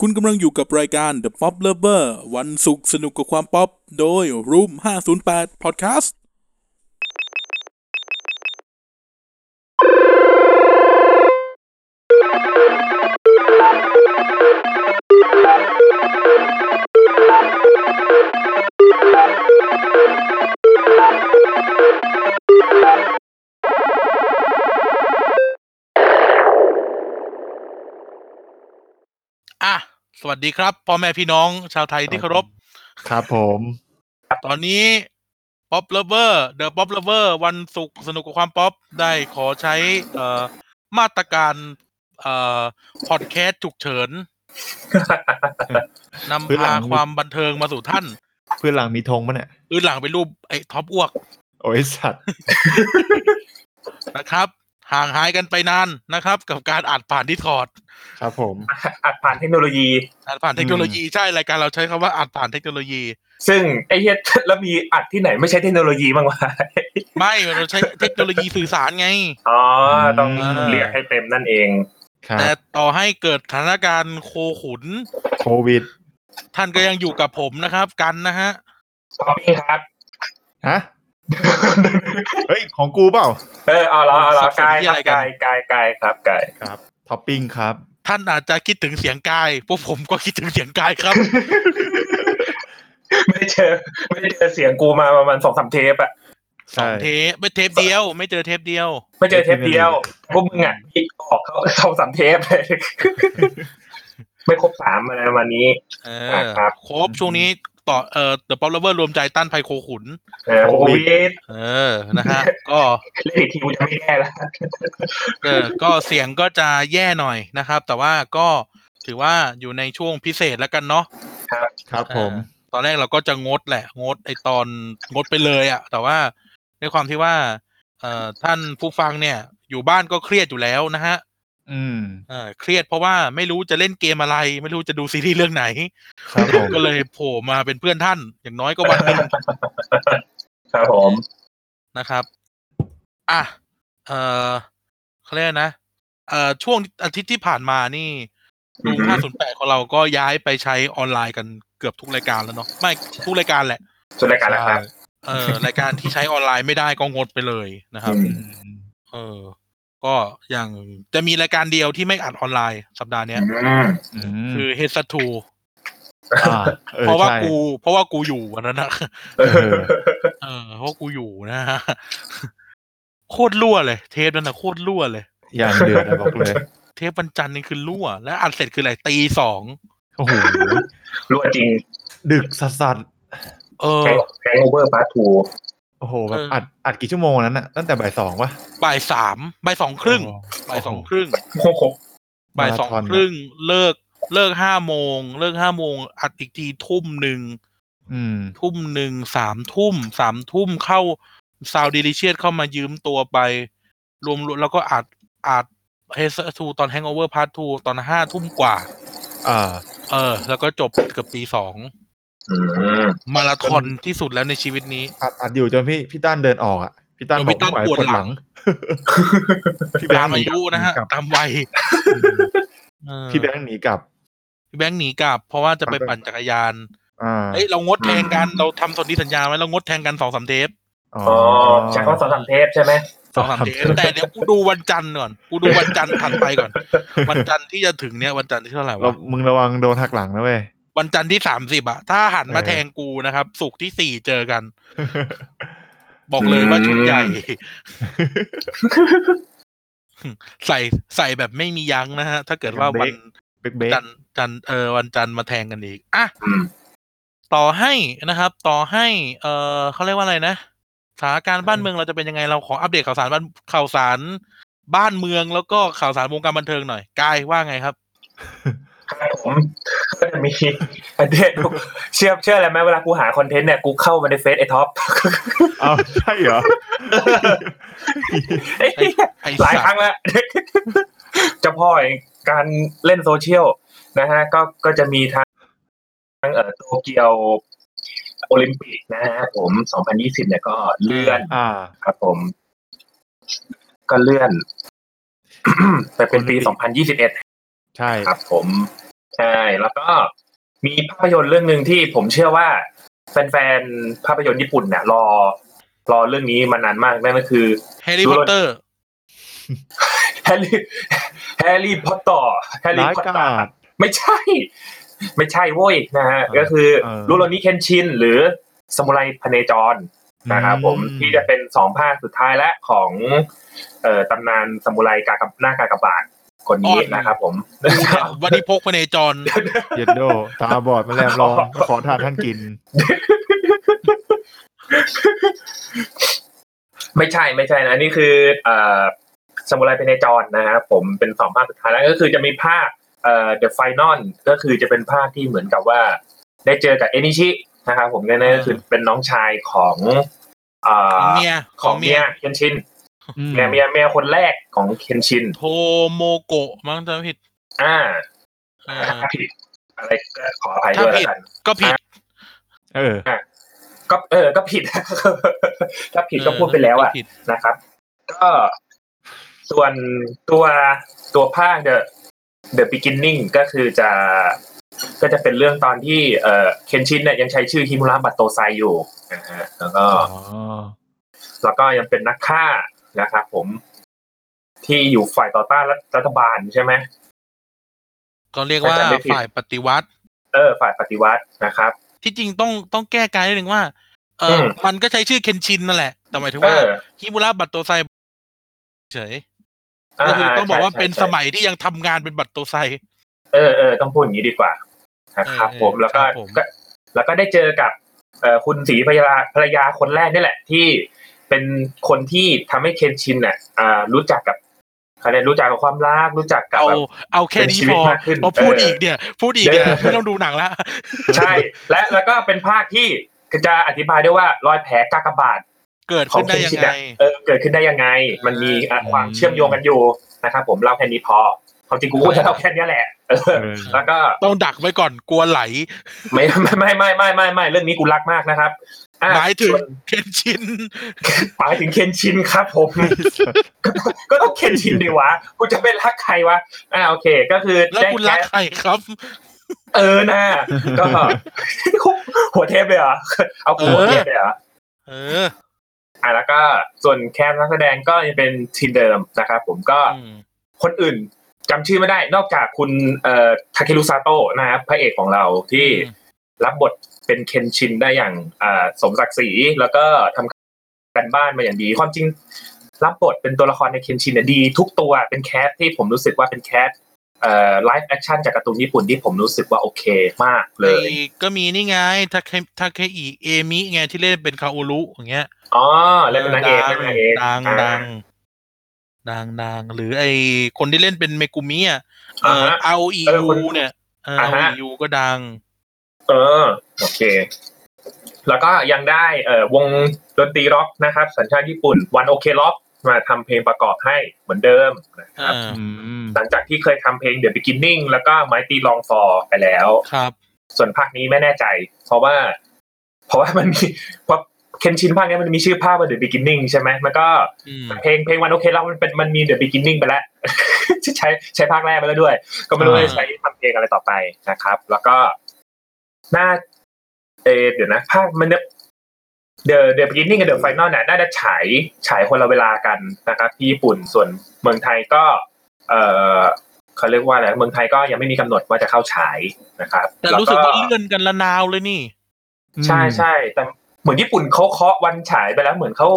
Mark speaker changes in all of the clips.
Speaker 1: คุณกำลังอยู่กับรายการ The Pop Lover วันศุกร์สนุกกับความป๊อป โดย Room 508 Podcast
Speaker 2: อ่ะสวัสดีครับพ่อแม่พี่น้องชาวไทยที่เคารพ
Speaker 3: ครับผม
Speaker 2: ตอนนี้ป๊อปเลเวอร์เดอะป๊อปเลเวอร์วันศุกร์สนุกกับความป๊อปได้ขอใช้เอ่อมาตรการเอ่อพอดแคสต์ฉุกเฉิน นำพาความบันเทิงมาสู่ท่าน
Speaker 3: เพื่อนหลังมีธงปะเนี่ย
Speaker 2: อื่นหลังเป็นรูปไอ้ท็อปอ้วก
Speaker 3: โอ้ยสัตว์
Speaker 2: นะครับ ห่างหายกันไปนานนะครับ กับการอ่านผ่านดิสคอร์ด
Speaker 3: ครับผม
Speaker 4: อัดผ่านเทคโนโลยี
Speaker 2: อ่านผ่านเทคโนโลยีใช่รายการเราใช้คำว่าอ่านผ่านเทคโนโลยี
Speaker 4: ซึ่งไอ้เหี้ย แล้วมีอัดที่ไหนไม่ใช่เทคโนโลยีบ้างวะ
Speaker 2: ไม่เราใช้เทคโนโลยีสื่อสารไง
Speaker 4: อ๋อต้อง
Speaker 3: อืม
Speaker 4: เรียกให้เต็มนั่นเอง
Speaker 3: ครั
Speaker 2: แต่
Speaker 3: บ
Speaker 2: ต่อให้เกิดสถานการณ์โคขุน
Speaker 3: โควิด
Speaker 2: ท่านก็ยังอยู่กับผมนะครับ กันนะฮะ
Speaker 4: สวัสดีครับ
Speaker 3: ฮะเฮ้ยของกูเปล่า
Speaker 4: เออเอาละเอา
Speaker 2: สั
Speaker 4: ละ
Speaker 2: บสน
Speaker 4: กาย
Speaker 2: ที่
Speaker 4: ค
Speaker 2: อะ
Speaker 4: รับ
Speaker 2: ไรกัน
Speaker 4: กายกายกายครับกาย
Speaker 3: ท็อปปิ้งครับ
Speaker 2: ท่านอาจจะคิดถึงเสียงกาย พวกผมก็คิดถึงเสียงกายครับ
Speaker 4: ไม่ได้เจอไม่ได้เจอเสียงกูมาประมาณสองสามเทปอะ
Speaker 2: สองเทปไม่เทปเดียว ไม่เจอเทปเดียว
Speaker 4: ไม่เจอเทปเดียวพวกมึงอ่ะอีกออกเขา สองสามเทปเลย ไม่ครบสามอะไรวันนี้
Speaker 2: เอ
Speaker 4: ค
Speaker 2: อ
Speaker 4: รั
Speaker 2: บ
Speaker 4: ครับ
Speaker 2: ครบช่วงนี้ต่อเอ่อเดอะป๊อปเลเวอร์รวมใจต้านภัยโคขุน
Speaker 4: เออโควิด
Speaker 2: เออนะฮะ ก็
Speaker 4: เลขทีกูจะไม่แก้แล้ว
Speaker 2: เออก็เสียงก็จะแย่หน่อยนะครับ แต่ว่าก็ถือว่าอยู่ในช่วงพิเศษแล้วกันเนาะ
Speaker 3: ครับผม
Speaker 2: ตอนแรกเราก็จะงดแหละ งดไอตอนงดไปเลยอะแต่ว่าในความที่ว่า เอ่อท่านผู้ฟังเนี่ย อยู่บ้านก็เครียดอยู่แล้วนะฮะ
Speaker 3: อืม
Speaker 2: เอ่อเครียดเพราะว่าไม่รู้จะเล่นเกมอะไร ไม่รู้จะดูซีรีส์เรื่องไหน
Speaker 3: ครับผม
Speaker 2: ก็เลยโผล่มาเป็นเพื่อนท่าน อย่างน้อยก็วันหนึ ง
Speaker 4: ครับผม
Speaker 2: นะครับ อ่ะเอ่อเขาเรียกนะเอ่อช่วงอาทิตย์ที่ผ่านมานี่ดู
Speaker 4: อือฮึ
Speaker 2: 508ของเราก็ย้ายไปใช้ออนไลน์กันเกือบทุกรายการแล้วเนาะไม่ทุกรายการแหละ
Speaker 4: สุดรายการแล้วครับ
Speaker 2: เออรายการที่ใช้ออนไลน์ไม่ได้ก็งดไปเลยนะครับ
Speaker 3: อืม
Speaker 2: เออ ก็อย่างจะมีรายการเดียวที่ไม่อัดออนไลน์สัปดาห์เนี้ย
Speaker 4: อืม
Speaker 3: อืม
Speaker 2: คือเฮสทู
Speaker 3: อ่าออ
Speaker 2: เพราะว่า
Speaker 3: ใช่
Speaker 2: กู เพราะว่ากูอยู่วันนั้นนะ
Speaker 3: เออ
Speaker 2: เออเพราะกูอยู่นะฮะโคตรรั่วเลย เทปนั้นนะโคตรรั่วเลย
Speaker 3: อย่างเดือดอะบอกเลย
Speaker 2: เทปวันจันทร์นี่คือรั่ว และอัดเสร็จคืออะไรตีสอง
Speaker 3: โอ้โห
Speaker 4: รั่วจริง
Speaker 3: ดึกสัสสัส
Speaker 2: เออ
Speaker 4: แฮงแฮงโอเวอร์พาร์ททู
Speaker 3: โอ้โหแบบ
Speaker 2: เอออั
Speaker 3: อัดอัดกี่ชั่วโมงนั้นน่ะตั้งแต่บ่ายสองวะ
Speaker 2: บ่ายสามบ่ายสองครึ่งบ่ายสองครึ่ง
Speaker 4: โอ้โห
Speaker 2: บ่ายสองครึ่งเลิกเลิกห้าโมง เลิกห้าโมงอัดอีกทีทุ่มหนึ่ง
Speaker 3: อืม
Speaker 2: ทุ่มหนึ่งสามทุ่มสามทุ่มเข้าซาวดีลิเชียเข้ามายืมตัวไป รวมๆแล้วก็อัดอัดเฮสทูตอนแฮงโอเวอร์พาร์ททูตอนห้าทุ่มกว่า
Speaker 3: อ่า
Speaker 2: เออ แล้วก็จบเกือบตีสอง
Speaker 4: อืม
Speaker 2: มาราธอนที่สุดแล้วในชีวิตนี้
Speaker 3: อัดอัดอยู่จนพี่พี่ต้านเดินออกอ่ะพี่ต้าน
Speaker 2: จน
Speaker 3: บ
Speaker 2: พี่
Speaker 3: อกไม่ไหว
Speaker 2: ต้านปวด
Speaker 3: ปวด
Speaker 2: ห
Speaker 3: ห
Speaker 2: ลั
Speaker 3: ลั
Speaker 2: ง
Speaker 3: ง พี่แบง
Speaker 2: ตาม
Speaker 3: ค์ห
Speaker 2: อา
Speaker 3: นี
Speaker 2: ยุนะฮะ
Speaker 3: กลับ
Speaker 2: ตามวั ยเออ
Speaker 3: พี่แบงค์หนีกลับ
Speaker 2: พี่แบงค์หนีกลับ เพราะว่าจะไปปั่นจักรยาน
Speaker 3: อ่า
Speaker 2: เอ้ยเรางดแทงกันเราทำสนธิสัญญาไว้เรางดแทงกันสองสามเทป
Speaker 3: อ๋อ
Speaker 4: อ๋อใช้ข้อสอนสามเทปใช่ไหม
Speaker 2: สองสามเทปแต่เดี๋ยวกูดูวันจันทร์ก่อนกูดูวันจันทร์ถัดไปก่อน วันจันทร์ที่จะถึงเนี่ยวันจันทร์ที่เท่าไหร่
Speaker 3: เรา
Speaker 2: วะ
Speaker 3: มึงระวังโดนหักหลังนะเว้ย
Speaker 2: วันจันทร์ที่สามสิบอะถ้าหันมา
Speaker 3: เออ
Speaker 2: แทงกูนะครับ สุกร์ที่สี่เจอกัน บอกเลยว่าชุดใหญ่ ใส่ใส่แบบไม่มียั้งนะฮะ ถ้าเกิดว่าวัน
Speaker 3: เบรกเบรก
Speaker 2: จันทร์จันทร์เออวันจันทร์มาแทงกันอีกอ่ะ
Speaker 4: อืม
Speaker 2: ต่อให้นะครับ ต่อให้ เออเขาเรียกว่าอะไรนะสถานการณ์บ้านเมืองเราจะเป็นยังไงเราขออัปเดตข่าวสารบ้านข่าวสาร บ้านเมืองแล้วก็ข่าวสารวงการบันเทิงหน่อยกายว่าไงครับ
Speaker 4: ครับผมก็จะมีอันเดตเชื่อเชื่ออะไรไหมเวลากูหาคอนเทนต์เนี่ยกูเข้ามาในเฟซไอท็อป
Speaker 3: เอาใช่เหรอ
Speaker 4: เอ้ย
Speaker 2: ไอ้
Speaker 4: หลาย
Speaker 2: สัต
Speaker 4: ครั้ง
Speaker 2: ว์
Speaker 4: แล้วเจ้าพ่อแห่งการเล่นโซเชียลนะฮะ ก็ก็จะมีทั้งทั้งเอ่อโตเกียวโอลิมปิกนะฮะผม 2020 เนี่ยก็เลื่อน
Speaker 3: อ่า
Speaker 4: ครับผม ก็ เลื่อน ไปเป็นปี 2021
Speaker 3: ใช่
Speaker 4: ครับผม ใช่แล้วก็มีภาพยนตร์เรื่องหนึ่งที่ผมเชื่อว่า แฟนๆภาพยนตร์ญี่ปุ่นเนี่ยรอ รอเรื่องนี้มานานมากนั่นก็คือ
Speaker 2: แฮร์รี่พอตเตอร์
Speaker 4: แฮ ร์รี่แฮร์รี่พอตเตอร์แฮร์รี่
Speaker 5: ร้าย
Speaker 4: พอต
Speaker 5: กา
Speaker 4: เตอร์
Speaker 5: จ
Speaker 4: ไม่ใช่ ไม่ใช่โว้ยนะฮะ
Speaker 5: เออ
Speaker 4: ก็คือ
Speaker 5: เออ
Speaker 4: รูโรนิเคนชินหรือสมุไรพเนจรนะครับผม
Speaker 2: อืม
Speaker 4: ที่จะเป็นสองภาคสุดท้ายและของเอ่อตำนานสมุไรกากับหน้ากากบาทคนนี้นะครับผม
Speaker 2: วันนี้พกพเนจร
Speaker 5: เย็นโดตาบอดมาแลมร้องมาขอทานท่านกิน
Speaker 4: ไม่ใช่ไม่ใช่นะนี่คือเอ่อสมุไรเป็นในจอนนะครับผมเป็นสองภาคสุดท้ายแล้วก็คือจะมีภาคเอ่อ The Final ก็คือจะเป็นภาคที่เหมือนกับว่า ได้เจอกับเอนิชินะครับผมนั่นก็คือเป็นน้องชายของเอ่อ
Speaker 2: เมีย
Speaker 4: ของเมียเคนชิน
Speaker 5: อืม
Speaker 4: เมียเมียเมียคนแรกของเคนชิน
Speaker 2: โทโมโกะมั้งจำไม่ผิด
Speaker 4: อ่า
Speaker 2: อ่า
Speaker 4: ถ้าผิดอะไรก็ขออภัยด้วย
Speaker 2: ถ้าผิ
Speaker 4: แล้
Speaker 2: ด
Speaker 4: วกัน
Speaker 2: ก็ผิด
Speaker 5: เออ
Speaker 4: ก็เออก็ผิด ถ้าผิดก็พูดไปแล้วอะ
Speaker 2: ก็ผิด
Speaker 4: นะครับ ก็ส่วนตัวตัวภาค The The Beginning ก็คือจะก็จะเป็นเรื่องตอนที่เอ่อเคนชินเนี่ยยังใช้ชื่อฮิมุระบัตโตไซอยู่นะฮะแล้วก็แล้วก็ยังเป็นนักฆ่านะครับผมที่อยู่ฝ่ายต่อต้านรัฐรัฐบาลใช่ไหม
Speaker 2: ก็เรียกว่า
Speaker 4: ถ้าจำไม่ผิด
Speaker 2: ฝ่ายปฏิวัติ
Speaker 4: เออ ฝ่ายปฏิวัตินะครับ
Speaker 2: ที่จริงต้องต้องแก้การนิดนึงว่า เออ
Speaker 4: ม
Speaker 2: มันก็ใช้ชื่อเคนชินนั่นแหละ แต่หมายถึง
Speaker 4: เอ
Speaker 2: ว่า
Speaker 4: อ
Speaker 2: ฮิมุระบัตโตไซเฉย
Speaker 4: า
Speaker 2: ก็คือต้องบอกว่า
Speaker 4: ใช่ใช่
Speaker 2: เป็น
Speaker 4: ใช่
Speaker 2: สมัยที่ยังทำงานเป็นบัตโตไซ
Speaker 4: เออเออต้องพูดอย่างนี้ดีกว่านะครับ
Speaker 2: เออ
Speaker 4: ผมแล้วก็
Speaker 2: ครับผม
Speaker 4: ก็แล้วก็ได้เจอกับเอ่อคุณศรีภรรยาภรรยาคนแรกนี่แหละ ที่เป็นคนที่ทำให้เคนชินน่ะอ่ารู้จักกับเขาเรียกรู้จักกับความรักรู้จักกับ
Speaker 2: เอา
Speaker 4: แบบ
Speaker 2: เอาแค่นี้
Speaker 4: เป็นชีวิ
Speaker 2: พ
Speaker 4: ต
Speaker 2: อ
Speaker 4: มากขึ้น
Speaker 2: พอพูด
Speaker 4: เอออี
Speaker 2: อีกเนี่ย พูดอีกเนี่ย
Speaker 4: เออ
Speaker 2: ไม่ต้องดูหนังละ
Speaker 4: ใช่ และแล้วก็เป็นภาคที่จะอธิบายได้ว่ารอยแผลกากบาท
Speaker 2: เกิด
Speaker 4: ขอ
Speaker 2: ขึ้
Speaker 4: ง
Speaker 2: น
Speaker 4: เค
Speaker 2: ได้
Speaker 4: น
Speaker 2: ยัง
Speaker 4: ชิน
Speaker 2: ไง
Speaker 4: น่ะเออเกิดขึ้นได้ยังไง มันมีอ่ะ
Speaker 5: อืม
Speaker 4: ความเชื่อมโยงกันอยู่นะครับผมเล่าแค่นี้พอความจริงกูก็จะเล่าแค่นี้แหละเออ
Speaker 5: เออ
Speaker 4: แล้วก็
Speaker 2: ต้องดักไว้ก่อนกลัวไหล
Speaker 4: ไม่ ไม่ไม่ไม่ไม่ไม่ไม่เรื่องนี้กูรักมากนะครับอ่ะ
Speaker 2: หมายถึง
Speaker 4: ส่วน
Speaker 2: เคนชิน
Speaker 4: หมายถึงเคนชินครับผม ก็ก็ต้องเคนชินดีวะกูจะไปรักใครวะอ่าโอเค ก็คือ
Speaker 2: แล้วคุณรักใครครับ
Speaker 4: เออนะก็ หัวเทปเลยเหรอเอากูหัวเทปเลยเหรอ
Speaker 2: เออ
Speaker 4: อ่ะแล้วก็ส่วนแคมนักแสดงก็ยังเป็นทีมเดิมนะครับผมก็
Speaker 2: อืม
Speaker 4: คนอื่นจำชื่อไม่ได้นอกจากคุณเอ่อทาเครุซาโตะนะครับพระเอกของเราที่ รับบทเป็นเคนชินได้อย่างอ่าสมศักดิ์ศรีแล้วก็ทำกันบ้านมาอย่างดี ความจริง รับบทเป็นตัวละครในเคนชินเนี่ยดี ทุกตัวเป็นแคสที่ผมรู้สึกว่าเป็นแคสเอ่อไลฟ์แอคชั่นจากการ์ตูนญี่ปุ่นที่ผมรู้สึกว่าโอเคมากเลย
Speaker 2: มีก็มีนี่ไงทาเคทาเคอิเอมิไงที่เล่นเป็นคาโอรุอย่างเงี้ย
Speaker 4: อ๋อเล่นเป็นนางเอกเล่นเป็นนางเอก
Speaker 2: ดัง
Speaker 4: อ่า
Speaker 2: ดังดังดังหรือไอคนที่เล่นเป็นเมกุมิอ่ะเออ
Speaker 4: อ่าฮะ
Speaker 2: เอาอี
Speaker 4: เออคน
Speaker 2: ยูเนี่ยเออ
Speaker 4: อ่า
Speaker 2: เอา
Speaker 4: ฮะ
Speaker 2: อียูก็ดัง
Speaker 4: เออโอเค แล้วก็ยังได้เอ่อวงดนตรีร็อกนะครับ สัญชาติญี่ปุ่นวันโอเคร็อกมาทำเพลงประกอบให้เหมือนเดิมนะครับ
Speaker 2: เออ
Speaker 5: ม
Speaker 4: หลังจากที่เคยทำเพลง The Beginning แล้วก็ Mighty Long For ไปแล้ว
Speaker 2: ครับ
Speaker 4: ส่วนภาคนี้ไม่แน่ใจ เพราะว่า เพราะว่ามันมีเพราะเคนชินภาคนี้มันมีชื่อภาคว่า The Beginning ใช่ไหมมันก็
Speaker 2: อืม
Speaker 4: เพลงเพลงวันโอเคแล้วมันเป็นมันมี The Beginning ไปแล้ว ใช้ใช้ภาคแรกไปแล้วด้วย ก็ไม่รู้จะใช้ทำเพลงอะไรต่อไปนะครับ แล้วก็น่าเออเดี๋ยวนะ ภาคมันเนี่ย The The Beginning กับ The Final น่ะน่าจะฉายฉายคนละเวลากันนะครับที่ญี่ปุ่นส่วนเมืองไทยก็ เออเขาเรียกว่าอะไรเมืองไทยก็ยังไม่มีกำหนดว่าจะเข้าฉายนะครับ
Speaker 2: แต่รู้สึกว่าเลื่อนกันละนาวเลยนี่
Speaker 4: ใช่ใช่แต่เหมือนญี่ปุ่นเขาเคาะวันฉายไปแล้วเหมือนเขา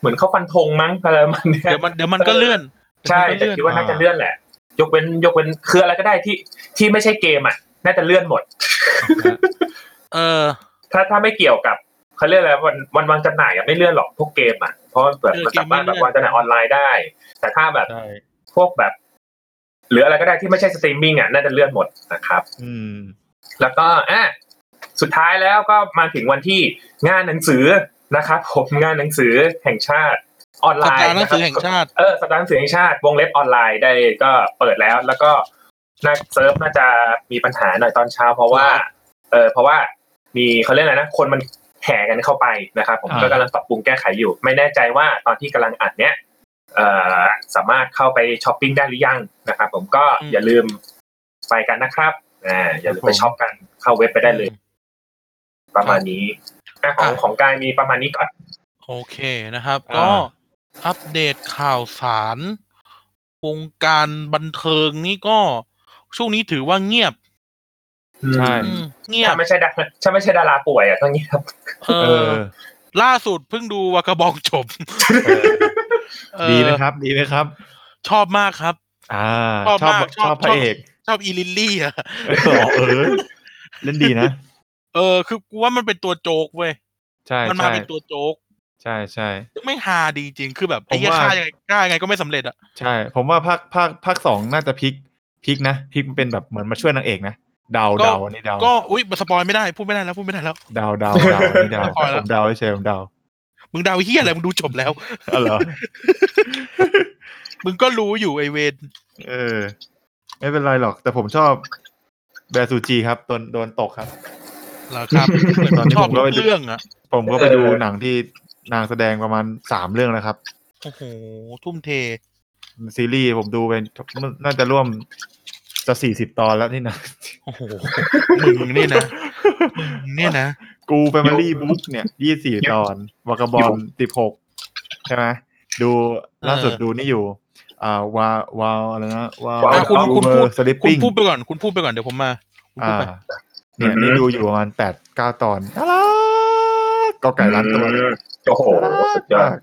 Speaker 4: เหมือนเขาฟันธงมั้งอะไรประมันเนี้
Speaker 2: เดี๋ย
Speaker 4: ยว
Speaker 2: มันเดี๋ยวมันก็เลื่อน
Speaker 4: ใช่
Speaker 2: เดี๋
Speaker 4: แต่
Speaker 2: ยวมันก็เลื่อน
Speaker 4: คิดว่าน่าจะเลื่อนแหละ ยกเว้นยกเว้นคืออะไรก็ได้ที่ที่ไม่ใช่เกมอ่ะน่าจะเลื่อนหมด
Speaker 2: เออ
Speaker 4: ถ้าถ้าไม่เกี่ยวกับเขาเรียกอะไรวันวันวางจำหน่ายอะไม่เลื่อนหรอกพวกเกมอ่ะเพราะแบบมันสามารถแบบวางจำหน่ายออนไลน์ได้ แต่ถ้าแบบ
Speaker 2: ใช่
Speaker 4: พวกแบบ หรืออะไรก็ได้ที่ไม่ใช่สตรีมมิ่งอ่ะน่าจะเลื่อนหมดนะครับ
Speaker 5: อืม
Speaker 4: แล้วก็อ่ะสุดท้ายแล้วก็มาถึงวันที่งานหนังสือนะครับผมงานหนังสือแห่งชาติออนไล
Speaker 2: สัป
Speaker 4: น์
Speaker 2: ดาห์หนังสือแห่ง
Speaker 4: นะครับ
Speaker 2: ชาติ
Speaker 4: เออสัปดาห์หนังสือแห่งชาติวงเล็บออนไลน์ได้ก็เปิดแล้ว แล้วก็น่าเซิร์ฟน่าจะมีปัญหาหน่อยตอนเช้า เพราะว่า เออเพราะว่ามีเขาเรียกอะไรนะ คนมันแห่กันเข้าไปนะครับ ผม
Speaker 5: อ่า
Speaker 4: ก็กำลังปรับปรุงแก้ไขอยู่ ไม่แน่ใจว่าตอนที่กำลังอัดเนี้ยเอ่อสามารถเข้าไปช้อปปิ้งได้หรือยังนะครับผมก็
Speaker 2: อืม
Speaker 4: อย่าลืมไปกันนะครับ นะอย่าลืม
Speaker 5: ครับผม
Speaker 4: ไปช็อปกันเข้าเว็บไปได้เลย ประมาณนี้อ่ะของของกายมีประมาณนี้ก่อน
Speaker 2: โอเคนะครับ
Speaker 4: อ่า
Speaker 2: ก็อัปเดตข่าวสารวงการบันเทิงนี่ก็ช่วงนี้ถือว่าเงียบ
Speaker 5: ใช่
Speaker 2: อืมเงียบ
Speaker 4: ถ้าไม่ใช่ดาถ้าไม่ใช่ดาราป่วยอ่ะก็เงียบ
Speaker 2: เอ
Speaker 5: เอ
Speaker 2: อ
Speaker 5: อ
Speaker 2: ล่าสุดเพิ่งดูวากาบองจบเออ
Speaker 5: ดีไหมครับ ดีไหมครับ
Speaker 2: ชอบมากครับ
Speaker 5: อ่า
Speaker 2: ชอบ
Speaker 5: ชอบ
Speaker 2: มากช
Speaker 5: ช
Speaker 2: อบ
Speaker 5: อบพระเอก
Speaker 2: ชอบอีลิลลี่อะ
Speaker 5: เออเล่นดีนะ
Speaker 2: เออคือกูว่ามันเป็นตัวโจกเว้ย
Speaker 5: ใช่
Speaker 2: มันมา
Speaker 5: ใช่
Speaker 2: เป็นตัวโจก
Speaker 5: ใช่ใช่
Speaker 2: ซึ่งไม่ฮาดีจริงคือแบบไอ้
Speaker 5: ผม
Speaker 2: เหี้ย
Speaker 5: ว่า
Speaker 2: ฆ่ายังไงฆ่ายังไงก็ไม่สำเร็จอะ
Speaker 5: ใช่ ผมว่าภาคภาคภาคสองน่าจะพลิกพลิกนะพลิกเป็นแบบเหมือนมาช่วยนางเอกนะเดาเดาอันนี้เดา
Speaker 2: ก็อุ้ยสปอยไม่ได้พูดไม่ได้แล้วพูดไม่ได้แล้ว
Speaker 5: เดาเดาเดาอันนี้เดา
Speaker 2: ปล่อย
Speaker 5: ผ
Speaker 2: ละ
Speaker 5: มเดาเฉยๆผมเดา
Speaker 2: มึงเดาเฮียอะไรมึงดูจบแล้ว
Speaker 5: อ๋อเหรอ
Speaker 2: มึงก็รู้อยู่ไอเวน
Speaker 5: เออ ไม่เป็นไรหรอก แต่ผมชอบแบร์ซูจีครับโดนโดนตกครับ
Speaker 2: เหรอครับ
Speaker 5: ตอนนี้
Speaker 2: ชอบ
Speaker 5: ผมก็ไปดู
Speaker 2: เรื่องอะ
Speaker 5: ผมก็ไปดูหนังที่นางแสดงประมาณสามเรื่องแล้วครับ
Speaker 2: โอ้โหทุ่มเท
Speaker 5: ซีรีส์ผมดูเป็นน่าจะร่วมจะสี่สิบตอนแล้วนี่นะ
Speaker 2: โอ้โหมึงนี่นะมึงเนี่ยนะ
Speaker 5: กูแฟมิลี่บุ๊กเนี่ยยี่สี่ตอนวากาบอลสิบหกใช่ไหมดูล่าสุด
Speaker 2: เออ
Speaker 5: ดูนี่อยู่ อ่าวาวาวอะไรนะวาว
Speaker 2: อ่ะคุณคุณพูด
Speaker 5: สลิป
Speaker 2: คุณ
Speaker 5: ปิ้ง
Speaker 2: พูดไปก่อนคุณพูดไปก่อนเดี๋ยวผมมาคุณพูด
Speaker 5: อ่า
Speaker 2: ไป
Speaker 5: เนี่ยนี่ดูอยู่ประมาณแปดเก้าตอนน่ารักกอไก่ล้านตัว
Speaker 4: อืมโอ้โห
Speaker 5: น่ารัก
Speaker 4: สุดยอด
Speaker 5: มาก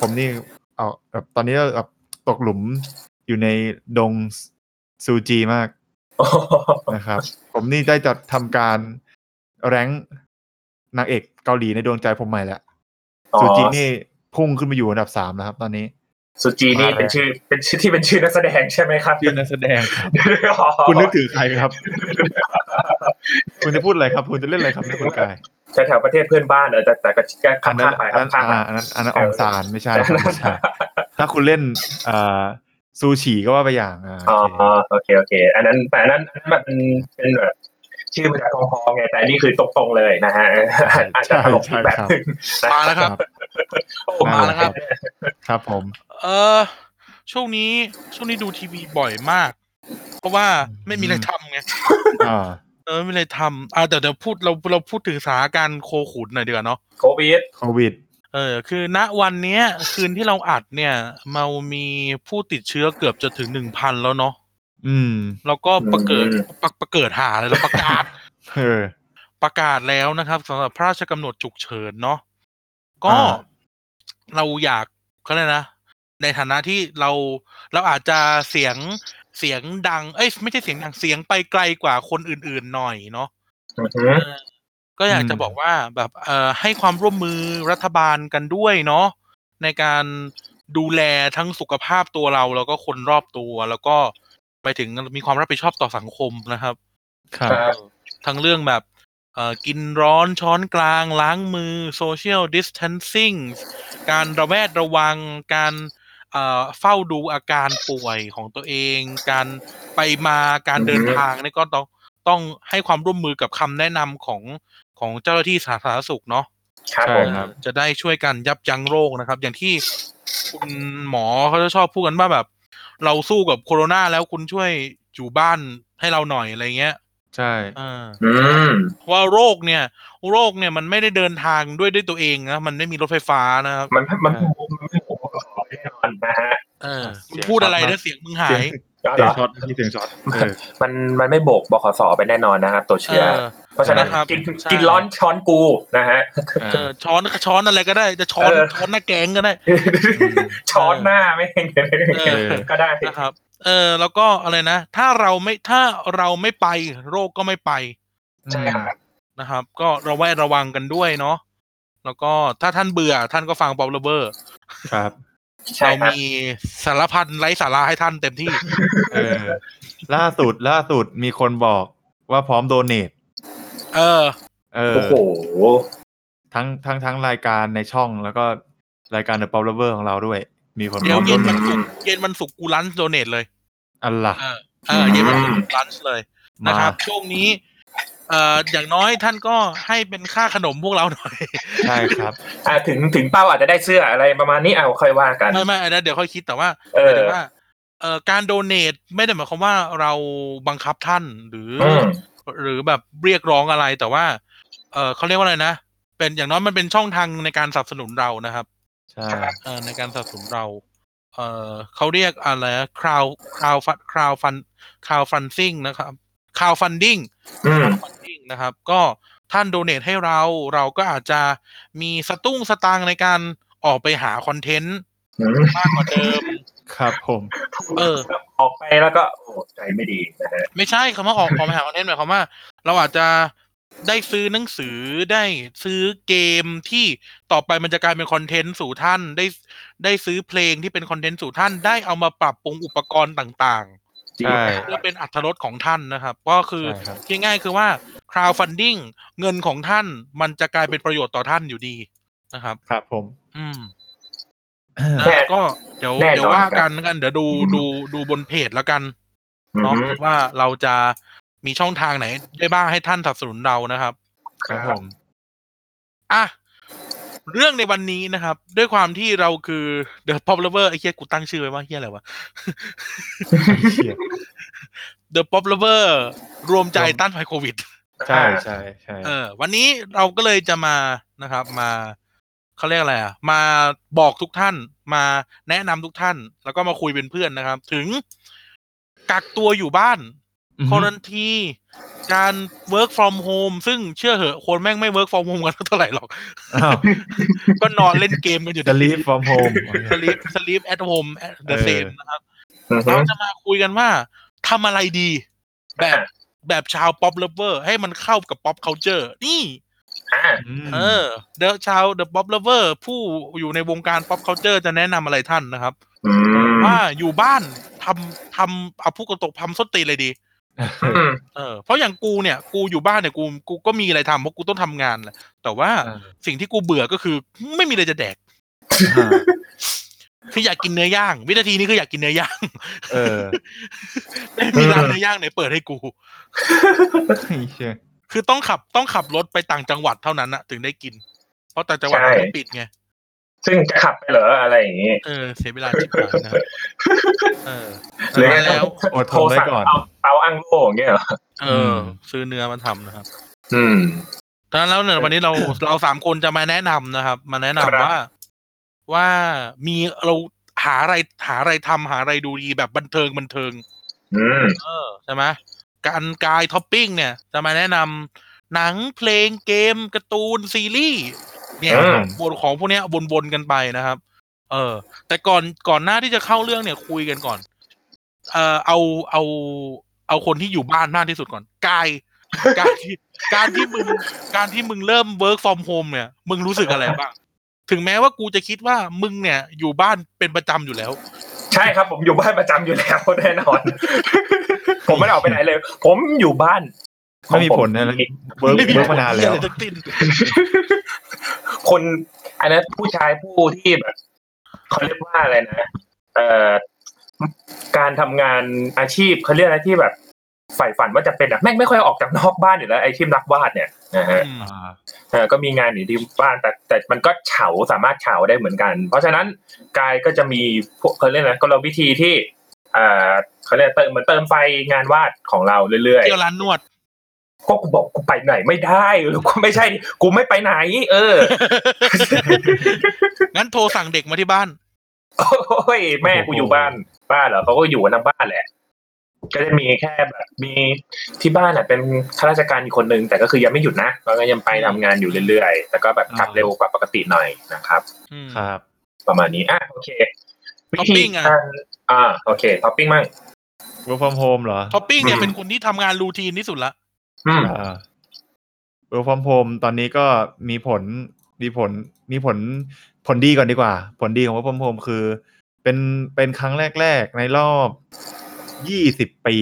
Speaker 5: ผมนี่เอาแบบตอนนี้แบบตกหลุมอยู่ในดงซูจีมาก
Speaker 4: โอ้โห
Speaker 5: นะครับ ผมนี่ได้จัดทำการแรงค์นางเอกเกาหลีในดวงใจผมใหม่แล้วซูจินี่พุ่งขึ้นมาอยู่อันดับสามแล้วครับ ตอนนี้
Speaker 4: สุจีนี่เป็นชื่อเป็นชื่อที่เป็นชื่อนักแสดงใช่ไหมครับ
Speaker 5: ชื่อนักแสดงครับ คุณนึกถึงใครครับ คุณจะพูดอะไรครับ คุณจะเล่นอะไรครับในคนกาย
Speaker 4: แถวๆประเทศเพื่อนบ้านเออแต่แต่ก็
Speaker 5: อั
Speaker 4: ข้าน ม
Speaker 5: นั้น
Speaker 4: ข
Speaker 5: อั
Speaker 4: ้ามไป
Speaker 5: นนั้น
Speaker 4: ข้ามข้ามไป
Speaker 5: อ่าอันนั้นอันนั้นอองซานไม่ใช่ครับไม่ใช่ถ้าคุณเล่นอ่าซูชิก็ว่าไปอย่างอ่า
Speaker 4: อ๋อ
Speaker 5: โอเค
Speaker 4: โอเคโอเค อันนั้นแต่อันนั้นอันนั้นมันเป็นแบบชื่อมาจากกองพองไงแต่อันนี่คือตรงๆเลยนะฮะอาจจะตลกอีกแบบหนึงนะ
Speaker 2: มาแล้วครับ
Speaker 4: โอ้มาแล้วครับ
Speaker 5: ครับผม
Speaker 2: เออช่วงนี้ช่วงนี้ดูทีวีบ่อยมาก เพราะว่าไม่มีอะไรทำไง
Speaker 5: อ่า
Speaker 2: เออไม่มีอะไรทำอ่าเดี๋ยวเดี๋ยวพูดเราเราพูดถึงสถานการณ์โคขุนหน่อยดีกว่าเนาะ
Speaker 4: โควิด
Speaker 5: โควิด
Speaker 2: เออคือณวันเนี้ย คืนที่เราอัดเนี่ยเรามีผู้ติดเชื้อเกือบจะถึงหนึ่งพันแล้วเนาะ
Speaker 5: อืม
Speaker 2: แล้วก็ประเกิด
Speaker 4: อืม
Speaker 2: ประประเกิดหาเลยแล้วประกาศ
Speaker 5: เออ
Speaker 2: ประกาศแล้วนะครับสำหรับพระราชกำหนดฉุกเฉินเนาะก็
Speaker 5: อ่า
Speaker 2: เราอยากก็เลยกนะ ในฐานะที่เราเราอาจจะเสียงเสียงดัง เอ้ยไม่ใช่เสียงดังเสียงไปไกลกว่าคนอื่นๆหน่อยเนาะ
Speaker 4: อือหือ
Speaker 2: เออก็อยากจะบอกว่าแบบเอ่อให้ความร่วมมือรัฐบาลกันด้วยเนาะในการดูแลทั้งสุขภาพตัวเราแล้วก็คนรอบตัว แล้วก็ไปถึงมีความรับผิดชอบต่อสังคมนะครับ
Speaker 5: ครับ
Speaker 4: ครับ
Speaker 2: ทั้งเรื่องแบบเอ่อกินร้อนช้อนกลางล้างมือ Social Distancing การระแวดระวัง การเอ่อเฝ้าดูอาการป่วยของตัวเอง การไปมาการเดินทางนี่ก็ต้องต้องให้ความร่วมมือกับคำแนะนำของของเจ้าหน้าที่สาธารณสุขเนาะ
Speaker 4: ครับ
Speaker 5: ใช่
Speaker 4: ผม
Speaker 5: ครับ
Speaker 2: เออจะได้ช่วยกันยับยั้งโรคนะครับ อย่างที่คุณหมอเขาจะชอบพูดกันว่าแบบ เราสู้กับโคโรนาแล้วคุณช่วยอยู่บ้านให้เราหน่อยอะไรเงี้ย
Speaker 5: ใช่
Speaker 2: อ่า
Speaker 4: อืม
Speaker 2: เพราะว่าโรคเนี่ย โรคเนี่ยมันไม่ได้เดินทางด้วยด้วยตัวเองนะมันไม่มีรถไฟฟ้านะครับ
Speaker 4: มันมันมันไม่โอ้โหแน่นอนนะฮะ
Speaker 2: เออ
Speaker 5: เสี
Speaker 2: มึง
Speaker 5: ยง
Speaker 2: พูดอะไร
Speaker 5: ชัดมาก
Speaker 2: ถ้าเสียงมึงหา
Speaker 5: เสียง
Speaker 2: ย
Speaker 4: เอา
Speaker 5: เสี
Speaker 4: เห
Speaker 5: ย
Speaker 4: ร
Speaker 5: ง
Speaker 4: อ
Speaker 5: ช็อตมีเสียงช็อตเออ
Speaker 4: มันมันไม่โบกบขสไปแน่นอนนะครับ ตัวเชื้อ
Speaker 2: อ
Speaker 4: เพราะฉะนั้น
Speaker 2: นะครับ
Speaker 4: กิน
Speaker 2: ใช่
Speaker 4: กินร้อนช้อนกูนะฮะ
Speaker 2: เออช้อนช้อนอะไรก็ได้ จะช้อน
Speaker 4: เออ
Speaker 2: ช้อนหน้าแกงก็ได้
Speaker 4: ช้อนหน้าไม่เห็น
Speaker 2: เออ
Speaker 4: ก็ได้
Speaker 2: นะครับ เออ แล้วก็อะไรนะ ถ้าเราไม่ถ้าเราไม่ไป โรคก็ไม่ไป
Speaker 4: ใช่ครับ
Speaker 2: นะครับก็ระแวดระวังกันด้วยเนาะแล้วก็ถ้าท่านเบื่อท่านก็ฟัง p อ p เลเบอร์
Speaker 5: ครับ
Speaker 4: ใช่
Speaker 2: เรา
Speaker 4: ครับ
Speaker 2: มีสารพันไร้สาระให้ท่านเต็มที่
Speaker 5: เออ ล่าสุดล่าสุดมีคนบอกว่าพร้อมโดเนท
Speaker 2: เออ
Speaker 5: เออ
Speaker 4: โอ้โห
Speaker 5: ทั้งทั้งทั้งรายการในช่องแล้วก็รายการ The p o w e r v e r ของเราด้วย มีคน
Speaker 2: เดี๋ยว
Speaker 5: พร้อม
Speaker 2: เย็น
Speaker 5: โดเน
Speaker 2: วัน
Speaker 5: ท
Speaker 2: ศุกร์เย็นวันศุกร์กูรันโดเนทเลย
Speaker 5: อันล่ะ
Speaker 2: เออเออเย็นวันศุกร์กูรันเลย
Speaker 5: มา
Speaker 2: นะครับ ช่วงนี้ เอ่ออย่างน้อยท่านก็ให้เป็นค่าขนมพวกเราหน่อย
Speaker 5: ใช่ครับ
Speaker 4: อ่ะถึงถึงเป้าอาจจะได้เสื้ออะไรประมาณนี้เอาค่อยว่ากัน
Speaker 2: ไม่ไม่อันนั้นเดี๋ยวค่อยคิดแต่ว่า
Speaker 4: เอ
Speaker 2: หมาย
Speaker 4: อ
Speaker 2: ถึงว่า เอ่อการโดเนทไม่ได้หมายความว่าเราบังคับท่านหรืออ
Speaker 4: อืม
Speaker 2: หรือแบบเรียกร้องอะไรแต่ว่า เออเขาเรียกว่าอะไรนะ เป็นอย่างน้อยมันเป็นช่องทางในการสนับสนุนเรานะครับ
Speaker 5: ใช่
Speaker 2: เอ่อในการสนับสนุนเรา เอ่อเขาเรียกอะไรคราวคราวฟันคราวฟันคราวฟันซิ่งนะครับคราวฟันดิ้ง
Speaker 4: อืม
Speaker 2: ฟันดิ้งนะครับก็ท่านโดเนทให้เราเราก็อาจจะมีสตุ้งสตางค์ในการออกไปหาคอนเทนต์
Speaker 4: อืม
Speaker 2: มากกว่าเดิม
Speaker 5: ครับผม
Speaker 2: เออ
Speaker 4: ออกไปแล้วก็โอ้ใจไม่ดีนะฮะ
Speaker 2: ไม่ใช่คำว่าออกออกไปหาคอนเทนต์หมายความว่า เราอาจจะได้ซื้อหนังสือได้ซื้อเกมที่ต่อไปมันจะกลายเป็นคอนเทนต์สู่ท่านได้ได้ซื้อเพลงที่เป็นคอนเทนต์สู่ท่านได้เอามาปรับปรุงอุปกรณ์ต่างๆ
Speaker 4: จริง
Speaker 5: ใช่
Speaker 2: เพื่อเป็นอัตรสของท่านนะครับ ก็คือ
Speaker 5: ใช่ครับ
Speaker 2: ที่ง่ายคือว่า crowdfunding เงินของท่านมันจะกลายเป็นประโยชน์ต่อท่านอยู่ดีนะครับ
Speaker 5: ครับผม
Speaker 2: อืม
Speaker 4: แน่
Speaker 2: นะก็เดี๋ยว
Speaker 4: แน่นอน
Speaker 2: เดี๋ยวว่ากันกัน เดี๋ยวดู
Speaker 4: อืม
Speaker 2: ดูดูบนเพจแล้วกัน
Speaker 4: อื
Speaker 2: เนาะ
Speaker 4: ม
Speaker 2: ว่าเราจะมีช่องทางไหน ได้บ้างให้ท่านสนับสนุนเรานะครับ
Speaker 5: ครับผม
Speaker 2: อ่ะ เรื่องในวันนี้นะครับ ด้วยความที่เราคือ The Pop Lover ไอ้เฮียกูตั้งชื่อไว้ว่าเฮียอะไรวะ
Speaker 5: เหี้ย
Speaker 2: The Pop Lover รวมใจ
Speaker 5: รวม
Speaker 2: ต้านภัยโควิด
Speaker 5: ใช่ใช่ใช่
Speaker 2: เออวันนี้เราก็เลยจะมานะครับ มาเขาเรียกอะไรอ่ะ มาบอกทุกท่าน มาแนะนำทุกท่าน แล้วก็มาคุยเป็นเพื่อนนะครับ ถึงกักตัวอยู่บ้าน
Speaker 5: อือ
Speaker 2: ค
Speaker 5: ฮึ
Speaker 2: อรันทีการ work from home ซึ่งเชื่อเหอะคนแม่งไม่ work from home กันเท่าไหร่หรอก
Speaker 5: อ้าว
Speaker 2: ก็นอนเล่นเกมกันอยู่
Speaker 5: จะรีบ from home
Speaker 2: สลีปสลีป at home at the
Speaker 5: เออ
Speaker 2: same นะครับ
Speaker 4: อืม
Speaker 2: เราจะมาคุยกันว่าทำอะไรดี แบบแบบชาว pop lover ให้มันเข้ากับ pop culture นี่
Speaker 5: ม
Speaker 2: เออเดอะชาวเดอะป๊อปเลเวอร์ผู้อยู่ในวงการป๊อปเคาเจอร์จะแนะนำอะไรท่านนะครับ
Speaker 4: อืม
Speaker 2: ว่าอยู่บ้านทำทำเอาผู้กระตกทำส้นตีนเลยดี
Speaker 4: อืม
Speaker 2: เออเพราะอย่างกูเนี่ยกูอยู่บ้านเนี่ยกูกูก็มีอะไรทำเพราะกูต้องทำงานแหละแต่ว่า
Speaker 5: อ่า
Speaker 2: สิ่งที่กูเบื่อก็คือไม่มีอะไรจะแดกคืออยากกินเนื้อย่างวินาทีนี้คืออยากกินเนื้อย่าง
Speaker 5: เออ
Speaker 2: ไม่มีร้านเนื้อย่างไหนเปิดให้กู
Speaker 5: เหี้ย
Speaker 2: คือต้องขับต้องขับรถไปต่างจังหวัดเท่านั้นนะถึงได้กิน เพราะต่างจังหวัด
Speaker 4: ใช่
Speaker 2: มันปิดไง
Speaker 4: ซึ่งจะขับไปเหรออะไรอย่างงี้
Speaker 2: เออเสียเวลาจิบหายนะเออ
Speaker 4: หรือไง
Speaker 2: แล้ว
Speaker 5: อดท
Speaker 4: โทร
Speaker 5: นไว้
Speaker 4: สั่ง
Speaker 5: ก่อน
Speaker 4: เอาเอาอังโล่อย่างเงี้ยเหรอ
Speaker 2: เออ
Speaker 5: ม
Speaker 2: ซื้อเนื้อมาทำนะครับ
Speaker 4: อืม
Speaker 2: ดังนั้นแล้วเนี่ยวันนี้เรา เราสามคนจะมาแนะนำนะครับ มาแนะนำ
Speaker 4: ครับ
Speaker 2: ว่า ว่ามีเราหาอะไรหาอะไรทำหาอะไรดูดีแบบบันเทิงบันเทิง
Speaker 4: อืม
Speaker 2: เออใช่ไหมการกายท็อปปิ้งเนี่ย จะมาแนะนำหนังเพลงเกมการ์ตูนซีรีส์เนี่ย
Speaker 4: เออ
Speaker 2: บนของพวกเนี้ยวนๆกันไปนะครับ เออ แต่ก่อนก่อนหน้าที่จะเข้าเรื่องเนี่ยคุยกันก่อน เออเอาเอาเอาคนที่อยู่บ้านมากที่สุดก่อนกาย การที่การที่มึงการที่มึงเริ่ม work from home เนี่ย มึงรู้สึกอะไรบ้างถึงแม้ว่ากูจะคิดว่ามึงเนี่ย อยู่บ้านเป็นประจำอยู่แล้ว
Speaker 4: ใช่ครับผมอยู่บ้านประจำอยู่แล้วแน่น อน ผมไม่ได้ออกไปไหนเลย ผมอยู่บ้าน
Speaker 5: ไม่มีผลนะ
Speaker 4: ของผม
Speaker 5: เวิร์ก
Speaker 2: ไม่มี
Speaker 5: เวิร์กมานานแล้ว
Speaker 2: อะไรทั้งสิ้น
Speaker 4: คนอันนั้นผู้ชายผู้ที่แบบเขาเรียกว่าอะไรนะเอ่อการทำงานอาชีพเขาเรียกอะไรที่แบบใฝ่ฝันว่าจะเป็นอะแม่งไม่ค่อยออกจากนอกบ้านอยู่แล้วไอ้ที่รักวาดเนี่ยนะฮะ
Speaker 2: อืม
Speaker 4: เออก็มีงานอยู่ที่บ้านแต่แต่มันก็เฉาสามารถเฉาได้เหมือนกัน เพราะฉะนั้นกายก็จะมีพวกเขาเรียกอะไรกลวิธีที่เอ่อเขาเรียกเติมเหมือนเติมไฟงานวาดของเราเรื่อย
Speaker 2: เที่ยวร้านนวด
Speaker 4: ๆก็กูบอกกูไปไหนไม่ได้หรือกูไม่ใช่กูไม่ไปไหน เออ
Speaker 2: งั้นโทรสั่งเด็กมาที่บ้าน
Speaker 4: โอ้ยแม่กูอยู่บ้านบ้านเหรอเขาก็อยู่กันทั้งบ้านแหละ ก็จะมีแค่แบบมีที่บ้านอ่ะเป็นข้าราชการอีกคนนึงแต่ก็คือยังไม่หยุดนะก็ยังไปทำงานอยู่เรื่อยๆแต่ก็แบบกลับเร็วกว่าปกติหน่อยนะครับ
Speaker 2: อืม
Speaker 5: ครับ
Speaker 4: ประมาณนี้ อ่ะ โอเค
Speaker 2: ท็อปปิ้งอะ
Speaker 4: วิธีการอ่า โอเค ท็อปปิ้งมั่ง
Speaker 5: work from home เหรอ
Speaker 2: ท็อปปิ้งเนี่ยเป็นคนที่ทำงานรูทีนที่สุดละ
Speaker 4: อืม
Speaker 5: อ่า work from home ตอนนี้ก็มีผลมีผลมีผลผลดีก่อนดีกว่า ผลดีของ work from home คือ เป็นเป็นครั้งแรก ๆ ในรอบยี่สิบปี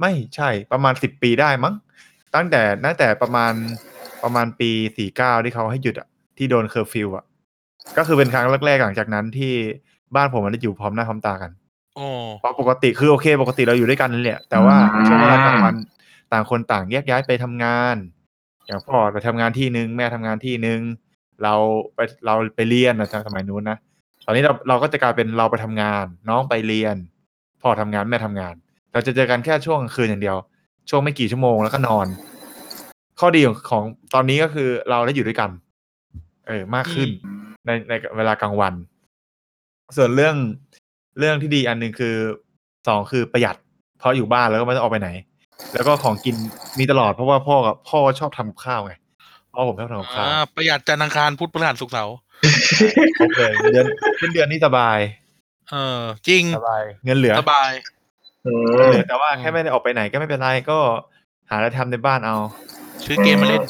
Speaker 5: ไม่ใช่ประมาณสิบปีได้มั้ง ตั้งแต่ตั้งแต่ประมาณประมาณปีสี่เก้าที่เขาให้หยุดอะที่โดนเคอร์ฟิวอะก็คือเป็นครั้งแรกๆหลังจากนั้นที่บ้านผมมันได้อยู่พร้อมหน้าพร้อมตากัน
Speaker 2: โอ้
Speaker 5: เพราะปกติคือโอเค ปกติเราอยู่ด้วยกันนั่นแหละแต่ว่า
Speaker 4: อืม
Speaker 5: ช่วงเวลากลางวันต่างคนต่างแยกย้ายไปทำงาน อย่างพ่อไปทำงานที่นึงแม่ทำงานที่นึงเราไปเราไปเรียนนะสมัยนู้นนะตอนนี้เราเราก็จะกลายเป็นเราไปทำงาน น้องไปเรียน พ่อทำงานแม่ทำงาน เราจะเจอกันแค่ช่วงกลางคืนอย่างเดียว ช่วงไม่กี่ชั่วโมงแล้วก็นอน ข้อดีของของตอนนี้ก็คือเราได้อยู่ด้วยกัน เออมากขึ้น ในในเวลากลางวัน ส่วนเรื่องเรื่องที่ดีอันหนึ่งคือสองคือประหยัด เพราะอยู่บ้านแล้วก็ไม่ต้องออกไปไหน แล้วก็ของกินมีตลอดเพราะว่าพ่อกับพ่อชอบทำข้าวไงพ่อผมชอบทำกับข้าว
Speaker 2: อ่าประหยัดจันทร์อังคารพุธพฤหัสศุกร์เสาร์
Speaker 5: ครบเลยเดือนเป็นเดือนนี่สบาย
Speaker 2: เออ จริง
Speaker 5: สบายเงินเหลือ
Speaker 2: สบาย
Speaker 4: อื
Speaker 5: เงิน
Speaker 4: ม
Speaker 5: เหลือแต่ว่าแค่ไม่ได้ออกไปไหนก็ไม่เป็นไรก็หาอะไรทำในบ้านเอา
Speaker 2: ซื้อเกมมาเล่น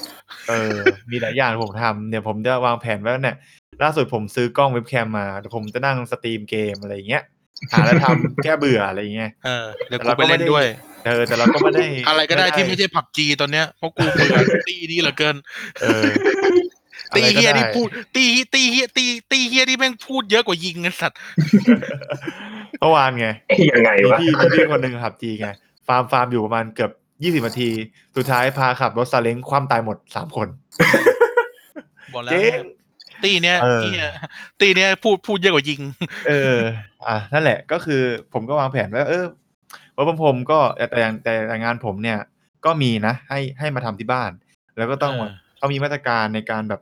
Speaker 5: เออ มีหลายอย่างที่ผมทำเนี่ยผมจะวางแผนไว้แล้วเนี่ย ล่าสุดผมซื้อกล้องเว็บแคมมาเดี๋ยวผมจะนั่งสตรีมเกมอะไรอย่างเงี้ยหาอะไรทำ แก้เบื่ออะไรอย่างเงี้ย
Speaker 2: เออเดี๋ยว
Speaker 5: แต่
Speaker 2: กู
Speaker 5: เรา
Speaker 2: ไป
Speaker 5: ก็ไม่
Speaker 2: เล่น
Speaker 5: ได้
Speaker 2: ด้วย
Speaker 5: เออแต่เราก็ไม่ได้
Speaker 2: อะไรก็ได้ที่ไม่ใช่ผับจีตอนเนี้ยเพราะกูเบื่อ ตีนี่เหลือเกิน
Speaker 5: เออ
Speaker 2: ตีเฮีย
Speaker 5: อะไร
Speaker 2: นี่
Speaker 5: ก็ได้
Speaker 2: พูด ตีตีเฮียตีตีเฮียนี่แม่งพูดเยอะกว่ายิงกันสัตว์
Speaker 5: เมื่อวานไง
Speaker 4: เอ้ยยังไง
Speaker 5: มี
Speaker 4: วะ
Speaker 5: พี่มีพี่คนหนึ่งขับจีไง ฟาร์มฟาร์มอยู่ประมาณเกือบยี่สิบนาที สุดท้ายพาขับรถซาเล้งคว่ำตายหมดสามคน
Speaker 2: บอกแล้ว
Speaker 5: เจ๊ง
Speaker 2: ตีเนี้ย
Speaker 5: เออ
Speaker 2: ตีเนี้ยตีเนี้ยพูดพูดเยอะกว่ายิง
Speaker 5: เออ อ่ะ นั่นแหละ ก็คือผมก็วางแผนไว่า เออว่าผมผมก็แต่แต่อย่างแต่แต่งานผมเนี่ย ก็มีนะ ให้ให้มาทำที่บ้าน แล้วก็ต้อง
Speaker 2: เออ
Speaker 5: เขามีมาตรการในการแบบ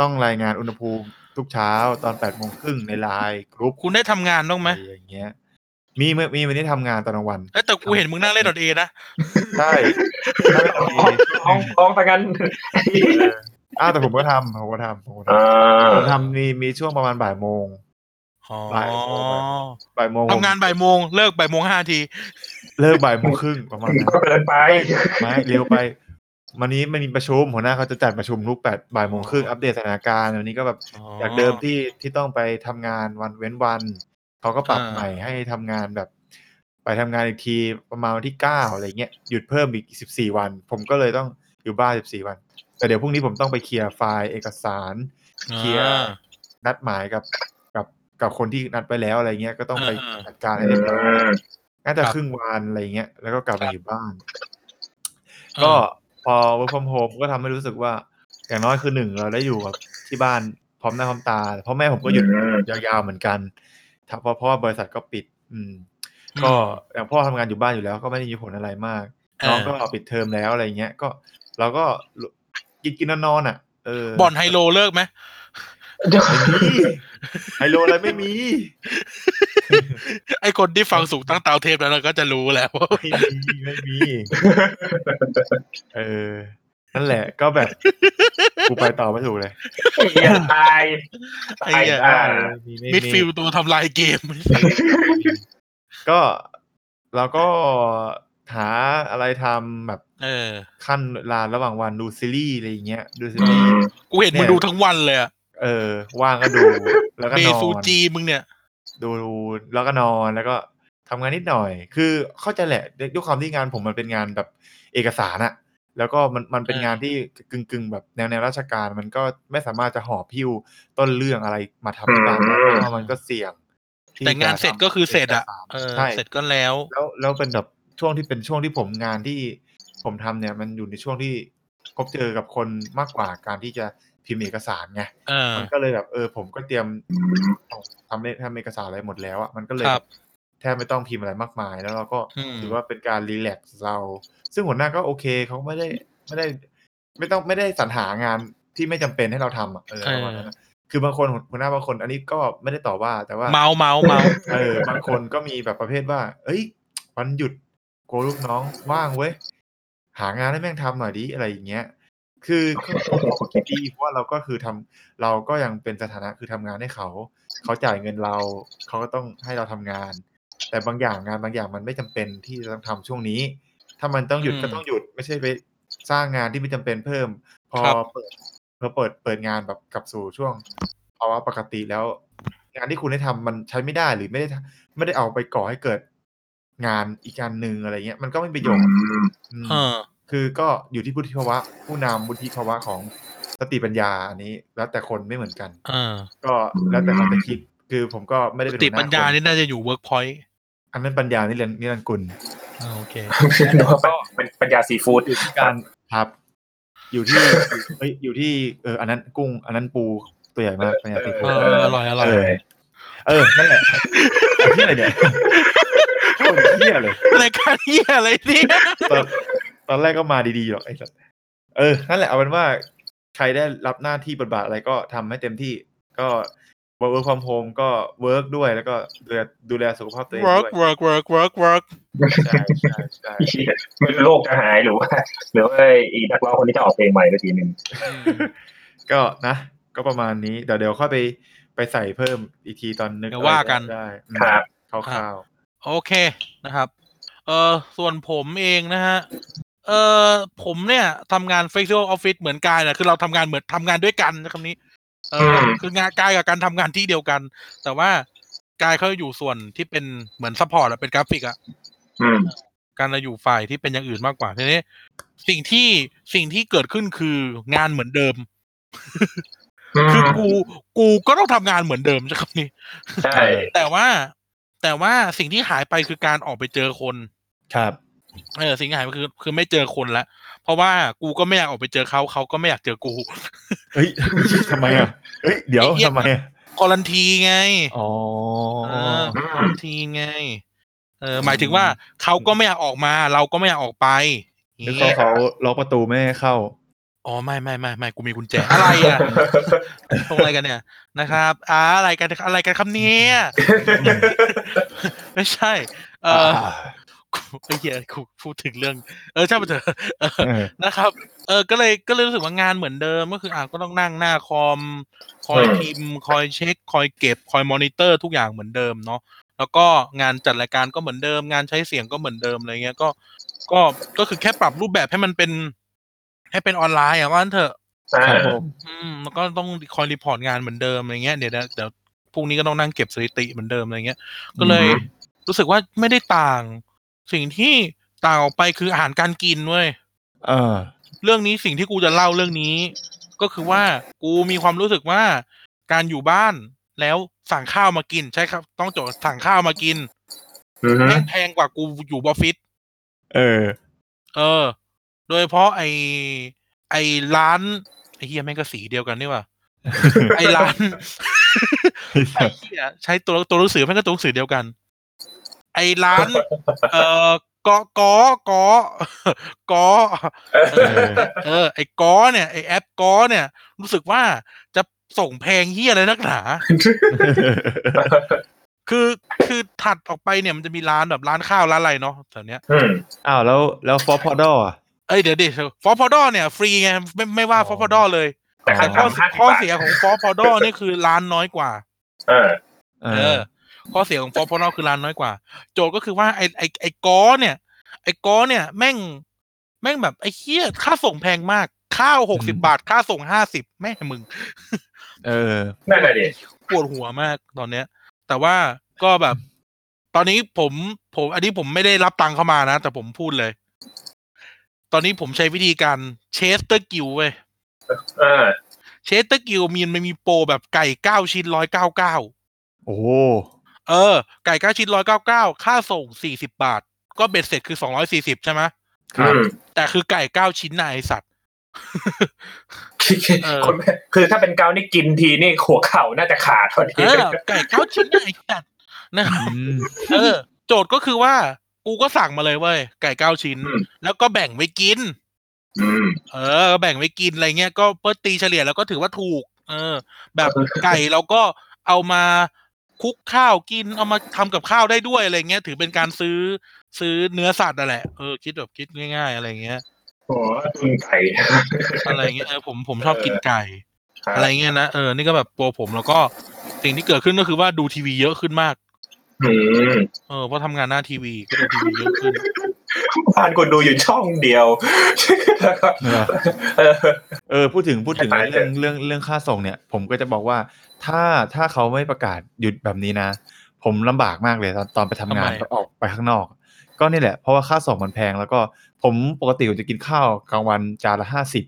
Speaker 5: ต้องรายงานอุณหภูมิทุกเช้าตอนแปดโมงครึ่งในไลน์กรุ๊ป
Speaker 2: คุณได้ทำงานต้องไหม
Speaker 5: อะไรอย่างเงี้ย มีเมื่อมีวันนี้ทำงานตอนกลางวัน
Speaker 2: เอ้ยแต่กูเห็นมึงนั่งเล่นดอทเอนะ
Speaker 5: ใช่ไม่ได้ออกดี
Speaker 4: ห้องห้องตะกัน
Speaker 5: อ้าวแต่ผมก็ทำผมก็ทำผมก็ท
Speaker 4: อ่
Speaker 5: ำผ
Speaker 4: าม
Speaker 5: ทำมีมีช่วงประมาณบ่ายโมง
Speaker 2: อ๋อ
Speaker 5: บ่ายโมง บ่ายโมง
Speaker 2: ทำงานบ่ายโมงเลิกบ่ายโมงห้าที
Speaker 5: เลิกบ่ายโมงครึ่งประมาณนั้น
Speaker 4: ก็เกินไป
Speaker 5: ไม่เร็วไป วันนี้มันมีประชุมหัวหน้าเขาจะจัดประชุมทุกแปดบ่ายโมงครึ่งอัปเดตสถานการณ์วันนี้ก็แบบจากเดิมที่ที่ต้องไปทำงานวันเว้นวันเขาก็ปรับ
Speaker 2: อ่า
Speaker 5: ใหม่ให้ทำงานแบบ ไปทำงานอีกทีประมาณวันที่เก้าอะไรเงี้ยหยุดเพิ่มอีกสิบสี่วัน ผมก็เลยต้องอยู่บ้านสิบสี่วัน แต่เดี๋ยวพรุ่งนี้ผมต้องไปเคลียร์ไฟล์เอกสาร เคลียร์
Speaker 2: อ่า
Speaker 5: นัดหมายกับกับกับคนที่นัดไปแล้วอะไรเงี้ยก็ต้องไป
Speaker 2: อ่าๆ
Speaker 5: จัดการให้
Speaker 4: อื
Speaker 5: เรียบร้อย
Speaker 4: ม
Speaker 5: น่าจะ
Speaker 2: ครับ
Speaker 5: ครึ่งวันอะไรเงี้ยแล้วก็กลับ
Speaker 2: ครั
Speaker 5: มา
Speaker 2: บ
Speaker 5: อยู่บ้าน ก็พอ work from home ก็ทำให้รู้สึกว่า อย่างน้อยคือหนึ่งเราได้อยู่กับที่บ้านพร้อมหน้าพร้อมตาเพราะแม่ผมก็หยุด
Speaker 4: อืม
Speaker 5: ยาวๆเหมือนกันถ้าเพราะเพราะว่าบริษัทก็ปิด อืม ก็อย่างพ่อทำงานอยู่บ้านอยู่แล้ว ก็ไม่ได้มีผลอะไรมาก
Speaker 2: อ่า
Speaker 5: น้องก็ปิดเทอมแล้วอะไรเงี้ยก็เราก็กินกินนอนๆอ่ะ เออ
Speaker 2: บ่อนไฮโลเลิกไหม
Speaker 4: เดี๋ยว
Speaker 5: ไม่มี ไฮโลอะไรไม่มี
Speaker 2: ไอ้คนที่ฟังสูงตั้งเตาเทปแล้วก็จะรู้แล้ว
Speaker 5: ไม่มีไม่มี เออ นั่นแหละ ก็แบบกูไปต่อไม่ถูกเลย
Speaker 4: เหี้ยตาย
Speaker 2: ไอ้
Speaker 4: ตาย
Speaker 2: เหี้ย
Speaker 4: อ่า
Speaker 2: มิดฟิลด์ตัวทำลายเกม
Speaker 5: ก็เราก็หาอะไรทำแบบ
Speaker 2: เออ
Speaker 5: ขั้นเวลาระหว่างวันดูซีรีส์อะไรอย่างเงี้ยดูซีรีส์
Speaker 2: กูเห็นมึง
Speaker 5: เนี่ย
Speaker 2: ดูทั้งวันเลยอะ
Speaker 5: เออ ว่างก็ ดู แล้วก็
Speaker 2: เบ
Speaker 5: นอน
Speaker 2: ซูจีมึงเนี่ย
Speaker 5: ดูแล้วก็นอนแล้วก็ทำงานนิดหน่อย คือเข้าใจแหละด้วยความที่งานผมมันเป็นงานแบบเอกสารอะแล้วก็มันมันเป็น
Speaker 2: เออ
Speaker 5: งานที่กึ่งกึ่งๆแบบแนวแนวราชการ มันก็ไม่สามารถจะหอบพิ้วต้นเรื่องอะไรมาทำที่บ้านได้เพราะว่ามันก็เสี่ยงที่
Speaker 2: แต่งาน
Speaker 5: จะ
Speaker 2: เสร็จก็คือเสร็จอะ
Speaker 5: กสาร
Speaker 2: เออ
Speaker 5: ใช่
Speaker 2: เสร็จก็แล้ว
Speaker 5: แล้วแล้วเป็นแบบช่วงที่เป็นช่วงที่ผมงานที่ผมทำเนี่ย มันอยู่ในช่วงที่พบเจอกับคนมากกว่าการที่จะพิมพ์เอกสารไง
Speaker 2: เออ
Speaker 5: มันก็เลยแบบเออ ผมก็เตรียมทำเลทำเอกสารอะไรหมดแล้วอะมันก็เลย
Speaker 2: ครับ
Speaker 5: แทบไม่ต้องพิมพ์อะไรมากมาย แล้วเราก็
Speaker 2: อืม
Speaker 5: ถือว่าเป็นการรีแลกซ์เรา ซึ่งหัวหน้าก็โอเคเขาไม่ได้ไม่ได้ ไม่ต้องไม่ได้สรรหางานที่ไม่จำเป็นให้เราทำอะเออประมาณนั้นนะคือบางคนหัวหน้าบางคน อันนี้ก็ไม่ได้ต่อว่าแต่ว่า
Speaker 2: เมาส์เมาส์เมาส์
Speaker 5: เออบางคนก็มีแบบประเภทว่า เอ้ยวันหยุดกลัวลูกน้องว่างเว้ย หางานให้แม่งทำหน่อยดิอะไรอย่างเงี้ย คือก็ก็ก็ดีเพราะว่าเราก็คือทำเราก็ยังเป็นสถานะคือทำงานให้เขา เขาจ่ายเงินเรา เขาก็ต้องให้เราทำงาน แต่บางอย่างงานบางอย่างมันไม่จำเป็นที่จะต้องทำช่วงนี้ ถ้ามันต้องหยุด
Speaker 2: อืม
Speaker 5: ก็ต้องหยุดไม่ใช่ไปสร้างงานที่ไม่จำเป็นเพิ่ม พอ
Speaker 2: ครับ
Speaker 5: เปิดพอเปิดเปิดงานแบบกลับสู่ช่วงภาวะปกติแล้ว งานที่คุณได้ทำมันใช้ไม่ได้หรือไม่ได้ทำไม่ได้เอาไปก่อให้เกิดงานอีกงานหนึ่งอะไรเงี้ย มันก็ไม่มีประโยชน์อืม
Speaker 2: เออ
Speaker 5: คือก็อยู่ที่พุทธิภาวะ ผู้นำบุธิภาวะของสติปัญญาอันนี้ แล้วแต่คนไม่เหมือนกัน
Speaker 2: เออ
Speaker 5: ก็แล้วแต่เขาจะคิด คือผมก็ไม่ได้
Speaker 2: ส
Speaker 5: เป็น
Speaker 2: ติ
Speaker 5: หัวห
Speaker 2: ปัญญา
Speaker 5: คน
Speaker 2: นี่น่าจะอยู่เวิร์กพอยต์
Speaker 5: อันนั้นปัญญานี่เรียนนี่รันดร์กุล
Speaker 2: โอเค
Speaker 4: เป็นปัญญาซีฟู้ด
Speaker 5: อยู่ที่การครับ อยู่ที่เอ้ยอยู่ที่เอออันนั้นกุ้ง อันนั้นปูตัวใหญ่มากปัญญาติด
Speaker 2: เอ
Speaker 5: กุ้ง
Speaker 2: ออร่อยอร่อย
Speaker 5: เออเออนั่นแหละเอาที่ไหนเนี่ย คนเที่ยเลย
Speaker 2: รายการเหี้ยอะไรเนี่ย
Speaker 5: ตอนตอนแรกก็มาดีๆหรอกไอ้สัสเออ นั่นแหละเอาเป็นว่าใครได้รับหน้าที่บทบาทอะไรก็ทำให้เต็มที่ ก็เวิร์กความโฮมก็เวิร์กด้วยแล้วก็ดูแลดูแลสุขภ าพตัวเอง
Speaker 2: เวิร์ก
Speaker 5: ด้วย
Speaker 2: เวิร์กเวิร์กเวิร์กเวิร์ก
Speaker 5: ใช่ใช่ใช่
Speaker 4: ไม่รู้โลกจะหายหรือว่าหรือว่าไอีนักร้องคนนี้จะออกเพลงใหม่เมื่อกี้นึง
Speaker 5: ก็นะ ก็ประมาณนี้เดี๋ยวเดี๋ยวค่อยไปไปใส่เพิ่มอีกทีตอนนึก
Speaker 2: เดี๋ยวว่ากัน
Speaker 5: ได้อืม
Speaker 4: ครับ
Speaker 5: คร่าวๆ
Speaker 2: โอเคนะครับ เออส่วนผมเองนะฮะ เออผมเนี่ยทำงาน Flexible Office เหมือนกายนะคือเราทำงานเหมือนทำงานด้วยกันนะคำนี้ เออ
Speaker 4: อืม
Speaker 2: คืองานกายกับการทำงานที่เดียวกัน แต่ว่ากายเขาอยู่ส่วนที่เป็นเหมือนซัพพอร์ตอะเป็นกราฟิกอะ
Speaker 4: อืม
Speaker 2: การเราอยู่ฝ่ายที่เป็นอย่างอื่นมากกว่าทีนี้ สิ่งที่สิ่งที่เกิดขึ้นคืองานเหมือนเดิม คือกูกูก็ต้องทำงานเหมือนเดิมใช่คำนี้
Speaker 4: ใช่
Speaker 2: แต่ว่าแต่ว่าสิ่งที่หายไปคือการออกไปเจอคน
Speaker 5: ครับ
Speaker 2: เออสิ่งที่หายไปคือ คือไม่เจอคนละเพราะว่ากูก็ไม่อยากออกไปเจอเขาเขาก็ไม่อยากเจอกู
Speaker 5: เฮ้ย ทำไมอ่ะเฮ้ย เดี๋ยวทำไมอ่ะ
Speaker 2: ควอลันทีไง
Speaker 5: อ๋อ
Speaker 2: เออควอลันทีไง เออหมายถึงว่าเขาก็ไม่อยากออกมา เราก็ไม่อยากออกไป
Speaker 5: หรือเขา
Speaker 2: เนี่ย
Speaker 5: เขาล็อกประตูไม่ให้เข้า
Speaker 2: อ๋อไม่ไม่ไม่ไม่กูมีกุญแจอะไรอ่ะ ตรงอะไรกันเนี่ยนะครับอ่าอะไรกันอะไรกันครับ เนี่ยไม่ใช่ เออกูไอ้เหี้ยกูพูดถึงเรื่อง เออใช่ปะเถอะเออ
Speaker 5: เออ
Speaker 2: นะครับ เออก็เลยก็เลยรู้สึกว่างานเหมือนเดิมก็คืออ่าก็ต้องนั่งหน้าคอม คอย
Speaker 4: อืม
Speaker 2: พิมพ์คอยเช็ค คอยเก็บ คอยมอนิเตอร์ทุกอย่างเหมือนเดิมเนาะแล้วก็งานจัดรายการก็เหมือนเดิม งานใช้เสียงก็เหมือนเดิมอะไรเงี้ยก็ก็ก็คือแค่ปรับรูปแบบให้มันเป็น ให้เป็นออนไลน์อ่ะว่างั้นเถอะ
Speaker 4: ใช่
Speaker 2: อืมแล้วก็ต้องคอยรีพอร์ตงานเหมือนเดิมอะไรเงี้ยเดี๋ยวนะเดี๋ยวพรุ่งนี้ก็ต้องนั่งเก็บสถิติเหมือนเดิมอะไรเงี้ย ก็เลย
Speaker 4: อือฮึ
Speaker 2: รู้สึกว่าไม่ได้ต่าง สิ่งที่ต่างออกไปคืออาหารการกินเว้ย
Speaker 5: เออ
Speaker 2: เรื่องนี้สิ่งที่กูจะเล่าเรื่องนี้ ก็คือว่ากูมีความรู้สึกว่าการอยู่บ้านแล้วสั่งข้าวมากิน ใช่ครับ ต้องจดสั่งข้าวมากิน
Speaker 4: อือฮึ
Speaker 2: แม่งแพงกว่ากูอยู่บอฟฟิศ
Speaker 5: เออ
Speaker 2: เออ โดยเฉพราะไอไอร้านไอเฮียแม่งก็สีเดียวกันนี่ห ว่าไอร้าน ไอ้เหี้ยใช้ตัวตัวหนังสือมันก็ตัวหนังสือเดียวกัน ไอ้ร้าน เอ่อกอกอกอกอเออ ไอ้กอเนี่ยไอ้แอปกอเนี่ย รู้สึกว่าจะส่งแพงเฮียอะไรนักหนา คือคือถัดออกไปเนี่ยมันจะมีร้านแบบร้านข้าวร้านอะไรเนาะแถวเนี้ย
Speaker 4: อืม
Speaker 5: อ้าวแล้วแล้วฟอพอดอ่ะ
Speaker 2: เอ้ยเดี๋ยวดิฟอพอดอเนี่ยฟรีไงไม่ไม่ว่า
Speaker 5: อ๋อ
Speaker 2: ฟอพอดอเลย
Speaker 4: แต่
Speaker 2: แต่
Speaker 4: ค่า
Speaker 2: ข้อ
Speaker 4: ทำค่า
Speaker 2: ข้อเสียของฟอพอดอเนี่ยคือร้านน้อยกว่า
Speaker 4: เออ
Speaker 5: เอ
Speaker 2: เออข้อเสียของฟอร์พอนอคือร้านน้อยกว่า โจทย์ก็คือว่าไอไอไอกอเนี่ย ไอกอเนี่ย แม่ง แม่งแบบไอเคียค่าส่งแพงมาก ข้าวหกสิบาท ค่าส่งห้าสิบแม่มึง
Speaker 5: เออ
Speaker 4: นั่นแหละดิ
Speaker 2: ปวดหัวมากตอนเนี้ย แต่ว่าก็แบบ ตอนนี้ผมผมอันนี้ผมไม่ได้รับตังค์เข้ามานะ แต่ผมพูดเลย ตอนนี้ผมใช้วิธีการเชสเตอร์กิวเว้ย
Speaker 4: เออ
Speaker 2: เชสเตอร์กิวมีมันมีโปรแบบไก่เก้าชิ้นร้อยเก้าเก้า
Speaker 5: โอ้
Speaker 2: เออ ไก่เก้าชิ้นร้อยเก้าเก้าค่าส่งสี่สิบาท ก็เบ็ดเสร็จคือสองร้อยสี่สิบใช่ไหม
Speaker 4: อืม
Speaker 2: แต่คือไก่เก้าชิ้นนายสัตว์ เออ
Speaker 4: คนคือถ้าเป็นเกานี่กินทีนี่หัวเข่าน่าจะขาดพอดี
Speaker 2: เออ ไก่เก้าชิ้นนายสัตว์นะครับเออ โจทย์ก็คือว่า กูก็สั่งมาเลยเว้ยไก่เก้าชิ้น แล้วก็แบ่งไว้กิน
Speaker 4: อืม
Speaker 2: เออ แบ่งไว้กินอะไรเงี้ยก็เพิ่อตีเฉลี่ยแล้วก็ถือว่าถูก เออ แบบ ไก่เราก็เอามาคลุกข้าวกิน เอามาทำกับข้าวได้ด้วยอะไรเงี้ย ถือเป็นการซื้อซื้อเนื้อสัตว์นั่นแหละเออคิดแบบคิดง่ายๆอะไรเงี้ย
Speaker 4: โอ้ตุนไก่
Speaker 2: อะไรเงี้ยเออผมผมชอบ
Speaker 4: เออ
Speaker 2: กินไก่ อะไรเงี้ยนะเออนี่ก็แบบตัวผมแล้วก็สิ่งที่เกิดขึ้นก็คือว่าดูทีวีเยอะขึ้นมาก
Speaker 4: อืม
Speaker 2: เออเพราะทำงานหน้าทีวีก็ดูทีวีเยอะขึ้น
Speaker 4: บ้านคนดูอยู่ช่องเดียว แล้วก็เออ
Speaker 5: เออ พูดถึงพูดถึง
Speaker 4: ไปไป
Speaker 5: เรื่องเรื่องเรื่องค่าส่งเนี่ย ผมก็จะบอกว่า ถ้าถ้าเขาไม่ประกาศหยุดแบบนี้นะ ผมลำบากมากเลย ตอนตอนไปทำงาน
Speaker 2: ทำไม
Speaker 5: ก็ออกไปข้างนอก ก็นี่แหละ เพราะว่าค่าส่งมันแพง แล้วก็ผมปกติผมจะกินข้าวกลางวันจานละห้าสิบ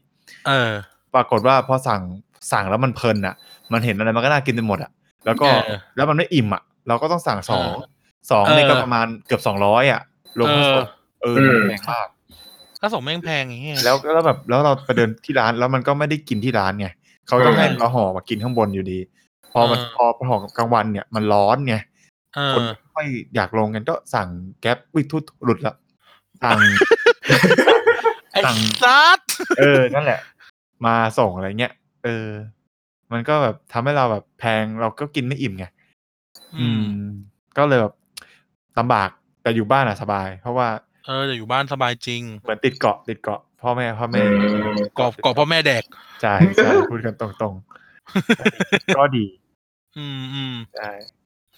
Speaker 2: เออ
Speaker 5: ปรากฏว่าพอสั่งสั่งแล้วมันเพลินอ่ะ มันเห็นอะไรมันก็น่ากินไปหมดอ่ะ แล้วก็
Speaker 2: เออ
Speaker 5: แล้วมันไม่อิ่มอ่ะ เราก็ต้องสั่งสองสอง
Speaker 2: เออ
Speaker 5: นี่ก็ประมาณเกือบสองร้อยอ่ะรวมทั้งหมดเออ
Speaker 4: เออ
Speaker 5: แพงมาก
Speaker 2: ค่าส่งแม่งแพงอย่างเงี้ย
Speaker 5: แล้วแล้วแบบแล้วเราไปเดินที่ร้านแล้วมันก็ไม่ได้กินที่ร้านไงเขาต้อง
Speaker 2: เออ
Speaker 5: ให้เราห่อมากินข้างบนอยู่ดี พอมัน
Speaker 2: เออ
Speaker 5: พอพอห่อกลางวันเนี่ยมันร้อนไง
Speaker 2: เอ
Speaker 5: คน
Speaker 2: อ
Speaker 5: ค่อยอยากลงกันก็สั่งแก๊ปวิทุหลุดละสั่ง
Speaker 2: ไอ้
Speaker 5: สั่ง
Speaker 2: ซัด
Speaker 5: เออ นั่นแหละ มาส่งอะไรเงี้ย เออ มันก็แบบทำให้เราแบบแพงเราก็กินไม่อิ่มไง อืม ก็เลยแบบลำบากแต่อยู่บ้านอ่ะสบาย เพราะว่า
Speaker 2: เออแต่อยู่บ้านสบายจริง
Speaker 5: เหมือนติดเกาะติดเกาะพ่อแม่พ่อ
Speaker 4: อื
Speaker 5: แม่
Speaker 4: ม
Speaker 2: กรอบกรอบพ่อแม่แดก
Speaker 5: ใช่ใช่พูดกันตรง ๆ ก็ดี
Speaker 2: อืมอืม
Speaker 5: ใช่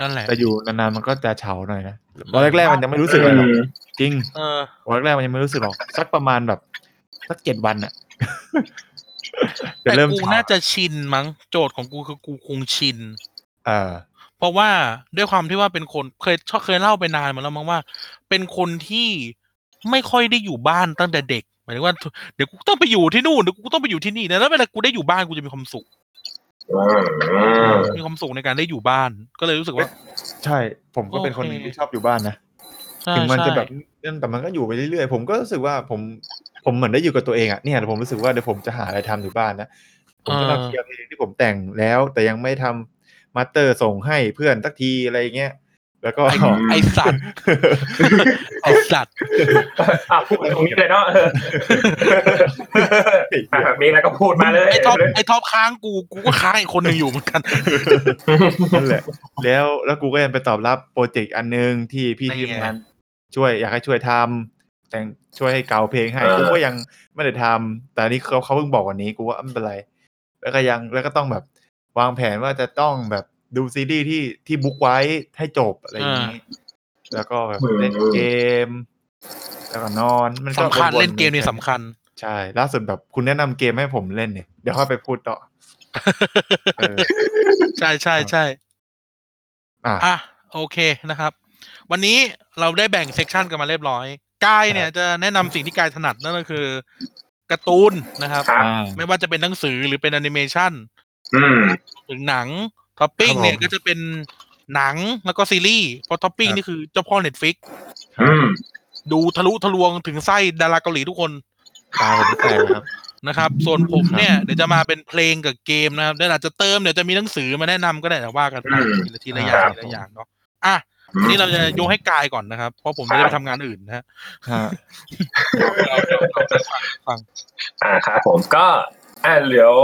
Speaker 2: นั่นแหละ
Speaker 5: แต่อยู่นานๆมันก็จะเฉาหน่อยนะตอนแรกๆมันยังไม่รู้สึกอะไรหรอกจริง
Speaker 2: เออ
Speaker 5: วันแรกๆมันยังไม่รู้สึกหรอกสักประมาณแบบสักเจ็ดวันอะ จะ
Speaker 2: แต่
Speaker 5: เริ่ม
Speaker 2: กู
Speaker 5: ชอบ
Speaker 2: น่าจะชินมั้งโจทย์ของกูคือกูคงชิน
Speaker 5: เออ
Speaker 2: เพราะว่าด้วยความที่ว่าเป็นคนเคยชอบเคยเล่าไปนานมาแล้วมั้งว่า เป็นคนที่ไม่ค่อยได้อยู่บ้านตั้งแต่เด็กหมายถึงว่าเดี๋ยวกูต้องไปอยู่ที่นู่นเดี๋ยวกูต้องไปอยู่ที่นี่นะแล้วเวลากูได้อยู่บ้านกูจะมีความสุข
Speaker 4: อืม
Speaker 2: มีความสุขในการได้อยู่บ้าน ก็เลยรู้สึกว่า
Speaker 5: ใช่ ผมก็เป็นคนหนึ่ง
Speaker 2: โอเค
Speaker 5: ที่ชอบอยู่บ้านนะ
Speaker 2: ใช่
Speaker 5: ถึงมัน
Speaker 2: ใช่
Speaker 5: จะแบบนั่นแต่มันก็อยู่ไปเรื่อยๆผมก็รู้สึกว่าผมผมเหมือนได้อยู่กับตัวเองอะเนี่ยผมรู้สึกว่าเดี๋ยวผมจะหาอะไรทำอยู่บ้านนะผมจะมาเคลียร์เพลงที่ผมแต่งแล้ว แต่ยังไม่ทำมาสเตอร์ส่งให้เพื่อนสักทีอะไรเงี้ยแล้วก็
Speaker 2: ไอ้ไอสั ตว์ ไอสัตว์
Speaker 4: อ่ะพูดกันตรงนี้เลย เนาะเอออ่ะมีอะไรก็พูดมาเลย
Speaker 2: ไอท็อปไอท็อปค้างกูกูก็ค้างอีกคนหนึ่งอยู่เหมือนกัน
Speaker 5: นั่นแหละ แล้วแล้วกูก็ยังไปตอบรับโปรเจกต์อันนึงที่พี่
Speaker 2: นี่
Speaker 5: ทีม
Speaker 2: ไง
Speaker 5: งานช่วยอยากให้ช่วยทำแต่งช่วยให้เกาเพลงให้กูก็ยังไม่ได้ทำแต่อันนี้เขาเขาเพิ่งบอกวันนี้กูว่าไม่เป็นไร แล้วก็ยังแล้วก็ต้องแบบวางแผนว่าจะต้องแบบดูซีรีส์ที่ที่บุ๊กไว้ให้จบอะไรอย่างนี้แล้วก็แบบเล่นเกม แล้วก็นอนมันก็
Speaker 2: สำคัญ
Speaker 5: วๆ
Speaker 2: เล่นเกมนี่สำคัญ
Speaker 5: ใช่ล่าสุดแบบคุณแนะนำเกมให้ผมเล่นเนี่ยเดี๋ยวค่อยไปพูดต่อเออ
Speaker 2: ใช่ใช่ใช่
Speaker 5: อ่ะ
Speaker 2: อ่ะโอเคนะครับ วันนี้เราได้แบ่งเซกชันกันมาเรียบร้อยกายเนี่ยจะแนะนำสิ่งที่กายถนัดนั่นก็คือการ์ตูนนะครับ
Speaker 4: ครับ
Speaker 5: อ่า
Speaker 2: ไม่ว่าจะเป็นหนังสือหรือเป็นแอนิเมชัน
Speaker 4: อืม
Speaker 2: ถึงหนังท็อปปิ้ง
Speaker 5: ครับผม
Speaker 2: เนี่ยก็จะเป็นหนังแล้วก็ซีรีส์เพราะท็อปปิ้ง
Speaker 5: ครับ
Speaker 2: นี่คือเจ้าพ่อเน็ตฟิก
Speaker 4: อืม
Speaker 2: ดูทะลุทะลวงถึงไส้ดาราเกาหลีทุกคน
Speaker 5: ตาผมแตกนะครับ
Speaker 2: นะครับ ส่วนผมเนี่ย เดี๋ยวจะมาเป็นเพลงกับเกมนะครับเดี๋ยวอาจจะเติมเดี๋ยวจะมีหนังสือมาแนะนำก็ได้แต่ว่ากันไป
Speaker 4: อืม
Speaker 2: ทีละทีละอย่า
Speaker 5: ค
Speaker 2: ง
Speaker 5: รับ
Speaker 2: ทีละอย่างเนาะอ่ะ วันนี้เราจะโยงให้กายก่อนนะครับ เพราะผมจะได้ไปทำงานอื่นนะฮะ
Speaker 5: ฮะ
Speaker 4: อ่าครับผมก็อ่าเดี๋ยว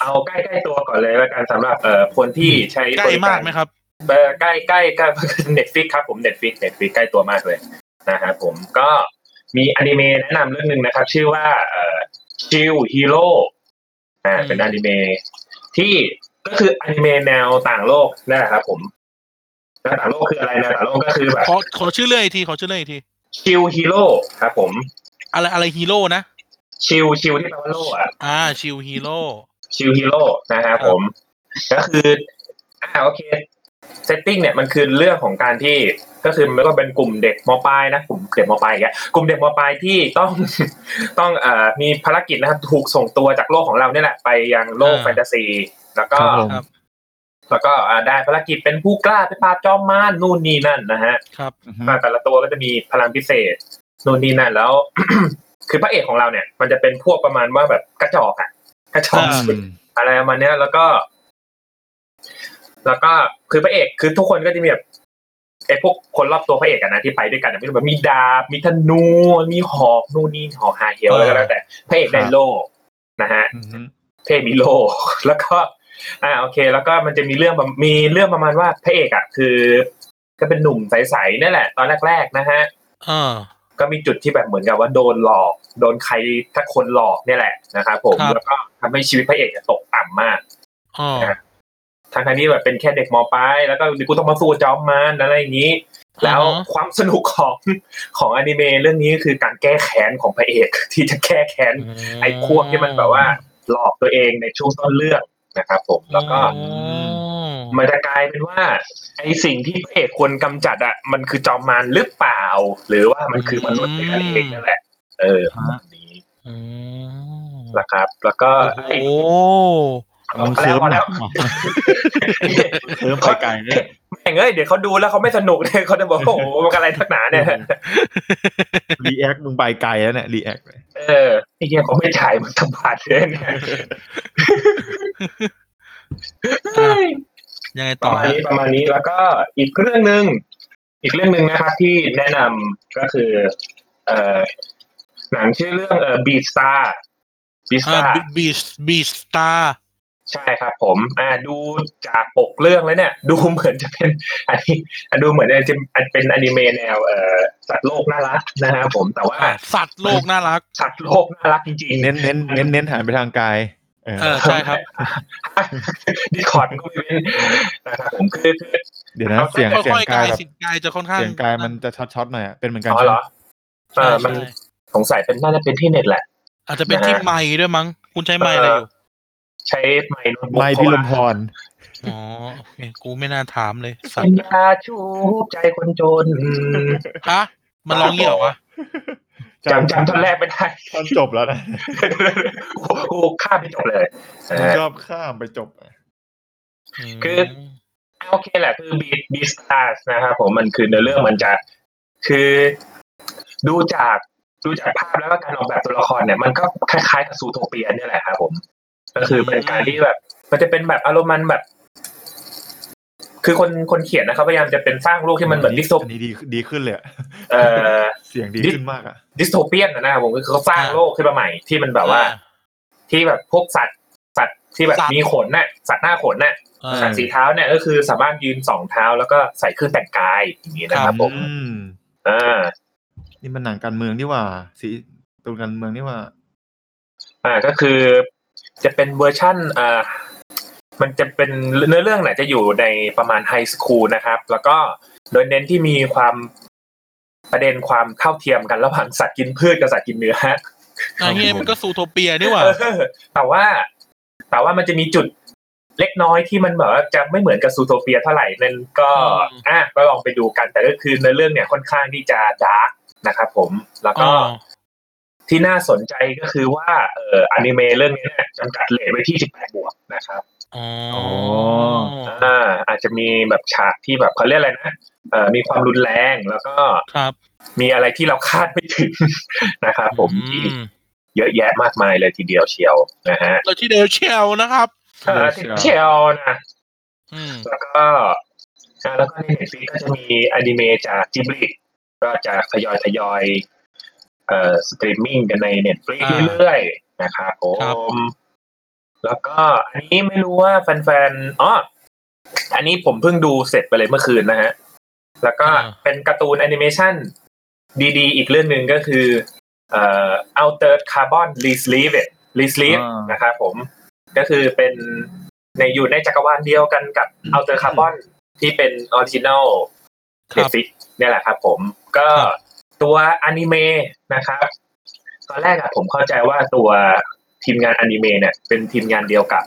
Speaker 4: เอาใกล้ๆตัวก่อนเลยแล้วกันสำหรับเอ่อคนที่ใช้
Speaker 2: ใกล้
Speaker 4: บริ
Speaker 2: มาร กไหมครับ
Speaker 4: เอ่อใกล้ใกล้ใกล้ เน็ตฟิกครับผมเน็ตฟิกเน็ตฟิกใกล้ตัวมากเลยนะครับผมก็มีอนิเมะแนะนำเรื่องหนึ่งนะครับ ชื่อว่าเอ่อชิลฮีโร่อ่า
Speaker 2: อืม
Speaker 4: เป็นอนิเมะที่ก็คืออนิเมะแนวต่างโลกนนแหละครับผมแนวต่างโลกคืออะไรแนวต่างโลกก็คือแบบ
Speaker 2: ขอขอชื่อเรื่องอีกทีขอชื่อเรื่องอีกที
Speaker 4: ชิลฮีโร่ครับผม
Speaker 2: อะไรอะไรฮีโร่นะ
Speaker 4: ชิลชิลที่แปลว่าโล่อะ
Speaker 2: อ่าชิวฮีโร่
Speaker 4: ชิลฮีโร่นะครับผม ก็คืออ่าโอเคเซตติ้งเนี่ยมันคือเรื่องของการที่ก็คือมันก็เป็นกลุ่มเด็กมปลายนะกลุ่มเด็กมปลายอีกแล้วกลุ่มเด็กมปลายที่ต้อง ต้องเอ่อมีภารกิจนะครับถูกส่งตัวจากโลกของเราเนี่ยแหละไปยังโลก
Speaker 2: อ่า
Speaker 4: แฟนตาซี แล้วก็
Speaker 5: ครับผม
Speaker 2: ครับ
Speaker 4: แล้วก็อ่าได้ภารกิจเป็นผู้กล้าไปปราบจอมมารนู่นนี่นั่นนะฮะ
Speaker 2: ครับ
Speaker 4: มาแต่ละตัวก็จะมีพลังพิเศษนู่นนี่นั่นแล้ว คือพระเอกของเราเนี่ย มันจะเป็นพวกประมาณว่าแบบกระจอกอะกระจอก
Speaker 2: อ่า
Speaker 4: สุดอะไรประมาณเนี้ยแล้วก็ แล้วก็คือพระเอกคือทุกคนก็จะมีแบบไอ้พวกคนรอบตัวพระเอกอะนะที่ไปด้วยกันอะไม่รู้แบบมีดาบมีธนูมีหอกนู่นนี่หอกหาเหียวอะไรก็แล้วแต่พระเอกได้โล่นะฮะ
Speaker 5: อือฮึ
Speaker 4: เทพมิโล แล้วก็ อ่าโอเค แล้วก็มันจะมีเรื่องประมีเรื่องประมาณว่าพระเอกอ่ะคือ ก็เป็นหนุ่มใสๆนั่นแหละ ตอนแรก ๆ นะฮะ
Speaker 2: เออ
Speaker 4: ก็มีจุดที่แบบเหมือนกับว่าโดนหลอก โดนใครถ้าคนหลอกเนี่ยแหละนะครับผม
Speaker 2: ครับ
Speaker 4: แล้วก็ทำให้ชีวิตพระเอกเนี่ยตกต่ำมาก
Speaker 2: อ๋อ
Speaker 4: ทั้งๆที่แบบเป็นแค่เด็กมปลายแล้วก็เดี๋ยวกูต้องมาสู้จอมมารอะไรอย่างนี้ แล้วความสนุกของ ของอนิเมะเรื่องนี้ก็คือการแก้แค้นของพระเอก ที่จะแก้แค้น ไอ้พวกที่มันแบบว่าหลอกตัวเองในช่วงต้นเรื่องนะครับผมแล้วก็
Speaker 2: อ๋อ
Speaker 4: มันจะกลายเป็นว่า ไอ้สิ่งที่พระเอกควรกำจัดอะมันคือจอมมารหรือเปล่า หรือว่ามันคือมนุษย์ด้วยกันเองนั่นแหละ เออประมาณนี้
Speaker 2: อืม
Speaker 4: นะครับ แล้วก็
Speaker 2: โอ้
Speaker 4: ไอ้
Speaker 2: โห
Speaker 4: พอแล้วพอแล้ว
Speaker 5: เคิร์ฟไปไกลเลย
Speaker 4: แม่งเอ้ยเดี๋ยวเขาดูแล้วเขาไม่สนุกเลยเขาจะบอกว่าโอ้โหมันอะไรทักหนาเนี่ย
Speaker 5: รีแอคมึงไปไกลแล้วเนี่ยรีแอคเลย
Speaker 4: เออไอ้เหี้ยเขาไม่ถ่ายมันทำบาดเลยเนี่ย
Speaker 2: ยังไง
Speaker 4: ป
Speaker 2: ต่อฮะ
Speaker 4: ระมาณนี้ประมาณนี้แล้วก็อีกเรื่องหนึ่ง อีกเรื่องหนึ่งนะครับที่แนะนำก็คือ เอ่อหนังชื่อเรื่องเอ่อบีสตาร์บีส
Speaker 2: อ่า
Speaker 4: ตาร์
Speaker 2: บีชบีชสตาร์
Speaker 4: ใช่ครับผม อ่าดูจากปกเรื่องแล้วเนี่ย ดูเหมือนจะเป็นอันนี้อ่ะดูเหมือนจะเป็นอนิเมะแนวเอ่อสัตว์โลกน่ารักนะครับผมแต่ว่า
Speaker 2: สัตว์โลกน่ารัก
Speaker 4: สัตว์โลกน่ารักจริงๆ
Speaker 5: เน้นเน้นเน้นเน้นหันไปทางกายเออ
Speaker 2: เออใช่ครับ
Speaker 4: ดีคอร์ดมันก็ไม่เป็นนะครับผมคือคือ
Speaker 5: เดี๋ยวนะเสียงเสียง
Speaker 2: ค่อย
Speaker 5: กาก
Speaker 2: ๆายย
Speaker 5: แบบ
Speaker 2: สิกายจะค่อนข้าง
Speaker 5: เสียงกายมันจะช็อตๆหน่อยอะเป็นเหมือนกัน
Speaker 4: อ๋อ
Speaker 5: ใช่
Speaker 4: เห
Speaker 2: ใช่
Speaker 5: ไหม
Speaker 4: รอเออมัน
Speaker 2: ใช่
Speaker 4: สงสัยเป็นน่าจะเป็นที่เน็ตแหละ
Speaker 2: อาจจะเป็นที่
Speaker 4: นะฮะ
Speaker 2: ไม้ด้วยมั้ง คุณใช้ไม้อะไรอยู่
Speaker 4: ใช้ไมค์โน้ตบุ๊ก
Speaker 5: ไม่
Speaker 4: เพ
Speaker 5: พี่
Speaker 4: ราะ
Speaker 5: ล
Speaker 4: ว่าม
Speaker 5: พร
Speaker 2: อ๋อโอเคกูไม่น่าถามเลยสัต
Speaker 4: เป็น
Speaker 2: ว์
Speaker 4: ยาชูใจคนจน
Speaker 2: ฮะมันร้องเงี้ยเหรอวะ
Speaker 4: จำจำตอนแรกไม่ ได้
Speaker 5: ตอนจบแล้วนะ
Speaker 4: กูกูข้ามไปจบเลยเออ
Speaker 5: ชอบข้ามไปจบอะ
Speaker 4: คือ โอเคแหละคือบีบีสตาร์นะครับผมมันคือในอเรื่องมันจะคือดูจากดูจากภาพแล้วก็การออกแบบตัวละครเนี่ย มันก็คล้ายๆกับซูโทเปียเนี่ยแหละครับผม ก็คือเป็นการที่แบบ มันจะเป็นแบบอารมณ์มันแบบ คือคนคนเขียนนะครับพยายามจะเป็นสร้างโลกที่มันเหมือนดิสโท
Speaker 5: นนี้ดีดีขึ้นเลยอะ
Speaker 4: เอ่อ
Speaker 5: เสียงดี
Speaker 4: ดิ
Speaker 5: ขึ้นมากอ่ะ
Speaker 4: ดิสโทเปียนนะครับผมก็คือเขาสร้าง
Speaker 2: อ่า
Speaker 4: โลกขึ้นมาใหม่ที่มันแบบว่า ที่แบบพวกสัตว์สัตว์ที่แบบ
Speaker 2: สัตว์
Speaker 4: มีขนน่ะสัตว์หน้าขนน่ะ
Speaker 2: เออ
Speaker 4: สัตว์สีเท้าเนี่ยก็คือสามารถยืนสองเท้าแล้วก็ใส่เครื่องแต่งกายอย่างนี้นะครับผม
Speaker 5: อืม
Speaker 4: อ่า
Speaker 5: นี่มันหนังการเมืองนี่หว่า สีตูนการเมืองนี่หว่า
Speaker 4: อ่าก็คือจะเป็นเวอร์ชั่นอ่ามันจะเป็นเนื้อเรื่องเนี่ยจะอยู่ในประมาณไฮสคูลนะครับ แล้วก็โดยเน้นที่มีความประเด็นความเท่าเทียมกันระหว่างสัตว์กินพืชกับสัตว์กินเนื้อ
Speaker 2: อ่ะเฮียมันก็ซูโทเปียนี่หว่า
Speaker 4: เออแต่ว่าแต่ว่ามันจะมีจุดเล็กน้อยที่มันแบบว่าจะไม่เหมือนกับซูโทเปียเท่าไหร่นั่นก็
Speaker 2: อืม
Speaker 4: อ่ะก็ลองไปดูกันแต่ก็คือในเรื่องเนี่ยค่อนข้างที่จะดาร์กนะครับผมแล้ว
Speaker 2: อ๋
Speaker 4: ก็
Speaker 2: อ
Speaker 4: ที่น่าสนใจก็คือว่าเอออนิเมะเรื่องนี้เนี่ยจำกัดเลทไว้ที่ 18 บวกนะครับ
Speaker 2: อ๋อ
Speaker 4: อ่าอาจจะมีแบบฉากที่แบบเขาเรียกอะไรนะเออมีความรุนแรงแล้วก็
Speaker 2: ครับ
Speaker 4: มีอะไรที่เราคาดไม่ถึง นะครับผมที่
Speaker 2: อืม
Speaker 4: เยอะแยะมากมายเลยทีเดียวเชียวนะฮะ
Speaker 2: เราที่เดลเชลนะครับ
Speaker 5: เยอะเชียว
Speaker 4: เชียวนะ
Speaker 2: อืม
Speaker 4: แล้วก็อ่าแล้วก็ในเน็ตฟลิก็จะมีอนิเมะจากจิบลิก็จะทยอยทยอยเอ่อสตรีมมิ่งกันในเน็ตฟลิ
Speaker 2: า
Speaker 4: เรื่อยๆนะครับผมแล้วก็อันนี้ไม่รู้ว่าแฟนๆอ๋ออันนี้ผมเพิ่งดูเสร็จไปเลยเมื่อคืนนะฮะ แล้วก็
Speaker 2: อ่า
Speaker 4: เป็นการ์ตูนแอนิเมชันดีๆ อีกเรื่องหนึ่งก็คือ เอ่อ Outer Carbon Resleeve Resleeve
Speaker 5: อ่าน
Speaker 4: นะครับผม ก็คือเป็นในอยู่ในจักรวาลเดียวกันกับ Outer Carbon ที่เป็นออริจิน l ล
Speaker 2: ค
Speaker 4: เด
Speaker 2: รับ
Speaker 4: ฟิกเนี่ยแหละครับผม ก็
Speaker 2: ครับ
Speaker 4: ตัวอนิเมะนะครับ ตอนแรกอะผมเข้าใจว่าตัวทีมงานอนิเมะเนี่ยเป็นทีมงานเดียวกับ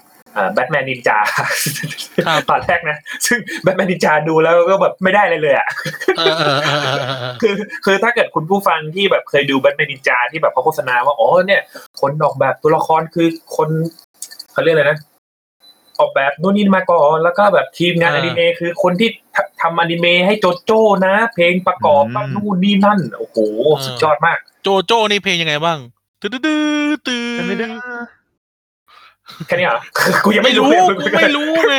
Speaker 4: แบทแมนนินจา
Speaker 2: ครับ
Speaker 4: ตอนแรกนะ ซึ่งแบทแมนนินจาดูแล้วก็แบบไม่ได้เลยเลยอะ
Speaker 2: เออเออเออเออเออ
Speaker 4: คือคือถ้าเกิดคุณผู้ฟังที่แบบเคยดูแบทแมนนินจาที่แบบเขาโฆษณาว่า อ๋อเนี่ย คนออกแบบตัวละครคือคนเขาเรียกอะไรนะ ออกแบบนู่นนี่มาก่อนแล้วก็แบบทีมงาน
Speaker 2: อ่า
Speaker 4: อนิเมะคือคนที่ทำทำอนิเมะให้โจโจ้นะ เพลงประกอบ
Speaker 5: อืม
Speaker 4: บ้างนู่นนี่นั่น โอ้โห สุดยอดมาก
Speaker 2: โจโจ้นี่เพลงยังไงบ้างตื้อตื้อตื้อ
Speaker 5: ไม่ได้
Speaker 4: แค่นี้เหรอ กูยัง
Speaker 2: ไม่
Speaker 4: ไม่
Speaker 2: รู้
Speaker 4: รู้
Speaker 2: กูไม่รู้ ไง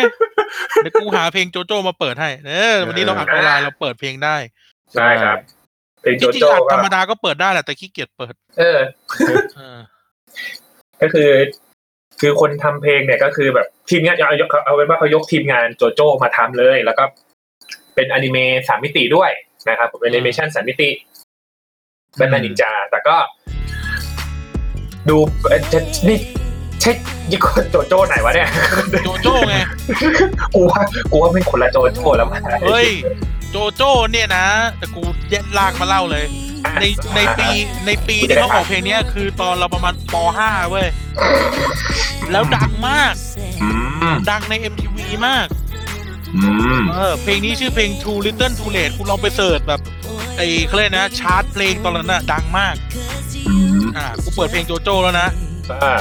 Speaker 2: เดี๋ยวกูหาเพลงโจโจ้มาเปิดให้เออวันนี้เราอัดออนไลน์เราเปิดเพลงได้
Speaker 4: ใช่ครับ เพลง
Speaker 2: จ
Speaker 4: โจ
Speaker 2: ริง
Speaker 4: โจ้
Speaker 2: ๆอัดธร
Speaker 4: ก็
Speaker 2: รมดาก็เปิดได้แหละแต่ขี้เกียจเปิด
Speaker 4: เออ
Speaker 2: เออ
Speaker 4: ก็คือ คือคนทำเพลงเนี่ยก็คือแบบทีมงานเอาเอาเอาเป็นว่าเขายกทีมงานโจโจ้มาทำเลย แล้วก็เป็นอนิเมะสามมิติด้วยนะครับผมเป็นแอนิเมชันสามมิติเป็นนานินจา แต่ก็ ดูเอ่อจะนี่ใช่ยี่ห้อโจโจ้ไหนวะเนี่ย
Speaker 2: โจโจ้ไง
Speaker 4: กูว่ากูว่าเป็นคนละโจโจ้แล้วมั้ง
Speaker 2: เฮ้ย โจโจ้เนี่ยนะ แต่กูแยกลากมาเล่าเลย ในในปีในปีที่เขาออกเพลงเนี้ยคือตอนเราประมาณป .5 เว้ย แล้วดังมาก
Speaker 4: อืม
Speaker 2: ดังใน MTV มาก
Speaker 4: อืม
Speaker 2: เออ เพลงนี้ชื่อเพลง Too Little Too Late คุณลองไปเสิร์ชแบบไอ้เขาเรียกนะชาร์ตเพลงตอนนั้นน่ะดังมาก
Speaker 4: อืม
Speaker 2: อ่า กูเปิดเพลงโจโจ้แล้วนะ
Speaker 4: อ่า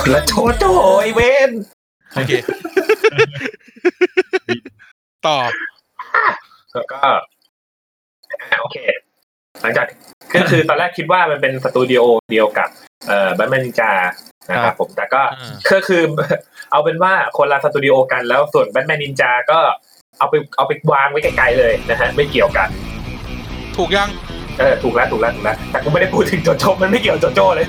Speaker 4: คนละโจโจ้ไอเวน
Speaker 2: โอเค ต่อ
Speaker 4: แล้วก็อ่าโอเค หลังจากก็คือตอนแรกคิดว่ามันเป็นสตูดิโอเดียวกับ เอ่อบัมเบนจานะค
Speaker 5: ครั
Speaker 4: รับบ ผมแต่ก็
Speaker 2: อ่า
Speaker 4: ก็คือ เอาเป็นว่าคนละสตูดิโอกันแล้วส่วนแบทแมนนินจาก็ เอาไปเอาไปวางไว้ไกลๆเลยนะฮะไม่เกี่ยวกัน
Speaker 2: ถูกยัง
Speaker 4: เออถูกแล้วถูกแล้วถูกแล้วแต่กูไม่ได้พูดถึงโจโจ้มันไม่เกี่ยวโจโจ้เลย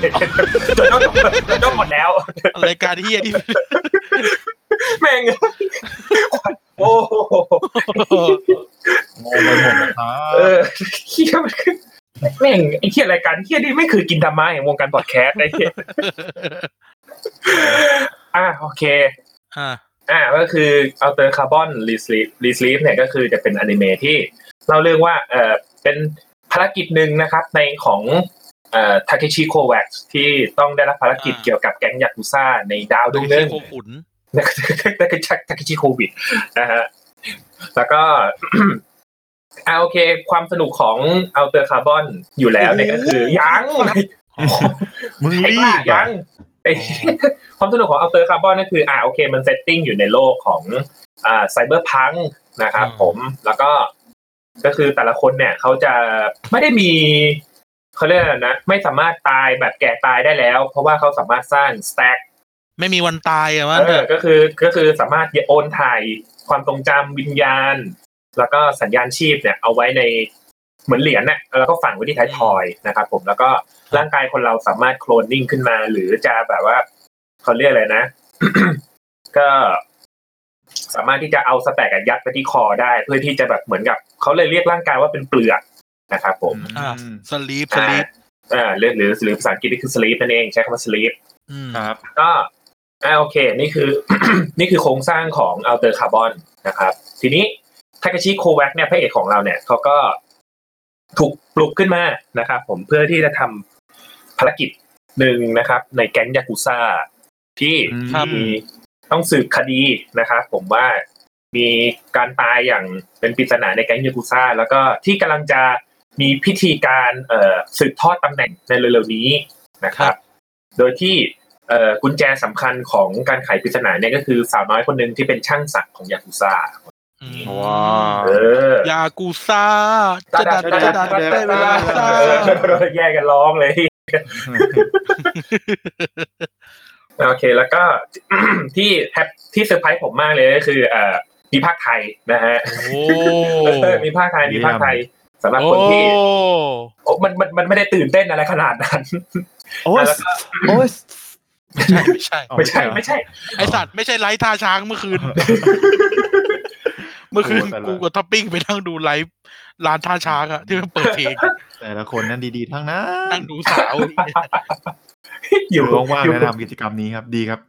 Speaker 4: โจโจ้จบโจโจ้หมดแล้ว
Speaker 2: รายการที่เหี้ยที่
Speaker 4: แม่ง โอ้โห
Speaker 5: งงไปหมดเลยครับ
Speaker 4: เออเฮียมันคือแม่งไอ้เฮียรายการเฮียนี่ไม่คือกินธรรมะแห่งวงการพอดแคสต์ไอ้เฮียอ่ะโอเค
Speaker 2: อ่า
Speaker 4: อ่าก็คือเอาเตอร์คาร์บอนรีสลีฟรีสลีฟเนี่ยก็คือจะเป็นอนิเมะที่เล่าเรื่องว่าเออเป็นภารกิจหนึ่งนะครับในของเอ่อทาเคชิโควักที่ต้องได้รับภารกิจ
Speaker 2: อ่า
Speaker 4: เกี่ยวกับแก๊งยากุซ่าในดาวดวงห
Speaker 2: ได้
Speaker 4: นึง
Speaker 2: โคขุน
Speaker 4: ทาเคชิทาเคชิโควิดนะฮะแล้วก็ อ่าโอเค ความสนุกของเอาเตอร์คาร์บอนอยู่แล้วเนี่ยก็คือยัง
Speaker 5: มึง
Speaker 4: ไอ้
Speaker 5: รี
Speaker 4: บ้า
Speaker 5: บอ่ะ
Speaker 4: ยังไอ้ ความสนุกของอัลเตอร์คาร์บอนก็คืออ่าโอเคมันเซตติ้งอยู่ในโลกของอ่าไซเบอร์พังนะครับ
Speaker 2: อืม
Speaker 4: ผมแล้วก็ก็คือแต่ละคนเนี่ยเขาจะไม่ได้มีเขาเรียกอะไรนะ ไม่สามารถตายแบบแก่ตายได้แล้ว เพราะว่าเขาสามารถสร้างสแต็ก
Speaker 2: ไม่มีวันตายอะว่าเถอะ
Speaker 4: ก็คือก็คือสามารถโอนถ่ายความทรงจำวิญญาณ แล้วก็สัญญาณชีพเนี่ย เอาไว้ในเหมือนเหรียญเนี่ยแล้วก็ฝังไว้ที่ท้ายทอยนะครับผมแล้วก็ร่างกายคนเราสามารถโคลนนิ่งขึ้นมา หรือจะแบบว่าเขาเรียกอะไร นะ ก็สามารถที่จะเอาสแต็กอะยัดไปที่คอได้ เพื่อที่จะแบบเหมือนกับเขาเลยเรียกร่างกายว่าเป็นเปลือกนะครับผม
Speaker 2: อ่าสลีปส
Speaker 4: อ่า
Speaker 2: ลีป
Speaker 4: อ่าหรือหรือหรือภาษาอังกฤษนี่คือ sleep นั่นเองใช้คำว่า sleep
Speaker 2: อืม
Speaker 5: ครับ
Speaker 4: ก็อ่าโอเค นี่คือ นี่คือโครงสร้างของอัลเตอร์คาร์บอนนะครับ ทีนี้ทา k าชิโควักเนี่ยพระเอกของเราเนี่ยเขาก็ถูกปลุกขึ้นมานะครับผมเพื่อที่จะทำภารกิจหนึ่งนะครับ ในแก๊งยากุซ่าที่
Speaker 5: ครับ
Speaker 4: มีต้องสืบคดีนะครับผมว่ามีการตายอย่างเป็นปริศนาในแก๊งยากุซ่าแล้วก็ที่กำลังจะมีพิธีการเอ่อสืบทอดตำแหน่งในเร็วๆนี้นะครับ โดยที่ เอ่อกุญแจสำคัญของการไขปริศนาเนี่ยก็คือสาวน้อยคนหนึ่งที่เป็นช่างสักของยากุซ่า
Speaker 2: อืม
Speaker 5: ว้าว
Speaker 4: เออ
Speaker 2: ยากูซ่าจะ
Speaker 4: ตา
Speaker 2: ดั
Speaker 4: ดา
Speaker 2: ด
Speaker 4: ตา
Speaker 2: จะ
Speaker 4: ดา
Speaker 2: ดัด
Speaker 4: ตา
Speaker 2: ได้เวลาซ่า
Speaker 4: ดาแยกกันร้องเลย โอเค แล้วก็ ที่แฮปที่เซอร์ไพรส์ผมมากเลยก็คือ เอ่อมีภาคไทยนะฮะ
Speaker 2: โอ้
Speaker 4: เออมีภาคไทยมีภาคไทยสำหรับคนที่
Speaker 2: โอ้
Speaker 4: โอ้มันมันมันไม่ได้ตื่นเต้นอะไรขนาดนั้น
Speaker 5: โอ้ย
Speaker 4: แล้วก็
Speaker 5: โอ้ย
Speaker 2: ไม่ใช่ไม่ใช่
Speaker 4: ไม่ใช่ไม่ใช่
Speaker 2: ไอสัตว์ไม่ใช่ไลฟ์ท่าช้างเมื่อคืน เมื่อคืนกูกับท็อปปิ้งไปนั่งดูไลฟ์ร้านท่าช้างอะที่มันเปิดเพลง
Speaker 5: แต่ละคนนั้นดีๆ ทั้งนั้
Speaker 2: นั่
Speaker 5: น
Speaker 2: งดูส าว
Speaker 4: อยู่
Speaker 5: ว่างๆแนะนำกิจกรรมนี้ครับดีครับ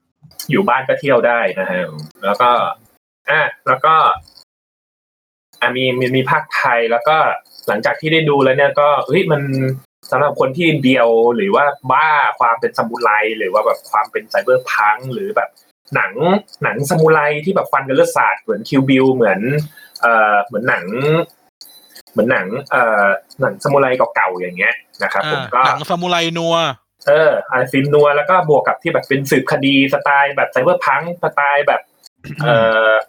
Speaker 4: อยู่บ้านก็เที่ยวได้นะฮะแล้วก็อ่ะแล้วก็อ่ะมีมีมีภาคไทยแล้วก็หลังจากที่ได้ดูแล้วเนี่ยก็เฮ้ยมันสำหรับคนที่เดียวหรือว่าบ้าความเป็นซามูไรหรือว่าแบบความเป็นไซเบอร์พังก์หรือแบบหนังหนังซามูไรที่แบบฟันกันเลือดสาดเหมือนคิวบิลเหมือน เอ่อเหมือนหนัง เหมือนหนัง เอ่อหนังซามูไรเก่าๆอย่างเงี้ยนะครับผมก็
Speaker 2: อ่าหนังซามูไรนัว
Speaker 4: เออไอฟิล์มนัวแล้วก็บวกกับที่แบบเป็นสืบคดีสไตล์แบบไซเบอร์พังสไตล์แบบ เออ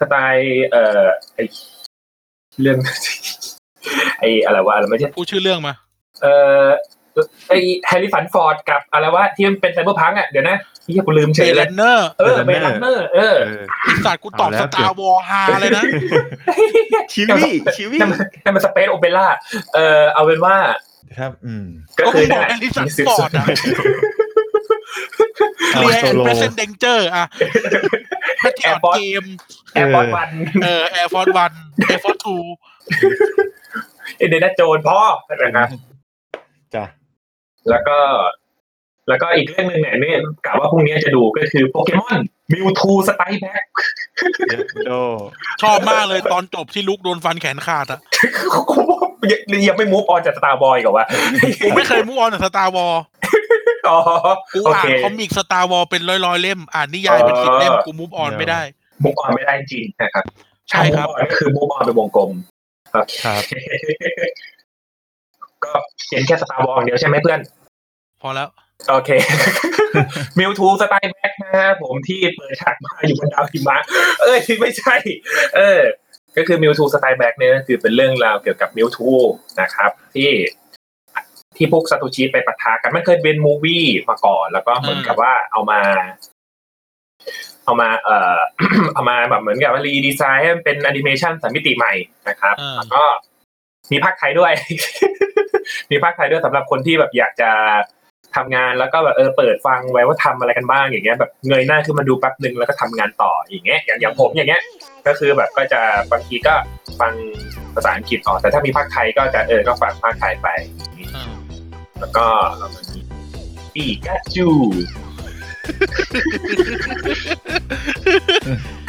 Speaker 4: สไตล์เออไอเรื่อง ไออะไรวะอะไรไม่ใช่
Speaker 2: พูดชื่อเรื่องมา
Speaker 4: เออไอแฮร์รี่ฟันฟอร์ดกับอะไรวะที่มันเป็นไซเบอร์พังอ่ะเดี๋ยวนะที่กูลืมเฉ
Speaker 2: เบ
Speaker 4: ย
Speaker 2: ล
Speaker 4: เลย
Speaker 2: เนอร์
Speaker 4: เออ
Speaker 5: Blade
Speaker 4: เบลันเนอร์เออ
Speaker 5: เออ
Speaker 2: ไอสัตว์กูตอบส
Speaker 5: เอาแล้ว
Speaker 2: ตาร์วอลฮาเลยนะ
Speaker 5: ชิวี่ชิวี่
Speaker 4: นั่นมันนั่นมันสเปซโอเปร่าเออเอาเป็นว่า
Speaker 5: ครับอืม
Speaker 4: ก็
Speaker 2: ก็
Speaker 4: คื
Speaker 2: คือ
Speaker 4: อ
Speaker 2: บอก
Speaker 4: นั่น
Speaker 2: แอ
Speaker 4: แหละ
Speaker 2: ลิสันฟอร์ดอะ เค
Speaker 5: เอา
Speaker 2: ลียร์
Speaker 5: โซ
Speaker 2: แอน
Speaker 5: โล
Speaker 2: ด์เพรสเซนเดนเจอร์อะแพทริออตเกม
Speaker 4: แอร์พอร์ตวัน
Speaker 2: เออแอร์ฟอร์ดวันแอร์ฟอร์ดทู
Speaker 4: เอเดนาโจนพ่อนะครับ
Speaker 5: จ้ะ
Speaker 4: แล้วก็ แล้วก็อีกเรื่องหนึ่งเนี่ยเนี่ยกะว่าพรุ่งนี้จะดูก็คือโปเกมอนมิวทูสไตล์แบ็ค
Speaker 5: เดี๋ยวโด
Speaker 2: ชอบมากเลยตอนจบที่ลุกโดนฟันแขนขาดอะ
Speaker 4: ยังไม่มูฟออนจากสตาร์บอยกับว่า
Speaker 2: กูไม่เคยมุ่งออนจากสตาร์วอล
Speaker 4: อ๋อ
Speaker 2: กู
Speaker 4: โอ
Speaker 2: อ่า
Speaker 4: เคน
Speaker 2: คอมิกสตาร์วอลเป็นร้อยร้อยๆเล่ม อ่านนิยายเป็นสิบเล่มกูมูฟออนไม่ได้
Speaker 4: มูฟออนไม่ได้จริงนะครับ
Speaker 2: ใช่ครับ
Speaker 4: มูฟออนก็คือมูฟออนเป็นวงกลมโอเค
Speaker 5: ครับ
Speaker 4: ก็เห็นแค่สตาร์บอยเดียวใช่ไหมเพื่อน
Speaker 2: พอแล้ว
Speaker 4: โอเค มิวทูสไตล์แบ็กนะฮะผมที่เปิดฉากมาอยู่บนดาวหิมะ เอ้ย ไม่ใช่ เออ ก็คือมิวทูสไตล์แบ็กเนี่ยก็คือเป็นเรื่องราวเกี่ยวกับมิวทูนะครับ ที่ที่พวกซาตูชิไปปะทะกันมันเคยเป็นมูวี่มาก่อน แล้วก็เหมือนกับว่าเอามา เอามาเอ่อ เอามาแบบเหมือนกับรีดีไซน์ให้มันเป็นแอนิเมชันสามมิติใหม่นะครับ
Speaker 2: อ่า
Speaker 4: แล้วก็มีภาคไทยด้วย มีภาคไทยด้วยสำหรับคนที่แบบอยากจะทำงานแล้วก็แบบเออเปิดฟังไว้ว่าทำอะไรกันบ้างอย่างเงี้ยแบบเงยหน้าขึ้นมาดูแป๊บนึงแล้วก็ทำงานต่ออย่างเงี้ยอย่างอย่างผมอย่างเงี้ย ก็คือแบบก็จะบางทีก็ฟังภาษาอังกฤษออกแต่ถ้ามีภาคไทยก็จะเออก็ฟังภาคไทยไป
Speaker 2: อ่า
Speaker 4: แล้วก็เรามามีปีกาจู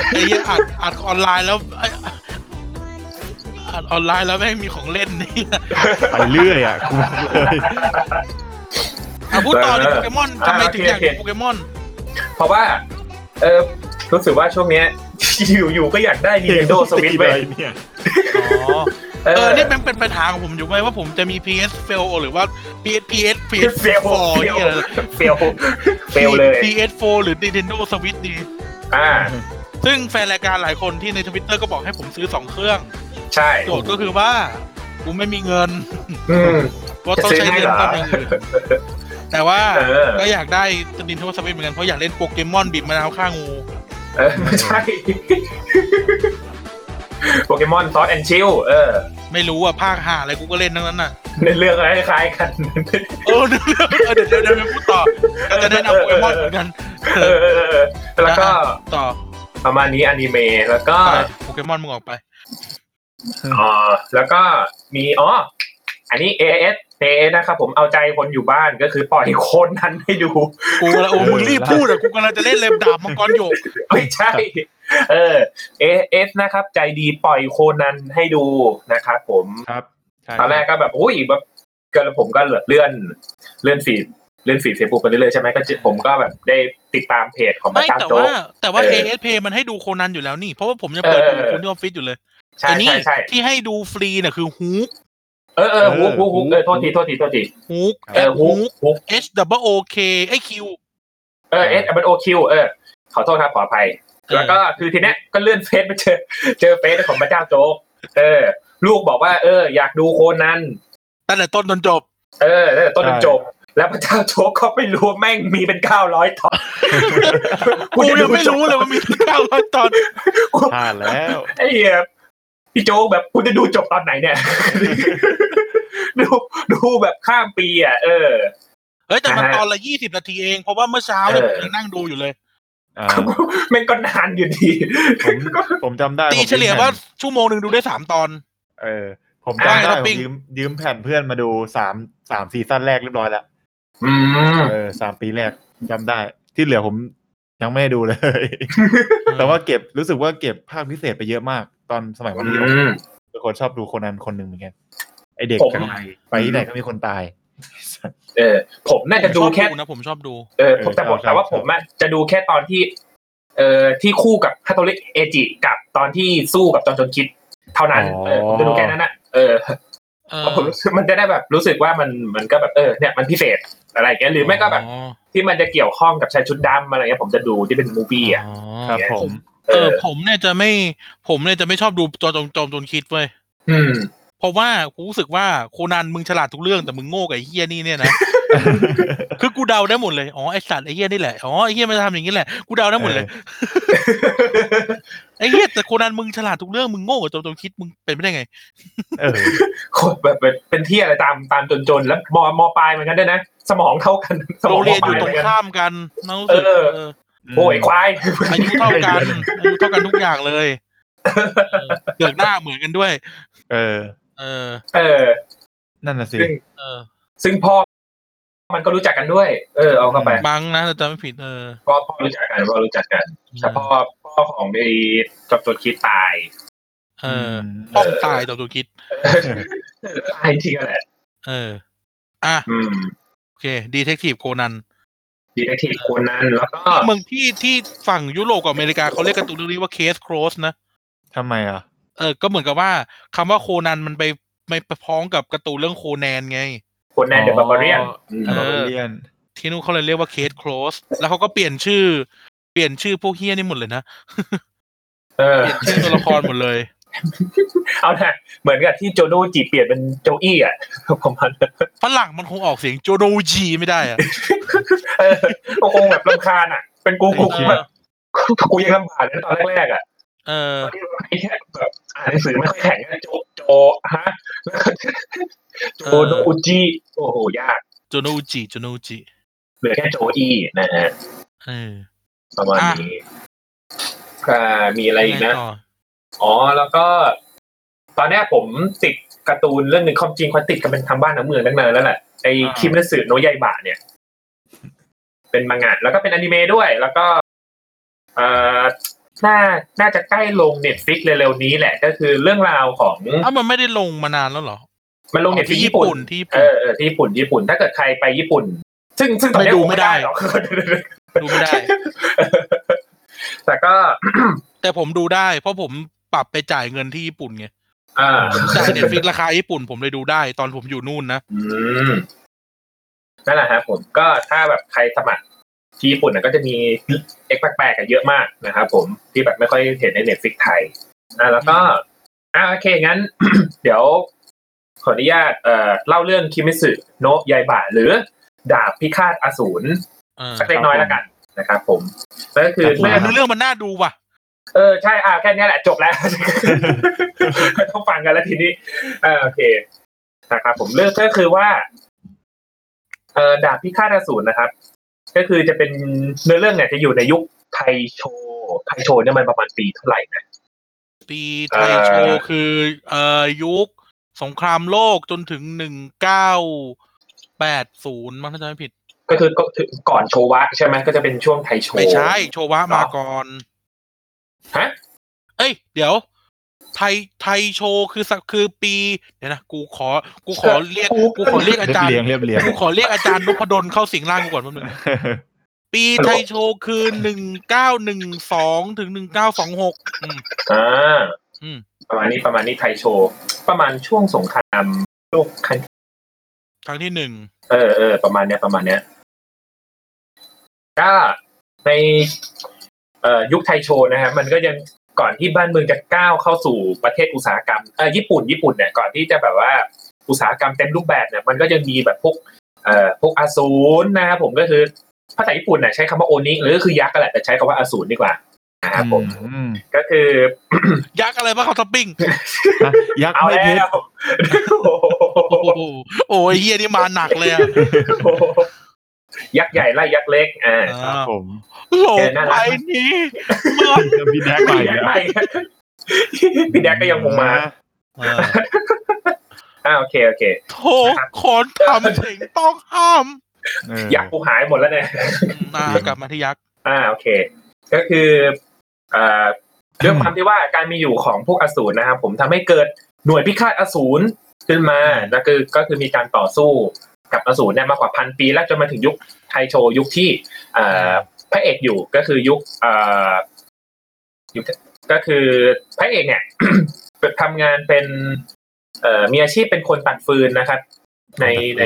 Speaker 2: ไอ้เหี้ยอัดอัดออนไลน์แล้วไอ้อัดออนไลน์แล้วแม่งมีของเล่นนี่
Speaker 5: ไปเรื่อยอ่ะกูบอกเลย
Speaker 2: อ่ะพูดต่อดิโปเกมอนทำไมถึงอยากเป็นโปเกมอน
Speaker 4: เพราะว่า เออรู้สึกว่าช่วงเนี้ย อยู่อยู่ก็อยากได้ Nintendo Switch ไป
Speaker 5: เนี่ย
Speaker 2: อ๋อ เออเนี่ยมันเป็นปัญหาของผมอยู่ไหมว่าผมจะมี PS fail หรือว่า PS PS PS
Speaker 4: เฟล
Speaker 2: 4
Speaker 4: เฟ
Speaker 2: เนี่
Speaker 4: ล
Speaker 2: ย
Speaker 4: เฟลเฟลเลย
Speaker 2: PS 4หรือ Nintendo Switch ดี
Speaker 4: อ่า
Speaker 2: ซึ่งแฟนรายการหลายคนที่ในทวิตเตอร์ก็บอกให้ผมซื้อ 2 เครื่อง
Speaker 4: ใช่
Speaker 2: โจทย์ก็คือว่ากูไม่มีเงิน
Speaker 4: อืม
Speaker 2: ก็ต้องใช้เงินทำอย่างอื่นแต่ว่า
Speaker 4: เออ
Speaker 2: ก็อยากได้ Nintendo Switch เหมือนกัน เพราะอยากเล่นโปเกมอนบีบมะนาวข้างงู
Speaker 4: เออไม่ใช่โปเกมอนซอสแอนชิลเออ
Speaker 2: ไม่รู้อ่ะภาคหาอะไรกูก็เล่นทั้งนั้นน่ะ
Speaker 4: ในเรื่องอะไรคล้ายกัน
Speaker 2: เออ เดี๋ยวเดี๋ยวเดี๋ยวเดี๋ยวเดี๋ยวพูดต่อเราจะแนะนำโปเกมอนเหมือนกัน
Speaker 4: เออเออเออแล้วก็
Speaker 2: ต่อ
Speaker 4: ประมาณนี้อนิเมะแล้วก็
Speaker 2: ไปโปเกมอนมึงออกไป
Speaker 4: อ๋อแล้วก็มีอ๋ออันนี้ AS AS นะครับผมเอาใจคนอยู่บ้านก็คือปล่อยโคนนั้นให้ดู
Speaker 2: กูกำลังโอ้มึงรีบพูดอะกูกำลังจะเล่นเล็บดาบมังกรโยก
Speaker 4: ไม่ใช่ เออ AS นะครับ ใจดีปล่อยโคนนั้นให้ดูนะครับผม
Speaker 5: ครับใช่
Speaker 4: ตอนแรกก็แบบอุ้ยแบบก็ผมก็เลื่อนเลื่อนฟีดเลื่อนฟีดเฟซบุ๊กไปเรื่อยๆใช่ไหมก็จะผมก็แบบได้ติดตามเพจของประ
Speaker 2: ไม่
Speaker 4: จาง
Speaker 2: แต่
Speaker 4: โจ๊
Speaker 2: ว่าก แต่ว่า
Speaker 4: เออ
Speaker 2: ASP มันให้ดูโคนันอยู่แล้วนี่ เพราะว่าผมยังเปิดดู
Speaker 4: เออ
Speaker 2: คุณที่ออฟฟิศอยู่เลย
Speaker 4: ใช่
Speaker 2: แต่นี่
Speaker 4: ใช่ใช่
Speaker 2: ที่ให้ดูฟรีเนี่ยคือฮูก
Speaker 4: เออเออฮุกฮุกฮุกเออโทษทีโทษทีโทษที
Speaker 2: ฮูก
Speaker 4: เออฮุกฮุก
Speaker 2: เอชดับเบิลโอเคไอคิว
Speaker 4: เออเอสมันโอคิวเออขอโทษครับขออภัย
Speaker 2: เออ
Speaker 4: แล้วก็คือทีเนี้ยก็เลื่อนเฟซไปเจอ เจอเฟซของพระเจ้าโจ๊กเออ ลูกบอกว่า เออ อยากดูโคนัน
Speaker 2: ตั้งแต่ต้นจนจบ
Speaker 4: เออตั้งแต่ต้นจนจบ แล้วพระเจ้าโจ๊กก็ไม่รู้ว่าแม่งมีเป็นเก้าร้อยตอน
Speaker 2: กูยังไม่รู้เลยว่ามีเก้าร้อยตอน
Speaker 5: พลาดแล้ว
Speaker 4: ไอ้เหี้ยพี่โจ๊กแบบคุณจะดูจบตอนไหนเนี่ย ดูดูแบบข้ามปีอ่ะเออ
Speaker 2: เฮ้ยแต่มัน
Speaker 4: อ่า
Speaker 2: ตอนละยี่สิบนาทีเอง เพราะว่าเมื่อเช้าเนี่ย
Speaker 4: เอ
Speaker 2: ผ
Speaker 4: อ
Speaker 2: มยังนั่งดูอยู่เลย
Speaker 5: อ่า
Speaker 4: แม่งก็นานอยู่ดี
Speaker 5: ผมผมจำได้
Speaker 2: ตี
Speaker 5: ผมม
Speaker 2: เฉลี่ยว่า
Speaker 5: แผ่น
Speaker 2: ชั่วโมงหนึ่งดูได้สามตอน
Speaker 5: เออ ผม
Speaker 4: ได้
Speaker 5: จำได้
Speaker 2: เรา
Speaker 5: ผม
Speaker 2: ปิ้ง
Speaker 5: ยืมยืมแผ่นเพื่อนมาดูสามสามซีซั่นแรกเรียบร้อยแล้ว
Speaker 4: อืม
Speaker 5: เออสามปีแรกจำได้ ที่เหลือผมยังไม่ได้ดูเลย แต่ว่าเก็บรู้สึกว่าเก็บภาคพิเศษไปเยอะมาก ตอนสมัยมัธยม
Speaker 4: อืม
Speaker 5: เป็นคนชอบดูคนนั้นคนหนึ่งเหมือนกันไอเด็ก
Speaker 4: ผม
Speaker 5: จังไรไปที่ไหนก็มีคนตาย
Speaker 4: เออ ผมน่าจะ
Speaker 2: ผ
Speaker 4: ดู
Speaker 2: มชอบ
Speaker 4: แค่
Speaker 2: นะผมชอบดู
Speaker 4: เออผมแต่ผม
Speaker 5: เออใช่
Speaker 4: แต่ว่า
Speaker 5: ใช่
Speaker 4: ผมอะจะดูแค่ตอนที่ เอ่อที่คู่กับฮัตโตริเอจิกับตอนที่สู้กับจอนจนคิด เท่านั้นเออผมจะดูแค่นั้นนะเออ
Speaker 2: เออ
Speaker 4: เพราะผมรู้สึกมันจะได้แบบรู้สึกว่ามันมันก็แบบเออเนี่ยมันพิเศษอะไรอย่างเงี้ยหรือไม่ก็แบบ
Speaker 2: อ๋อ
Speaker 4: ที่มันจะเกี่ยวข้องกับชายชุดดำอะไรเงี้ยผมจะดูที่เป็นมูฟี่อ่ะ
Speaker 2: อ๋อ
Speaker 5: ครับผม
Speaker 4: เอ
Speaker 2: เออ
Speaker 4: อ
Speaker 2: ผมเนี่ยจะไม่ผมเนี่ยจะไม่ชอบดูจอมจอมจอมจนคิดเว้ย
Speaker 4: อืม
Speaker 2: เพราะว่ากูรู้สึกว่าโคนันมึงฉลาดทุกเรื่องแต่มึงโง่กับไอ้เฮียนี่เนี่ยนะ คือกูเดาได้หมดเลยอ๋อไอสัตว์ไอเฮียนี่แหละอ๋อไอเฮียมันจะทำอย่างนี้แหละกูเดาได้หมดเลยไอเฮียแต่โคนันมึงฉลาดทุกเรื่องมึงโง่กับจอมจนคิดมึงเป็นไปได้ไง
Speaker 5: เออ
Speaker 4: โคตรแบบเป็นเป็นที่อะไรตามตามจนจนๆแล้วมอมอปลายเหมือนกันด้วยนะสมองเท่ากัน สม
Speaker 2: โร
Speaker 4: อ
Speaker 2: ง
Speaker 4: งม
Speaker 2: เรียน
Speaker 4: ป
Speaker 2: อ
Speaker 4: ลาย
Speaker 2: ยู่ตร
Speaker 4: เหมือง นกัน
Speaker 2: ข้ามกันน้องรู้สึก
Speaker 4: เออ
Speaker 2: เออ
Speaker 4: โอ้ยควาย
Speaker 2: อายุเท่ากันอายุเท่ากันทุกอย่างเลยเออเกือกหน้าเหมือนกันด้วย
Speaker 5: เออ
Speaker 2: เออ
Speaker 4: เออ
Speaker 5: นั่นน่ะสิ
Speaker 4: ซึ่ง
Speaker 2: เออ
Speaker 4: ซึ่งพ่อมันก็รู้จักกันด้วย เออ เอาเข้าไป
Speaker 2: บังนะแต่จำไม่ผิดเออ
Speaker 4: พ่อพ่อรู้จักกันพ่อรู้จักกันแต่พ่อพ่อของไอ้จอบตัวคิดตาย
Speaker 2: เออ
Speaker 5: ม
Speaker 2: ป้องตายจอมจนคิด
Speaker 4: ตายจริงๆแหละ
Speaker 2: เออ อ่ะ
Speaker 4: อืม
Speaker 2: โอเค ดีเทคทีฟโคนัน
Speaker 4: ดีเทคทีฟคนนั้นแล้วก็
Speaker 2: เมืองที่ที่ฝั่งยุโรปกับอเมริกาเขาเรียกการ์ตูนเรื่องนี้ว่าเคสโครสนะ
Speaker 5: ทำไมอ่ะ
Speaker 2: เออ ก็เหมือนกับว่าคำว่าโคนันมันไปไปไปพ้องกับการ์ตูนเรื่องโคแนนไง
Speaker 4: คนแนนเดอะบาบาเรียน
Speaker 2: เออ
Speaker 5: เรียน
Speaker 2: ที่นู่นเขาเลยเรียกว่าเคสโครส แล้วเขาก็เปลี่ยนชื่อ เปลี่ยนชื่อพวกเฮี้ยนี่หมดเลยนะ
Speaker 4: เออ
Speaker 2: เปลี่ยนชื่อตัวละครหมดเลย
Speaker 4: เอานะเหมือนกับที่โจโนจีเปลี่ยนเป็นโจอี้อ่ะ ประมาณนั้น
Speaker 2: ฝรั่งมันคงออกเสียงโจโนจีไม่ได้อะ
Speaker 4: เออก็คงแบบรำคาญอ่ะ เป็นกูกู
Speaker 2: เออ
Speaker 4: แบบ กูยังลำบากเลยตอนแรกๆอ่ะ
Speaker 2: เออ
Speaker 4: ตอนที่ไอ้แค่แบบอ่านหนังสือไม่ค่อยแข็งอะโจโจฮะโจโนอุจิโอ้โหยาก
Speaker 2: โจโนอุจิโจโนอุจิ
Speaker 4: เหลือแค่โจอี้นะฮะ
Speaker 2: เออ
Speaker 4: ประมาณนี้อ่ามีอะไรอีกนะ
Speaker 2: ต่อ
Speaker 4: อ๋อ แล้วก็ ตอนเนี้ยผมติดการ์ตูนเรื่องหนึ่งความจริงความติดกันเป็นทางบ้านทั้งเมืองตั้งนานแล้วแหละไอ้คิมนัสือโนยายบะเนี่ย เป็นมังงะแล้วก็เป็นอนิเมะด้วย แล้วก็เอ่อน่าน่าจะใกล้ลงเน็ตฟิกเร็วๆนี้แหละ ก็คือเรื่องราวของ
Speaker 2: เอ้ามันไม่ได้ลงมานานแล้วเหรอ
Speaker 4: มันลงเน็ตฟิก
Speaker 2: ที่
Speaker 4: ญี่
Speaker 2: ญี่
Speaker 4: ปุ่
Speaker 2: ปุ่
Speaker 4: น
Speaker 2: นที่ญี่
Speaker 4: เอ
Speaker 2: ปุ่น
Speaker 4: อเออที่ญี่ปุ่นญี่ปุ่น ถ้าเกิดใครไปญี่ปุ่น ซึ่งซึ่งตอนเนี้ย
Speaker 2: ไปดูไม่ได้
Speaker 4: หรอก
Speaker 2: ดูไม่ได้
Speaker 4: แต่ก็
Speaker 2: แต่ผมดูได้ เพราะผมปรับไปจ่ายเงินที่ญี่ปุ่นไง
Speaker 4: อ่า
Speaker 2: จ่ายเน็ตฟิกราคาญี่ปุ่นผมเลยดูได้ ตอนผมอยู่นู่นนะ
Speaker 4: อืมนั่นแหละครับผมก็ถ้าแบบใครสมัครที่ญี่ปุ่นนะก็จะมีเอ็กแปลกๆกันเยอะมากนะครับผมที่แบบไม่ค่อยเห็นในเน็ตฟิกไทยอ่ะแล้วก็อ่ะโอเคงั้น เดี๋ยวขออนุญาตเอ่อเล่าเรื่องคิมิสึโนะยายบะหรือดาบพิฆาตอสูร
Speaker 2: เออ
Speaker 4: สักเล็กน้อยแล้วกันนะครับผมแล้วก็คือ
Speaker 5: ครับผม
Speaker 4: เรื่อง
Speaker 2: ดูเรื่องมันน่าดูว่ะ
Speaker 4: เออใช่อ่าแค่เนี้ยแหละจบ แล้ว ไม่ต้องฟังกันแล้วทีนี้เออโอเคนะครับผมเรื่องก็คือว่าเออดาบพิฆาตอสูรนะครับ ก็คือจะเป็นเนื้อเรื่องเนี่ยจะอยู่ในยุคไทโชไทโชเนี่ยมันประมาณปีเท่าไหร่นะ
Speaker 2: ปีไทยโช
Speaker 4: เอ่อ
Speaker 2: ว์คือเอ่อยุคสงครามโลกจนถึงหนึ่งเก้าแปดศูนย์มั้งถ้าจำไม่ผิด
Speaker 4: ก็คือก็คือก่อนโชวะ ใช่ไหมก็จะเป็นช่วงไทโช
Speaker 2: ไม่ใช่โชวะมาก่อน
Speaker 4: ฮะ
Speaker 2: เอ้ย เดี๋ยว ไทยไทยโชว์คือสักคือปี เดี๋ยวนะ กูขอ กูขอเรียก กูขอเรียกอาจารย์
Speaker 5: เรียบเรียบเรียบ
Speaker 2: กูขอเรียกอาจารย์นพดลเข้าสิงร่างกูก่อนแป๊บนึง ปีไทยโชว์คือหนึ่งเก้าหนึ่งสองถึงหนึ่งเก้าสองหกอืม
Speaker 4: อ่า
Speaker 2: อืม
Speaker 4: ประมาณนี้ประมาณนี้ไทโช ประมาณช่วงสงครามโลกครั้ง
Speaker 2: ครั้งที่หนึ่ง
Speaker 4: เออเออประมาณเนี้ยประมาณเนี้ยก็ในเอ่อยุคไทโชนะฮะมันก็ยังก่อนที่บ้านเมืองจะก้าวเข้าสู่ประเทศอุตสาหกรรมเออญี่ปุ่นญี่ปุ่นเนี่ยก่อนที่จะแบบว่าอุตสาหกรรมเต็มรูปแบบเนี่ยมันก็ยังมีแบบพวกเอ่อพวกอสูรนะครับผมก็คือภาษาญี่ปุ่นเนี่ยใช้คำว่าโอนิหรือก็คือยักษ์ก็แหละแต่ใช้คำว่าอสูรดีกว่านะครับผม
Speaker 2: อื
Speaker 5: อืม
Speaker 4: ก็คือ
Speaker 2: ยักษ์อะไรบ้างเขาท็อปปิ้ง
Speaker 5: นะยักษ์
Speaker 4: เอา
Speaker 5: ไม่
Speaker 4: แล้
Speaker 5: เพชร
Speaker 4: ว
Speaker 2: โอ้โหโอ้ยเฮียนี่มาหนักเลยอะ
Speaker 4: ยักษ์ใหญ่ไล่ยักษ์เล็กอ่า
Speaker 5: ครับผม
Speaker 2: หลงไปนี้มัน
Speaker 5: จะมีแดกไป
Speaker 4: พี่แด
Speaker 5: แล้
Speaker 4: ก
Speaker 5: ว
Speaker 4: ไปพี่แดกก็ยังคงมา
Speaker 2: เออ
Speaker 4: อ่าโอเคโอเค
Speaker 2: โถขอนทำถึงต้องห้าม
Speaker 5: เออ
Speaker 4: อยากกูหายหมดแล้วเนี่ย
Speaker 2: อ่ากลับมาที่ยักษ์
Speaker 4: อ่าโอเค ก็คืออ่าด้วยความที่ว่าการมีอยู่ของพวกอสูรนะครับผมทำให้เกิดหน่วยพิฆาตอสูรขึ้นมาแล้วคือก็คือมีการต่อสู้กับอสูรเนี่ยมากกว่าพันปี แล้วจนมาถึงยุคไทโชยุคที่อ่าพระเอกอยู่ก็คือยุคอ่ายุคก็คือพระเอกเนี่ย ทำงานเป็น เอ่อมีอาชีพเป็นคนตัดฟืนนะครับ ในใน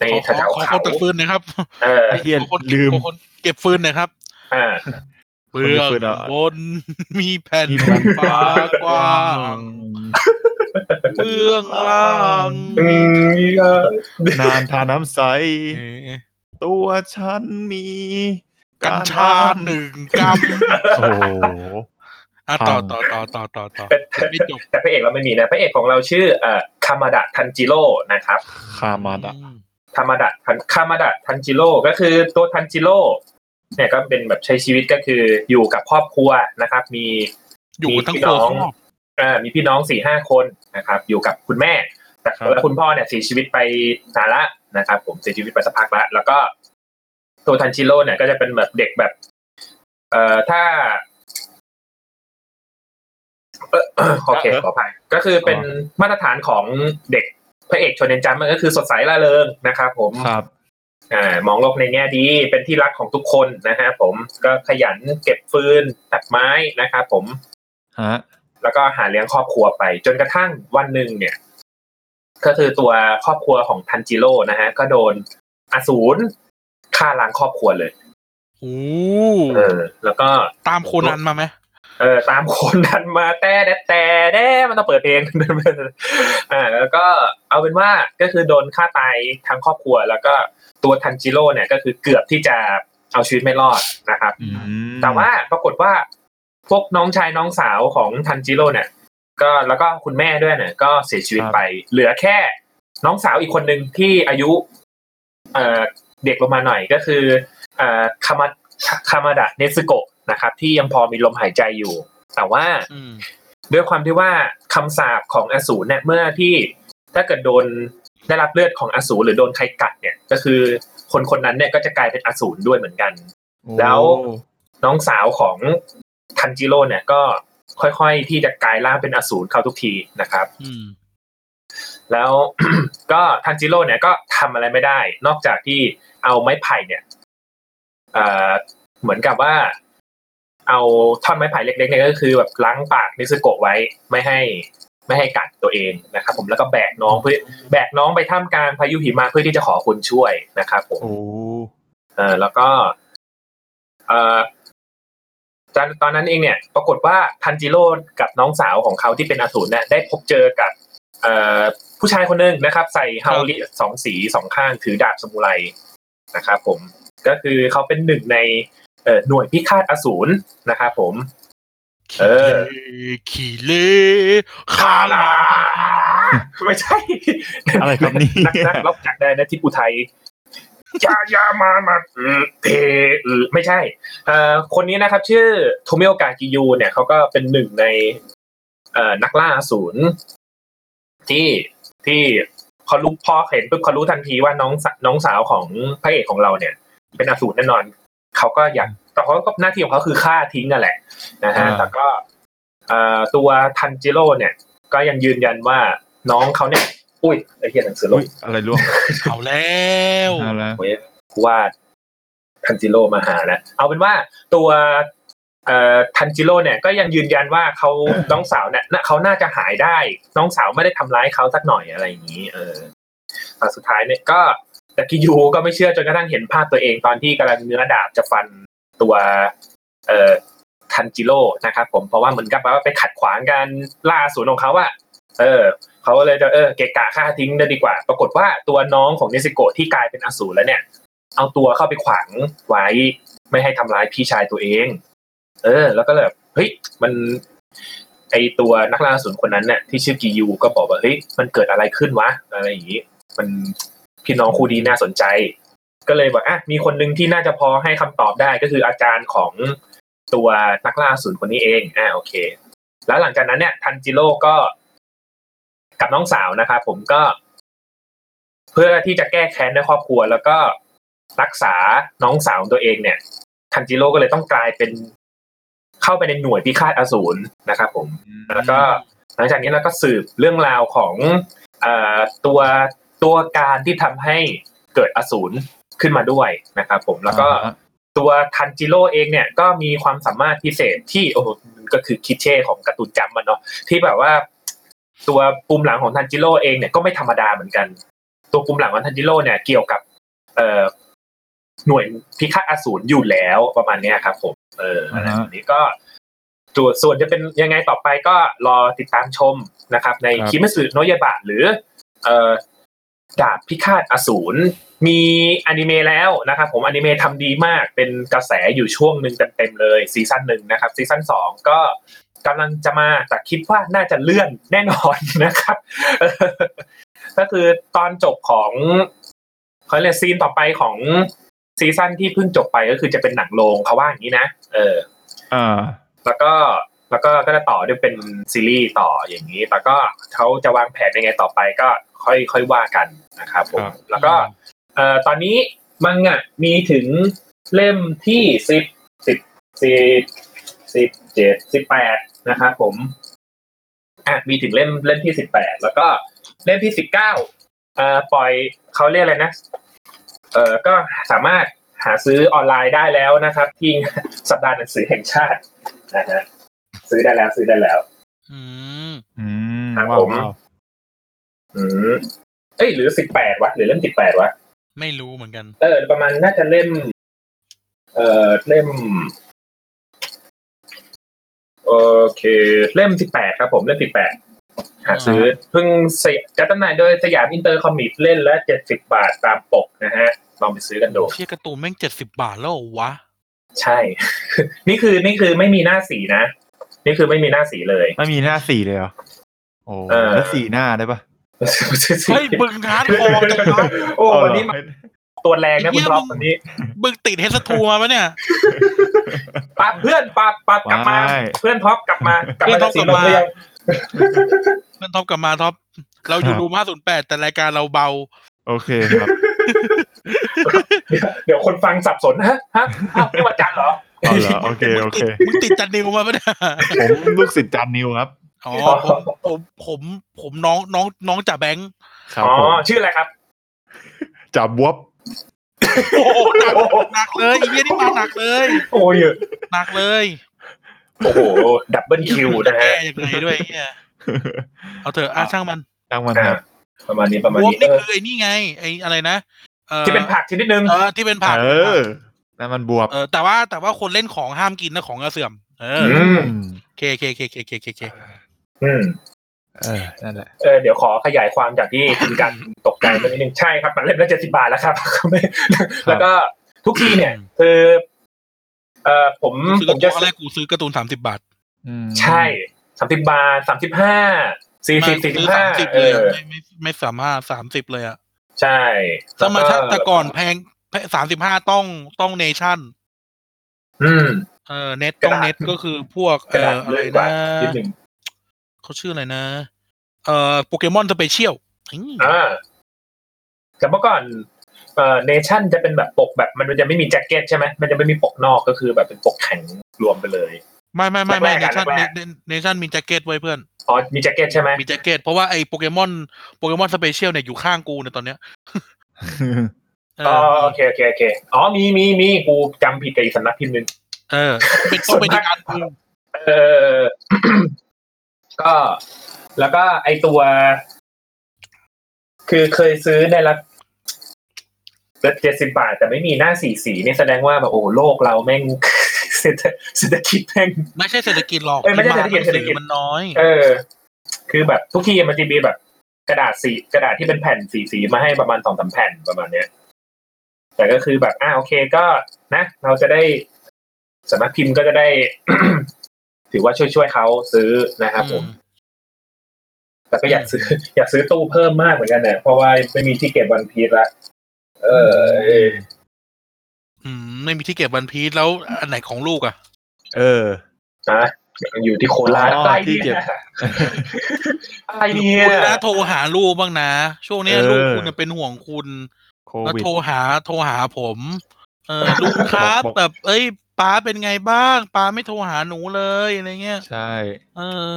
Speaker 4: ใน
Speaker 2: ขอ
Speaker 4: แถว
Speaker 2: ขอ
Speaker 4: ๆ
Speaker 2: ค
Speaker 4: เขา
Speaker 2: นตัดฟืนหนะครับ
Speaker 4: เออ
Speaker 5: ไอ้เหี้ย
Speaker 2: ขอคน
Speaker 5: ลืม
Speaker 2: ขอคนเก็บฟืนหนะครับ
Speaker 4: อ่า
Speaker 2: เปลือก
Speaker 5: คนเก็บฟืนเหรอ
Speaker 2: บน มีแผ่น
Speaker 5: มีแผ่น
Speaker 2: ฟ้ากว้างเบื้องล่าง
Speaker 4: อืมก็
Speaker 5: นานทาน้ำใส
Speaker 2: เอ๊ะ
Speaker 5: ตัวฉันมี
Speaker 2: กัญชาหนึ่งกรัม
Speaker 5: โอ้โห
Speaker 2: อ่ะต่อต่อต่อต่อต่อต่อไม่จบ
Speaker 4: แต่พระเอกเราไม่มีนะพระเอกของเราชื่อเอ่อคามาดะทันจิโร่นะครับ
Speaker 5: คามาดะ
Speaker 2: อืม
Speaker 4: คามาดะทันคามาดะทันจิโร่ก็คือตัวทันจิโร่เนี่ยก็เป็นแบบใช้ชีวิตก็คืออยู่กับครอบครัวนะครับ มี
Speaker 2: อยู่
Speaker 4: มี
Speaker 2: กันทั้ง
Speaker 4: พี่
Speaker 2: ครั
Speaker 4: น้
Speaker 2: ว
Speaker 4: อง
Speaker 2: ครอบ
Speaker 4: เอ่อมีพี่น้องสี่ห้าคนนะครับ อยู่กับคุณแม่แต่
Speaker 5: ครับ
Speaker 4: แล้วคุณพ่อเนี่ยเสียชีวิตไปนานละนะครับ ผมเสียชีวิตไปสักพักละแล้วก็ตัวทันจิโร่เนี่ยก็จะเป็นแบบเด็กแบบ เอ่อถ้า เอ่อโอเคขออภัยก็คือเป็นมาตรฐานของเด็กพระเอกโชนเนนจัมป์มันก็คือสดใสร่าเริงนะครับผม
Speaker 5: ครับ
Speaker 4: อ่ามองโลกในแง่ดี เป็นที่รักของทุกคนนะฮะผมก็ขยันเก็บฟืนตัดไม้นะครับผม
Speaker 5: ฮะ
Speaker 4: แล้วก็หาเลี้ยงครอบครัวไป จนกระทั่งวันหนึ่งเนี่ย ก็คือตัวครอบครัวของทันจิโร่นะฮะ ก็โดนอสูรฆ่าล้างครอบครัวเลย
Speaker 2: โอ้
Speaker 4: เออ แล้วก็
Speaker 2: ตามโคนันมาไหม
Speaker 4: เออตามคนดันมาแต่แต่แต่แด่มันต้องเปิด เพลง อ่าแล้วก็เอาเป็นว่าก็คือโดนฆ่าตายทั้งครอบครัว แล้วก็ตัวทันจิโร่เนี่ยก็คือเกือบที่จะ เอาชีวิตไม่รอดนะครับ
Speaker 5: อืม
Speaker 4: แต่ว่าปรากฏว่าพวกน้องชายน้องสาวของทันจิโร่เนี่ย ก็แล้วก็คุณแม่ด้วยเนี่ย ก็เสียชีวิตไป เหลือแค่น้องสาวอีกคนหนึ่งที่อายุ เอ่อเด็กลงมาหน่อยก็คือ เอ่อคามาคามาดะเนซึโกะนะครับ ที่ยังพอมีลมหายใจอยู่ แต่ว่า
Speaker 2: อืม
Speaker 4: ด้วยความที่ว่าคำสาปของอสูรเนี่ยเมื่อที่ถ้าเกิดโดนได้รับเลือดของอสูรหรือโดนใครกัดเนี่ย ก็คือคนคนนั้นเนี่ยก็จะกลายเป็นอสูรด้วยเหมือนกัน แล้ว
Speaker 5: โอ้
Speaker 4: น้องสาวของทันจิโร่เนี่ยก็ค่อยๆที่จะกลายร่างเป็นอสูรเข้าทุกทีนะครับ
Speaker 2: อืม
Speaker 4: แล้ว ก็ทันจิโร่เนี่ยก็ทำอะไรไม่ได้ นอกจากที่เอาไม้ไผ่เนี่ยเอ่อเหมือนกับว่า เอาท่อนไม้ไผ่เล็กๆเนี่ยก็คือแบบล้างปากนิสโกะไว้ไม่ให้ ไม่ให้กัดตัวเองนะครับ ผมแล้วก็แบกน้องเพื่อแบกน้องไปท่ามกลางพายุหิมะเพื่อที่จะขอคนช่วยนะครับผม
Speaker 5: โอ้
Speaker 4: เออแล้วก็เออตอนตอนนั้นเองเนี่ย ปรากฏว่าทันจิโร่กับน้องสาวของเขาที่เป็นอสูรเนี่ยได้พบเจอกับ เอ่อผู้ชายคนหนึ่งนะครับ ใส่ฮาลิสองสีสองข้างถือดาบสมุไรนะครับผมก็คือเขาเป็นหนึ่งในเอ่อหน่วยพิฆาตอสูรนะครับผม เออ
Speaker 2: ขี่เลขี่เลคาลา
Speaker 4: ไม่ใช่
Speaker 5: อะไรครับนี่
Speaker 4: นักนักรบจากแดนอาทิตย์อุทัยยายามามาอืมเทอืมไม่ใช่ เอ่อคนนี้นะครับ ชื่อโทมิโอกากิยู เนี่ยเขาก็เป็นหนึ่งใน เอ่อนักล่าอสูรที่ที่พอรู้พอเห็นปุ๊บเขารู้ทันทีว่าน้องสน้องสาวของพระเอกของเราเนี่ย เป็นอสูรแน่นอน เขาก็อยากแต่เขาก็หน้าที่ของเขาคือฆ่าทิ้งนั่นแหละนะฮะ
Speaker 5: อ่า
Speaker 4: แต่ก็เอ่อตัวทันจิโร่เนี่ย ก็ยังยืนยันว่าน้องเขาเนี่ย อุ้ยไอ้เหี้ยหนังสือล
Speaker 5: อุ๊
Speaker 4: ง
Speaker 5: ยอะไรร่วง
Speaker 2: เอาแล้ว
Speaker 5: เอาละ
Speaker 4: เว้ยกูว่าทันจิโร่มาหาแล้วเอาเป็นว่าตัวเอ่อทันจิโร่เนี่ย ก็ยังยืนยันว่าเขา น้องสาวเนี่ยน่ะเขาน่าจะหายได้ น้องสาวไม่ได้ทำร้ายเขาสักหน่อยอะไรอย่างนี้ เออแต่สุดท้ายเนี่ยก็ตะกิยูก็ไม่เชื่อจนกระทั่งเห็นภาพตัวเองตอนที่กำลังเนื้อดาบจะฟันตัว เอ่อทันจิโร่นะครับผมเพราะว่าเหมือนกับว่าไปขัดขวางการล่าอสูนของเขาอะเออ เขาก็เลยจะเออเกะกะฆ่าทิ้งเลยดีกว่า ปรากฏว่าตัวน้องของเนซิโกะที่กลายเป็นอสูรแล้วเนี่ย เอาตัวเข้าไปขวางไว้ ไม่ให้ทำร้ายพี่ชายตัวเอง เออ แล้วก็เลยแบบเฮ้ยมัน ไอตัวนักล่าอสูรคนนั้นเนี่ยที่ชื่อกิยูก็บอกว่าเฮ้ยมันเกิดอะไรขึ้นวะอะไรอย่างนี้ มันพี่น้องคู่ดีน่าสนใจ ก็เลยบอกอ่ะมีคนหนึ่งที่น่าจะพอให้คำตอบได้ก็คืออาจารย์ของตัวนักล่าอสูรคนนี้เองอ่ะโอเค แล้วหลังจากนั้นเนี่ยทันจิโร่ก็ กับน้องสาวนะครับผมก็ เพื่อที่จะแก้แค้นในครอบครัว แล้วก็รักษาน้องสาวของตัวเองเนี่ย ทันจิโร่ก็เลยต้องกลายเป็นเข้าไปในหน่วยพิฆาตอสูรนะครับผม แล้วก็หลังจากนี้เราก็สืบเรื่องราวของเออตัวตัวการที่ทำให้เกิดอสูรขึ้นมาด้วยนะครับผมแล้วก็
Speaker 5: อ่าฮะ
Speaker 4: ตัวทันจิโร่เองเนี่ยก็มีความสามารถพิเศษที่โอ้โหมันก็คือคิดเช่ของการ์ตูนจำมันเนาะที่แบบว่า ตัวปุ่มหลังของทันจิโร่เองเนี่ยก็ไม่ธรรมดาเหมือนกัน ตัวปุ่มหลังของทันจิโร่เนี่ยเกี่ยวกับ เอ่อหน่วยพิฆาตอสูรอยู่แล้วประมาณเนี้ยครับผมเอออะไรแบบนี้ก็ตัวส่วนจะเป็นยังไงต่อไปก็รอติดตามชมนะครับ ใน
Speaker 5: ครับ
Speaker 4: คิมสึโนยบะหรือ เอ่อดาบพิฆาตอสูรมีอนิเมะแล้วนะครับผมอนิเมะทำดีมากเป็นกระแสอยู่ช่วงหนึ่งเต็มๆเลยซีซั่นหนึ่งนะครับซีซั่นสองก็กำลังจะมาแต่คิดว่าน่าจะเลื่อนแน่นอนนะครับ ก็คือตอนจบของเขาเรียกซีนต่อไปของซีซั่นที่เพิ่งจบไปก็คือจะเป็นหนังโรงเขาว่าอย่างนี้นะเออ
Speaker 5: อ่า
Speaker 4: แล้วก็แล้วก็ก็จะต่อด้วยเป็นซีรีส์ต่ออย่างนี้ แล้วก็เขาจะวางแผนยังไงต่อไปก็ค่อยค่อยว่ากันนะครับผ
Speaker 5: ค
Speaker 4: ม
Speaker 5: รับ
Speaker 4: แล้วก็เอ่อตอนนี้มังงะมีถึงเล่มที่สิบสิบสิบสิบเจ็ดสิบแปดนะครับผมอ่ะมีถึงเล่มเล่มที่สิบแปดแล้วก็เล่มที่สิบเก้าเอ่อปล่อยเขาเรียกอะไรนะ เอ่อก็สามารถหาซื้อออนไลน์ได้แล้วนะครับ ที่ สัปดาห์หนังสือแห่งชาติ นะฮะซื้อได้แล้วซื้อได้แล้ว
Speaker 2: อืม
Speaker 5: อืม
Speaker 4: ครับ
Speaker 5: ว้าว
Speaker 4: ผม
Speaker 5: ว้าว
Speaker 4: อืมเอ้ยหรือสิบแปดวะหรือเล่มสิบแปดวะ
Speaker 2: ไม่รู้เหมือนกัน
Speaker 4: เออประมาณน่าจะเล่ม เอ่อเล่ม โอเค เล่มสิบแปดครับผมเล่มสิบแปด หาซื้อเพิ่งสยจัดจำหน่ายโดยสยามอินเตอร์คอมิกเล่นละเจ็ดสิบบาทตามปกนะฮะ ลองไปซื้อกันดู
Speaker 2: เชี่ยการ์ตูนแม่งเจ็ดสิบบาทแล้วเหรอวะ
Speaker 4: ใช่ นี่คือนี่คือไม่มีหน้าสีนะ นี่คือไม่มีหน้าสีเลย
Speaker 5: ไม่มีหน้าสี่เลยเหรอโอ้
Speaker 4: เออ
Speaker 5: แล้วสี่หน้าได้ปะ
Speaker 2: เฮ้ยบึงฮาร์ดคอร์จังวะ
Speaker 4: โอ้
Speaker 5: เออ
Speaker 4: วันนี้มาตัวแรงนะคุณท็อปวันนี้
Speaker 2: บึงติดเฮสทูมาปะเนี่ย
Speaker 4: ปาเพื่อนปาปากลับมา
Speaker 5: ไม่
Speaker 4: เพื่อนท็อปกลับมากลับมาจากสีลมเรียง
Speaker 2: เพื่อนท็อปกลับมาท็อป เราอยู่รูม 508 แต่รายการเราเบา
Speaker 5: โอเคครับ
Speaker 4: เดี๋ยวคนฟังสับสนฮะฮะอ้าวไม่มาจันเหรอ
Speaker 5: เอาเหรอโอเคโอเค
Speaker 2: มึงติดจันนิวมาปะเนี่ย
Speaker 5: ผมลูกศิษย์จานนิวครับ
Speaker 2: อ๋อผมผมผมผมน้องน้องน้องจ่าแบงค์
Speaker 5: ครับ
Speaker 4: อ๋อ
Speaker 5: ผม
Speaker 4: ชื่ออะไรครับ
Speaker 5: จับวบ
Speaker 2: โอ้โหหนักเลยไอ้เหี้ยนี่มาหนักเลย
Speaker 4: โอ้ย
Speaker 2: หนักเลย
Speaker 4: โอ้โห ดับเบิลคิวนะฮะ
Speaker 2: แก้ยังไงด้วยไอ้เหี้ยเอาเถอะอ่ะช่างมัน
Speaker 5: ตั้งวันครับ
Speaker 4: ประมาณนี้ประมาณ
Speaker 2: วอม
Speaker 4: นี้
Speaker 2: นี่
Speaker 4: เออ
Speaker 2: คือไอ้นี่ไง ไอ้อะไรนะอ่อ
Speaker 4: ที่เป็นผักชนิดนึง
Speaker 2: เออที่เป็นผัก
Speaker 5: เออนั่นมันบวบ
Speaker 2: เออแต่ว่าแต่ว่าคนเล่นของห้ามกินนะของจะเสื่อม เออ
Speaker 4: ม
Speaker 5: อืม
Speaker 2: เคเคเคเคเคเคเค
Speaker 4: อืม
Speaker 5: เออนั่นแหละ
Speaker 4: เออเดี๋ยวขอขยายความจากที่คุณกันตกใจไปนิดนึงใช่ครับมันเล่มละเจ็ดสิบาทแล้วครับ แล้วก็ทุกทีเนี่ยคือเออผม
Speaker 2: ซื้อ
Speaker 4: ผ
Speaker 2: กาม ร์ตู
Speaker 4: จะ
Speaker 2: นตอนแรกกูซื้อการ์ตูนสามสิบบาท
Speaker 5: อืม
Speaker 4: ใช่สามสิบบาทสามสิบห้าสี่สิบสี่สิบห้า
Speaker 2: สามสิบ
Speaker 4: เอ
Speaker 2: เลย
Speaker 4: อ
Speaker 2: อะไม่ไม่ไม่สามห้าสามสิบเลยอ่ะ
Speaker 4: ใช่
Speaker 2: สมัยถ้าแต่
Speaker 4: แล้ว
Speaker 2: ก่อนแพงสามสิบห้าต้องต้องเนชั่น
Speaker 4: อืม
Speaker 2: เออเน็ต
Speaker 4: กระ
Speaker 2: ต้อง
Speaker 4: ดาษ
Speaker 2: เน็ตก็คือพวก
Speaker 4: ก
Speaker 2: เอ
Speaker 4: ระดาษ
Speaker 2: ออะ
Speaker 4: เล
Speaker 2: ไร
Speaker 4: ยกว่า
Speaker 2: นะ
Speaker 4: นิดนึง
Speaker 2: เขาชื่ออะไรนะเอ่อโปเกมอนสเปเชียล
Speaker 4: อ่าแต่เมื่อก่อนเอ่อเนชั่นจะเป็นแบบปกแบบมันจะไม่มีแจ็คเก็ตใช่ไหมมันจะไม่มีปกนอกก็คือแบบเป็นปกแข็งรวมไปเลย
Speaker 2: ไม่ไม่ไม่ไม่
Speaker 4: แร
Speaker 2: เน
Speaker 4: กๆ
Speaker 2: ชั่น
Speaker 4: แรก
Speaker 2: เนชั่นมีแจ็คเก็ตไว้เพื่อน
Speaker 4: อ๋อมีแจ็คเก็ตใช่ไหม
Speaker 2: มีแจ็คเก็ตเพราะว่าไอ้โปเกมอนโปเกมอนสเปเชียลเนี่ยอยู่ข้างกูเนี่ยตอนเนี้ยเอ
Speaker 4: อ๋อ
Speaker 2: อ
Speaker 4: โอเคโอเคโอเคอ๋อมีมีมีกูจำผิดกับอีกสำนักพิมพ์หนึ่ง
Speaker 2: เออเป็นต้องเป็นการกู
Speaker 4: เออ ก็แล้วก็ไอตัว คือเคยซื้อในละเจ็ดสิบบาท แต่ไม่มีหน้าสีสีนี่แสดงว่าแบบโอ้โลกเราแม่ง เศรษฐเศรษฐกิจแม่ง
Speaker 2: ไม่ใช่เศรษฐกิจหรอก
Speaker 4: เอ้ยไม่ใช่เศรษฐกิจ
Speaker 2: ที่มาหนังสือ
Speaker 4: เศรษฐกิจ
Speaker 2: มันน้อย
Speaker 4: เออ คือแบบทุกทีมันจะมีแบบ กระดาษสีกระดาษที่เป็นแผ่นสีสีมาให้ประมาณสองสามแผ่นประมาณเนี้ย แต่ก็คือแบบอ่าโอเคก็นะ เราจะได้สำนักพิมพ์ก็จะได้ ถือว่าช่วยช่วยๆเขาซื้อนะครับผม แต่ก็อยากซื้อ อยากซื้อตู้เพิ่มมากเหมือนกันเนี่ยเพราะว่าไม่มีที่เก็บวันพีซละเออเออ
Speaker 2: อืมไม่มีที่เก็บวันพีซแล้วอันไหนของลูกอ่ะ
Speaker 5: เออ
Speaker 4: นะอยู่ที่โคราช
Speaker 5: อ๋อ
Speaker 4: อะไร
Speaker 5: ที่เก็
Speaker 4: เนี่
Speaker 5: บ
Speaker 4: ยอะไรเนี่ย
Speaker 2: คุณนะโทรหาลูกบ้างนะ ช่วงเนี้ย
Speaker 5: เออ
Speaker 2: ลูกคุณน่ะเป็นห่วงคุณ
Speaker 5: โค
Speaker 2: แล้ว
Speaker 5: วิด
Speaker 2: โทรหาโทรหาผม เออ ลูกครับ
Speaker 5: บอก
Speaker 2: แบบ เอ้ยป้าเป็นไงบ้างป้าไม่โทรหาหนูเลยอะไรเงี้ย
Speaker 5: ใช่
Speaker 2: เออ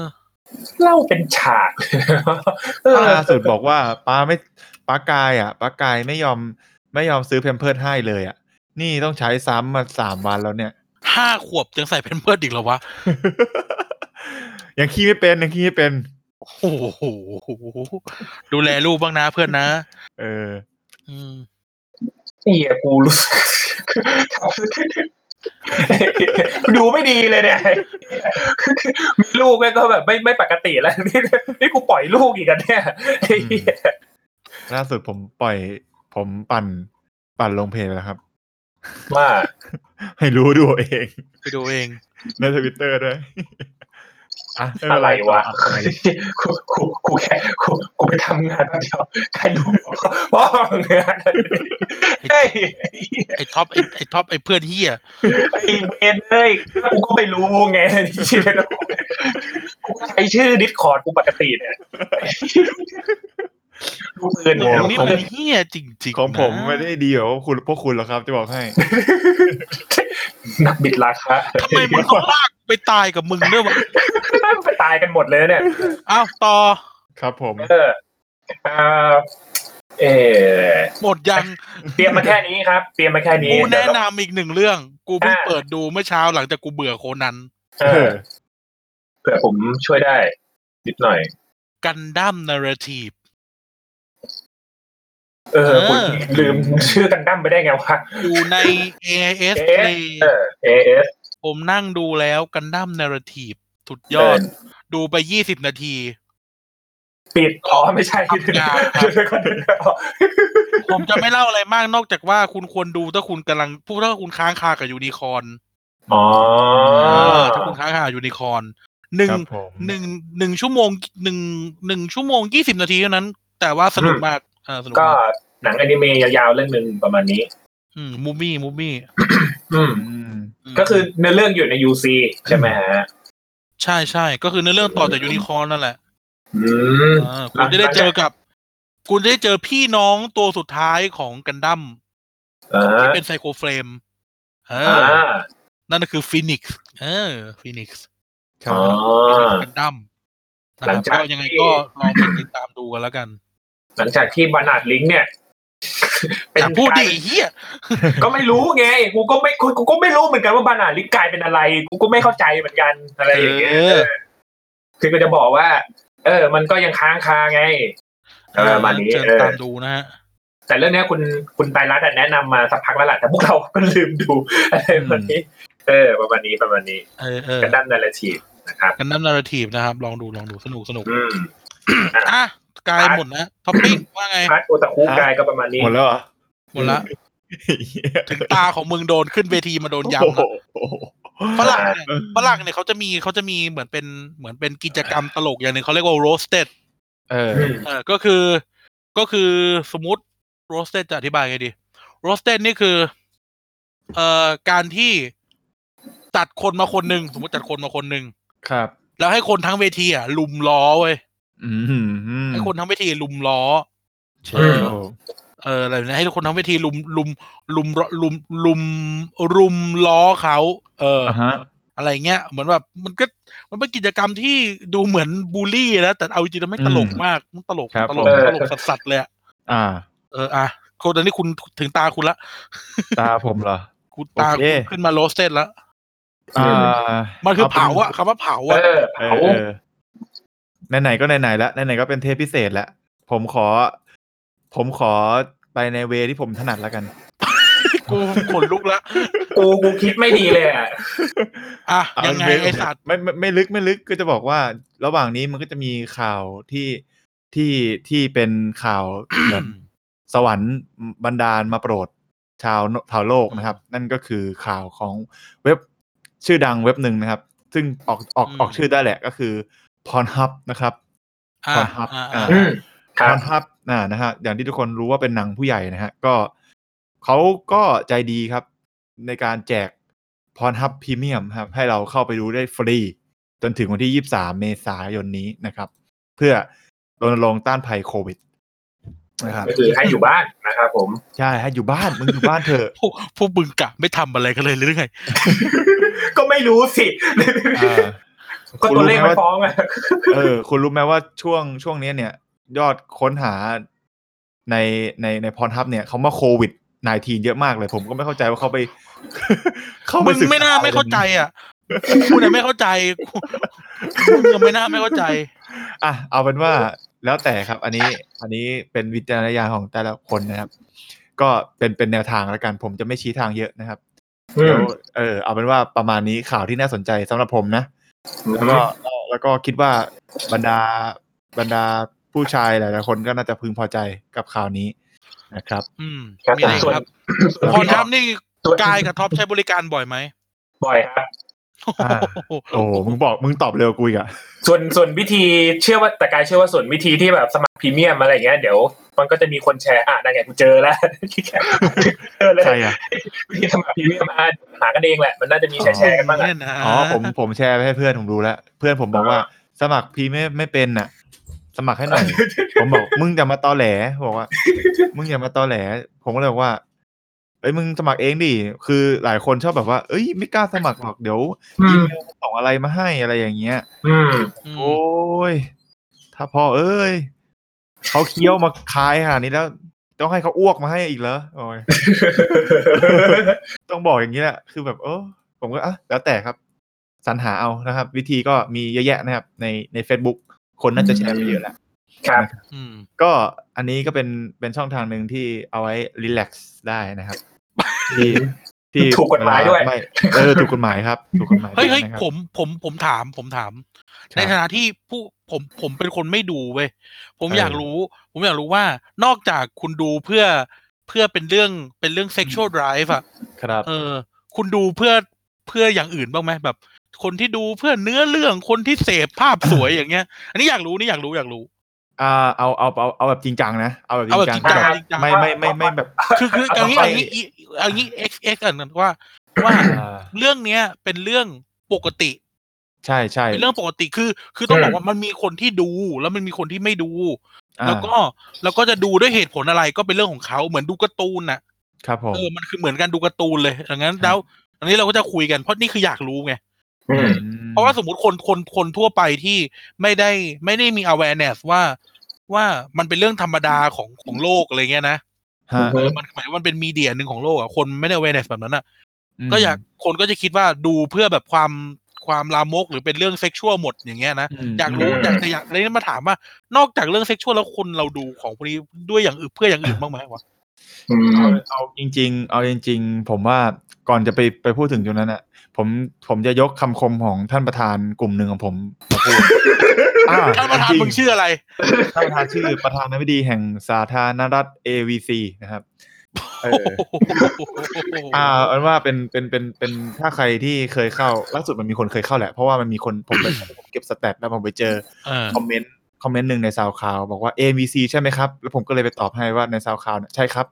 Speaker 4: เล่าเป็นฉาก เออ
Speaker 5: ล่าสุดบอกว่าป้าไม่ป้ากายอ่ะป้ากายไม่ยอมไม่ยอมซื้อเพมเพิร์ดให้เลยอ่ะ นี่ต้องใช้ซ้ำมาสามวันแล้ว เนี่ย
Speaker 2: ห้าขวบยังใส่เป็นเพื่อนอีกเหรอวะ
Speaker 5: ยังขี้ไม่เป็นยังขี้ไม่เป็น
Speaker 2: โอ้โหดูแลลูกบ้างนะเพื่อนนะ
Speaker 5: เออ
Speaker 2: อืม
Speaker 4: เหียกูรู้สึก ดูไม่ดีเลยเนี่ยมีลูกแม่งก็แบบไม่ไม่ปกติแล้วนี่นี่กูปล่อยลูกอีกกันเนี่ยไอ้เหี้ย
Speaker 5: ล่าสุดผมปล่อย ผมปั่นปั่นลงเพจแล้วครับ
Speaker 4: ว่า
Speaker 5: ให้รู้ดูเอง
Speaker 2: ไปดูเอง
Speaker 5: ในทวิตเตอร์ด้วยอ่ะม่
Speaker 4: อะ
Speaker 5: เป็น
Speaker 4: ไรวะ
Speaker 5: ต่ออะไร
Speaker 4: กูกูกูแค่กูกูไปทำงานแป๊บเดียวใครดูพ่องานเฮ้ย
Speaker 2: ไอ้ท็อปไอ้ไอ้ท็อปไอ้เพื่อนเฮีย
Speaker 4: ไอ้เบนเอ้ยกูก็ไม่รู้ไงเหี้ยกูใช้ชื่อดิสคอร์ดกูปกติเนี่ยลูกเพื่อน
Speaker 2: ห
Speaker 4: เนี่ย
Speaker 2: นูนี่มันเฮียจริงๆ
Speaker 5: ของผม
Speaker 2: นะ
Speaker 5: ไม่ได้ดีแบบว่าคุณพวกคุณหรอกครับ จะบอกให้
Speaker 4: นักบิดราคา
Speaker 2: ทำไมมึงต้องลากไปตายกับมึงด้วยวะ
Speaker 4: ไปตายกันหมดเลยเนี่ย
Speaker 2: อ้าวต่อ
Speaker 5: ครับผม
Speaker 4: เออเอ่อเอ่อ
Speaker 2: หมดยัง
Speaker 4: เตรียมมาแค่นี้ครับ เตรียมมาแค่นี้
Speaker 2: กู
Speaker 4: เดี๋
Speaker 2: แนะ
Speaker 4: ยวเรา
Speaker 2: นำอีกหนึ่งเรื่อง กูเพิ่ง
Speaker 4: อ่า
Speaker 2: เปิดดูเมื่อเช้าหลังจากกูเบื่อโคนัน
Speaker 4: เอ
Speaker 5: เอ
Speaker 4: อ
Speaker 5: อ
Speaker 4: เผื่อผมช่วยได้นิดหน่อย
Speaker 2: กันดั้มนาร์ทีฟ
Speaker 4: เออ
Speaker 2: เออ
Speaker 4: คุณลืมชื่อกันดั้มไปได้ไงวะ
Speaker 2: อยู่ใน AIS
Speaker 4: เอ๊ะ
Speaker 2: ใน
Speaker 4: เออ เอเอส
Speaker 2: ผมนั่งดูแล้วกันดั้มนาร์ทีฟสุดยอด ดูไปยี่สิบนาที
Speaker 4: ปิดอ๋อไม่ใช่
Speaker 2: ครับยาวครับ
Speaker 4: เดี๋ยวก่อนเดี๋ยวก่อน
Speaker 2: ผมจะไม่เล่าอะไรมากนอกจากว่าคุณควรดูถ้าคุณกำลังพูดถ้าคุณค้างคากับยูนิคอร์น
Speaker 4: อ๋อ
Speaker 2: เออถ้าคุณค้างคากับยูนิคอร์นหนึ่ง
Speaker 5: ครับผม
Speaker 2: หนึ่งหนึ่งชั่วโมงหนึ่งหนึ่งชั่วโมงยี่สิบนาทีเท่านั้น แต่ว่าสนุกมากเออสนุก
Speaker 4: ก็
Speaker 2: มาก
Speaker 4: หนังอนิเมะยาวๆเรื่องหนึ่งประมาณนี้
Speaker 2: มูมี่มูมี่
Speaker 4: อืม
Speaker 5: อืม
Speaker 4: ก็คือเนื้อเรื่องอยู่ใน UC ใช่ไหมฮะ
Speaker 2: ใช่ใช่ก็คือในเรื่องต่อจากยูนิคอร์นนั่นแหละ
Speaker 4: อืม
Speaker 2: อ่าคุณจะได้เจอกับ คุณจะได้เจอพี่น้องตัวสุดท้ายของกันดั้ม
Speaker 4: อ่า
Speaker 2: ที่เป็นไซโคเฟรมเออ
Speaker 4: อ่
Speaker 2: อา นั่นก็คือฟินิกซ์เออฟินิกซ์
Speaker 5: ครั
Speaker 4: อ๋อ
Speaker 5: บ
Speaker 2: กันดั้มนะ
Speaker 4: หลั
Speaker 2: ค
Speaker 4: ง
Speaker 2: รับ
Speaker 4: จาก
Speaker 2: ก็ยังไงก็ล
Speaker 4: ที่
Speaker 2: องไปติดตามดูกันแล้วกัน
Speaker 4: หลังจากที่บานาดลิงก์เนี่ย เป็น
Speaker 2: แต่พูดดิ
Speaker 4: กลาย
Speaker 2: เฮีย
Speaker 4: ก็ไม่รู้ไง กูก็ไม่กูก็ไม่รู้เหมือนกันว่าบานาดลิงก์กลายเป็นอะไร กูก็ไม่เข้าใจเหมือนกันอะไรอย่างเงี้ย
Speaker 2: เออ
Speaker 4: คือก็จะบอกว่า เออ มันก็ยังค้างคาไง เออประมาณนี้
Speaker 2: เจอ
Speaker 4: เออ
Speaker 2: ตามดูนะฮะ
Speaker 4: แต่เรื่องเนี้ยคุณคุณไตรรัตน์อะแนะนำมาสักพักแล้วแหละแต่พวกเราก็ลืมดู อะไรประมาณนี้ เออ ประมาณนี้ประมาณนี้
Speaker 2: เออเออก
Speaker 4: ระดั้นนาราทีฟนะครับ
Speaker 2: กันดั้มนาราทีฟนะครับ ลองดูลองดูสนุกสนุก
Speaker 4: อืม
Speaker 2: อ่ะกายหมดนะท็อปปิ้งว่าไง
Speaker 4: พาร์ทโอตาคุ
Speaker 5: ครับ
Speaker 4: กายก็ประมาณนี้
Speaker 5: หมดแล้วเหรอ
Speaker 2: หมดละถึงตาของมึงโดนขึ้นเวทีมาโดนยำ
Speaker 5: โอ้
Speaker 2: ละ
Speaker 5: โหโอ้โห
Speaker 2: ฝรั่งเนี่ยฝรั่งเนี่ยเขาจะมีเขาจะมีเหมือนเป็นเหมือนเป็นกิจกรรมตลกอย่างหนึ่งเขาเรียกว่า roasted
Speaker 5: เออ
Speaker 2: เออก็คือก็คือสมมติ roasted จะอธิบายไงดี roasted นี่คือเอ่อการที่ตัดคนมาคนหนึ่งสมมติตัดคนมาคนหนึ่ง
Speaker 5: ครับ
Speaker 2: แล้วให้คนทั้งเวทีอ่ะลุมล้อเว้ย
Speaker 5: อืม
Speaker 2: ให้คนทั้งเวทีลุมล้อ
Speaker 5: เชี่ยว
Speaker 2: เอออะไรแบบนะให้คนทั้งเวทีลุมลุมลุมลุมลุมลุมล้อเขาเอออ
Speaker 5: อ่ะฮะ
Speaker 2: อะไรเงี้ยเหมือนแบบมันก็มันเป็นกิจกรรมที่ดูเหมือนบูลลี่นะแต่เอาจริงๆแล้วไม่ตลกมากมันตลก
Speaker 5: ครับ
Speaker 2: ตลก
Speaker 5: ผม
Speaker 2: ตลกสัสๆเลยอะ
Speaker 5: อ่า
Speaker 2: เอออ่ะโคนตอนนี้คุณถึงตาคุณละ
Speaker 5: ตาผมเหรอ
Speaker 2: คุณตา
Speaker 5: โอเค
Speaker 2: คุณขึ้นมาโรสเต้นแล้ว
Speaker 5: อ่า
Speaker 2: มั
Speaker 5: มัน
Speaker 2: คือเผาอะคำว่าเผา
Speaker 4: เอ
Speaker 2: อะ
Speaker 4: อเผา
Speaker 5: ไหนๆก็ไหนๆแล้วไหนๆก็เป็นเทปพิเศษแล้วผมขอ ผมขอไปในเวที่ผมถนัดแล้วกัน
Speaker 2: กูขนลุกละ
Speaker 4: กูกูคิดไม่ดีเลยอ่ะ
Speaker 2: อ่ะ
Speaker 5: เอา
Speaker 2: ยังไง
Speaker 5: เว้ย
Speaker 2: ไอสัตว์
Speaker 5: ไม่ไม่ไม่ลึกไม่ลึกก็จะบอกว่า ระหว่างนี้มันก็จะมีข่าวที่ที่ที่เป็น ข่าวเหมือน สวรรค์บันดาลมาโปรด ชาวชาวโลกนะครับ นั่นก็คือข่าวของเว็บชื่อดังเว็บหนึ่งนะครับ ซึ่งออกออกออกชื่อได้แหละก็คือ Pornhub นะครับ
Speaker 2: อ่ะ
Speaker 5: ก่อนครับ
Speaker 2: อ่ะ
Speaker 5: อ่ะ
Speaker 2: อ่ะ
Speaker 4: อืม ค
Speaker 5: พ
Speaker 4: รับ
Speaker 5: รทับนะนะฮะอย่างที่ทุกคนรู้ว่าเป็นหนังผู้ใหญ่นะฮะก็เขาก็ใจดีครับ ในการแจกพรทับพรีเมียมครับ ให้เราเข้าไปดูได้ฟรี จนถึงวันที่ 23 เมษายนนี้นะครับ เพื่อรณรงค์ต้านภัยโควิดนะครับ
Speaker 4: ก็คือให้อยู่บ้านนะครับผม
Speaker 5: ใช่ให้อยู่บ้านมึงอยู่บ้านเถอะ
Speaker 2: พวกพวกบึงกะไม่ทำอะไรกันเลยหรือไง
Speaker 4: ก็ไม่รู้สิ
Speaker 5: อ่า
Speaker 4: ก็ตัวเลข
Speaker 5: คุณรู้ไหม
Speaker 4: ไม่
Speaker 5: ว่า
Speaker 4: ฟ้องอ่ะ
Speaker 5: เออคุณรู้ไหมว่าช่วงช่วงนี้เนี่ย ยอดค้นหาในในในพรทับเนี่ยเขามาโควิด -19 เยอะมากเลย ผมก็ไม่เข้าใจว่าเขาไป เขาป
Speaker 2: มึง
Speaker 5: ศึกษ
Speaker 2: ไม่น่าไม่เข้าใจ อ่ะกูเนี่ยไม่เข้าใจกูมึงยังไม่น่าไม่เข้าใจ
Speaker 5: อ่ะเอาเป็นว่าแล้วแต่ครับ อันนี้อันนี้เป็นวิจารณญาณของแต่ละคนนะครับ ก็เป็นเป็นแนวทางแล้วกัน ผมจะไม่ชี้ทางเยอะนะครับเดี๋ยวเออเอาเป็นว่าประมาณนี้ข่าวที่น่าสนใจสำหรับผมนะ แล้วก็แล้วก็คิดว่าบรรดาบรรดาผู้ชายหลายๆคนก็น่าจะพึงพอใจกับข่าวนี้นะครับ
Speaker 2: อืม
Speaker 4: ครับ
Speaker 2: มีอะไรอีก
Speaker 4: ส่วน
Speaker 2: ครับ
Speaker 5: แล้ว
Speaker 2: พ
Speaker 5: ก็
Speaker 2: รทับนี่
Speaker 4: ตัว
Speaker 2: กายกับท็อปใช้บริการบ่อยไหม
Speaker 4: บ่อยครับ
Speaker 5: อ่าโอ้โหมึงบอกมึงตอบเร็วกูอีกอะ
Speaker 4: ส่วนส่วนวิธีเชื่อว่าแต่กายเชื่อว่าส่วนวิธีที่แบบสมัครพรีเมียมอะไรอย่างเงี้ยเดี๋ยวมันก็จะมีคนแชร์อ่ะนั่นไงกูเจอแล้ว เจอเลย
Speaker 5: ใช่อะ
Speaker 4: ที่สมัครพรีเมียมอ่ะหากันเองแหละ มันน่าจะมีแชร์แชร์กันบ้างอะ
Speaker 2: เล่นนะ
Speaker 5: อ๋อผมผมแชร์ไปให้เพื่อนผมดูแล้วเพื่อนผมบอกว่าสมัครพีไม่ไม่เป็นน่ะ สมัครให้หน่อย ผมบอกมึงอย่ามาตอแหลบอกว่า มึงอย่ามาตอแหล ผมก็เลยบอกว่าเอ้ยมึงสมัครเองดิคือหลายคนชอบแบบว่า เอ้ยไม่กล้าสมัครหรอกเดี๋ยว
Speaker 4: อื
Speaker 5: อี
Speaker 4: ม
Speaker 5: เมลส่งอะไรมาให้อะไรอย่างเงี้ย
Speaker 4: อืม
Speaker 2: อืม
Speaker 5: โอ้ย ถ้าพ่อเอ้ย เขาเคี้ยวมาคายขนาดนี้แล้ว ต้องให้เขาอ้วกมาให้อีกเหรอโอ้ย ต้องบอกอย่างนี้แหละ คือแบบเออผมก็อ่ะแล้วแต่ครับ สรรหาเอานะครับ วิธีก็มีเยอะแยะนะครับ ในใน Facebook คนน่าจะแชร์ไปเยอะแล้ว
Speaker 4: ครับ
Speaker 2: อืม
Speaker 5: ก็อันนี้ก็เป็นเป็นช่องทางหนึ่งที่เอาไว้รีแลกซ์ได้นะครับ ที่ที่
Speaker 4: ถูกกฎหมายด้วย
Speaker 5: ไเออถูกกฎหมายครับ ถูกกฎหมาย
Speaker 2: เฮ้ยเฮ้ย
Speaker 5: นะครับ
Speaker 2: ผมผมผมถามผมถาม
Speaker 5: ครับ
Speaker 2: ในฐานะที่ผู้ ผมผมเป็นคนไม่ดูเว้ยผม
Speaker 5: เออ
Speaker 2: อ
Speaker 5: อ
Speaker 2: ยากรู้ ผมอยากรู้ว่านอกจากคุณดูเพื่อเพื่อเป็นเรื่องเป็นเรื่อง sexual drive อะ
Speaker 5: ครับ
Speaker 2: เออ คุณดูเพื่อเพื่ออย่างอื่นบ้างไหมแบบ คนที่ดูเพื่อเนื้อเรื่องคนที่เสพภาพสวยอย่างเงี้ย อันนี้อยากรู้นี่อยากรู้อยากรู้
Speaker 5: อ่าเอาเอาเอาเอาแบบจริงจังนะเอาแบบจริงจัง
Speaker 2: เอาแบบจริงจัง
Speaker 5: ไม่ไม่ไม่ไม่ไม่แบบ
Speaker 2: คือคือเอางี้เอางี้อีเอางี้เอ็กเอ็กกันว่าว่า
Speaker 5: อ่า
Speaker 2: เรื่องเนี้ยเป็นเรื่องปกติ
Speaker 5: ใช่ใช่
Speaker 2: เป็นเรื่องปกติคือ คือต้องบอกว่ามันมีคนที่ดูแล้วมันมีคนที่ไม่ดู
Speaker 5: อ่า
Speaker 2: แล้วก็แล้วก็จะดูด้วยเหตุผลอะไรก็เป็นเรื่องของเขาเหมือนดูการ์ตูนน่ะ
Speaker 5: ครับผม
Speaker 2: เออมันคือเหมือนกันดูการ์ตูนเลยดังนั้นแล้วอันนี้เราก็จะคุยกันเพราะนี่คืออยากรู้ไง
Speaker 4: อืม
Speaker 2: เพราะว่าสมมติคนคนคนทั่วไปที่ไม่ได้ไม่ได้มี awareness ว่าว่ามันเป็นเรื่องธรรมดาของของโลกอะไรเงี้ยนะ
Speaker 5: ฮะ
Speaker 2: เออมันหมายว่ามันเป็นมีเดียหนึ่งของโลกอ่ะคนไม่ได้ awareness แบบนั้นอ่ะ
Speaker 5: ม
Speaker 2: ก็อยากคนก็จะคิดว่าดูเพื่อแบบความความลามกหรือเป็นเรื่องเซ็กชวลหมดอย่างเงี้ยนะ
Speaker 5: ม
Speaker 2: อยากรู้
Speaker 4: อืม
Speaker 2: อยากจะอยากเลยมาถามว่านอกจากเรื่องเซ็กชวลแล้วคนเราดูของพวกนี้ด้วยอย่างอื่นเพื่ออย่างอื่นบ้างไหมวะ
Speaker 4: อื
Speaker 5: เอา
Speaker 4: ม
Speaker 5: เอาจริง ๆ เอาจริง ๆ ผมว่าก่อนจะไปไปพูดถึงจุดนั้นอ่ะ ผมผมจะยกคำคมของท่านประธานกลุ่มหนึ่งของผมมา พูดอ่
Speaker 2: ท่านประธาน
Speaker 5: จริง
Speaker 2: มึงชื่ออะไร
Speaker 5: ท่านประธานชื่อประธานาธิบดีแห่งสาธารณรัฐ AVC นะครับเออ อ่าเอาเป็นว่าเป็นเป็นเป็นเป็นถ้าใครที่เคยเข้าล่าสุดมันมีคนเคยเข้าแหละ เพราะว่ามันมีคนผมไป ผมเก็บสแตทแล้วผมไปเจอ
Speaker 2: เออ
Speaker 5: คอมเมนต์คอมเมนต์หนึ่งในซาวคลาวบอกว่า AVC ใช่ไหมครับ แล้วผมก็เลยไปตอบให้ว่าในซาวคลาวเนี่ยใช่ครับ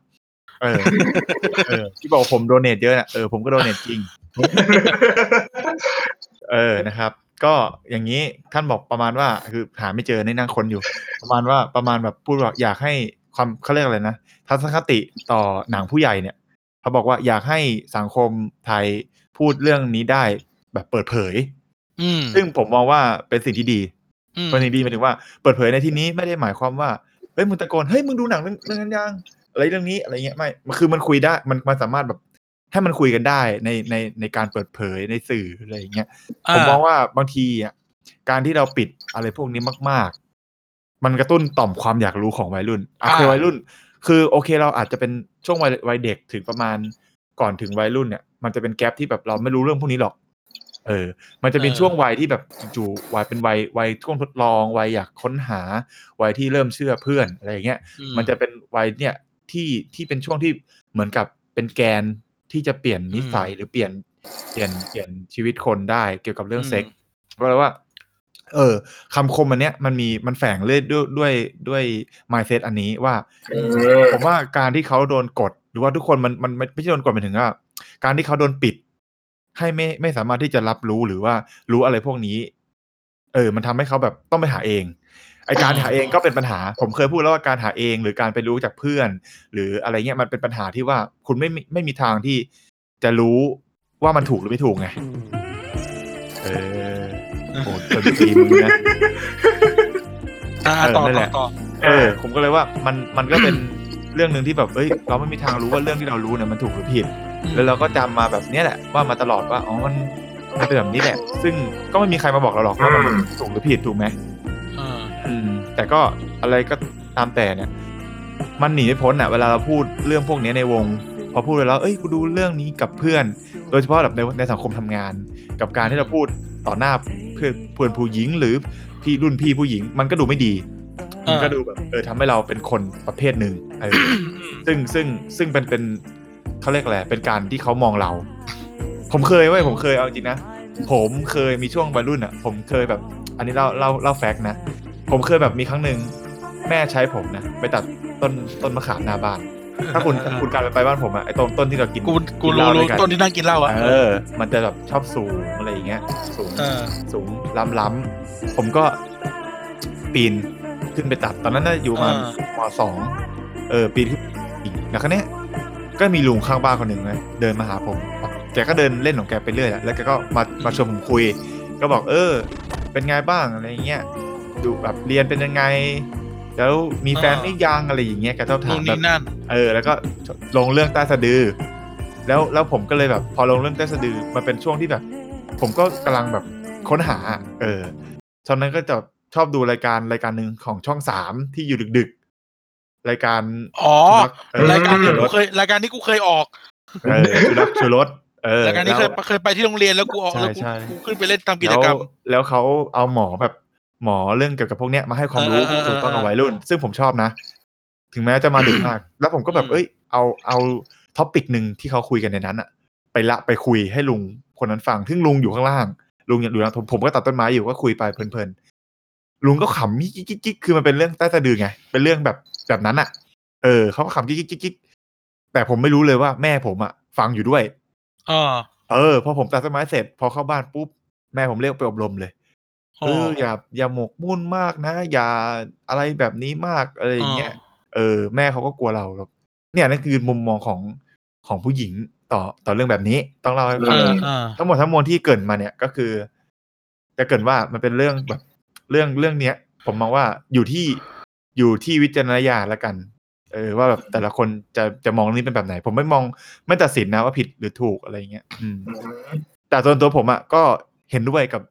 Speaker 5: เออ เออ ที่บอกผมโดเนทเยอะน่ะเออผมก็โดเนทจริง เออนะครับ ก็อย่างนี้ท่านบอกประมาณว่าคือหาไม่เจอในนั่งคนอยู่ ประมาณว่าประมาณแบบพูดว่าอยากให้ความเขาเรียกอะไรนะทัศนคติต่อหนังผู้ใหญ่เนี่ยเขาบอกว่าอยากให้สังคมไทยพูดเรื่องนี้ได้แบบเปิดเผย
Speaker 2: อืม
Speaker 5: ซึ่งผมมองว่าเป็นสิ่งที่ดี
Speaker 2: อืม
Speaker 5: เป็นสิ่งดีหมายถึงว่าเปิดเผยในที่นี้ไม่ได้หมายความว่าเฮ้ยมึงตะโกนเฮ้ยมึงดูหนังเรื่องเรื่องนั้นยังอะไรเรื่องนี้อะไรเงี้ยไม่มันคือมันคุยได้มันมันสามารถแบบให้มันคุยกันได้ในในในการเปิดเผยในสื่ออะไรอย่างเงี้ย ผมมองว่าบางทีอ่ะการที่เราปิดอะไรพวกนี้มาก ๆ มันกระตุ้นต่อมความอยากรู้ของวัยรุ่นอ่ะคือวัยรุ่น คือโอเคเราอาจจะเป็นช่วงวัยวัยเด็กถึงประมาณก่อนถึงวัยรุ่นเนี่ย มันจะเป็นแกลบที่แบบเราไม่รู้เรื่องพวกนี้หรอก เออ มันจะเป็นช่วงวัยที่แบบจู่ๆวัยเป็นวัยวัยช่วงทดลองวัยอยากค้นหาวัยที่เริ่มเชื่อเพื่อนอะไรอย่างเงี้ย
Speaker 2: อื
Speaker 5: มันจะเป็นวัยเนี่ยที่ที่เป็นช่วงที่เหมือนกับเป็นแกนที่จะเปลี่ยนนิสัยหรือเปลี่ยนเปลี่ยนเปลี่ยนชีวิตคนได้เกี่ยวกับเรื่อง
Speaker 2: อืม
Speaker 5: เซ็กส์เพราะว่า เออคำคมอันเนี้ยมันมีมันแฝงเลยด้วยด้วยด้วย mindset อันนี้ว่า
Speaker 4: อืม
Speaker 5: ผมว่าการที่เขาโดนกด หรือว่าทุกคนมันมันมันไม่ใช่โดนกดหมายถึงว่าการที่เขาโดนปิด ให้ไม่ไม่สามารถที่จะรับรู้หรือว่ารู้อะไรพวกนี้ เออ มันทำให้เขาแบบต้องไปหาเองไอการหาเองก็ เป็นปัญหา ผมเคยพูดแล้วว่าการหาเอง หรือการไปรู้จากเพื่อน หรืออะไรเงี้ยมันเป็นปัญหาที่ว่าคุณไม่มีไม่มีทางที่จะรู้ว่ามันถูกหรือไม่ถูกไงเออโหดนตรีมึงนะ
Speaker 2: อ่าต่อต่อต่อ
Speaker 5: เออผมก็เลยว่ามันมันก็เป็น เรื่องหนึ่งที่แบบเอ้ยเราไม่มีทางรู้ว่าเรื่องที่เรารู้เนี่ยมันถูกหรือผิด แล้วเราก็จำมาแบบเนี้ยแหละว่ามาตลอดว่าอ๋อมันมันเป็นแบบนี้แหละ ซึ่งก็ไม่มีใครมาบอกเราหรอกว่ามัน
Speaker 4: อืม
Speaker 5: ถูกหรือผิดถูกไหม
Speaker 2: อ่า
Speaker 5: อืม แต่ก็อะไรก็ตามแต่เนี่ย มันหนีไม่พ้นอ่ะเวลาเราพูดเรื่องพวกเนี้ยในวง พอพูดไปแล้วเอ้ยกูดูเรื่องนี้กับเพื่อน โดยเฉพาะแบบในในสังคมทำงาน กับการที่เราพูดต่อหน้าเพื่อนเพื่อนผู้หญิงหรือพี่รุ่นพี่ผู้หญิง มันก็ดูไม่ดี
Speaker 2: เอ
Speaker 5: มัน
Speaker 2: อ
Speaker 5: ก็ดูแบบเออทำให้เราเป็นคนประเภทหนึ่งเออ ซึ่งซึ่งซึ่งเป็นเป็นเขาเรียกอะไรเป็นการที่เขามองเรา ผมเคยเว้ยผมเคยเอาจริงนะ ผมเคยมีช่วงวัยรุ่นอ่ะ ผมเคยแบบ อันนี้เล่าเล่าเล่าแฟกต์นะ ผมเคยแบบมีครั้งหนึ่งแม่ใช้ผมนะ ไปตัดต้นต้นมะขามหน้าบ้าน ถ้าคุณ
Speaker 2: เออ
Speaker 5: คุณการไปบ้านผมอ่ะไอ้ต้นต้นที่เรากิน
Speaker 2: กูกู
Speaker 5: นเห
Speaker 2: รู้
Speaker 5: ล้าด้
Speaker 2: รู้
Speaker 5: วยกั
Speaker 2: ต้นที่นั่งกินเหล้าอ่ะ
Speaker 5: เออ มันจะแบบชอบสูงอะไรอย่างเงี้ยสูง
Speaker 2: เออ
Speaker 5: สูงล้ำล้ำผมก็ปีนขึ้นไปตัด ตอนนั้นน่าอยู่ประมาณ
Speaker 2: อ่า
Speaker 5: มสองเออปีนขึ้นอีกแล้วครั้นี้ยก็มีลุงข้างบ้านคนหนึ่งนะเดินมาหาผมแกก็เดินเล่นของแกไปเรื่อยอะแล้วแกก็มามาชวนผมคุย ก็บอกเออ เป็นไงบ้างอะไรอย่างเงี้ยดูแบบเรียนเป็นยังไง แล้วมีแฟนหรือยังอะไรอย่างเงี้ยแกชอบถา
Speaker 2: นู่
Speaker 5: ม
Speaker 2: น
Speaker 5: แบ
Speaker 2: นี่
Speaker 5: บ
Speaker 2: นั่น
Speaker 5: เออแล้วก็ลงเรื่องใต้สะดือ แล้วแล้วผมก็เลยแบบ พอลงเรื่องใต้สะดือมันเป็นช่วงที่แบบ ผมก็กำลังแบบค้นหา เออตอนนั้นก็จะชอบดูรายการรายการหนึ่งของช่องสามที่อยู่ดึกๆ รายการ
Speaker 2: อ๋อ
Speaker 5: เออ
Speaker 2: รายการ
Speaker 5: ชู
Speaker 2: ที่
Speaker 5: ร
Speaker 2: กู
Speaker 5: ส
Speaker 2: เคยรายการที่กูเคยออก
Speaker 5: เออชูรสชูรสเออ
Speaker 2: รายการนี้เคย
Speaker 5: แล้ว
Speaker 2: เคยไปที่โรงเรียนแล้วกูออก
Speaker 5: ใช่
Speaker 2: แล้วกู
Speaker 5: ใช่
Speaker 2: กูขึ้นไปเล่นทำกิจกรรม
Speaker 5: แล้วแล้วเขาเอาหมอแบบ หมอเรื่องเกี่ยวกับพวกเนี้ยมาให้ความ
Speaker 2: เอ
Speaker 5: รู้
Speaker 2: อเออเออ
Speaker 5: ถูกต้องกับวัยรุ่น ซึ่งผมชอบนะ ถึงแม้ จะมาดึกมาก แล้วผมก็แบบเอ้ยเอาเอาท็อปิกหนึ่งที่เขาคุยกันในนั้นอะไปละไปคุยให้ลุงคนนั้นฟังซึ่งลุงอยู่ข้างล่าง ลุงอยู่นะผมผมก็ตัดต้นไม้อยู่ก็คุยไปเพลินๆลุงก็ขำกิ๊กกิ๊กกิ๊กคือมันเป็นเรื่องใต้สะดือไง เป็นเรื่องแบบแบบนั้นอะเออเขาก็ขำกิ๊กกิ๊กกิ๊กแต่ผมไม่รู้เลยว่าแม่ผมอะฟังอยู่ด้วย
Speaker 2: เออ
Speaker 5: เออพอผมตัดต้นไม้เสร็จ พอเข้าบ้านปุ๊บแม่ผมเรียกไปอบรมเลย
Speaker 2: โ
Speaker 5: เอออย่าอย่าหมกมุ่นมากนะ อย่าอะไรแบบนี้มากอะไรอย่างเงี้ยเออ แม่เขาก็กลัวเราแบบเนี่ยนั่นคือมุมมองของของผู้หญิงต่อต่อเรื่องแบบนี้ ต้องเล่าให้
Speaker 2: เอ
Speaker 5: ฟัง
Speaker 2: อเออ
Speaker 5: ทั้งหมดทั้งมวลที่เกริดมาเนี่ยก็คือ จะเกริดว่ามันเป็นเรื่องแบบ เรื่องเรื่องเนี้ย ผมมองว่าอยู่ที่อยู่ที่วิจารณญาณละกัน เออ ว่าแบบแต่ละคนจะจะมองเรื่องนี้เป็นแบบไหน ผมไม่มองไม่ตัดสินนะว่าผิดหรือถูกอะไรอย่างเงี้ยอืม
Speaker 4: อืม
Speaker 5: แต่ส่วนตัวผมอ่ะก็เห็นด้วยกับ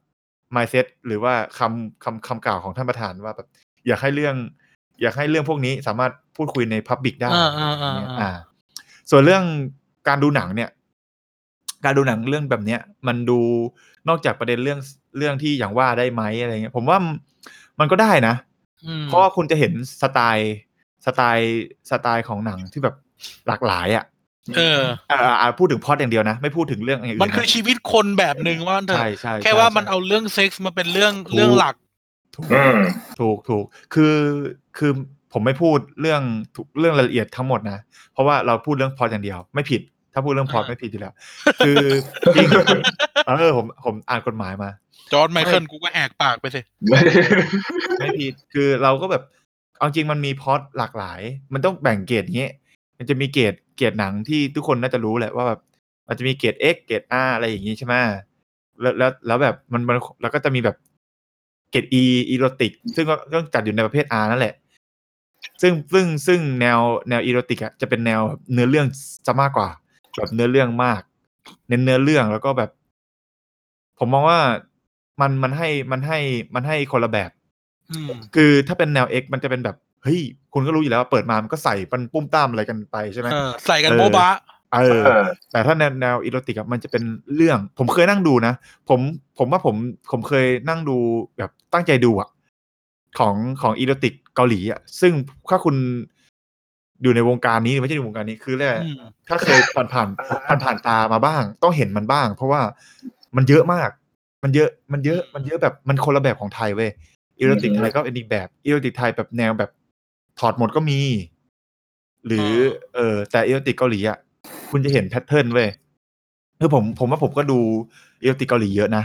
Speaker 5: mindset หรือว่าคำคำคำกล่าวของท่านประธานว่าแบบอยากให้เรื่อง อยากให้เรื่องพวกนี้สามารถพูดคุยใน Public ได้
Speaker 2: อ่าอ่าอ่าอ่า
Speaker 5: อ่า ส่วนเรื่องการดูหนังเนี่ย การดูหนังเรื่องแบบเนี้ย มันดูนอกจากประเด็นเรื่องเรื่องที่อย่างว่าได้ไหมอะไรเงี้ยผมว่ามันก็ได้นะ
Speaker 2: อืม
Speaker 5: เพราะว่าคุณจะเห็นสไตล์สไตล์สไตล์ของหนังที่แบบหลากหลายอ่ะ
Speaker 2: เออ
Speaker 5: อ่าอ่าอ่าพูดถึงพล็อดอย่างเดียวนะ ไม่พูดถึงเรื่องอย่างอื่น
Speaker 2: มันคือ
Speaker 5: นะ
Speaker 2: ชีวิตคนแบบหนึ่งว่างั้นเถอะ
Speaker 5: ใช่ใช่
Speaker 2: แค่ว่า
Speaker 5: ใช่
Speaker 2: มันเอาเรื่องเซ็กส์มาเป็นเรื่อง
Speaker 5: ถูก
Speaker 2: เรื่องหลัก
Speaker 5: ถูก
Speaker 4: อืม
Speaker 5: ถูกถูกคือคือผมไม่พูดเรื่องทุกเรื่องรายละเอียดทั้งหมดนะ เพราะว่าเราพูดเรื่องพล็อดอย่างเดียว ไม่ผิด ถ้าพูดเรื่องพล็อด
Speaker 2: อ่า
Speaker 5: ไม่ผิดอยู่แล้ว คือจริงเออผมผมอ่านกฎหมายมา
Speaker 2: จอร์ดไมเคิลกูก็แหกปากไปสิ
Speaker 5: ไม่ผิดคือเราก็แบบเอาจริงมันมีพล็อดหลากหลาย มันต้องแบ่งเกรดอย่างเงี้ยมันจะมีเกรดเกรดหนังที่ทุกคนน่าจะรู้แหละว่าแบบมันจะมีเกรด X เกรด R อะไรอย่างงี้ใช่ไหมแล้วแล้วแล้วแบบมันมันแล้วก็จะมีแบบเกรด E อีโรติก ซึ่งก็ก็จัดอยู่ในประเภท R นั่นแหละ ซึ่งซึ่งซึ่งแนวแนวอีโรติกอะจะเป็นแนวแบบเนื้อเรื่องจะมากกว่า แบบเนื้อเรื่องมาก เน้นเนื้อเรื่องแล้วก็แบบ ผมมองว่ามันมันให้มันให้มันให้คนละแบบ
Speaker 2: อืม
Speaker 5: คือถ้าเป็นแนว X มันจะเป็นแบบเฮ้ยคุณก็รู้อยู่แล้วว่าเปิดมามันก็ใส่ปันปุ้มตามอะไรกันไปใช่ไหม
Speaker 2: เออ ใส่กันโบ๊ะบะ
Speaker 5: เอ
Speaker 4: เอ
Speaker 5: อ
Speaker 4: อ
Speaker 5: แต่ถ้าแนวแนวอีโรติกอะมันจะเป็นเรื่อง ผมเคยนั่งดูนะ ผมผมว่าผมผมเคยนั่งดูแบบตั้งใจดูอะของของอีโรติกเกาหลีอะซึ่งถ้าคุณอยู่ในวงการนี้ไม่ใช่ในวงการนี้คือแรก
Speaker 2: อืม
Speaker 5: ถ้าเคยผ่านผ่านผ่านผ่านตามาบ้าง ต้องเห็นมันบ้าง เพราะว่ามันเยอะมาก มันเยอะมันเยอะมันเยอะแบบมันคนละแบบของไทยเว้ยอีโรติก
Speaker 4: อืม
Speaker 5: ไทยก็เป็นอีกแบบอีโรติกไทยแบบแนวแบบถอดหมดก็มี หรืออเออแต่อีโรติกเกาหลีอ่ะ คุณจะเห็นแพทเทิร์นเว้ยคือผมผมว่าผมก็ดูอีโรติกเกาหลีเยอะนะ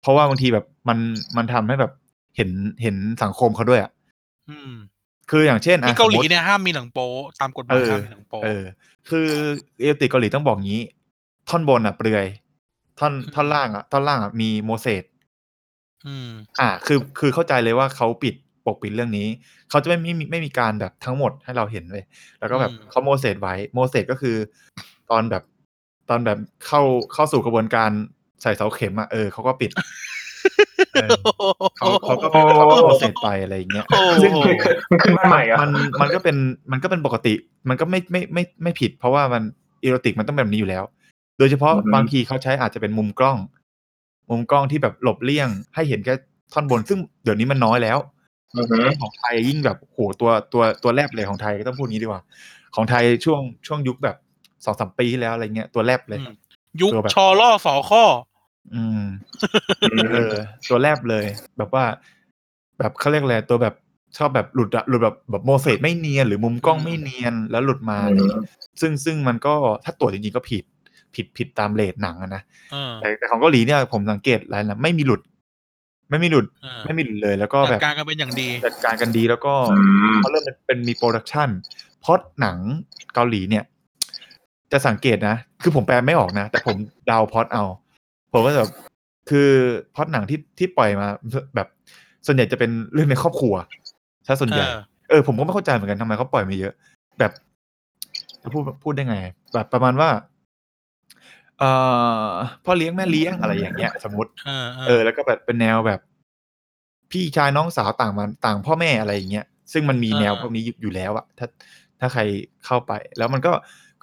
Speaker 5: เพราะว่าบางทีแบบมันมันทำให้แบบเห็นเห็นสังคมเขาด้วยอ่ะ
Speaker 2: อืม
Speaker 5: คืออย่างเช่นอ่ะ
Speaker 2: ที่เกาหลี
Speaker 5: สมมุติ
Speaker 2: เนี่ยห้ามมีหนังโป๊ตามกฎหมาย
Speaker 5: เออ
Speaker 2: ห้ามมีหนังโป๊
Speaker 5: เออ คืออีโรติกเกาหลีต้องบอกงี้ ท่อนบนอ่ะเปลือย ท่อน
Speaker 2: อืม
Speaker 5: ท่อนล่างอ่ะท่อนล่างอ่ะมีโมเสส
Speaker 2: อืม
Speaker 5: อ่าคือคือเข้าใจเลยว่าเขาปิดปกปิดเรื่องนี้ เขาจะไม่ไม่มีไม่มีการแบบทั้งหมดให้เราเห็นเลย แล้วก็แบบ
Speaker 2: อืม
Speaker 5: เขาโมเสสไว้โมเสสก็คือตอนแบบตอนแบบเข้าเข้าสู่กระบวนการใส่เสาเข็มอ่ะเออเขาก็ปิดเออเขาเขาก็เป็นเขาก็โมเสสไปอะไรอย่างเงี้ย
Speaker 2: โอ้โห
Speaker 5: ซึ่ง
Speaker 4: มันขึ้นบ้านใหม่เหรอ่ะ
Speaker 5: มันมันก็เป็นมันก็เป็นปกติ มันก็ไม่ไม่ไม่ไม่ผิด เพราะว่ามันอีโรติกมันต้องแบบนี้อยู่แล้ว โดยเฉพาะ
Speaker 4: อือฮึ
Speaker 5: บางทีเขาใช้อาจจะเป็นมุมกล้อง มุมกล้องที่แบบหลบเลี่ยง ให้เห็นแค่ท่อนบน ซึ่งเดี๋ยวนี้มันน้อยแล้ว
Speaker 4: อือหือ
Speaker 5: ของไทยยิ่งแบบโหตัวตัวตัวแรบเลยของไทยก็ต้องพูดงี้ดีกว่า ของไทยช่วงช่วงยุคแบบสองสามปีที่แล้วอะไรเงี้ยตัวแรบเลย
Speaker 2: อืม ยุค
Speaker 5: ตัวแบบ
Speaker 2: ชอล่อสอข้อ
Speaker 5: อืม เออตัวแรกเลย แบบว่า แบบเขาเรียกอะไรตัวแบบชอบแบบหลุดอะหลุดแบบแบบโมเสสไม่เนียนหรือมุมกล้องไม่เนียนแล้วหลุดมาอะไรอย่างเงี้ยซึ่งซึ่งมันก็ถ้าตรวจจริงๆก็ผิดผิดผิดตามเลทหนังอะนะ
Speaker 2: เออ
Speaker 5: แต่แต่ของเกาหลีเนี่ยผมสังเกตหลายนะไม่มีหลุด ไม่มีหลุด
Speaker 2: เออ
Speaker 5: ไม่มีหลุดเลย แล้วก็
Speaker 2: จัด
Speaker 5: แบบ
Speaker 2: การกันเป็นอย่างดี
Speaker 5: จัดการกันดีแล้วก็
Speaker 4: อืม
Speaker 5: เขาเริ่มเป็นมีโปรดักชันเพราะหนังเกาหลีเนี่ย จะสังเกตนะ คือผมแปลไม่ออกนะ แต่ผมเดาพล็อดเอา ผมก็จะแบบคือพล็อดหนังที่ที่ปล่อยมา แบบส่วนใหญ่จะเป็นเรื่องในครอบครัวถ้าส่วน
Speaker 2: เอ
Speaker 5: ใหญ่
Speaker 2: อ
Speaker 5: เออผมก็ไม่เข้าใจเหมือนกันทำไมเขาปล่อยมาเยอะ แบบจะพูดพูดได้ไง แบบประมาณว่า เอ่อพ่อเลี้ยงแม่เลี้ยงอะไรอย่างเงี้ย สมมติ
Speaker 2: เออ
Speaker 5: เออแล้วก็แบบเป็นแนวแบบ พี่ชายน้องสาวต่างมันต่างพ่อแม่อะไรอย่างเงี้ยซึ่งมันมี
Speaker 2: อ่า
Speaker 5: แนวพวกนี้อยู่แล้วอะถ้าถ้าใครเข้าไป แล้วมันก็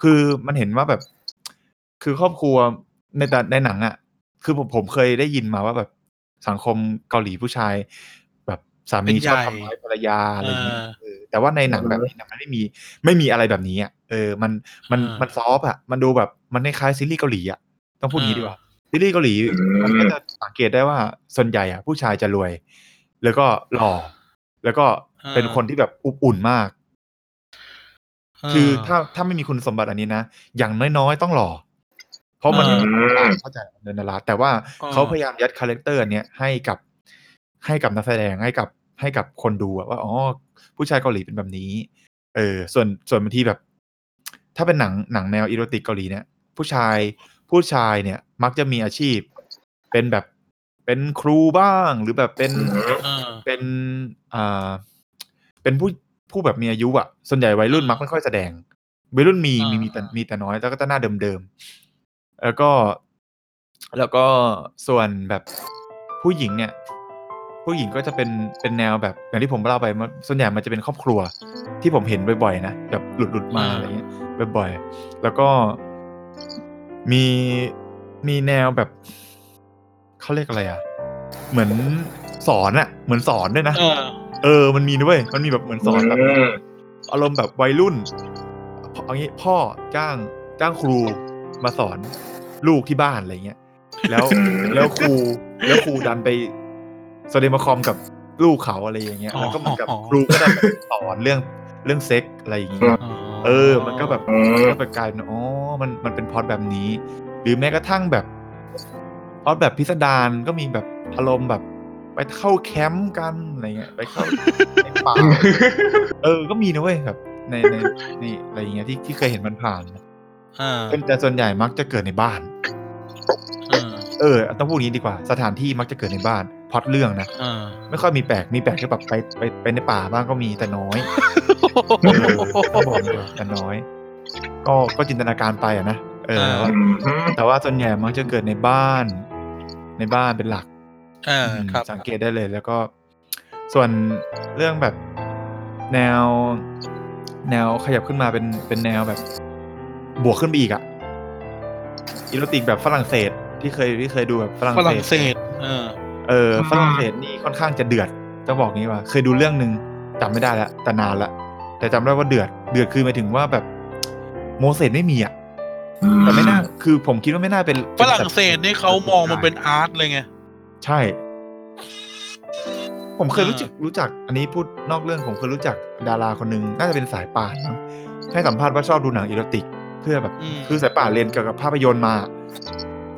Speaker 5: คือมันเห็นว่าแบบ คือครอบครัวในแต่ในหนังอะคือผมผมเคยได้ยินมาว่าแบบสังคมเกาหลีผู้ชาย แบบ สามีชอบ
Speaker 2: เป็นใหญ่
Speaker 5: ทำร้ายภรรยาอะไร
Speaker 2: เอ
Speaker 5: อย่างเงี้ย
Speaker 2: อ
Speaker 5: เออแต่ว่าในหนังแบบนี้นะมันไม่มีไม่มีอะไรแบบนี้อ่ะเออมันมัน
Speaker 2: อ่ามั
Speaker 5: มันซอฟต์อ่ะมันดูแบบมันคล้ายๆซีรีส์เกาหลีอ่ะต้องพูดอย่างนี้
Speaker 2: อ่า
Speaker 5: ดีกว่าซีรีส์เกาหลี
Speaker 4: อืม
Speaker 5: มันก็จะสังเกตได้ว่าส่วนใหญ่อ่ะ ผู้ชายจะรวย แล้วก็หล่อแล้วก็เป็นคนที่แบบอบอุ่นมาก คือถ้าถ้าไม่มีคุณสมบัติอันนี้นะ อย่างน้อยๆต้องหล่อเพราะมัน
Speaker 2: อ่า
Speaker 5: เข้าใจเนินราแต่ว่า
Speaker 2: อ่า
Speaker 5: เขาพยายามยัดคาแรคเตอร์อันเนี้ยให้กับให้กับนักแสดงให้กับให้กับคนดูอะว่าอ๋อผู้ชายเกาหลีเป็นแบบนี้ เออ ส่วนส่วนบางทีแบบ ถ้าเป็นหนังหนังแนวอีโรติกเกาหลีเนี่ยผู้ชายผู้ชายเนี่ย มักจะมีอาชีพ เป็นแบบเป็นครูบ้างหรือแบบเป็น
Speaker 2: เออ
Speaker 5: เป็นอ่าเป็นผู้ผู้แบบมีอายุอ่ะ ส่วนใหญ่วัยรุ่นมักไม่ค่อยแสดง วัยรุ่นมี
Speaker 2: อ่ามี
Speaker 5: มีมีแต่มีแต่น้อย แล้วก็จะหน้าเดิมๆ แล้วก็แล้วก็ส่วนแบบผู้หญิงเนี่ย ผู้หญิงก็จะเป็นเป็นแนวแบบอย่างที่ผมเล่าไปมันส่วนใหญ่มันจะเป็นครอบครัว ที่ผมเห็นบ่อยๆนะแบบหลุดหลุดๆมา
Speaker 2: อ่า
Speaker 5: อะไรเงี้ยบ่อยๆ แล้วก็มีมีแนวแบบเขาเรียกอะไรอ่ะ เหมือนสอนอะเหมือนสอนด้วยนะ
Speaker 2: เออ
Speaker 5: เออ มันมีด้วยมันมีแบบเหมือนสอนแบบ
Speaker 4: ม
Speaker 5: อารมณ์แบบวัยรุ่นเอางี้พ่อจ้างจ้างครูมาสอนลูกที่บ้านอะไรเงี้ย แล้วแล้วครูแล้วครูดันไปสเดมาคอมกับลูกเขาอะไรอย่างเงี้ยแล้วก็เหมือนกับ
Speaker 2: อ๋อ
Speaker 5: ครูก็ดันไปสอนเรื่องเรื่องเซ็กอะไรอย่างเงี้ย เออ มันก็แบบมันก็แบบกลายเป็นอ๋อ มัน มันเป็นพล็อดแบบนี้ หรือแม้กระทั่งแบบพล็อดแบบพิสดารก็มีแบบอารมณ์แบบ ไปเข้าแคมป์กันอะไรเงี้ย ไปเข้า ในป่ า เออ ก็มีนะเว้ยแบบในในในอะไรเงี้ยที่ที่เคยเห็นมันผ่านนะ
Speaker 2: เออ
Speaker 5: เป็นแต่ส่วนใหญ่มักจะเกิดในบ้าน
Speaker 2: เออ
Speaker 5: เออ ต้องพูดอย่างนี้ดีกว่า สถานที่มักจะเกิดในบ้านพล็อดเรื่องนะ
Speaker 2: เออ
Speaker 5: ไม่ค่อยมีแปลก มีแปลกแค่แบบไปไปไปในป่าบ้างก็มีแต่น้อย เออครับผมแต่น้อย ก็ก็จินตนาการไปอะนะเออแต่ว่าแต่ว่าส่วนใหญ่มักจะเกิดในบ้าน ในบ้านเป็นหลัก
Speaker 2: เออ
Speaker 5: ม
Speaker 2: ครับ
Speaker 5: สังเกตได้เลย แล้วก็ ส่วนเรื่องแบบแนว แนวขยับขึ้นมาเป็นเป็นแนวแบบ บวกขึ้นไปอีกอะอีโรติกแบบฝรั่งเศสที่เคยที่เคยดูแบบฝรั่ง
Speaker 2: ฝ
Speaker 5: เศ
Speaker 2: รั่ง
Speaker 5: ส
Speaker 2: เศสเออ
Speaker 5: เออฝรั่งเศสนี่ค่อนข้างจะเดือดจะบอกงี้ว่า เคยดูเรื่องหนึ่งจำไม่ได้ละแต่นานละแต่จำได้ว่าเดือด เดือดคือหมายถึงว่าแบบโมเสสไม่มีอ่ะแต่ไม่น่าคือผมคิดว่าไม่น่าเป็น
Speaker 2: ฝรั่งเศสนี่เขามองมันเป็นอาร์ตเลยไง
Speaker 5: ใช่ ผมเคย
Speaker 2: อ่ารู้
Speaker 5: รู้จักรู้จัก อันนี้พูดนอกเรื่องผมเคยรู้จักดาราคนหนึ่งน่าจะเป็นสายป่านมั้งให้สัมภาษณ์ว่าชอบดูหนังอีโรติก เพื่อแบบ
Speaker 2: อืม
Speaker 5: คือสายป่านเรียนเกี่ยวกับภาพยนตร์มา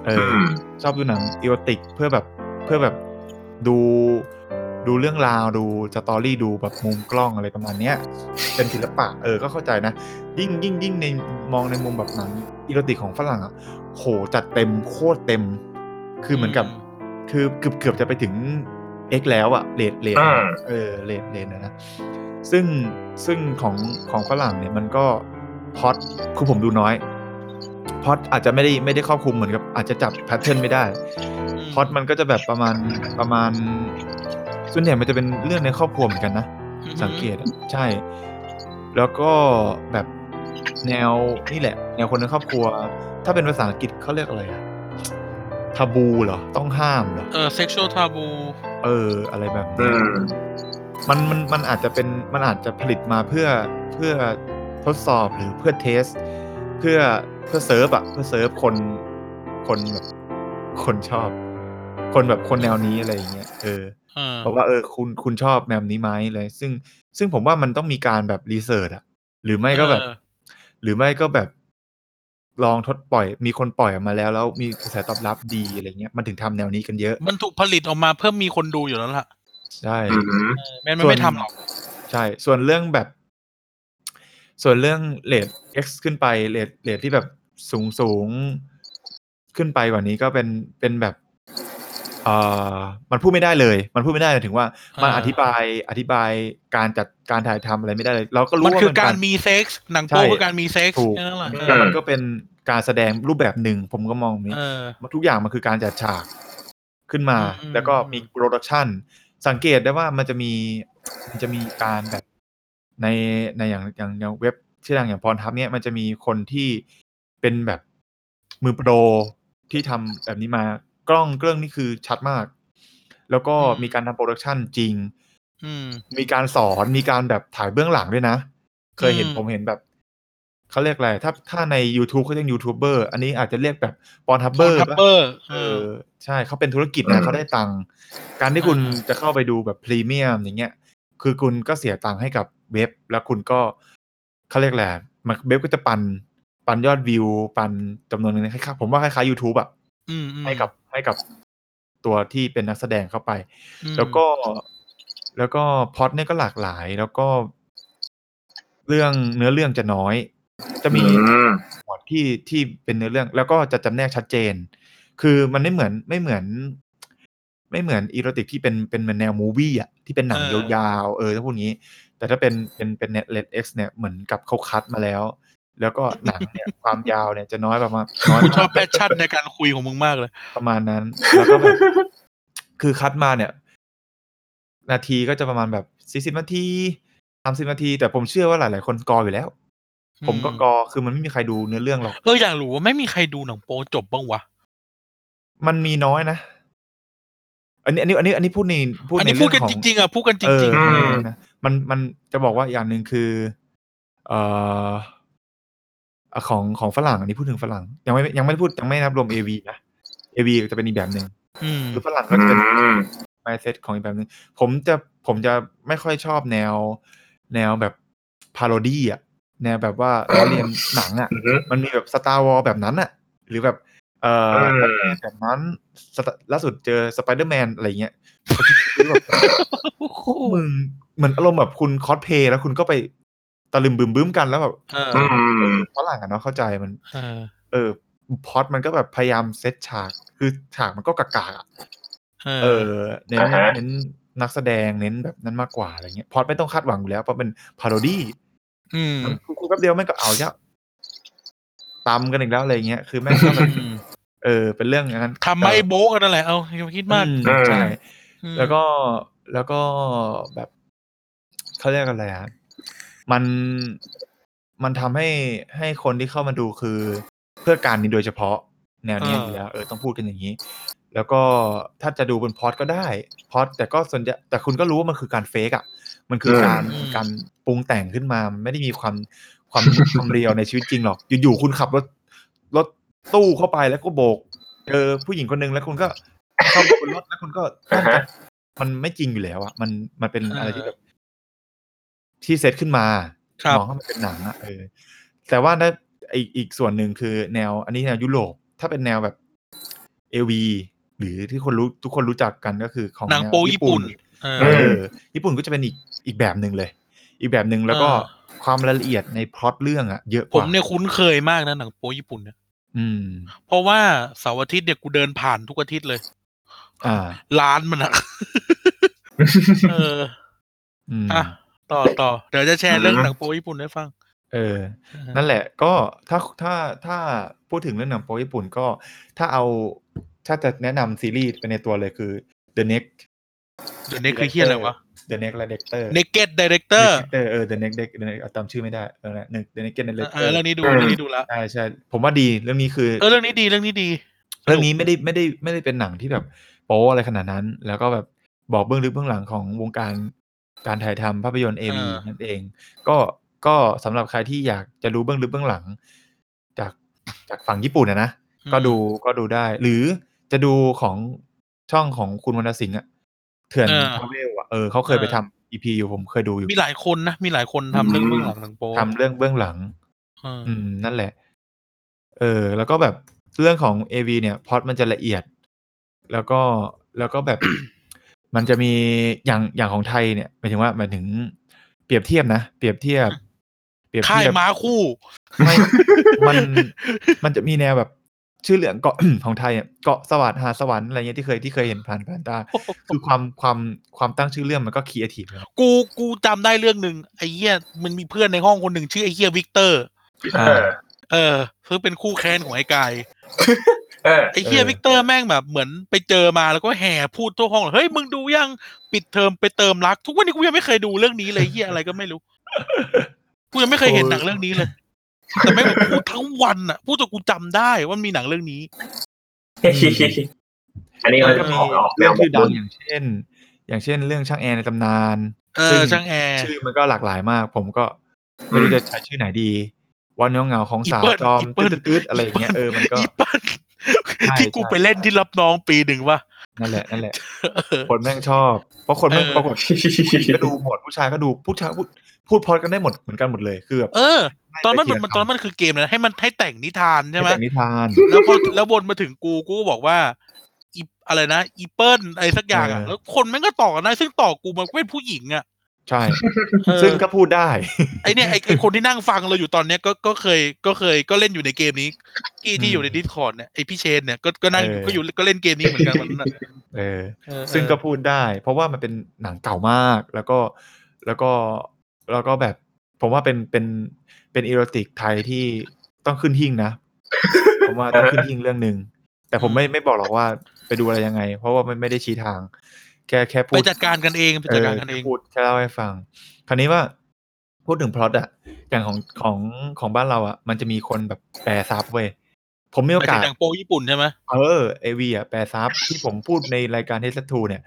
Speaker 5: เอออ ชอบดูหนังอีโรติกเพื่อแบบเพื่อแบบดูดูเรื่องราวดูสตอรี่ดูแบบมุมกล้องอะไรประมาณเนี้ย เป็นศิลปะเออก็เข้าใจนะ ยิ่งยิ่งยิ่งในมองในมุมแบบหนังอีโรติกของฝรั่งอ่ะโหจัดเต็มโคตรเต็ม คือเหมือนกับคือเกือบเกือบจะไปถึง X แล้วอะเลดเลด
Speaker 4: อ่า
Speaker 5: เออเลดเลดนะนะซึ่งซึ่งของของฝรั่งเนี่ยมันก็พล็อดคือผมดูน้อยพล็อดอาจจะไม่ได้ไม่ได้ครอบคลุมเหมือนกับอาจจะจับแพทเทิร์นไม่ได้ พล็อดมันก็จะแบบประมาณประมาณ ส่วนใหญ่มันจะเป็นเรื่องในครอบครัวเหมือนกันนะ
Speaker 2: อืม
Speaker 5: สังเกตอะใช่ แล้วก็แบบแนวนี่แหละ แนวคนในครอบครัว ถ้าเป็นภาษาอังกฤษเขาเรียกอะไรอะทาบูเหรอ ต้องห้ามเหรอ
Speaker 2: เออเซ็กชวลทาบู
Speaker 5: เออ อะไรแบบนี้มันมันมันอาจจะเป็นมันอาจจะผลิตมาเพื่อเพื่อทดสอบหรือเพื่อเทส เพื่อเพื่อเซิร์ฟอะเพื่อเซิร์ฟคนคนแบบคนชอบ คนแบบคนแนวนี้อะไรอย่างเงี้ยเออ
Speaker 2: เออ
Speaker 5: บอกว่าเออคุณคุณชอบแนวนี้ไหมเลย ซึ่งซึ่งผมว่ามันต้องมีการแบบรีเสิร์ชอะหรือไม่ก็แบบ
Speaker 2: เออ
Speaker 5: หรือไม่ก็แบบ ลองทดปล่อย มีคนปล่อยออกมาแล้ว แล้วมีกระแสตอบรับดีอะไรเงี้ยมันถึงทำแนวนี้กันเยอะ
Speaker 2: มันถูกผลิตออกมาเพื่อมีคนดูอยู่แล้วล่ะ
Speaker 5: ใช่
Speaker 2: เออแม่มันไม่ทำหรอก
Speaker 5: ใช่ ส่วนเรื่องแบบ ส่วนเรื่องเลท X ขึ้นไปเลทเลทที่แบบสูงสูงขึ้นไปกว่านี้ก็เป็นเป็นแบบเอ่อมันพูดไม่ได้เลย มันพูดไม่ได้หมายถึงว่ามัน
Speaker 2: อ่า
Speaker 5: อธิบายอธิบายการจัดการถ่ายทำอะไรไม่ได้เลย เราก็รู้
Speaker 2: มัน
Speaker 5: ว่า
Speaker 2: คือ
Speaker 5: มั
Speaker 2: การมีเซ็กซ์หนัง
Speaker 5: ใช่
Speaker 2: โป๊คือการมีเซ็กซ์
Speaker 5: ถูก
Speaker 2: แค่นั่นแหละ
Speaker 5: แต่มันก็เป็นการแสดงรูปแบบหนึ่งผมก็มองอย่างนี้
Speaker 2: เออ
Speaker 5: มันทุกอย่างมันคือการจัดฉากขึ้นมา
Speaker 2: อืมอืม
Speaker 5: แล้วก็มีโปรดักชันสังเกตได้ว่ามันจะมีมันจะมีการแบบในในอย่างอย่างอย่างเว็บชื่อดังอย่างพรทับเนี่ยมันจะมีคนที่เป็นแบบมือโปรที่ทำแบบนี้มากล้องเครื่องนี่คือชัดมาก แล้วก็มีการทำโปรดักชันจริง
Speaker 2: อืม
Speaker 5: มีการสอนมีการแบบถ่ายเบื้องหลังด้วยนะ เคยเห็น
Speaker 2: อืม
Speaker 5: ผมเห็นแบบ เขาเรียกอะไร ถ้าถ้าใน YouTube เขาเรียกยูทูบเบอร์อันนี้อาจจะเรียกแบบปอนทับเบอร์
Speaker 2: ทับเบอร์เอ
Speaker 5: เอ
Speaker 2: อ
Speaker 5: อใช่เขาเป็นธุรกิจนะเขาได้ตังค์การที่คุณ
Speaker 2: อืม
Speaker 5: จะเข้าไปดูแบบพรีเมียมอย่างเงี้ย คือคุณก็เสียตังค์ให้กับเว็บ แล้วคุณก็เขาเรียกแหละไรมันเว็บก็จะปันปันยอดวิว ปันจำนวนเงินให้ค่าผมว่าคล้ายๆ YouTube อ่ะ
Speaker 2: อืมอืม
Speaker 5: ให้กับให้กับตัวที่เป็นนักแสดงเข้าไป
Speaker 2: อืม
Speaker 5: แล้วก็แล้วก็พล็อดเนี่ยก็หลากหลาย แล้วก็ เรื่องเนื้อเรื่องจะน้อย จะมี
Speaker 4: อืม
Speaker 5: พล็อดที่ที่เป็นเนื้อเรื่อง แล้วก็จะจำแนกชัดเจน คือมันไม่เหมือนไม่เหมือน ไม่เหมือนอีโรติกที่เป็นเป็นเหมือนแนวมูวี่อ่ะที่เป็นหนังยาวๆเออถ้าพูดงี้ แต่ถ้าเป็นเป็นเป็นเน็ตเลดเอ็กซ์เนี่ยเหมือนกับเขาคัดมาแล้ว แล้วก็หนังเนี่ย ความยาวเนี่ยจะน้อยประมาณน้อย
Speaker 2: กูชอ
Speaker 5: มา
Speaker 2: บ
Speaker 5: ก
Speaker 2: แพชชั่นในการคุยของมึงมากเลย
Speaker 5: ประมาณนั้น แล้วก็แบบ คือคัดมาเนี่ย นาทีก็จะประมาณแบบสี่สิบนาทีสามสิบนาที แต่ผมเชื่อว่าหลาย ๆ คนกออยู่แล้ว ผมก็กอคือมันไม่มีใครดูเนื้อเรื่องหรอก
Speaker 2: เอออยากรู้ว่าไม่มีใครดูหนังโป๊จบบ้างวะ
Speaker 5: มันมีน้อยนะ อันนี้ อันนี้อันนี้อันนี้พูดในพูด
Speaker 2: อัน
Speaker 5: ใน
Speaker 2: นี้
Speaker 5: เรื่
Speaker 2: พู
Speaker 5: อ
Speaker 2: ด
Speaker 5: ง
Speaker 2: กัน
Speaker 5: ของ
Speaker 2: จริงๆอ่ะพูดกันจ
Speaker 5: เออ
Speaker 2: ริง
Speaker 4: ๆ
Speaker 5: พูดในเรื่องนะมันมันจะบอกว่าอย่างหนึ่งคือเอ่ออ่ะของของฝรั่ง อันนี้พูดถึงฝรั่ง ยังไม่ยังไม่ได้พูดยังไม่นับรวมเอวีนะเอวีจะเป็นอีกแบบหนึ่ง
Speaker 2: ๆ อืม
Speaker 5: คือฝรั่งก็
Speaker 4: อื
Speaker 5: จะเป็น
Speaker 4: ม
Speaker 5: mindset ของอีกแบบนึงผมจะผมจะไม่ค่อยชอบแนว แนวแบบพาโรดี้อ่ะ แนวแบบว่าล้อเลียนหนังอ่ะ
Speaker 4: อืม
Speaker 5: มันมีแบบสตาร์วอลแบบนั้นอ่ะ หรือแบบเอ่อ
Speaker 4: อืม
Speaker 5: แบบแบบนั้น Star- ล่าสุดเจอสไปเดอร์แมนอะไรเงี้ยคือแบบมึงเหมือนอารมณ์แบบคุณคอสเพลย์แล้วคุณก็ไปตะลึมบึมบึ้มกันแล้วแบบ
Speaker 2: เออ
Speaker 4: อืม
Speaker 5: ฝรั่งอะเนาะเข้าใจมัน
Speaker 2: เออ
Speaker 5: เออพล็อตมันก็แบบพยายามเซตฉาก คือฉากมันก็กากาอะ
Speaker 2: เอ
Speaker 5: เอ
Speaker 2: อ
Speaker 5: อเน้น
Speaker 4: อ่าฮะ
Speaker 5: เน้นนักแสดงเน้นแบบนั้นมากกว่าอะไรเงี้ยพล็อดไม่ต้องคาดหวังอยู่แล้วเพราะเป็นพาโรดี้
Speaker 2: อืม
Speaker 5: คุณแป๊บเดียวแม่งก็เอาเยอะตำกันอีกแล้วอะไรเงี้ยคือแม่งก็ แบบเออ เป็นเรื่องอย่างนั้น
Speaker 2: ทำไม่โบ๊กกันนั่นแหละเอาอย่ามาคิดมาก
Speaker 5: อื
Speaker 4: เออ
Speaker 5: ใช่
Speaker 2: อืม
Speaker 5: แล้วก็แล้วก็แบบเขาเรียกอะไรอะมันมันทำให้ให้คนที่เข้ามาดูคือ เพื่อการนี้โดยเฉพาะ แนวเนี้ยอยู่แล้วเออต้องพูดกันอย่างนี้ แล้วก็ถ้าจะดูบนพอดก็ได้พอดแต่ก็ส่วนใหญ่แต่คุณก็รู้ว่ามันคือการเฟกอ่ะ มันคือการ
Speaker 2: อืม
Speaker 5: การปรุงแต่งขึ้นมามันไม่ได้มีความความ ความเรียวในชีวิตจริงหรอก อยู่ๆคุณขับรถรถตู้เข้าไปแล้วก็โบกเจอผู้หญิงคนหนึ่งแล้วคุณก็เข้าไปบนรถแล้วคุณก็
Speaker 4: อ่าฮะ
Speaker 5: มันไม่จริงอยู่แล้วอ่ะมันมันเป็นอะไรที่
Speaker 2: เออ
Speaker 5: แบบที่เซตขึ้นมา
Speaker 2: ครับ
Speaker 5: มองว่ามันเป็นหนังอ่ะเออ แต่ว่าถ้าอีกอีกส่วนหนึ่งคือแนว อันนี้แนวยุโรป ถ้าเป็นแนวแบบเอวีหรือที่คนรู้ทุกคนรู้จักกันก็คือของ
Speaker 2: หนัง
Speaker 5: แว
Speaker 2: โป๊ญี่ปุ่น เออ
Speaker 5: เออญี่ปุ่นก็จะเป็นอีกอีกแบบหนึ่งเลย อีกแบบหนึ่งแล้วก็
Speaker 2: เอ
Speaker 5: ความรายละเอียดในพล็อตเรื่องอ่ะเยอะก
Speaker 2: ผม
Speaker 5: ว่า
Speaker 2: เนี่ยคุ้นเคยมากนะหนังโป๊ญี่ปุ่นเนี่ย
Speaker 5: อืม
Speaker 2: เพราะว่าเสาร์อาทิตย์เนี่ยกูเดินผ่านทุกอาทิตย์เลย
Speaker 5: อ่า
Speaker 2: ร้านมันอะ เออ
Speaker 5: อืม
Speaker 2: อ่ะต่อต่อเดี๋ยวจะแชร์เรื่องหนังโป๊ญี่ปุ่นให้ฟัง
Speaker 5: เออ นั่นแหละก็ถ้าถ้าถ้าพูดถึงเรื่องหนังโป๊ญี่ปุ่นก็ถ้าเอาถ้าจะแนะนำซีรีส์ไปในตัวเลยคือ The Next
Speaker 2: เดี๋ยวนี้คือเฮียอะไรวะ
Speaker 5: The Next Director
Speaker 2: เนเกตดีเรคเตอร์
Speaker 5: เออ The Next Director เอาจำชื่อไม่ได้เออนะหนึ่ง The Next
Speaker 2: เออ
Speaker 5: Director
Speaker 2: เรื่องนี้ดูเรื่องนี้ดูแล้ว
Speaker 5: ใช่ใช่ผมว่าดีเรื่องนี้คือ
Speaker 2: เออเรื่องนี้ดีเรื่องนี้ดี
Speaker 5: เรื่องนี้ไม่ได้ไม่ได้ไม่ได้เป็นหนังที่แบบโป๊อะไรขนาดนั้น แล้วก็แบบบอกเบื้องลึกเบื้องหลังของวงการการถ่ายทำภาพยนตร์เอวี
Speaker 2: อ่านั่
Speaker 5: นั่นเอง ก็ก็สำหรับใครที่อยากจะรู้เบื้องลึกเบื้องหลัง จากจากฝั่งญี่ปุ่นนะนะก็ดูก็ดูได้ หรือจะดูของช่องของคุณวรรณสิงห์อะเถื่อน
Speaker 2: เออ
Speaker 5: ทราเวลอะเออเขาเคยไปทำอีพีอยู่ผมเคยดูอยู่
Speaker 2: มีหลายคนนะ มีหลายคนทำเรื่องเบื้องหลังหนังโป๊
Speaker 5: ทำเรื่องเบื้องหลัง
Speaker 2: เอออ
Speaker 5: อืมนั่นแหละ เออ แล้วก็แบบเรื่องของ AV เนี่ยพล็อตมันจะละเอียด แล้วก็แล้วก็แบบ มันจะมีอย่างอย่างของไทยเนี่ยหมายถึงว่าหมายถึงเปรียบเทียบนะเปรียบเทียบ เปรียบ
Speaker 2: ค่า
Speaker 5: เที
Speaker 2: ย
Speaker 5: ยบ
Speaker 2: ม้าคู่
Speaker 5: ไม่ มันมันจะมีแนวแบบ ชื่อเรื่องเกาะ ของไทยเนี่ยเกาะสวัสดิ์หาดสวรรค์อะไรเงี้ยที่เคยที่เคยเห็นผ่านผ่านตาคือความความความตั้งชื่อเรื่องมันก็คีเอทีฟนะ
Speaker 2: กูกูจำได้เรื่องหนึ่งไอ้เหี้ยมันมีเพื่อนในห้องคนหนึ่งชื่อไอ้เหี้ยวิกเตอร์
Speaker 5: อ่า
Speaker 4: เออ
Speaker 2: เออคือเป็นคู่แค้นของไอ้กาย
Speaker 4: เออ
Speaker 2: ไอ้เหี้ย
Speaker 5: เออ
Speaker 2: วิกเตอร์แม่งแบบเหมือนไปเจอมาแล้วก็แห่พูดทั่วห้องเลยเฮ้ยมึงดูยังปิดเทอมไปเติมรัก ทุกวันนี้กูยังไม่เคยดูเรื่องนี้เลยเหี้ยอะไรก็ไม่รู้กูยังไม่เคยเห็นหนังเรื่องนี้เลยแต่แม่งแบบพูดทั้งวันอ่ะพูดจนกูจำได้ว่ามีหนังเรื่องนี้
Speaker 4: อันนี้
Speaker 5: มั
Speaker 4: เรา
Speaker 5: น
Speaker 4: จะ
Speaker 5: ก็
Speaker 4: ข
Speaker 5: มี
Speaker 4: อออกแน
Speaker 5: เรื่อง
Speaker 4: วบ
Speaker 5: ชื่
Speaker 4: ก
Speaker 5: อดั
Speaker 4: บุ
Speaker 5: ง
Speaker 4: ญ
Speaker 5: อย่างเช่น อย่างเช่นเรื่องช่างแอร์ในตำนาน
Speaker 2: เอ
Speaker 5: ซึ่
Speaker 2: อง ช่างแอร์
Speaker 5: ชื่อมันก็หลากหลายมาก ผมก็ไม่รู้จะใช้ชื่อไหนดี วันเงาเงาๆของสาว
Speaker 2: อีเปิ้ล
Speaker 5: จอม
Speaker 2: อีเปิ้ล
Speaker 5: ตืดตืดๆอะไรอย่างเงี้ยเออมันก็
Speaker 2: อีปั้น
Speaker 5: ใช่
Speaker 2: ที่กู
Speaker 5: ใช่
Speaker 2: ไปเล่นที่รับน้องปีหนึ่งว่ะ
Speaker 5: นั่นแหละนั่นแหละ
Speaker 2: เออ
Speaker 5: คนแม่งชอบ เพราะคนแม่ง
Speaker 2: เออ
Speaker 5: ปรากฏผู้หญิงก็ดูหมดผู้ชายก็ดูผู้ชายพูดพูดพอดกันได้หมดเหมือนกันหมดเลยคือแบบ
Speaker 2: เออ ตอนนั้นมัน
Speaker 5: ไเกี่ยว
Speaker 2: มันตอนนั้นมันคือเกมนะให้มันให้แต่งนิทานใช่ไหม
Speaker 5: แต่นิทาน
Speaker 2: แล้วพอ แล้ววนมาถึงกูกูก็บอกว่าอีอะไรนะอีเปิลอะไรสักอย่างอ่ะ
Speaker 5: เออ
Speaker 2: แล้วคนแม่งก็ต่อกันได้ซึ่งต่อกูมันก็เป็นผู้หญิงอ่ะ
Speaker 5: ใช่
Speaker 2: เออ
Speaker 5: ซึ่งก็พูดได้
Speaker 2: ไอเนี่ยไอไอคนที่นั่งฟังเราอยู่ตอนเนี้ยก็ก็เคยก็เคยก็เล่นอยู่ในเกมนี้ที่ที่อยู่ในดิสคอร์ดเนี่ยไอพี่เชนเนี่ยก็ก็นั่งอยู่
Speaker 5: เออ
Speaker 2: ก็อยู่ก็เล่นเกมนี้เหมือนกันวันนั้นอะ
Speaker 5: เออ
Speaker 2: เออ
Speaker 5: ซึ่งก็พูดได้ เพราะว่ามันเป็นหนังเก่ามากแล้วก็แล้วก็แล้วก็แบบ ผมว่าเป็นเป็นเป็นอีโรติกไทยที่ต้องขึ้นหิ่งนะ ผมว่าต้องขึ้นหิ่งเรื่องหนึ่งแต่ผมไม่ไม่บอกหรอกว่าไปดูอะไรยังไง เพราะว่ามันไม่ได้ชี้ทาง แค่แค่พู
Speaker 2: ไป
Speaker 5: ด
Speaker 2: จัดการกันเองไปจัดการกันเอง
Speaker 5: พูดแค่เล่าให้ฟัง คราวนี้ว่าพูดถึงพล็อตอะอย่างของของของบ้านเราอะมันจะมีคนแบบแปลซับเว้ยผมมีโอ
Speaker 2: ไป
Speaker 5: กา
Speaker 2: ถึ
Speaker 5: ส
Speaker 2: งหนังโป๊ญี่ปุ่นใช่ไหม
Speaker 5: เออเอวีอะแปลซับที่ผมพูดในรายการเทสทูเนี่ย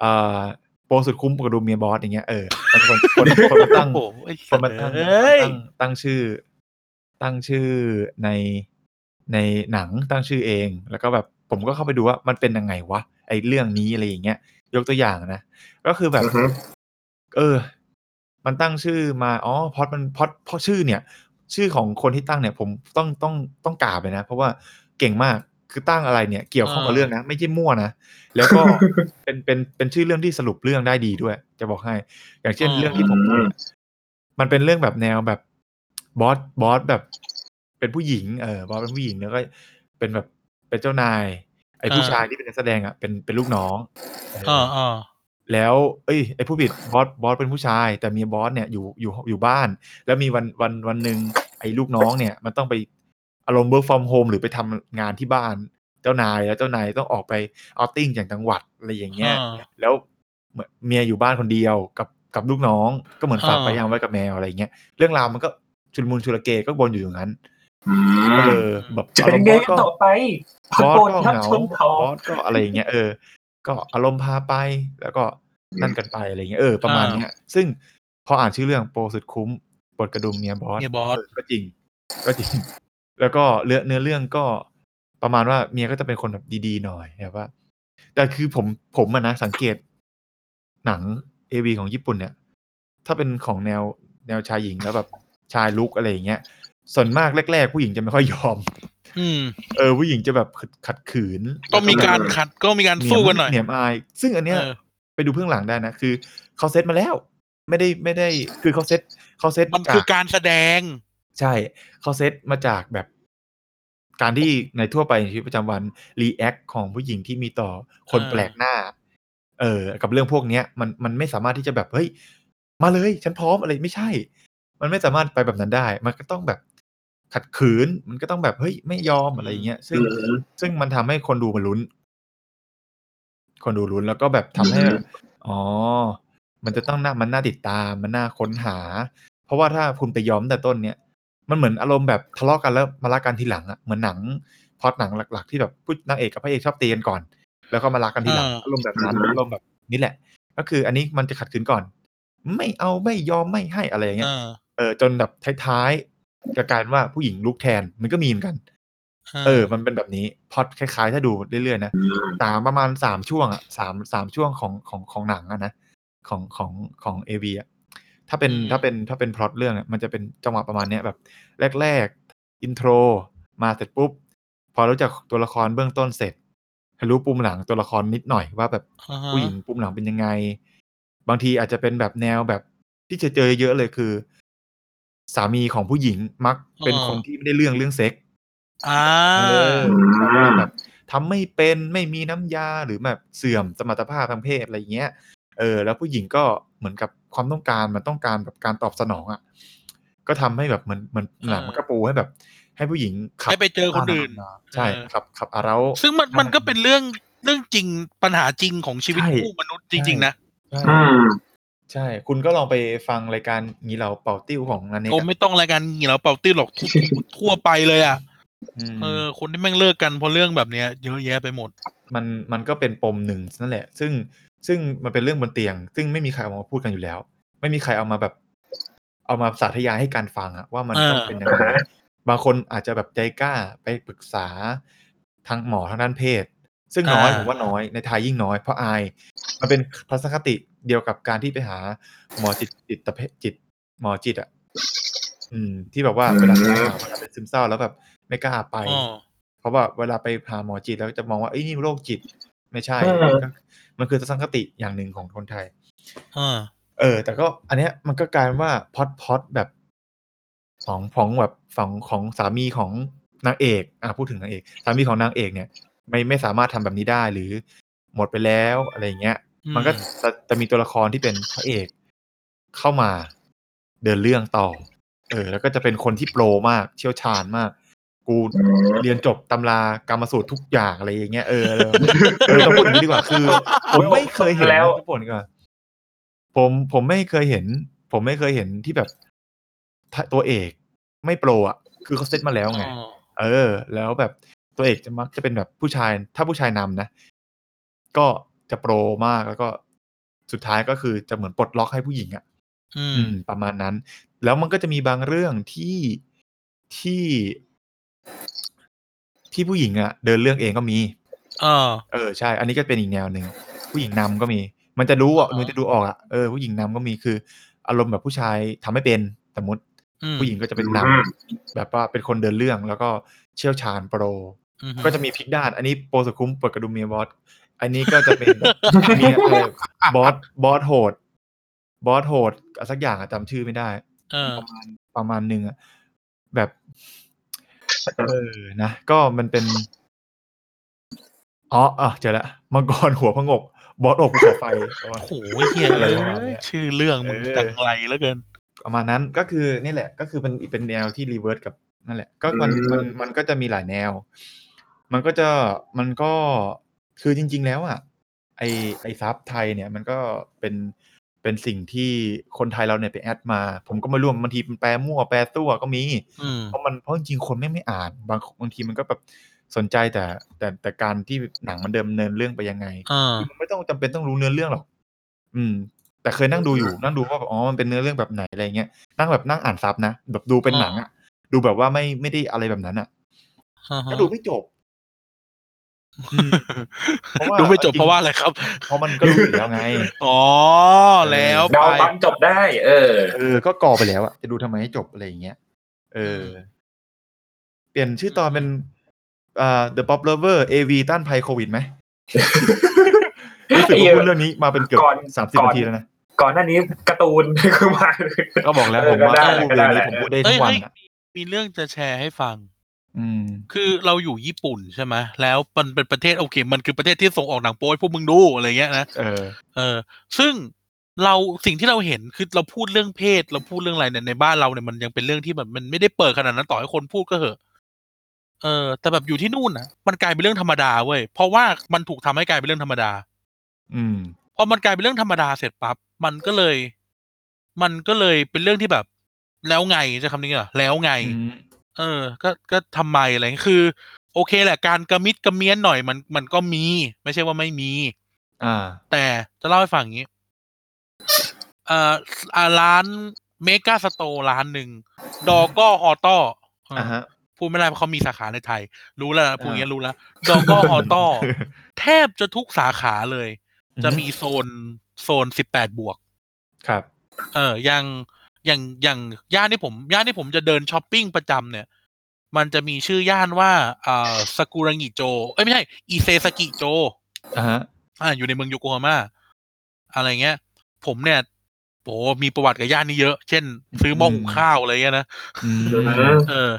Speaker 5: เอ่อโปรสุดคุ้มกับดูเมียบอสอย่างเงี้ยเออมันคน คนคนมาตั้ง
Speaker 2: โอ้โหไอ้
Speaker 5: ค
Speaker 2: สัต
Speaker 5: น
Speaker 2: ว์
Speaker 5: มาตั้ง
Speaker 2: เอ้ย
Speaker 5: ตั้งตั้งชื่อ ตั้งชื่อในในหนังตั้งชื่อเอง แล้วก็แบบผมก็เข้าไปดูว่ามันเป็นยังไงวะไอเรื่องนี้อะไรอย่างเงี้ย ยกตัวอย่างนะ ก็คือแบบ
Speaker 4: อือฮึ
Speaker 5: เออ มันตั้งชื่อมา อ๋อพอดมันพอดพอชื่อเนี่ย ชื่อของคนที่ตั้งเนี่ย ผมต้องต้องต้องกราบเลยนะ เพราะว่าเก่งมาก คือตั้งอะไรเนี่ย เกี่ยวข้องกับเรื่องนะ ไม่ใช่มั่วนะ แล้วก็ เป็นเป็นเป็นชื่อเรื่องที่สรุปเรื่องได้ดีด้วย จะบอกให้ อย่างเช่นเรื่องที่ผมพูดเนี่ยมันเป็นเรื่องแบบแนวแบบบอสบอสแบบ เป็นผู้หญิง เออบอสเป็นผู้หญิงแล้วก็เป็นแบบเป็นเจ้านาย ไอ้ผู้ชายที่เป็นนักแสดงอ่ะ เป็นเป็นลูกน้องเออ
Speaker 2: อ่าอ่า
Speaker 5: แล้ว เอ้ยไอ้ผู้ผิดบอสบอสเป็นผู้ชาย แต่เมียบอสเนี่ยอยู่อยู่อยู่บ้าน แล้วมีวันวันวันหนึ่งไอ้ลูกน้องเนี่ย มันต้องไปอารมณ์ work from home หรือไปทำงานที่บ้าน เจ้านายแล้วเจ้านายต้องออกไปเอาติ้งอย่างจังหวัดอะไรอย่างเงี้ย
Speaker 2: อ่า
Speaker 5: แล้วเหมือนเมียอยู่บ้านคนเดียวกับกับลูกน้องก็เหมือนฝาก
Speaker 2: อ่า
Speaker 5: ไปยังไว้กับแมวอะไรอย่างเงี้ยเรื่องราวมันก็ชุลมุนชุลเกก็วนอยู่อย่างนั้น
Speaker 4: อืม
Speaker 5: เออแบบ
Speaker 4: จะ
Speaker 5: อา
Speaker 4: เป็
Speaker 5: รม
Speaker 4: น
Speaker 5: ณ์
Speaker 4: ไง
Speaker 5: บอส
Speaker 4: กัน
Speaker 5: ก็
Speaker 4: ต่อไป
Speaker 5: บอส
Speaker 4: โปรด
Speaker 5: ก็
Speaker 4: รับ
Speaker 5: เหงา
Speaker 4: ชม
Speaker 5: บ
Speaker 4: เขา
Speaker 5: อสก็อะไรอย่างเงี้ยเออ ก็อารมณ์พาไปแล้วก็นั่นกันไปอะไรอย่างเงี้ยเออประมาณเนี้ยซึ่งพออ่านชื่อเรื่องโปรสุดคุ้มบทกระดุมเมียบอส
Speaker 2: เมียบอส
Speaker 5: เก็จริง ก็จริง แล้วก็เรื่องเนื้อเรื่องก็ประมาณว่าเมียก็จะเป็นคนแบบดีๆหน่อยแบบว่า แต่คือผมผมอะนะสังเกต หนังเอวีของญี่ปุ่นเนี่ย ถ้าเป็นของแนวแนวชายหญิงแล้วแบบชายลุกอะไรอย่างเงี้ยส่วนมากแรกๆ ผู้หญิงจะไม่ค่อยยอม
Speaker 2: อืม
Speaker 5: เออผู้หญิงจะแบบขัดขัดขืน
Speaker 2: ต้องมีการขัดก็มีการสู้กันหน่อย
Speaker 5: เหนียมอาย ซึ่งอันเนี้ย
Speaker 2: เออ
Speaker 5: ไปดูเพื่องหลังได้นะ คือเขาเซตมาแล้ว ไม่ได้ไม่ได้ คือเขาเซตเขาเซต
Speaker 2: มัน
Speaker 5: จา
Speaker 2: คือก การแสดง
Speaker 5: ใช่เขาเซตมาจากแบบ การที่ในทั่วไปในชีวิตประจำวันรีแอคของผู้หญิงที่มีต่อคน
Speaker 2: เออ
Speaker 5: แปลกหน้า เออ กับเรื่องพวกเนี้ย มันมันไม่สามารถที่จะแบบเฮ้ยมาเลย ฉันพร้อมอะไรไม่ใช่ มันไม่สามารถไปแบบนั้นได้ มันก็ต้องแบบขัดขืน มันก็ต้องแบบเฮ้ยไม่ยอมอะไรอย่างเงี้ยซึ่ง ซึ่งมันทำให้คนดูมันลุ้น คนดูลุ้นแล้วก็แบบทำให้
Speaker 4: อืม
Speaker 5: แบบอ๋อ มันจะต้องน่ามันน่าติดตาม มันน่าค้นหา เพราะว่าถ้าคุณไปยอมแต่ต้นเนี่ย มันเหมือนอารมณ์แบบทะเลาะกันแล้วมารักกันทีหลังอะเหมือนหนังพล็อดหนังหลัก ๆ ที่แบบผู้นางเอกกับพระเอกชอบตีกันก่อน แล้วก็มารักกันทีหลัง
Speaker 2: อ่า
Speaker 5: อารมณ์แบบนั้นอารมณ์แบบนี้แหละ ก็คืออันนี้มันจะขัดขืนก่อน ไม่เอาไม่ยอมไม่ให้อะไรอย่างเงี้ย
Speaker 2: อ่า
Speaker 5: เออจนแบบท้ายๆกลายเป็นว่าผู้หญิงลุกแทนมันก็มีเหมือนกัน เออ มันเป็นแบบนี้พล็อดคล้ายๆ ถ้าดูเรื่อยๆนะสามประมาณสามช่วงอ่ะสามสามช่วงของของของหนังอ่ะนะของของของเอวีอ่ะถ้าเป็น
Speaker 2: อืม
Speaker 5: ถ้าเป็นถ้าเป็นพล็อตเรื่องอ่ะมันจะเป็นจังหวะประมาณเนี้ยแบบ แรกๆ อินโทรมาเสร็จปุ๊บ พอรู้จักตัวละครเบื้องต้นเสร็จให้รู้ปุ่มหลังตัวละครนิดหน่อยว่าแบบ
Speaker 2: อ่าฮะ
Speaker 5: ผู้หญิงปุ่มหลังเป็นยังไง บางทีอาจจะเป็นแบบแนวแบบที่จะเจอเยอะๆเลยคือ สามีของผู้หญิงมักเป็น
Speaker 2: อ่า
Speaker 5: คนที่ไม่ได้เรื่องเรื่องเซ็ก
Speaker 2: อ่า
Speaker 5: เออ
Speaker 4: อืม
Speaker 5: แบบทำไม่เป็นไม่มีน้ำยาหรือแบบเสื่อมสมรรถภาพทางเพศอะไรอย่างเงี้ยเออ แล้วผู้หญิงก็เหมือนกับความต้องการมันต้องการแบบการตอบสนองอ่ะก็ทำให้แบบเหมือนเหมือนหนัง
Speaker 2: เออ
Speaker 5: มันก็ปูให้แบบ ให้ผู้หญิงขับ
Speaker 2: ให้ไปเจอคนอื่น
Speaker 5: ใช่
Speaker 2: เออ
Speaker 5: ขับขับอาเรา
Speaker 2: ซึ่งมันมันก็เป็นเรื่องเรื่องจริงปัญหาจริงของชีวิต
Speaker 5: ใช่
Speaker 2: คู่มนุษย์จริง ๆ นะ
Speaker 5: ใช่
Speaker 4: อืม
Speaker 5: ใช่ คุณก็ลองไปฟังรายการงี้เราเป่าติ้วของนันเอง
Speaker 2: โอ้ไม่ต้องรายการเหงี่ยวเป่าตี้หรอกทั่วทั่วไปเลยอ่ะ
Speaker 5: อืม
Speaker 2: เออคนที่แม่งเลิกกันเพราะเรื่องแบบเนี้ยเยอะแยะไปหมด
Speaker 5: มันมันก็เป็นปมหนึ่งนั่นแหละ ซึ่งซึ่งมันเป็นเรื่องบนเตียง ซึ่งไม่มีใครเอามาพูดกันอยู่แล้ว ไม่มีใครเอามาแบบ เอามาสาธยายให้การฟังอะว่ามัน
Speaker 2: อ่า
Speaker 5: ต้องเป็นยังไง
Speaker 4: อ่าฮะ
Speaker 5: บางคนอาจจะแบบใจกล้าไปปรึกษาทางหมอทางด้านเพศ ซึ่งน้อยผมว่าน้อยในไทยยิ่งน้อยเพราะอาย มันเป็นทัศนคติเดียวกับการที่ไปหาหมอจิตจิตเภทจิต หมอจิตอ่ะ อืม ที่แบบว่าเวลาไปหาเวลาเป็นซึมเศร้าแล้วแบบไม่กล้าไป
Speaker 2: อ๋อ
Speaker 5: เพราะว่าเวลาไปหาหมอจิตแล้วจะมองว่าเอ้ยนี่โรคจิตไม่ใช่
Speaker 4: อืม
Speaker 5: มันคือทัศนคติอย่างหนึ่งของคนไทย
Speaker 2: อ่า
Speaker 5: เออ แต่ก็อันเนี้ยมันก็กลายเป็นว่าพอดพอดแบบของของแบบฝั่งของสามีของนางเอกอ่ะพูดถึงนางเอก สามีของนางเอกเนี่ย ไม่ไม่สามารถทำแบบนี้ได้หรือหมดไปแล้วอะไรอย่างเงี้ย
Speaker 2: อืม
Speaker 5: มันก็จะจะมีตัวละครที่เป็นพระเอกเข้ามาเดินเรื่องต่อ เออ แล้วก็จะเป็นคนที่โปรมากเชี่ยวชาญมาก กู
Speaker 4: อืม
Speaker 5: เรียนจบตำรากรรมสูตรทุกอย่างอะไรอย่างเงี้ยเอ อเออเออต้องพูดอย่างนี้ดีกว่าคือผมไม่เคยเห็น
Speaker 4: แล้ว
Speaker 5: ทุกคนก็ผมผมไม่เคยเห็น ผมไม่เคยเห็นที่แบบถ้าตัวเอกไม่โปรอ่ะ คือเขาเซตมาแล้วไง เออ แล้วแบบตัวเอกจะมักจะเป็นแบบผู้ชาย ถ้าผู้ชายนำนะ ก็จะโปรมากแล้วก็สุดท้ายก็คือจะเหมือนปลดล็อกให้ผู้หญิงอ่ะ
Speaker 2: อืม
Speaker 5: อืมประมาณนั้น แล้วมันก็จะมีบางเรื่องที่ที่ที่ผู้หญิงอะเดินเรื่องเองก็มี
Speaker 2: เออ
Speaker 5: เออใช่ อันนี้ก็เป็นอีกแนวหนึ่งผู้หญิงนำก็มี มันจะรู้อ่ะ
Speaker 2: อ๋อ
Speaker 5: มันจะดูออกอ่ะเออผู้หญิงนำก็มีคือ อารมณ์แบบผู้ชายทำไม่เป็นสมมติ
Speaker 2: อืม
Speaker 5: ผู้หญิงก็จะเป็นนำ
Speaker 4: อืม
Speaker 5: แบบว่าเป็นคนเดินเรื่องแล้วก็เชี่ยวชาญโปร
Speaker 2: อืม
Speaker 5: ก็จะมีพลิกด้าน อันนี้โปรสุคุ้มเปิดกระดุมเมียบอส อันนี้ก็จะเป็น เมีย อะไรบอสบอสโหด บอสโหดอะสักอย่างอะจำชื่อไม่ได้
Speaker 2: เออ
Speaker 5: ประมาณประมาณหนึ่งอะแบบ เออนะก็มันเป็นอ๋ออ่ะเจอละมังกรหัวพงก บอสอกภูเขาไฟประมาณ
Speaker 2: โอ้โหเฮีย
Speaker 5: อะไร
Speaker 2: เลย
Speaker 5: ประมาณเนี้ย
Speaker 2: ชื่อเรื่องมึง
Speaker 5: เออ
Speaker 2: จังไรแล้วเกิน
Speaker 5: ประมาณนั้นก็คือนี่แหละ ก็คือเป็นเป็นแนวที่รีเวิร์สกับนั่นแหละ ก็มัน
Speaker 4: อืม
Speaker 5: มันมันก็จะมีหลายแนว มันก็จะมันก็คือจริง ๆ แล้วอ่ะ ไอไอซับไทยเนี่ย มันก็เป็นเป็นสิ่งที่คนไทยเราเนี่ยไปแอดมา ผมก็ไม่ร่วมบางทีมันแปลมั่วแปลตั้วก็มี
Speaker 2: อืม
Speaker 5: เพราะมันเพราะจริงๆคนไม่งไม่อ่านบางบางทีมันก็แบบสนใจแต่แต่แต่การที่หนังมันเดิมเนินเรื่องไปยังไง
Speaker 2: อ่า
Speaker 5: คือมันไม่ต้องจำเป็นต้องรู้เนื้อเรื่องหรอก อืม แต่เคยนั่งดูอยู่ นั่งดูว่าแบบอ๋อ มันเป็นเนื้อเรื่องแบบไหนอะไรเงี้ย นั่งแบบนั่งอ่านซับนะ แบบดูเป็นหนังอะดูแบบว่าไม่ไม่ได้อะไรแบบนั้นอะ
Speaker 2: อ่าฮะ
Speaker 5: ก็ดูไม่จบ อืม เพราะว่า
Speaker 2: ดูไม่จบ
Speaker 5: จริง
Speaker 2: เพราะว่าอะไรครับ
Speaker 5: เพราะมันก็รู้อยู่แล้วไง
Speaker 2: อ๋อ แล้วไป
Speaker 4: เดาปั๊มจบได้ เออ
Speaker 5: เออ ก็ก่อไปแล้วอะจะดูทำไมให้จบอะไรอย่างเงี้ย เออ เปลี่ยนชื่อตอนเป็นอ่า The Pop Lover AV ต้านภัยโควิดไหม รู้สึกว่าพูดเรื่องนี้มาเป็นเกือบ
Speaker 4: ก่อน
Speaker 5: สามสิบ
Speaker 4: ก่อน
Speaker 5: นาทีแล้วนะ
Speaker 4: ก่อนหน้านี้การ์ตูน คือมา
Speaker 5: ก็บอกแล้ว
Speaker 4: เอ
Speaker 5: ผ
Speaker 4: อ
Speaker 5: ม
Speaker 4: ก็
Speaker 5: ว่า
Speaker 4: ได้
Speaker 5: พูด
Speaker 4: ก็
Speaker 5: เรื่อง
Speaker 4: ได้
Speaker 5: นี้ผมพูดได้
Speaker 2: เอ้
Speaker 5: ทั้
Speaker 2: ย
Speaker 5: งวัน
Speaker 2: เฮ้ย
Speaker 5: อะ
Speaker 2: มีเรื่องจะแชร์ให้ฟัง
Speaker 5: อืม
Speaker 2: คือเราอยู่ญี่ปุ่นใช่ไหมแล้วมันเป็นประเทศโอเค มันคือประเทศที่ส่งออกหนังโป๊ให้พวกมึงดูอะไรเงี้ยนะ
Speaker 5: เออ
Speaker 2: เออ ซึ่งเราสิ่งที่เราเห็นคือเราพูดเรื่องเพศ เราพูดเรื่องอะไรเนี่ยในบ้านเราเนี่ยมันยังเป็นเรื่องที่แบบมันไม่ได้เปิดขนาดนั้นต่อให้คนพูดก็เหอะ เออ แต่แบบอยู่ที่นู่นนะมันกลายเป็นเรื่องธรรมดาเว้ยเพราะว่ามันถูกทำให้กลายเป็นเรื่องธรรมดา
Speaker 5: อืม
Speaker 2: พอมันกลายเป็นเรื่องธรรมดาเสร็จปั๊บมันก็เลย มันก็เลยเป็นเรื่องที่แบบ แล้วไงจะคำนี้เหรอแล้วไง เออ ก็ก็ทำไมอะไรเงี้ยคือ โอเคแหละการกระมิดกระเมี้ยนหน่อยมันมันก็มี ไม่ใช่ว่าไม่มี
Speaker 5: อ่า
Speaker 2: แต่จะเล่าให้ฟังอย่างนี้เอ่ออ่าร้านเมกาสโตร้านหนึ่ง ดอก้อฮอต้อเอออ
Speaker 5: อ่าฮะ
Speaker 2: พูดไม่ได้เพราะเขามีสาขาในไทย รู้แล้วนะพูดอย่างเงี้ยรู้แล้ว ดอก้อฮอ ต้อแทบจะทุกสาขาเลย จะมีโซนโซนสิบแปดบวก
Speaker 5: ครับ
Speaker 2: เอออย่างอย่างอย่างย่านที่ผมย่านที่ผมจะเดินช้อปปิ้งประจำเนี่ย มันจะมีชื่อย่านว่าเอ่อสกุรังิโจ เอ้ยไม่ใช่อิเซสกิโจ
Speaker 5: อ่าฮะ
Speaker 2: อ่าอยู่ในเมืองโยโกฮาม่าอะไรเงี้ย ผมเนี่ยโอ้มีประวัติกับย่านนี้เยอะ เช่น ซื้อหม้อหุงข้าวอะไรเงี้ยนะ
Speaker 5: อืม
Speaker 2: เออ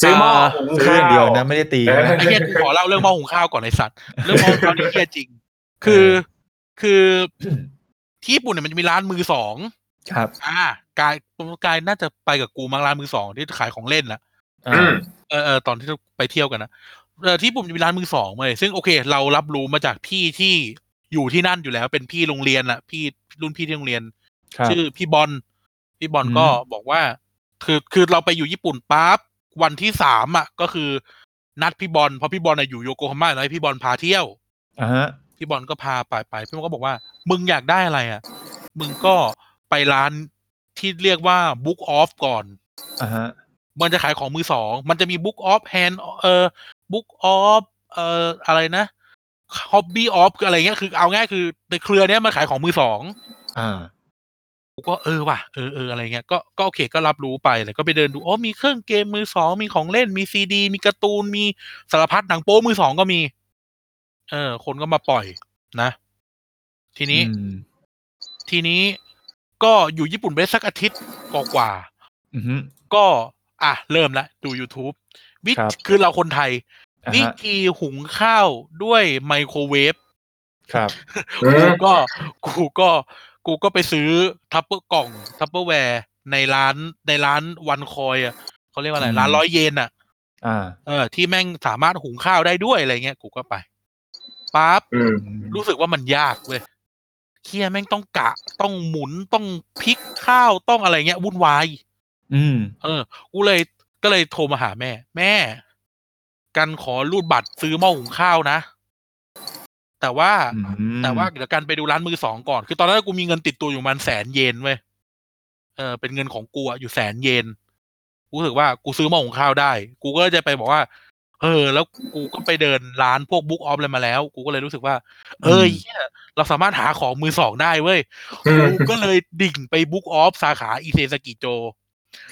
Speaker 4: ซื้อหม้อหุง
Speaker 5: ซื้อ
Speaker 4: ข้า
Speaker 5: อ
Speaker 4: ว
Speaker 5: ย่างเดียวนะ ไม่ได้ตีนะ
Speaker 2: ไอ้เฮียกูขอเล่าเรื่องหม้อหุงข้าวก่อนไอสัตว์เรื่องหม้อหุงข้าวนี่เฮียจริง คือคือที่ญี่ปุ่นเนี่ยมันจะมีร้านมือสอง
Speaker 5: ครับ
Speaker 2: อ่ากายกายน่าจะไปกับกูมั้งร้านมือสองที่ขายของเล่นนะ
Speaker 5: อ่า
Speaker 4: อืม
Speaker 2: เออเออตอนที่เราไปเที่ยวกันนะเออที่ผมจะมีร้านมือสองเลยซึ่งโอเค เรารับรู้มาจากพี่ที่อยู่ที่นั่นอยู่แล้ว เป็นพี่โรงเรียนน่ะ พี่รุ่นพี่ที่โรงเรียน
Speaker 5: ครับ
Speaker 2: ชื่อพี่บอลพี่บอล
Speaker 5: อืม
Speaker 2: ก็บอกว่า คือคือเราไปอยู่ญี่ปุ่นปั๊บวันที่สามอ่ะ ก็คือนัดพี่บอลเพราะพี่บอลน่ะอยู่โยโกฮาม่าแล้วให้พี่บอลพาเที่ยว
Speaker 5: อ่าฮะ
Speaker 2: พี่บอลก็พาไปไปพี่บอลก็บอกว่า มึงอยากได้อะไรอ่ะ มึงก็ไปร้านที่เรียกว่า Book Off ก่อน
Speaker 5: อ่าฮะ
Speaker 2: มันจะขายของมือสอง มันจะมี Book Off Hand เอ่อ Book Off เอ่ออะไรนะ Hobby Off คืออะไรเงี้ยคือเอาง่ายคือในเครือเนี้ยมันขายของมือสอง
Speaker 5: อ่า
Speaker 2: ผมก็เออว่ะเออเอออะไรเงี้ยก็ก็โอเคก็รับรู้ไปแล้วก็ไปเดินดูอ๋อมีเครื่องเกมมือสองมีของเล่นมีซีดี มีการ์ตูนมีสารพัดหนังโป๊มือสองก็มี เออ คนก็มาปล่อยนะ ทีนี้
Speaker 5: อืม
Speaker 2: ทีนี้ก็อยู่ญี่ปุ่นไปสักอาทิตย์กว่า
Speaker 5: อือฮึ
Speaker 2: ๆก็อ่ะเริ่มละดู YouTube วิ
Speaker 5: ครับ
Speaker 2: คือเราคนไทย
Speaker 5: อ่า
Speaker 2: วิ
Speaker 5: ฮะ
Speaker 2: ธีหุงข้าวด้วยไมโครเวฟ
Speaker 5: ครับ
Speaker 4: อื
Speaker 2: กู
Speaker 4: ม
Speaker 2: ก็ กูก็ กูก็ไปซื้อทัพเปอร์กล่องทัพเปอร์แวร์ในร้านในร้านวันคอยอ่ะเขาเรียกว่าอะไร
Speaker 5: อืม
Speaker 2: ร้านร้อยเยนอ่ะ
Speaker 5: อ่า
Speaker 2: เออ ที่แม่งสามารถหุงข้าวได้ด้วยอะไรเงี้ย กูก็ไปปั๊บ
Speaker 4: อืม
Speaker 5: อืม
Speaker 2: รู้สึกว่ามันยากเว้ยเคียแม่งต้องกะ ต้องหมุนต้องพลิกข้าวต้องอะไรเงี้ยวุ่นวาย
Speaker 5: อืม
Speaker 2: เออ กูเลยก็เลยโทรมาหาแม่ แม่ กันขอรูดบัตรซื้อหม้อหุงข้าวนะ แต่ว่า
Speaker 5: อืม
Speaker 2: แต่ว่าเดี๋ยวกันไปดูร้านมือสองก่อน คือตอนนั้นกูมีเงินติดตัวอยู่ประมันแสนเยนเว้ย เออ เป็นเงินของกูอะอยู่แสนเยน กูรู้สึกว่ากูซื้อหม้อหุงข้าวได้ กูก็จะไปบอกว่า เออ แล้วกูก็ไปเดินร้านพวกบุ๊กออฟอะไรมาแล้ว กูก็เลยรู้สึกว่า เอ้ยเหี้ยเราสามารถหาของมือสองได้เว้ ย
Speaker 4: อืม
Speaker 2: กูก็เลยดิ่งไปบุ๊กออฟสาขาอิเซซากิโจ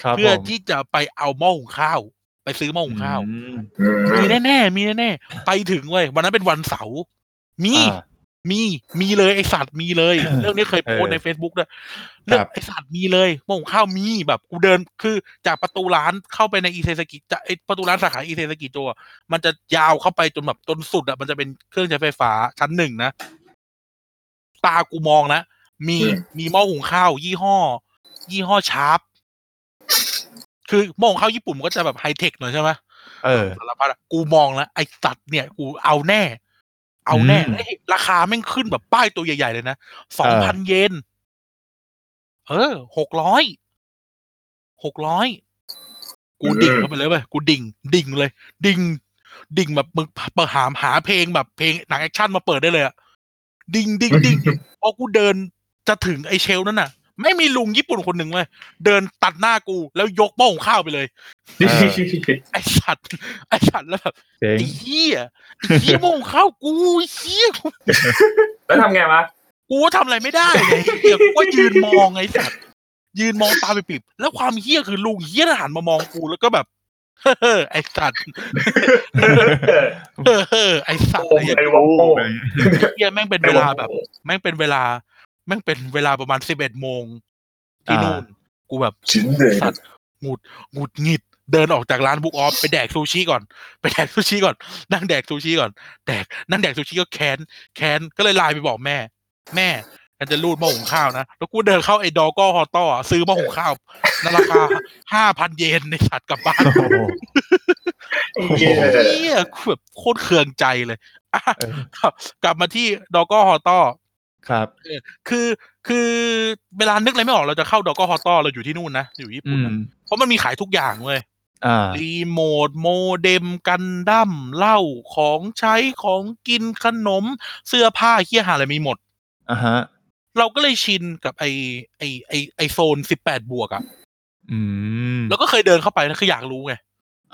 Speaker 5: ครับ
Speaker 2: เพื่อ
Speaker 5: ผม
Speaker 2: ที่จะไปเอาหม้อหุงข้าว ไปซื้อหม้อหุงข้าว
Speaker 5: อืม
Speaker 4: อืม
Speaker 2: มีแน่ๆ มีแน่ๆ ไปถึงเว้ย วันนั้นเป็นวันเสาร์ มี
Speaker 5: อ่า
Speaker 2: มีมีเลยไอสัตว์มีเลย
Speaker 5: เออ
Speaker 2: เรื่องนี้เคยโพสต์
Speaker 5: เออ
Speaker 2: ใน Facebook ด้วยเรื่องไอสัตว์มีเลยหมอหุงข้าวมีแบบกูเดินคือจากประตูร้านเข้าไปในอีเซซากิจะไอประตูร้านสาขาอีเซซากิโจอะมันจะยาวเข้าไปจนแบบจนสุดอ่ะมันจะเป็นเครื่องใช้ไฟฟ้าชั้นหนึ่งนะ ตากูมองนะ มีมีหม้อหุงข้าว ยี่ห้อ ยี่ห้อชาร์ปคือหม้อหุงข้าวญี่ปุ่นมันก็จะแบบไฮเทคหน่อยใช่ไหม
Speaker 5: เออ
Speaker 2: สารพัดอะกูมองแล้วไอสัตว์เนี่ย กูเอาแน่ เอาแน่
Speaker 5: อืม
Speaker 2: เฮ้ยราคาแม่งขึ้นแบบป้ายตัวใหญ่ๆเลยนะสองพันเยน เออหกร้อยหกร้อยกูดิ่งเข้าไปเลยเว้ยกูดิ่ง ดิ่งเลย ดิ่ง ดิ่งแบบมึงเปิดหามหาเพลงแบบเพลงหนังแอคชั่นมาเปิดได้เลยอะดิ่งดิ่งดิ่งพอกูเดินจะถึงไอเชลนั่นน่ะ ไม่มีลุงญี่ปุ่นคนหนึ่งเลยเดินตัดหน้ากูแล้วยกโป้งข้าวไปเลย
Speaker 5: เออ
Speaker 2: ไอสัตว์ไอสัตว์แล้วแบบ
Speaker 5: เจ๋ง
Speaker 2: ไอ้เหี้ยไอ้เหี้ยโมงเข้ากูไอ้เหี้ย
Speaker 4: แล้วทำไงวะ
Speaker 2: กูทำอะไรไม่ได้เลยไอ้เหี้ยกูก็ยืนมองไอ้สัตว์ยืนมองตาไปปิบๆแล้วความเหี้ยคือลุงเหี้ยทหารมามองกูแล้วก็แบบ เฮ้อไอ้สัตว์
Speaker 4: เออ
Speaker 2: เฮ้อไอ้สัตว์
Speaker 4: โอ้
Speaker 2: อะไรอย่าง
Speaker 4: ไอ้
Speaker 2: เงี้ยว
Speaker 4: อโป้ง
Speaker 2: เหี้ยแม่งเป็นเวลาแบบ แม่งเป็นเวลา แม่งเป็นเวลาประมาณสิบเอ็ดโมงที่นู่นกูแบบ
Speaker 4: ชิ้นเลย
Speaker 2: สัตว์หงุดหงุดหงิด เดินออกจากร้านบุ๊กออฟไปแดกซูชิก่อน ไปแดกซูชิก่อน นั่งแดกซูชิก่อน แดก นั่งแดกซูชิก็แค้น แค้น ก็เลยไลน์ไปบอกแม่ แม่กันจะรูดหม้อหุงข้าวนะ แล้วกูเดินเข้าไอ้ดอก็ฮอตต้ออะซื้อหม้อหุงข้าวในราคาห้าพันเยนในสัตว์กลับบ้าน
Speaker 5: โอ้โห
Speaker 4: เหี้ย
Speaker 2: เฮียกูแบบโคตรเคืองใจเลยอ่ะ
Speaker 5: เออ
Speaker 2: ครับกลับมาที่ดอก็ฮอตต้อ
Speaker 5: ครับ
Speaker 2: คือคือเวลานึกอะไรไม่ออกเราจะเข้าดอก็ฮอตต้อเราอยู่ที่นู่นนะอยู่ญี่
Speaker 5: อื
Speaker 2: ปุ่น
Speaker 5: ม
Speaker 2: นะเพราะมันมีขายทุกอย่างเว้ย
Speaker 5: อ่า
Speaker 2: รีโมทโมเด็มกันดั้มเหล้าของใช้ของกินขนม เสื้อผ้าเฮียหาอะไรมีหมด
Speaker 5: อ่าฮะ
Speaker 2: เราก็เลยชินกับไอไอไอไอโซนสิบแปดบวกอะ
Speaker 5: อืม
Speaker 2: แล้วก็เคยเดินเข้าไปนะคืออยากรู้ไง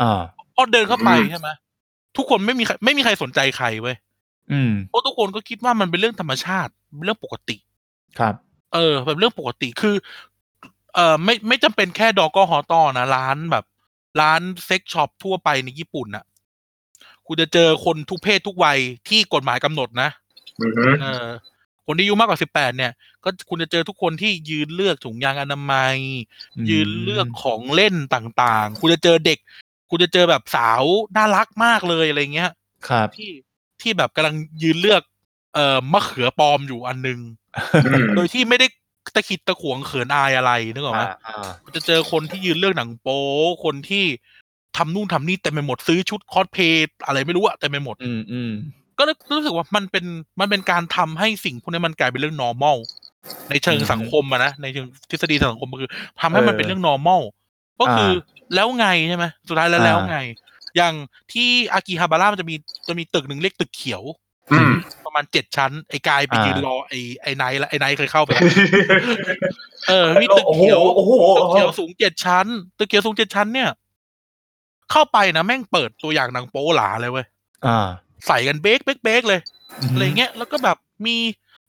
Speaker 5: อ่า
Speaker 2: พอเดินเข้าไป
Speaker 4: อืม
Speaker 2: ใช่ไหมทุกคนไม่มีใครไม่มีใครสนใจใครเว้ย
Speaker 5: อืม
Speaker 2: เพราะทุกคนก็คิดว่ามันเป็นเรื่องธรรมชาติเป็นเรื่องปกติ
Speaker 5: ครับ
Speaker 2: เออแบบเรื่องปกติคือ เออไม่ไม่จำเป็นแค่ดอกอฮอตอนะร้านแบบ ร้านเซ็กช็อปทั่วไปในญี่ปุ่นน่ะคุณจะเจอคนทุกเพศทุกวัยที่กฎหมายกำหนดนะ
Speaker 4: อือหือ
Speaker 2: เออ คนที่อายุมากกว่าสิบแปดเนี่ย ก็คุณจะเจอทุกคนที่ยืนเลือกถุงยางอนามัย ยืนเลือกของเล่นต่างๆ คุณจะเจอเด็ก คุณจะเจอแบบสาวน่ารักมากเลยอะไรเงี้ย
Speaker 5: ครับ
Speaker 2: ที่ที่แบบกำลังยืนเลือก เอ่อมะเขือปลอมอยู่อันหนึง
Speaker 4: อืม
Speaker 2: โดยที่ไม่ได้ตะขิดตะขวงเขินอายอะไรนึกออกไหม
Speaker 5: อ่าอ่า
Speaker 2: จะเจอคนที่ยืนเรื่องหนังโป๊คนที่ทำนู่นทำนี่เต็มไปหมดซื้อชุดคอสเพย์อะไรไม่รู้อะเต็มไปหมด
Speaker 5: อืมอืม
Speaker 2: ก็เลยรู้สึกว่ามันเป็นมันเป็นการทำให้สิ่งพวกนี้มันกลายเป็นเรื่อง normal ในเชิง
Speaker 5: อืม
Speaker 2: สังคมอะนะในเชิงทฤษฎีทางสังคมก็คือทำให้มัน
Speaker 5: เออ
Speaker 2: เป็นเรื่อง normal ก็คืออแล้วไงใช่ไหมสุดท้ายแล้ว
Speaker 5: อ่า
Speaker 2: แล้วไง อย่างที่อากิฮาบาร่ามันจะมีจะมีตึกหนึ่งเรียกตึกเขียว
Speaker 4: อืม
Speaker 2: ประ ประมาณเจ็ดชั้น ไอ้กายไป
Speaker 5: อ่ายื
Speaker 2: ยืนรอไอ้ไอ้ไนท์ละไอ้ไนท์เคยเข้าไปแล้ว เออมีตึก
Speaker 4: โอ้โห
Speaker 2: เขียว
Speaker 4: โอ้โห
Speaker 2: ตึกเขียวสูงเจ็ดชั้นตึกเขียวสูงเจ็ดชั้นเนี่ย เข้าไปนะแม่งเปิดตัวอย่างหนังโป๊หลาเลยเว้ย
Speaker 5: อ่า
Speaker 2: ใส่กันเบกเบกเบกเลยอะไรเงี้ยแล้วก็แบบมี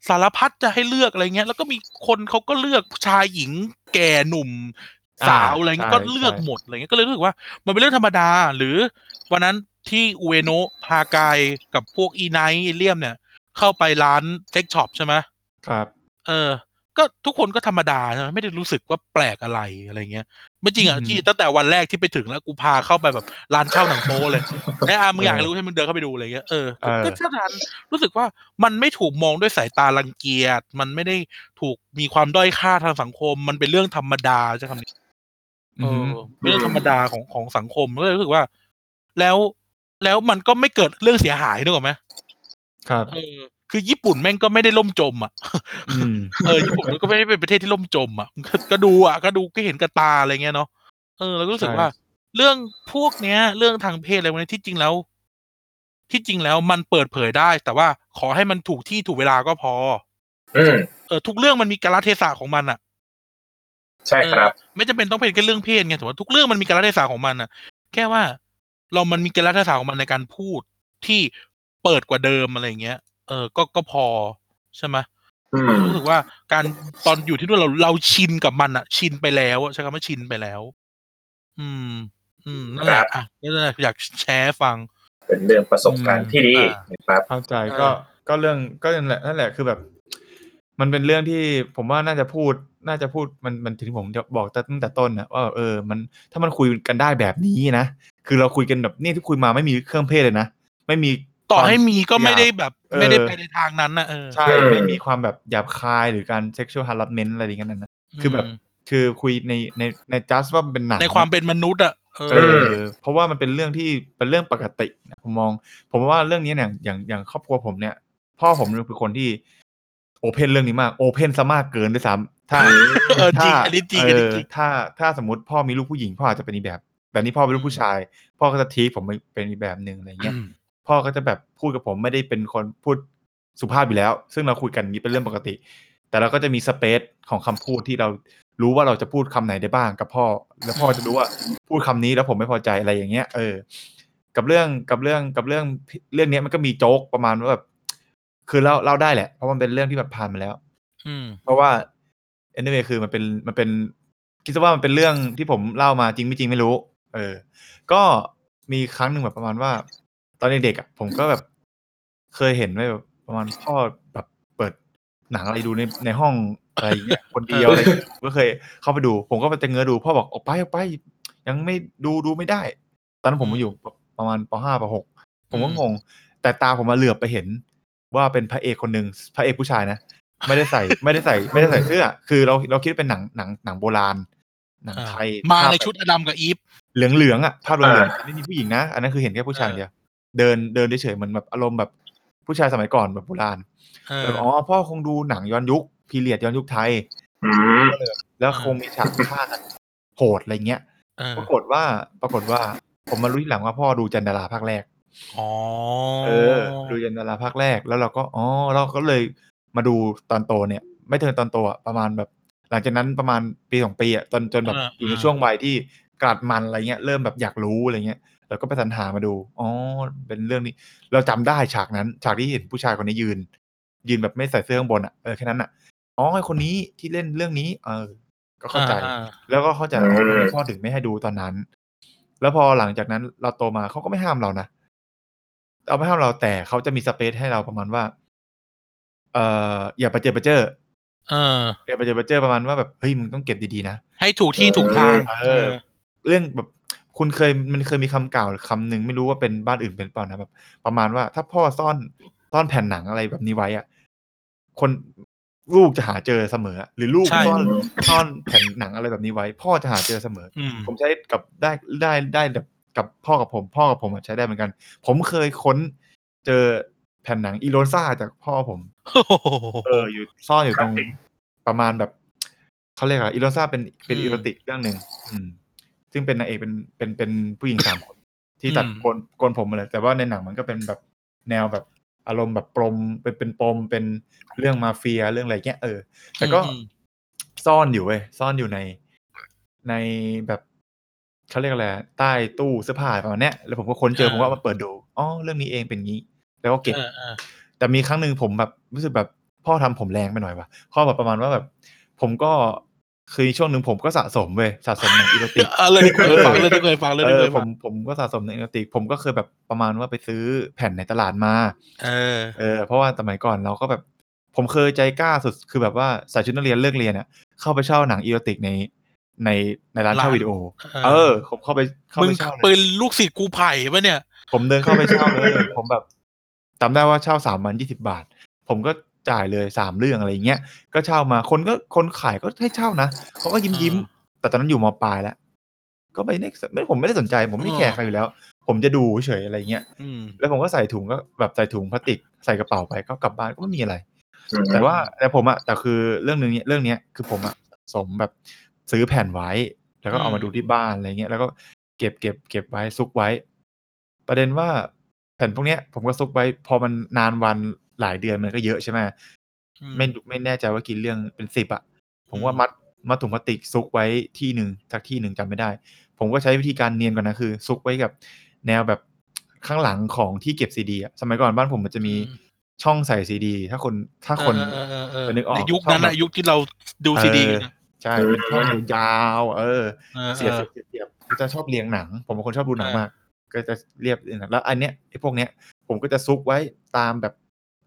Speaker 2: สารพัดจะให้เลือกอะไรเงี้ย แล้วก็มีคนเขาก็เลือกชายหญิงแก่หนุ่ม สาวอะไรเงี้ยก็เลือกหมดอะไรเงี้ยก็เลยรู้สึกว่า มันเป็นเรื่องธรรมดา หรือวันนั้นที่อุเอโนะพากายกับพวกอีไนท์เลียมเนี่ย เข้าไปร้านเซ็กช็อปใช่ไหม
Speaker 5: ครับ
Speaker 2: เออ ก็ทุกคนก็ธรรมดาใช่ไหมไม่ได้รู้สึกว่าแปลกอะไรอะไรเงี้ย ไม่จริงอ่ะ
Speaker 5: อืม
Speaker 2: ที่ตั้งแต่วันแรกที่ไปถึงแล้วกูพาเข้าไปแบบร้านเช่าหนังโป๊เลย แอ้อามึงอยากรู้ให้มึงเดินเข้าไปดูอะไรเงี้ย เออ ก็ก็เท่านั้นรู้สึกว่ามันไม่ถูกมองด้วยสายตารังเกียจ มันไม่ได้ถูกมีความด้อยค่าทางสังคม มันเป็นเรื่องธรรมดาใช่คำนี้ เออเป็นเรื่องธรรมดาของของสังคมก็เลยรู้สึกว่า แล้วแล้วมันก็ไม่เกิดเรื่องเสียหายนึกออกไหม
Speaker 5: ครับ
Speaker 2: เออ คือญี่ปุ่นแม่งก็ไม่ได้ล่มจมอ่ะ
Speaker 5: อืม
Speaker 2: เออญี่ปุ่นมันก็ไม่ได้เป็นประเทศที่ล่มจมอ่ะ ก็ก็ดูอ่ะก็ดูก็เห็นกับตาอะไรเงี้ยเนาะเออแล้วก็รู้สึกว่า เรื่องพวกเนี้ย เรื่องทางเพศอะไรพวกนี้ที่จริงแล้ว ที่จริงแล้วมันเปิดเผยได้ แต่ว่าขอให้มันถูกที่ถูกเวลาก็พอ
Speaker 4: อืม
Speaker 2: เออทุกเรื่องมันมีกาลเทศะของมันอ่ะ
Speaker 4: ใช่
Speaker 2: เออ
Speaker 4: ครับ
Speaker 2: ไม่จำเป็นต้องเป็นแค่เรื่องเพศไงถือว่าทุกเรื่องมันมีกาลเทศะของมันอ่ะ แค่ว่า เรามันมีกาลเทศะของมันในการพูดที่เปิดกว่าเดิมอะไรเงี้ย เออ ก็ก็พอใช่ไหม
Speaker 4: อืม
Speaker 2: รู้สึกว่าการตอนอยู่ที่นู่นเราเราชินกับมันอะชินไปแล้วอะใช้คำว่าชินไปแล้ว อืม อืมนั่นแห
Speaker 4: ครั
Speaker 2: ละ
Speaker 4: บ
Speaker 2: อ่ะนั่นแหละอยากแชร์ให้ฟัง
Speaker 4: เป็นเรื่องประสบการณ์ที่ดีนะครับ
Speaker 5: เข้าใจก็
Speaker 2: อ่า
Speaker 5: ก็เรื่องก็นั่นแหละนั่นแหละคือแบบ มันเป็นเรื่องที่ผมว่าน่าจะพูด น่าจะพูดมันมันถึงที่ผมบอกตั้งแต่ต้นนะว่าแบบเออ มันถ้ามันคุยกันได้แบบนี้นะคือเราคุยกันแบบนี่ที่คุยมาไม่มีเครื่องเพศเลยนะไม่มี
Speaker 2: ต่อให้
Speaker 5: ความ
Speaker 2: มีก็ไม่ได้แบบ
Speaker 5: เออ
Speaker 2: ไม่ได้ไปในทางนั้นนะเออ
Speaker 5: ใช่
Speaker 4: เออ
Speaker 5: ไม่มีความแบบหยาบคายหรือการ sexual harassment อะไรอย่างเงี้ยนะ คือแบบ
Speaker 2: ม
Speaker 5: คือคุยในในในจัสว่ามันเป็นหนัง
Speaker 2: ในความเป็นมนุษย์อะเอ
Speaker 5: เอ
Speaker 2: อ
Speaker 5: อเพราะว่ามันเป็นเรื่องที่เป็นเรื่องปกตินะผมมอง ผมว่าเรื่องนี้เนี่ยอย่างอย่างครอบครัวผมเนี่ย พ่อผมเนี่ยเป็นคนที่โอเพนเรื่องนี้มากโอเพนซะมากเกินด้วยซ้ำถ้า
Speaker 2: เออจริง
Speaker 5: ถ้า
Speaker 2: อันนี้จริง
Speaker 5: เ
Speaker 2: อันนี้จริง
Speaker 5: ถ้าถ้าสมมติพ่อมีลูกผู้หญิงพ่ออาจจะเป็นอีกแบบ แต่นี่พ่อเป็นลูกผู้ชาย พ่อก็จะทีผมเป็นอีกแบบหนึ่งอะไรเงี้ย พ่อก็จะแบบพูดกับผมไม่ได้เป็นคนพูดสุภาพอยู่แล้ว ซึ่งเราคุยกันอย่างนี้เป็นเรื่องปกติ แต่เราก็จะมีสเปซของคำพูดที่เรารู้ว่าเราจะพูดคำไหนได้บ้างกับพ่อ แล้วพ่อจะรู้ว่าพูดคำนี้แล้วผมไม่พอใจอะไรอย่างเงี้ย เออ กับเรื่องกับเรื่องกับเรื่องเรื่องเนี้ยมันก็มีโจ๊กประมาณว่าแบบคือเล่าเล่าได้แหละเพราะมันเป็นเรื่องที่แบบผ่านมาแล้ว
Speaker 2: อืม
Speaker 5: เพราะว่า anyway คือมันเป็นมันเป็นคิดซะว่ามันเป็นเรื่องที่ผมเล่ามาจริงไม่จริงไม่รู้ เออ ก็มีครั้งหนึ่งแบบประมาณว่า ตอนเด็กๆอ่ะผมก็แบบ เคยเห็นไหมแบบประมาณพ่อแบบเปิดหนังอะไรดูในในห้องอะไรอย่างเงี้ย คนเดียวอะไรอย่างเงี้ยผมก็เคยเข้าไปดู ผมก็ไปจะเงือดูพ่อบอกออกไปออกไป ยังไม่ดูดูไม่ได้ ตอนนั้นผมมาอยู่ประมาณปห้าปหกผมก็งง แต่ตาผมมาเหลือบไปเห็น ว่าเป็นพระเอกคนหนึ่งพระเอกผู้ชายนะ ไม่ได้ใส่ ไม่ได้ใส่ไม่ได้ใส่เสื้อ คือเราเราคิดว่าเป็นหนังหนังหนังโบราณ หนัง
Speaker 2: อ่า
Speaker 5: ไทย
Speaker 2: มา
Speaker 5: ภพ
Speaker 2: ใน
Speaker 5: แบบ
Speaker 2: ชุดอดัมกับอีฟ
Speaker 5: เหลืองๆอ่ะภาพเหลืองๆ
Speaker 4: อ่า
Speaker 5: แต่ไม่มีผู้หญิงนะ อันนั้นคือเห็นแค่ผู้ชาย
Speaker 2: เออ
Speaker 5: เดียวเดินเดินเฉยๆเหมือนแบบอารมณ์แบบผู้ชายสมัยก่อนแบบโบราณ
Speaker 2: เออ
Speaker 5: แบบอ๋อพ่อคงดูหนังย้อนยุคพีเรียดย้อนยุคไทย
Speaker 4: อืม
Speaker 5: แล้ว
Speaker 2: เออ
Speaker 5: คงมีฉากฆ่ากันโหดอะไรเงี้ย
Speaker 2: เออ
Speaker 5: ปรากฏว่าปรากฏว่าผมมารู้ทีหลังว่าพ่อดูจันดาราภาคแรก
Speaker 2: อ๋อ
Speaker 5: เออ ดูยันดาราภาคแรกแล้วเราก็อ๋อเราก็เลยมาดูตอนโตเนี่ย ไม่เทิงตอนโตอะประมาณแบบ หลังจากนั้นประมาณปีสองปีอะจนจนแบบอยู่ในช่วงวัยที่กลัดมันอะไรเงี้ยเริ่มแบบอยากรู้อะไรเงี้ยเราก็ไปสรรหามาดูอ๋อเป็นเรื่องนี้ เราจำได้ฉากนั้น ฉากที่เห็นผู้ชายคนนี้ยืน ยืนแบบไม่ใส่เสื้อข้างบนอะเออแค่นั้นอะอ๋อไอคนนี้ที่เล่นเรื่องนี้ เออ ก็เข้าใจ
Speaker 2: อ่อ่
Speaker 5: แล้วก็เข้าใจว่า
Speaker 4: อืม
Speaker 5: ทำไมพ่อถึงไม่ให้ดูตอนนั้น แล้วพอหลังจากนั้นเราโตมาเขาก็ไม่ห้ามเรานะเอาไม่ห้ามเราแต่เขาจะมีสเปซให้เราประมาณว่า เอ่ออย่าประเจอประเจอ
Speaker 2: เออ
Speaker 5: อย่าประเจอประเจอประมาณว่าแบบเฮ้ยมึงต้องเก็บดีๆนะ
Speaker 2: ให้ถูกที่ถูกทาง
Speaker 5: เออ เรื่องแบบคุณเคยมันเคยมีคำกล่าวคำหนึงไม่รู้ว่าเป็นบ้านอื่นเป็นเปล่านะแบบ ประมาณว่าถ้าพ่อซ่อนซ่อนแผ่นหนังอะไรแบบนี้ไว้อะคนลูกจะหาเจอเสมอ หรือลูก
Speaker 2: ใช่
Speaker 5: ซ่อนซ่อนแผ่นหนังอะไรแบบนี้ไว้ พ่อจะหาเจอเสมอ
Speaker 2: อืม
Speaker 5: ผมใช้กับได้ได้ได้แบบกับพ่อกับผม พ่อกับผมอะใช้ได้เหมือนกัน ผมเคยค้นเจอแผ่นหนังอีโรซ่าจากพ่อผม เอออยู่ซ่อนอยู่ตรง
Speaker 4: ครับ
Speaker 5: ประมาณแบบเขาเรียกอะไรอีโรซ่าเป็นเป็น
Speaker 2: อืม
Speaker 5: อีโรติกเรื่องหนึ่งอืม ซึ่งเป็นนางเอกเป็นเป็นเป็นผู้หญิงสามคนที่ตัด
Speaker 2: อืม
Speaker 5: โกนโกนผมมาเลย แต่ว่าในหนังมันก็เป็นแบบแนวแบบ อารมณ์แบบปมเป็นเป็นปมเป็นเรื่องมาเฟียเรื่องอะไรเงี้ยเออ แต่ก็
Speaker 2: อืม
Speaker 5: ซ่อนอยู่เว้ยซ่อนอยู่ในในแบบเขาเรียกอะไรใต้ตู้เสื้อผ้าประมาณเนี้ยแล้วผมก็ค้นเจอ
Speaker 2: อ่า
Speaker 5: ผมก็เอามาเปิดดูอ๋อเรื่องนี้เองเป็นงี้ แล้วก็เก็บ
Speaker 2: เออเออ
Speaker 5: แต่มีครั้งหนึ่งผมแบบรู้สึกแบบพ่อทำผมแรงไปหน่อยว่ะพ่อแบบประมาณว่าแบบ ผมก็คือช่วงหนึ่งผมก็สะสมเว้ยสะสมหนังอีโรติก
Speaker 2: เออเลยที่เคยฟังเลยที่เคยฟังเลย
Speaker 5: เอ
Speaker 2: ที่เค
Speaker 5: อย ผ
Speaker 2: ฟัง
Speaker 5: มผมก็สะสมในอีโรติก ผมก็เคยแบบประมาณว่าไปซื้อแผ่นในตลาดมา
Speaker 2: เออ
Speaker 5: เออเพราะว่าสมัยก่อนเราก็แบบ ผมเคยใจกล้าสุดคือแบบว่าใส่ชุดนักเรียนเลิกเรียนอ่ะเข้าไปเช่าหนังอีโรติกในในในร้านเช่า
Speaker 2: ร้าน
Speaker 5: วิดีโอ เออ ผมเข้าไปเข้า
Speaker 2: มึ
Speaker 5: ไป
Speaker 2: ง
Speaker 5: เช่าเล
Speaker 2: ปื
Speaker 5: ย
Speaker 2: นลูกศิษย์กูไผ่ปะเนี่ย
Speaker 5: ผมเดินเข้าไปเช่าเลยผมแบบจำได้ว่าเช่าสามวันยี่สิบาท ผมก็จ่ายเลยสามเรื่องอะไรอย่างเงี้ยก็เช่ามาคนก็คนขายก็ให้เช่านะเขาก็ยิ้มยิ้ม
Speaker 2: อ่
Speaker 5: ๆแต่ตอนนั้นอยู่มปลายแล้ว ก็ไปเนี่ยไม่ผมไม่ได้สนใจ ผมไม่ได้แคร์
Speaker 2: อ่า
Speaker 5: ใครอยู่แล้ว ผมจะดูเฉยอะไรเงี้ย
Speaker 2: อืม
Speaker 5: แล้วผมก็ใส่ถุงก็แบบใส่ถุงพลาสติกใส่กระเป๋าไปก็กลับบ้านก็ไม่มีอะไร
Speaker 4: อืม
Speaker 5: แต่ว่าแต่ผมอะแต่คือเรื่องนึงเนี่ยเรื่องเนี้ยคือผมอะสะสมแบบซื้อแผ่นไว้ แล้วก็เอามา
Speaker 2: อืม
Speaker 5: ดูที่บ้านอะไรเงี้ยแล้วก็เก็บเก็บเก็บไว้ซุกไว้ ประเด็นว่าแผ่นพวกเนี้ย ผมก็ซุกไว้ พอมันนานวันหลายเดือนมันก็เยอะใช่ไหม
Speaker 2: อื
Speaker 5: ไม่ไม่แน่ใจว่ากี่เรื่องเป็นสิบอะผมว่า
Speaker 2: อืม
Speaker 5: มัดมัดถุงพลาสติกซุกไว้ที่หนึ่งสักที่หนึ่งจำไม่ได้ ผมก็ใช้วิธีการเนียนก่อนนะคือ ซุกไว้กับแนวแบบข้างหลังของที่เก็บซีดีอะสมัยก่อนบ้านผมมันจะมีช่องใส่ซีดี ถ้าคนถ้าคน
Speaker 2: เออเออเออ
Speaker 5: จะนึกออก
Speaker 2: ในยุคนั้น
Speaker 5: ชอบแบ
Speaker 2: อะ
Speaker 5: บ
Speaker 2: ยุคที่เราดูซีดีกันอะ
Speaker 5: ใช่เป็นช่องยาวๆเออ
Speaker 2: ออออ
Speaker 5: เสียบเสียบเสียบเสียบผมจะชอบเรียงหนัง ผมเป็นคนชอบดูหนัง
Speaker 2: อ่าม
Speaker 5: มาก ก็จะเรียบเรียงหนังแล้ว อันเนี้ยไอ้พวกเนี้ยผมก็จะซุกไว้ตามแบบ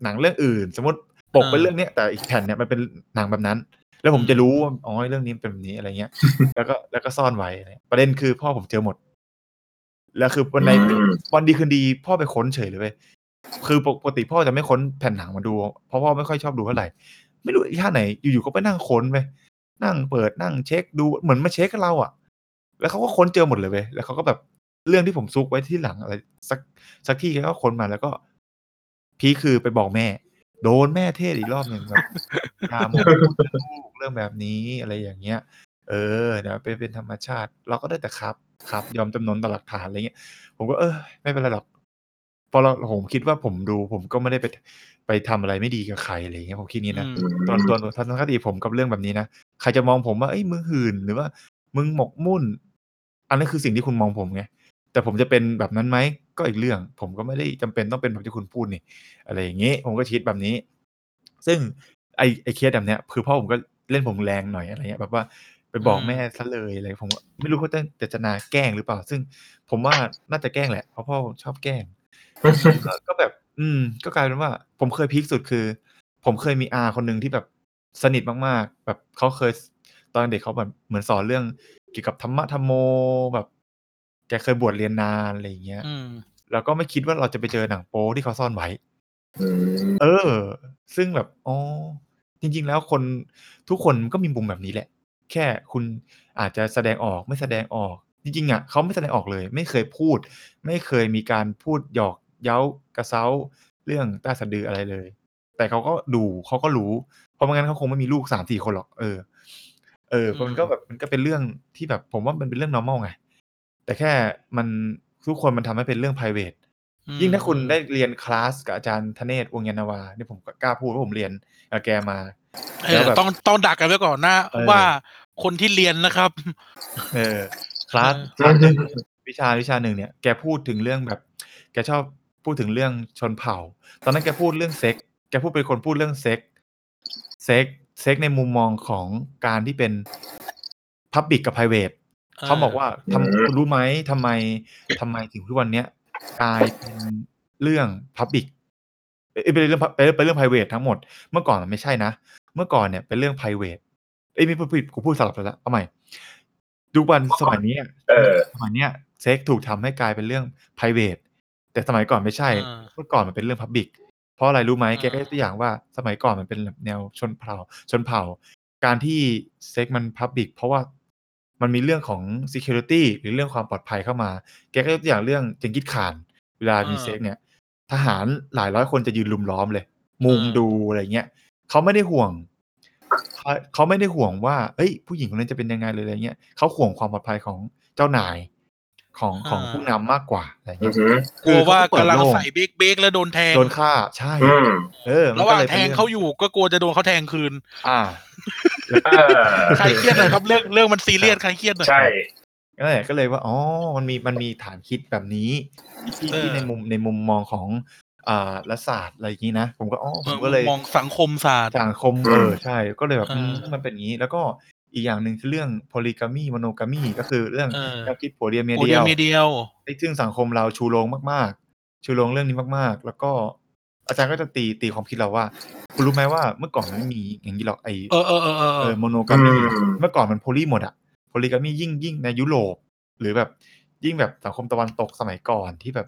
Speaker 5: หนังเรื่องอื่น สมมติปกเป็นเรื่องเนี้ยแต่อีกแผ่นเนี้ยมันเป็นหนังแบบนั้น แล้วผมจะรู้ว่าอ๋อเรื่องนี้เป็นแบบนี้อะไร เงี้ย แล้วก็แล้วก็ซ่อนไว้อะไรประเด็นคือพ่อผมเจอหมด แล้วคือวันในวันดีคืนดีพ่อไปค้นเฉยเลยเว้ยคือปกติพ่อจะไม่ค้นแผ่นหนังมาดูเพราะพ่อไม่ค่อยชอบดูเท่าไหร่ ไม่รู้ไอีท่าไหนอยู่ๆก็ไปนั่งค้นไปนั่งเปิดนั่งเช็คดูเหมือนมาเช็คกับเราอะแล้วเขาก็ค้นเจอหมดเลยเว้ยแล้วเขาก็แบบเรื่องที่ผมซุกไว้ที่หลังอะไรสักสักที่เขาก็ค้นมาแล้วก็ พีคคือไปบอกแม่ โดนแม่เทศอีกรอบหนึ่งแบบ ตามกลูกเรื่องแบบนี้อะไรอย่างเงี้ย เออเดี๋ยวไปเป็นธรรมชาติ เราก็ได้แต่ครับครับ ยอมจำนนต่อหลักฐานอะไรเงี้ย ผมก็เออ ไม่เป็นไรหรอกพอเราผมคิดว่าผมดู ผมก็ไม่ได้ไปไปทำอะไรไม่ดีกับใครอะไรเงี้ยผมคิดนี้นะ
Speaker 2: อืม
Speaker 5: ตอนตอนทัศนคติผมกับเรื่องแบบนี้นะ ใครจะมองผมว่าเอ้ยมึงหื่นหรือว่า มึงหมกมุ่น อันนั้นคือสิ่งที่คุณมองผมไง แต่ผมจะเป็นแบบนั้นไหมก็อีกเรื่อง ผมก็ไม่ได้จำเป็นต้องเป็นแบบที่คุณพูดนี่ อะไรอย่างนี้ ผมก็คิดแบบนี้ ซึ่งไอไอเคสแบบเนี้ย คือพ่อผมก็เล่นผมแรงหน่อยอะไรเงี้ยแบบว่าไปบอก
Speaker 2: อืม
Speaker 5: แม่ซะเลยอะไรผมก็ไม่รู้เขาจะเจตนาแกล้งหรือเปล่า ซึ่งผมว่าน่าจะแกล้งแหละเพราะพ่อผมชอบแกล้ง ก็ก็แบบ อืม ก็กลายเป็นว่า ผมเคยพีคสุดคือ ผมเคยมีอาคนหนึ่งที่แบบสนิทมากๆ แบบเขาเคยตอนเด็กเขาแบบเหมือนสอนเรื่องเกี่ยวกับธรรมะธรรมโมแบบแกเคยบวชเรียนนานอะไรอย่างเงี้ย
Speaker 2: อืม
Speaker 5: แล้วก็ไม่คิดว่าเราจะไปเจอหนังโป๊ที่เขาซ่อนไว้
Speaker 4: อืม
Speaker 5: เออ ซึ่งแบบอ๋อจริง ๆ แล้วคนทุกคนก็มีมุมแบบนี้แหละ แค่คุณอาจจะแสดงออกไม่แสดงออก จริงๆอ่ะเขาไม่แสดงออกเลย ไม่เคยพูด ไม่เคยมีการพูดหยอกเย้ากระเซ้าเรื่องใต้สะดืออะไรเลย แต่เขาก็ดูเขาก็รู้ เพราะไม่งั้นเขาคงไม่มีลูกสามสี่คนหรอกเออ เออ
Speaker 2: อืม
Speaker 5: มันก็แบบมันก็เป็นเรื่องที่แบบ ผมว่ามันเป็นเรื่อง normal ไงแต่แค่มันทุกคนมันทำให้เป็นเรื่อง p r i v a t
Speaker 2: อืม
Speaker 5: ยิ่งถ้าคุณได้เรียนคลาสกับอาจารย์ธเนศวงศ์ยานนาวาเนี่ยผมก็กล้าพูดว่าผมเรียนกับแกมา
Speaker 2: เอ
Speaker 5: แล้ว
Speaker 2: อ
Speaker 5: แบบ
Speaker 2: ต้องต้องดักกันไว้ก่อนนะ
Speaker 5: เออ
Speaker 2: ว่าคนที่เรียนนะครับ
Speaker 5: เออคลาสค
Speaker 4: เออ
Speaker 5: ลาสหนึ่งวิชาวิชาหนึ่งเนี่ยแกพูดถึงเรื่องแบบ แกชอบพูดถึงเรื่องชนเผ่า ตอนนั้นแกพูดเรื่องเซ็กแกพูดเป็นคนพูดเรื่องเซ็กเซ็กเซ็กในมุมมองของการที่เป็นพับบิกกับไพรเวท เขาบอกว่าทำ
Speaker 4: อืม
Speaker 5: คุณรู้ไหมทำไมทำไมถึงทุกวันเนี้ยกลายเป็นเรื่องพับบิกเป็นเรื่อง pub- เป็นเป็นเรื่อง p r i v a t ทั้งหมด เมื่อก่อนมันไม่ใช่นะ เมื่อก่อนเนี่ยเป็นเรื่อง p r i v a t เอ้ยไมีผู้ผิดกูพูดสลับแล้วละเอาใหม่ทุกวันสมัยเนี้ย
Speaker 4: เออ
Speaker 5: สมัยเนี้ยเซ็กถูกทำให้กลายเป็นเรื่อง p r i v a t แต่สมัยก่อนไม่ใช่
Speaker 2: อ่า
Speaker 5: เมื่อก่อนมันเป็นเรื่องพับบิกเพราะอะไรรู้ไหม
Speaker 2: อ่า
Speaker 5: แกก็ยกตัวอย่างว่าสมัยก่อนมันเป็นแบบแนวชนเผ่า ชนเผ่า การที่เซ็กมันพับบิกเพราะว่ามันมีเรื่องของ security หรือเรื่องความปลอดภัยเข้ามา แกก็ยกตัวอย่างเรื่องเจงกิดข่าน เวลามี
Speaker 2: อ่า
Speaker 5: เซ็กเนี่ย ทหารหลายร้อยคนจะยืนลุมล้อมเลย มุง
Speaker 2: อ่า
Speaker 5: ดูอะไรเงี้ยเขาไม่ได้ห่วงเขาเขาไม่ได้ห่วงว่า เอ้ย ผู้หญิงคนนั้นจะเป็นยังไงเลยอะไรเงี้ยเขาห่วงความปลอดภัยของเจ้านาย ของของ
Speaker 2: อ่า
Speaker 5: ผู้นำมากกว่าอะไร
Speaker 4: อื
Speaker 5: เงี้
Speaker 4: อย หือก
Speaker 2: ลัวว่ากำลัง
Speaker 5: คือเขเปิดโ
Speaker 2: ใส่เบรกเบรกแล้วโดนแทง
Speaker 5: โดนฆ่าใช่
Speaker 4: อืม
Speaker 5: เออมัน
Speaker 2: ระห
Speaker 5: ก็
Speaker 2: ว่าง
Speaker 5: ลย
Speaker 2: แท
Speaker 5: ป็
Speaker 2: ง
Speaker 5: นรื่อง
Speaker 2: เขาอยู่ก็กลัวจะโดนเขาแทงคืน
Speaker 5: อ่า
Speaker 4: เออ
Speaker 2: ใครเครียดหน่อยครับเรื่องเรื่องมันซีเรียสใครเครียดหน่อย
Speaker 4: ใช่
Speaker 5: นั่นแหละก็เลยว่าอ๋อมันมีมันมีฐานคิดแบบนี้ที่
Speaker 2: เออ
Speaker 5: ที่ในมุมในมุมมองของอ่ารัฐศาสตร์อะไรอย่างนี้นะผมก็อ๋อผมก็เลย
Speaker 2: มองสังคมศาสตร์
Speaker 5: สังคม
Speaker 4: อืม
Speaker 5: เออใช่ก็เลยแบบ
Speaker 2: เอออื
Speaker 5: มมันเป็นอย่างนี้ แล้วก็อีกอย่างหนึ่งคือเรื่อง polygamy monogamy ก็คือเรื่อง
Speaker 2: เออ
Speaker 5: แนวคิดผัวเดียวเมีย
Speaker 2: โอเดี
Speaker 5: เดี
Speaker 2: ย
Speaker 5: ยว ว
Speaker 2: มีเดียว
Speaker 5: ซึ่งสังคมเราชูโรงมาก ๆ ชูโรงเรื่องนี้มาก ๆ แล้วก็อาจารย์ก็จะตีตีความคิดเราว่า คุณรู้ไหมว่าเมื่อก่อนมันไม่มีอย่างนี้หรอกไอ
Speaker 2: เออเออเออเออเอ
Speaker 5: เอ
Speaker 2: อ
Speaker 5: อโมโนกา
Speaker 4: อื
Speaker 5: มี
Speaker 4: ม
Speaker 5: เมื่อก่อนมันโพลีหมดอะโพลีกามียิ่งยิ่งในยุโรป หรือแบบยิ่งแบบสังคมตะวันตกสมัยก่อนที่แบบ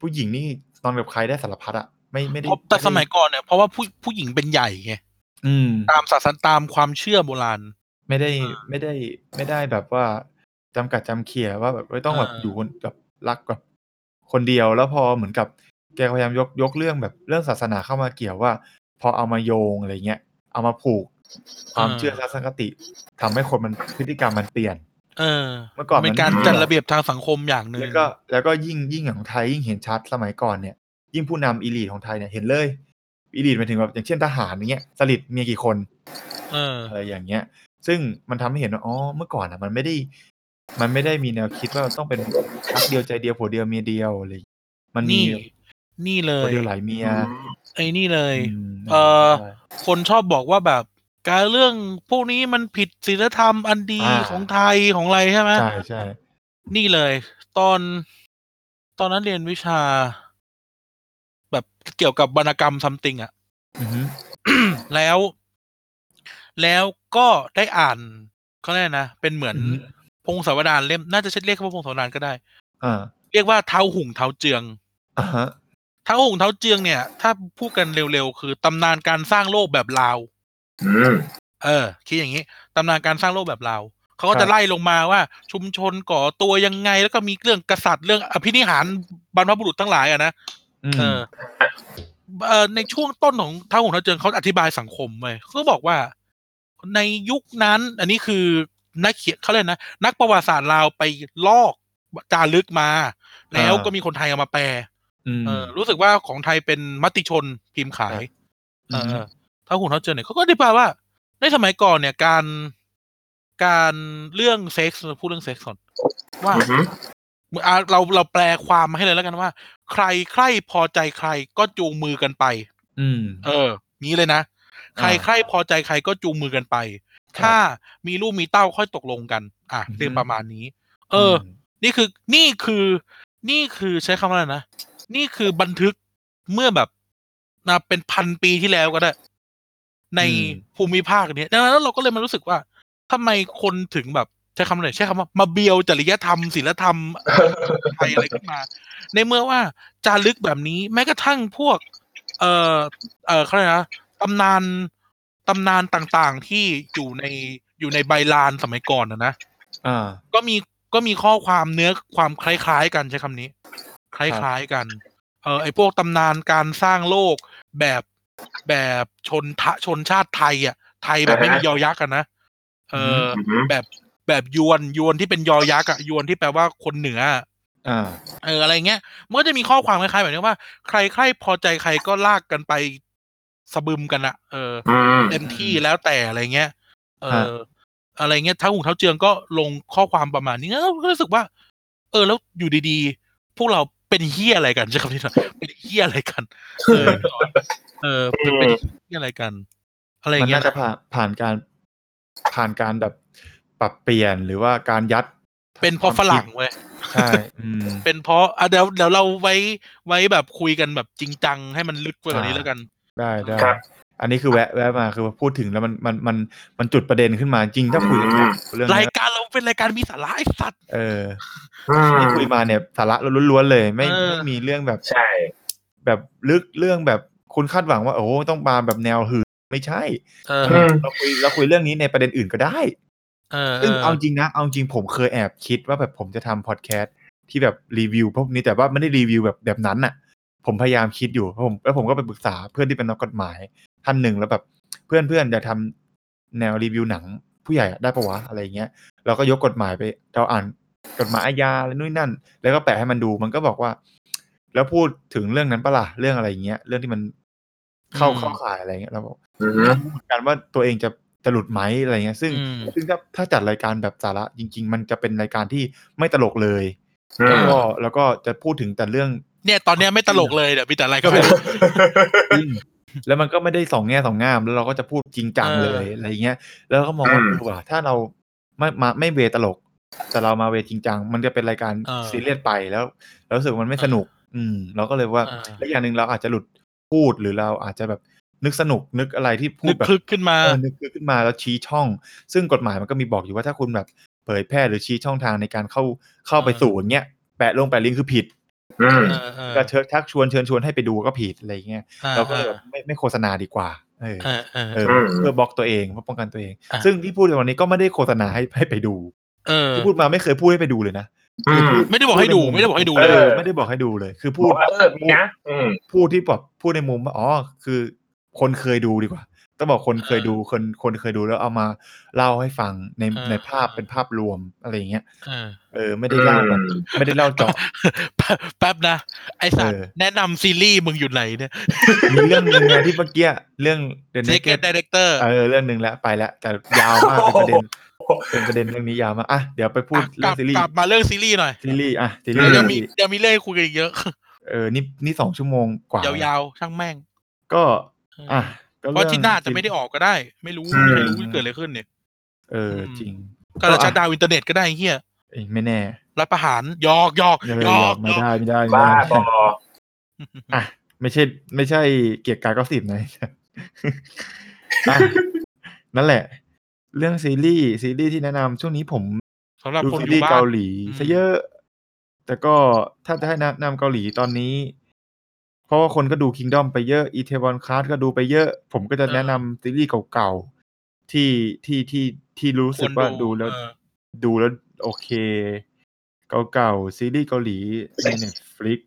Speaker 5: ผู้หญิงนี่นอนกับใครได้สารพัดอะไม่ไม่ได้
Speaker 2: เพราะแต่สมัยก่อนเนี่ยเพราะว่าผู้ผู้หญิงเป็นใหญ่ไง
Speaker 5: อืม
Speaker 2: ตามศาสนาตามความเชื่อโบราณ
Speaker 5: ไม่ได้ไม่ได้ไม่ได้แบบว่าจำกัดจำเขี่ยว่าแบบไม่ต้องแบบ
Speaker 2: อ่า
Speaker 5: อยู่คนแบบรักแบบคนเดียวแล้วพอเหมือนกับแกพยายามยกยกเรื่องแบบเรื่องศาสนาเข้ามาเกี่ยวว่า พอเอามาโยงอะไรเงี้ยเอามาผูก ความเชื่อทัศนคติทำให้คนมันพฤติกรรมมันเปลี่ยน
Speaker 2: เออ
Speaker 5: เมื่อก่อนมัน
Speaker 2: เป็นการจัดระเบียบทางสังคมอย่างหนึ่ง
Speaker 5: แล้วก็แล้วก็ยิ่งยิ่งอย่างของไทยยิ่งเห็นชัดสมัยก่อนเนี่ย ยิ่งผู้นำอีลีทของไทยเนี่ยเห็นเลยอีลีทหมายถึงแบบอย่างเช่นทหารอย่างเงี้ยสลิดมีกี่คน
Speaker 2: เออ
Speaker 5: อะไรอย่างเงี้ย ซึ่งมันทำให้เห็นว่าอ๋อเมื่อก่อนอ่ะ มันไม่ได้ มันไม่ได้มีแนวคิดว่าต้องเป็นรักเดียวใจเดียวผัวเดียวเมียเดียวอะไรมันมี
Speaker 2: นี่ นี่เล
Speaker 5: ผัวย เดียวหลายเมีย
Speaker 2: ไอ้นี่เลย
Speaker 5: อืม
Speaker 2: เอ่อ คนชอบบอกว่าแบบ การเรื่องพวกนี้มันผิดศีลธรรมอันดีของไทยของอะไรใช่ไหม
Speaker 5: ใช่ใช่
Speaker 2: นี่เลย ตอนตอนนั้นเรียนวิชา แบบเกี่ยวกับวรรณกรรมซัมติงอะ
Speaker 5: อือฮึ
Speaker 2: แล้ว แล้วก็ได้อ่านเขาเรียกอะไรนะ เป็นเหมือนพงศาวดารเล่ม น่าจะใช้เรียกว่าพงศาวดารก็ได้
Speaker 5: อ่า
Speaker 2: เรียกว่าเท้าหุ่งเท้าเจือง
Speaker 5: อ่าฮะ
Speaker 2: เท้าหุ่งเท้าเจืองเนี่ย ถ้าพูดกันเร็วๆ คือตำนานการสร้างโลกแบบลาว
Speaker 4: อืม
Speaker 2: เออคิดอย่างนี้ตำนานการสร้างโลกแบบเราเขาก็จะไล่ลงมาว่า ชุมชนก่อตัวยังไง แล้วก็มีเรื่องกษัตริย์เรื่องอภินิหารบรรพบุรุษทั้งหลายอะนะ
Speaker 5: อืม
Speaker 2: เออเออในช่วงต้นของท้าวหงส์ท้าวเจิงเขาอธิบายสังคมไว้เขาก็บอกว่า ในยุคนั้น อันนี้คือนักเขียนเขาเรียกนะนักประวัติศาสตร์ลาวไปลอกจารึกมา แล้วก็มีคนไทยเอามาแปล
Speaker 5: ม
Speaker 2: เออรู้สึกว่าของไทยเป็นมติชนพิมพ์ขาย
Speaker 5: ค
Speaker 2: เอ
Speaker 5: รับ
Speaker 2: อเออถ้าหุ่นเขาเจอเนี่ยเขาก็ได้แปลว่า ในสมัยก่อนเนี่ยการการเรื่องเซ็กส์พูดเรื่องเซ็กส์ก่อนว่า
Speaker 4: อือฮึ
Speaker 2: อ่ะเราเราแปลความมาให้เลยแล้วกันว่า ใครใครพอใจใครก็จูงมือกันไป
Speaker 5: อืม
Speaker 2: เออนี้เลยนะใคร
Speaker 5: อ่า
Speaker 2: ใครพอใจใครก็จูงมือกันไป
Speaker 5: ครับ
Speaker 2: ถ้ามีลูกมีเต้าค่อยตกลงกัน อ่ะ
Speaker 5: อือฮึ
Speaker 2: เรื่องประมาณนี้ เอออ นี่คือนี่คือนี่คือใช้คำว่าอะไรนะ นี่คือบันทึกเมื่อแบบนะเป็นพันปีที่แล้วก็ได้ ใน
Speaker 5: อืม
Speaker 2: ภูมิภาคเนี้ยดังนั้นเราก็เลยมารู้สึกว่าทำไมคนถึงแบบใช้คำอะไรใช้คำว่ามาเบียวจริยธรรมศีลธรรมไทยอะไรขึ้นมา ในเมื่อว่าจารึกแบบนี้ แม้กระทั่งพวก เอ่อเอ่อเขาเรียกอะไรนะตำนานตำนานต่างๆที่อยู่ในอยู่ในใบลานสมัยก่อนนะนะ
Speaker 5: อ่า
Speaker 2: ก็มีก็มีข้อความเนื้อความคล้ายๆกันใช้คำนี้ คล
Speaker 5: ครั้
Speaker 2: า
Speaker 5: บ
Speaker 2: ย ๆกัน เออไอพวกตำนานการสร้างโลกแบบแบบชนทะชนชาติไทยอ่ะ ไทยแบบไม่มียอยักษ์กันนะเออ
Speaker 4: อื
Speaker 2: อ
Speaker 4: อหือ
Speaker 2: แบบแบบยวนยวนที่เป็นยอยักษ์อะยวนที่แปลว่าคนเหนืออะ
Speaker 5: อ่า
Speaker 2: เอออะไรเงี้ยมันก็จะมีข้อความคล้ายๆแบบนี้ว่า ใครใครพอใจใครก็ลากกันไปสะบึมกันอะเออ
Speaker 4: อืม
Speaker 2: เต็มที่แล้วแต่อะไรเงี้ย เอ
Speaker 5: ฮะ
Speaker 2: อ อะไรเงี้ยท้าหุงเท้าเจืองก็ลงข้อความประมาณนี้แล้วก็รู้สึกว่า เออ แล้วอยู่ดีๆ พวกเราเป็นเฮียอะไรกันใช่คำนี้หน่อยเป็นเฮียอะไรกัน เออ เออเป็นเป็นเฮียอะไรกัน อะไร
Speaker 5: มัน
Speaker 2: เงี้ย
Speaker 5: น่าจะผ่านผ่านการผ่านการแบบปรับเปลี่ยนหรือว่าการยัด
Speaker 2: เป็นเพราะฝรั่งเว้ย
Speaker 5: ใช่อืม
Speaker 2: เป็นเพราะอ่ะเดี๋ยวเดี๋ยวเราไว้ไว้แบบคุยกันแบบจริงจังให้มันลึกไปกว่านี้
Speaker 5: อ่า
Speaker 2: แล้วกัน
Speaker 5: ได้ได้
Speaker 4: ครับ
Speaker 5: อันนี้คือแวะแวะมาคือพูดถึงแล้วมันมันมันมันจุดประเด็นขึ้นมาจริงถ้าคุยกัน
Speaker 4: อืม
Speaker 5: เรื่อง
Speaker 2: ราย
Speaker 5: เนี้ย
Speaker 2: การเราเป็นรายการมีสาระไอ้สัตว์
Speaker 5: เออ
Speaker 4: อืม
Speaker 5: ที่คุยมาเนี่ยสาระล้วนๆเลย ไม่
Speaker 2: เออ
Speaker 5: ไม่มีเรื่องแบบ
Speaker 4: ใช่
Speaker 5: แบบลึกเรื่องแบบคุณคาดหวังว่าโอ้โหต้องมาแบบแนวหืนไม่ใช่
Speaker 2: เออ
Speaker 4: อืม
Speaker 5: เราคุยเราคุยเรื่องนี้ในประเด็นอื่นก็ได้
Speaker 2: เออ
Speaker 5: ซึ่งเอาจริงนะ เอาจริงผมเคยแอบคิดว่าแบบผมจะทำพอดแคสต์ที่แบบรีวิวพวกนี้แต่ว่าไม่ได้รีวิวแบบแบบนั้นน่ะ ผมพยายามคิดอยู่แล้วผมแล้วผมก็ไปปรึกษาเพื่อนที่เป็นนักกฎหมาย ท่านหนึ่งแล้วแบบเพื่อนเพื่อนอยากทำแนวรีวิวหนังผู้ใหญ่อะได้ปะวะอะไรอย่างเงี้ยเราก็ยกกฎหมายไปเราอ่าน กฎหมายอาญาอะไรนู่นนนั่น แล้วก็แปะให้มันดูมันก็บอกว่า แล้วพูดถึงเรื่องนั้นปะล่ะเรื่องอะไรอย่างเงี้ยเรื่องที่มันเข้า
Speaker 2: อืม
Speaker 5: เข้าข่ายอะไรเงี้ยเราบอก
Speaker 4: อืม
Speaker 5: ไม่รู้เหมือนกันว่าตัวเองจะจะหลุดไหมอะไรเงี้ย ซึ่ง
Speaker 2: อืม
Speaker 5: ซึ่งถ้าถ้าจัดรายการแบบสาระจริง ๆ มันจะเป็นรายการที่ไม่ตลกเลย
Speaker 4: อื
Speaker 5: แล้ว
Speaker 4: ม
Speaker 5: ก็แล้วก็จะพูดถึงแต่เรื่อง
Speaker 2: เนี่ยตอนเนี้ยไม่ตลกเลยเดี๋ยวมีแต่อะไรก็ไม่รู้
Speaker 5: อืมแล้วมันก็ไม่ได้สองแง่สองงาม แล้วเราก็จะพูดจริงจัง
Speaker 2: เออ
Speaker 5: เลยอะไรเงี้ย แล้วก็มองว่าเออว่ะถ้าเราไม่มาไม่เวตลก แต่เรามาเวจริงจัง มันจะเป็นรายการซีเรียสไปแล้วแล้วรู้สึกมันไม่สนุก อืม เราก็เลยว่า
Speaker 2: อ่า
Speaker 5: และอย่างหนึ่งเราอาจจะหลุดพูดหรือเราอาจจะแบบนึกสนุกนึกอะไรที่พู
Speaker 2: นึ
Speaker 5: ด
Speaker 2: ก
Speaker 5: แบบ
Speaker 2: คลึกขึ้นมา
Speaker 5: เออนึกขึ้นมาแล้วชี้ช่อง ซึ่งกฎหมายมันก็มีบอกอยู่ว่าถ้าคุณแบบเผยแพร่หรือชี้ช่องทางในการเข้าเข้าไป
Speaker 2: เออ
Speaker 5: สู่อย่างเงี้ยแปะลงแปะลิงก์คือผิด
Speaker 4: อืม
Speaker 2: เออเออ
Speaker 5: ก็เชิญทักชวนเชิญชวนให้ไปดูก็ผิดอะไรเงี้ย
Speaker 2: อ่
Speaker 5: เราก็เลยแบบไม่ไม่โฆษณาดีกว่า เออ
Speaker 2: เออเออ
Speaker 5: เออ
Speaker 4: อืม
Speaker 5: เพื่อบล็อกตัวเองเพื่อป้องกันตัวเอง
Speaker 2: อ่ะ
Speaker 5: ซึ่งที่พูดในวันนี้ก็ไม่ได้โฆษณาให้ให้ไปดู
Speaker 2: เออ
Speaker 5: ที่พูดมาไม่เคยพูดให้ไปดูเลยนะ
Speaker 4: อืม
Speaker 2: ไม่ได้บอกให้ดู ไม่ได้บอกให้ดู
Speaker 5: เอ
Speaker 2: เลย
Speaker 5: อไม่ได้บอกให้ดูเลย คือพู
Speaker 4: บ
Speaker 5: ด
Speaker 4: อกว่าเออมีนะอืม
Speaker 5: พูดที่แบบพูดในมุมว่าอ๋อ คือ คนเคยดูดีกว่า ต้องบอกคนเคยดูคนคนเคยดูแล้วเอามาเล่าให้ฟังใน
Speaker 2: เออ
Speaker 5: ในภาพเป็นภาพรวมอะไรอย่างเงี้ย
Speaker 2: เออ
Speaker 5: เออ ไม่ได้เล่าแบบ
Speaker 4: อืม
Speaker 5: ไม่ได้เล่าเจาะ
Speaker 2: แป๊บแป๊บนะ ไอสัตว์
Speaker 5: เออ
Speaker 2: แนะนำซีรีส์มึงอยู่ไหนเนี่ย
Speaker 5: มีเรื่องหนึ่งไงที่เมื่อกี้เรื่อง The
Speaker 2: เจ
Speaker 5: Naked
Speaker 2: เกตดีเรคเตอร์
Speaker 5: เออเรื่องหนึ่งแล้วไปแล้วแต่ยาวมากเป็นประเด็นเป็นประเด็นเรื่องนี้ยาวมากอ่ะเดี๋ยวไปพูด
Speaker 2: ก
Speaker 5: เรื่อ
Speaker 2: ลับ
Speaker 5: งซีรี
Speaker 2: ก
Speaker 5: ส์
Speaker 2: ลับมาเรื่องซีรีส์หน่อย
Speaker 5: ซีรีส์อ่ะซีรี
Speaker 2: เดี๋ยวยัง
Speaker 5: ส์
Speaker 2: มียังมีเรื่องให้คุยกันอีกเยอะ
Speaker 5: เออนี่นี่สองชั่วโมงกว่าย
Speaker 2: าวๆ ช่างแม่ง
Speaker 5: ก็
Speaker 2: เอออ
Speaker 5: อ่ะก็
Speaker 2: เพ
Speaker 5: เรื่
Speaker 2: ราะ
Speaker 5: อง
Speaker 2: ที่หน้าจะไม่ได้ออกก็ได้ ไม่รู้
Speaker 5: อืม
Speaker 2: ไม่รู้เกิดอะไรขึ้นเนี่ย
Speaker 5: เออ
Speaker 2: ม
Speaker 5: จริง
Speaker 2: ก็อาจจะ
Speaker 5: ก็อ่ะ
Speaker 2: ดาวอินเทอร์เน็ตก็ได้ไอ้เฮีย
Speaker 5: เอ้ยไม่แน่
Speaker 2: รัฐประหารหยอกหยอก
Speaker 5: เออ
Speaker 2: หยอกหย
Speaker 5: ไม่
Speaker 2: อก
Speaker 5: ได้ไม่ได้ไม่
Speaker 4: บ้า
Speaker 5: ได้
Speaker 4: บอ
Speaker 5: อ่ะไม่ใช่ ไม่ใช่เกียร์กายก็สิบนะ อ่ะนั่นแหละ เรื่องซีรีส์ซีรีส์ที่แนะนำช่วงนี้ผม
Speaker 2: สำหรับ
Speaker 5: ดู
Speaker 2: คนอ
Speaker 5: ซีรี
Speaker 2: ยู่
Speaker 5: ส์
Speaker 2: บ้าน
Speaker 5: เกาหลี
Speaker 2: อืม
Speaker 5: ซะเยอะ แต่ก็ถ้าจะให้แนะนำเกาหลีตอนนี้ เพราะว่าคนก็ดูคิงดอมไปเยอะอีเทวอนค s สก็ดูไปเยอะ ผมก็จะแนะนำซีรีส์เก่าๆ ที่ที่ที่ที่รู้สึกว่าดูแล้ว
Speaker 2: เออ
Speaker 5: ดูแล้วโอเค เก่าๆ ซีรีส์เกาหลีใน Netflix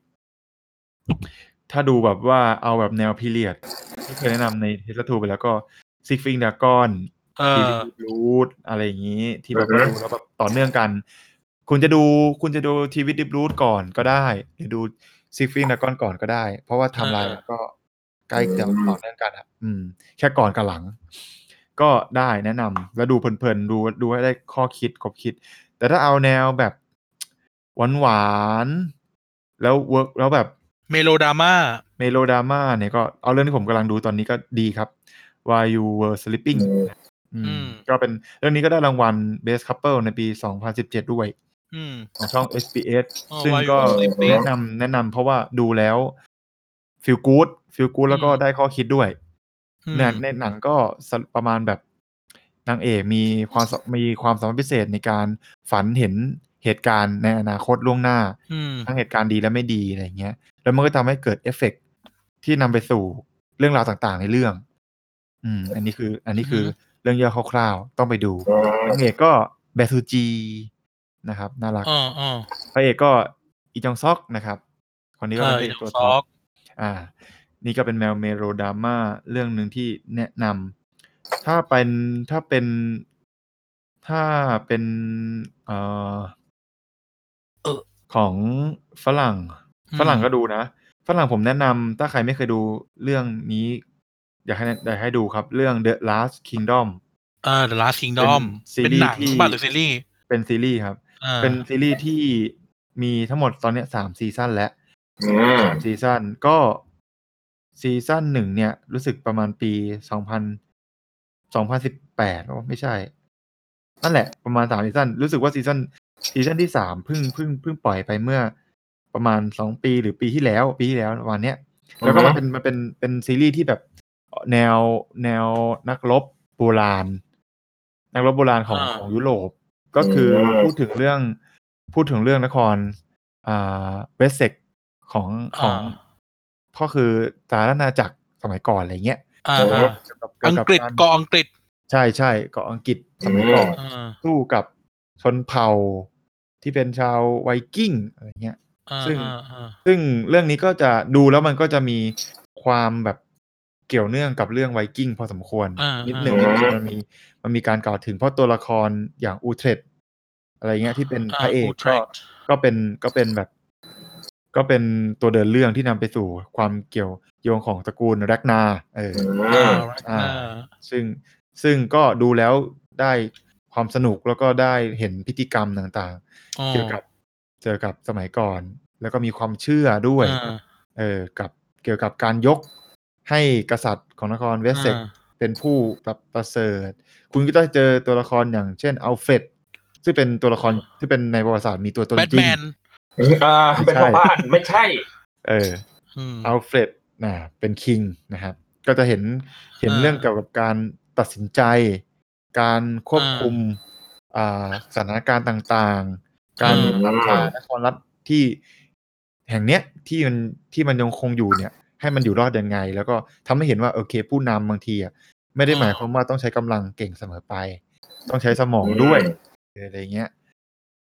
Speaker 5: ถ้าดูแบบว่าเอาแบบแนวพีเรียดที่เคยแนะนำในเทสทูไปแล้วก็ซิกฟิงดากอน
Speaker 2: เอ
Speaker 5: ซี
Speaker 2: อ
Speaker 5: รีส์รูทอะไรอย่างนี้ ที่แบบว่าดูแล้วแบบต่อเนื่องกัน คุณจะดูคุณจะดูชีวิตดิบรูทก่อนก็ได้ หรือดูซิฟิงแล้วก่อนก่อนก็ได้ เพราะว่าไทำลาย
Speaker 2: เออ
Speaker 5: ก็ใกล้จะต่อเนื่องกันอ่ะ อืม แค่ก่อนกับหลัง ก็ได้แนะนำแล้วดูเพลินๆดูดูให้ได้ข้อคิดขบคิด แต่ถ้าเอาแนวแบบหวานๆแล้วเวิร์กแล้วแบบ
Speaker 2: เมโลดราม่า
Speaker 5: เมโลดราม่าเนี่ยก็เอาเรื่องที่ผมกำลังดูตอนนี้ก็ดีครับ Why You Were Sleeping อืม
Speaker 2: อืม
Speaker 5: ก็เป็นเรื่องนี้ก็ได้รางวัล Best Couple ในปี 2017 ด้วย
Speaker 2: อืม
Speaker 5: ของช่อง SBS
Speaker 2: อ๋อ
Speaker 5: ซึ่ง
Speaker 2: Why You
Speaker 5: ก็
Speaker 2: Were Sleeping
Speaker 5: แนะนำแนะนำเพราะว่าดูแล้วฟิลกู๊ดฟิลกู๊ดแล้วก็
Speaker 2: อืม
Speaker 5: ได้ข้อคิดด้วย
Speaker 2: อืม
Speaker 5: เนี่ยในหนังก็สรุปประมาณแบบนางเอกมีความสามีความสามารถพิเศษในการฝันเห็นเหตุการณ์ในอนาคตล่วงหน้า
Speaker 2: อืม
Speaker 5: ทั้งเหตุการณ์ดีและไม่ดีอะไรอย่างเงี้ย แล้วมันก็ทำให้เกิดเอฟเฟกต์ที่นำไปสู่เรื่องราวต่างๆ ในเรื่อง อืม อันนี้คือ อันนี้คือ
Speaker 2: อฮึ
Speaker 5: เรื่องย่อคร่าวๆ ต้องไปดูนางเอกก็แบซูจีนะครับ น่ารัก
Speaker 2: เออเออ
Speaker 5: พระเอกก็อีจองซอกนะครับ คนนี้ก็
Speaker 2: เอ
Speaker 5: เป็
Speaker 2: อ
Speaker 5: นพระเอก
Speaker 2: ยอง
Speaker 5: ตัว
Speaker 2: ซ
Speaker 5: ท็อ
Speaker 2: อ
Speaker 5: ป
Speaker 2: ก
Speaker 5: อ่า นี่ก็เป็นแมวเมโรดราม่าเรื่องหนึ่งที่แนะนำถ้าเป็นถ้าเป็นถ้าเป็นเอ่อ
Speaker 2: เออ
Speaker 5: ของฝรั่ง
Speaker 2: อืม
Speaker 5: ฝรั่งก็ดูนะ ฝรั่งผมแนะนำถ้าใครไม่เคยดูเรื่องนี้ อยากให้อยากให้ดูครับ เรื่อง The Last Kingdom
Speaker 2: เออ The Last Kingdom
Speaker 5: ซี
Speaker 2: เป็น
Speaker 5: รี
Speaker 2: ห
Speaker 5: ส์
Speaker 2: นัง
Speaker 5: ที่
Speaker 2: บ้าหรือซีรีส์
Speaker 5: เป็นซีรีส์ครับ
Speaker 2: อ่า
Speaker 5: เป็นซีรีส์ที่มีทั้งหมดตอนเนี้ยสามซีซั่นแล้ว
Speaker 4: อืม
Speaker 5: สามซีซั่นก็ซีซั่นหนึ่งเนี่ย รู้สึกประมาณปีสองพันสองพันสิบแปดไม่ใช่ นั่นแหละ ประมาณสามซีซั่นรู้สึกว่าซีซั่นซีซั่นที่สามเพิ่งเพิ่งเพิ่งปล่อยไปเมื่อประมาณสองปีหรือปีที่แล้ว ปีที่แล้วประมาณเนี้ย แล้วก็มันเป็นมันเป็นเป็นซีรีส์ที่แบบแนวแนวนักรบโบราณ นักรบโบราณของ
Speaker 2: อ่า
Speaker 5: ของยุโรป ก็คือพูดถึงเรื่องพูดถึงเรื่องนครอ่าเวสเซกของของ
Speaker 2: อ่า
Speaker 5: ก็คือสาธารณจักรสมัยก่อนอะไรเงี้ย
Speaker 2: อ่า
Speaker 5: เกี่
Speaker 2: อ่า
Speaker 5: ยวกับเกี่ยวกับ
Speaker 2: อังกฤษ
Speaker 5: าร
Speaker 2: เกาะอังกฤษ
Speaker 5: ใช่ใช่เกาะอังกฤษสมัยก่อน
Speaker 2: อ่า
Speaker 5: สู้กับชนเผ่าที่เป็นชาวไวกิ้งอะไรเงี้ย
Speaker 2: อ่า
Speaker 5: ซึ่ง
Speaker 2: อ่าอ่า
Speaker 5: ซึ่งเรื่องนี้ก็จะดูแล้วมันก็จะมีความแบบเกี่ยวเนื่องกับเรื่องไวกิ้งพอสมควร
Speaker 2: อ่านิ
Speaker 5: นิดหนึ่ง
Speaker 2: อ่า
Speaker 5: นิดหนึ่งมันมีมันมีการกล่าวถึงเพราะตัวละครอย่างอูเทรด อะไรเงี้ยที่เป็นพ
Speaker 2: อ่า
Speaker 5: ระเอก
Speaker 2: Utrecht
Speaker 5: ก็ก็เป็นก็เป็นแบบ ก็เป็นตัวเดินเรื่องที่นำไปสู่ความเกี่ยวโยงของตระกูลแรกนา เออ
Speaker 4: อืม
Speaker 2: อ่า
Speaker 5: อ่า ซึ่งซึ่งก็ดูแล้วได้ความสนุกแล้วก็ได้เห็นพิธีกรรมต่างๆ เกี่ยวกับเจอกับสมัยก่อน แล้วก็มีความเชื่อด้วย
Speaker 2: อ่า
Speaker 5: เออกับเกี่ยวกับการยกให้กษัตริย์ของนครเวสเซ็กซ์เป็นผู้แบบประเสริฐ คุณก็จะเจอตัวละครอย่างเช่นอัลเฟรดซึ่งเป็นตัวละครที่เป็นในประวัติศาสตร์มีตัวตน
Speaker 2: แบท
Speaker 5: จริ
Speaker 2: แม
Speaker 5: ง
Speaker 2: น
Speaker 4: อ่าเป็นพ่อบ้านไม่ใช่
Speaker 5: เออ
Speaker 2: อืม
Speaker 5: อัลเฟรดนะเป็นคิงนะครับ ก็จะเห็นเห็น
Speaker 2: อ่า
Speaker 5: เรื่องเกี่ยวกับการตัดสินใจ การควบ
Speaker 2: อ่า
Speaker 5: คุมอ่าสถานการณ์ต่างๆ การ
Speaker 2: อืม
Speaker 5: รัฐานครรัฐที่แห่งเนี้ยที่มันที่มันยังคงอยู่เนี่ย ให้มันอยู่รอดยังไง แล้วก็ทำให้เห็นว่าโอเคผู้นำบางทีอ่ะไม่ได้หมายความว่าต้องใช้กำลังเก่งเสมอไป ต้องใช้สมองด้วย หรืออะไรเงี้ย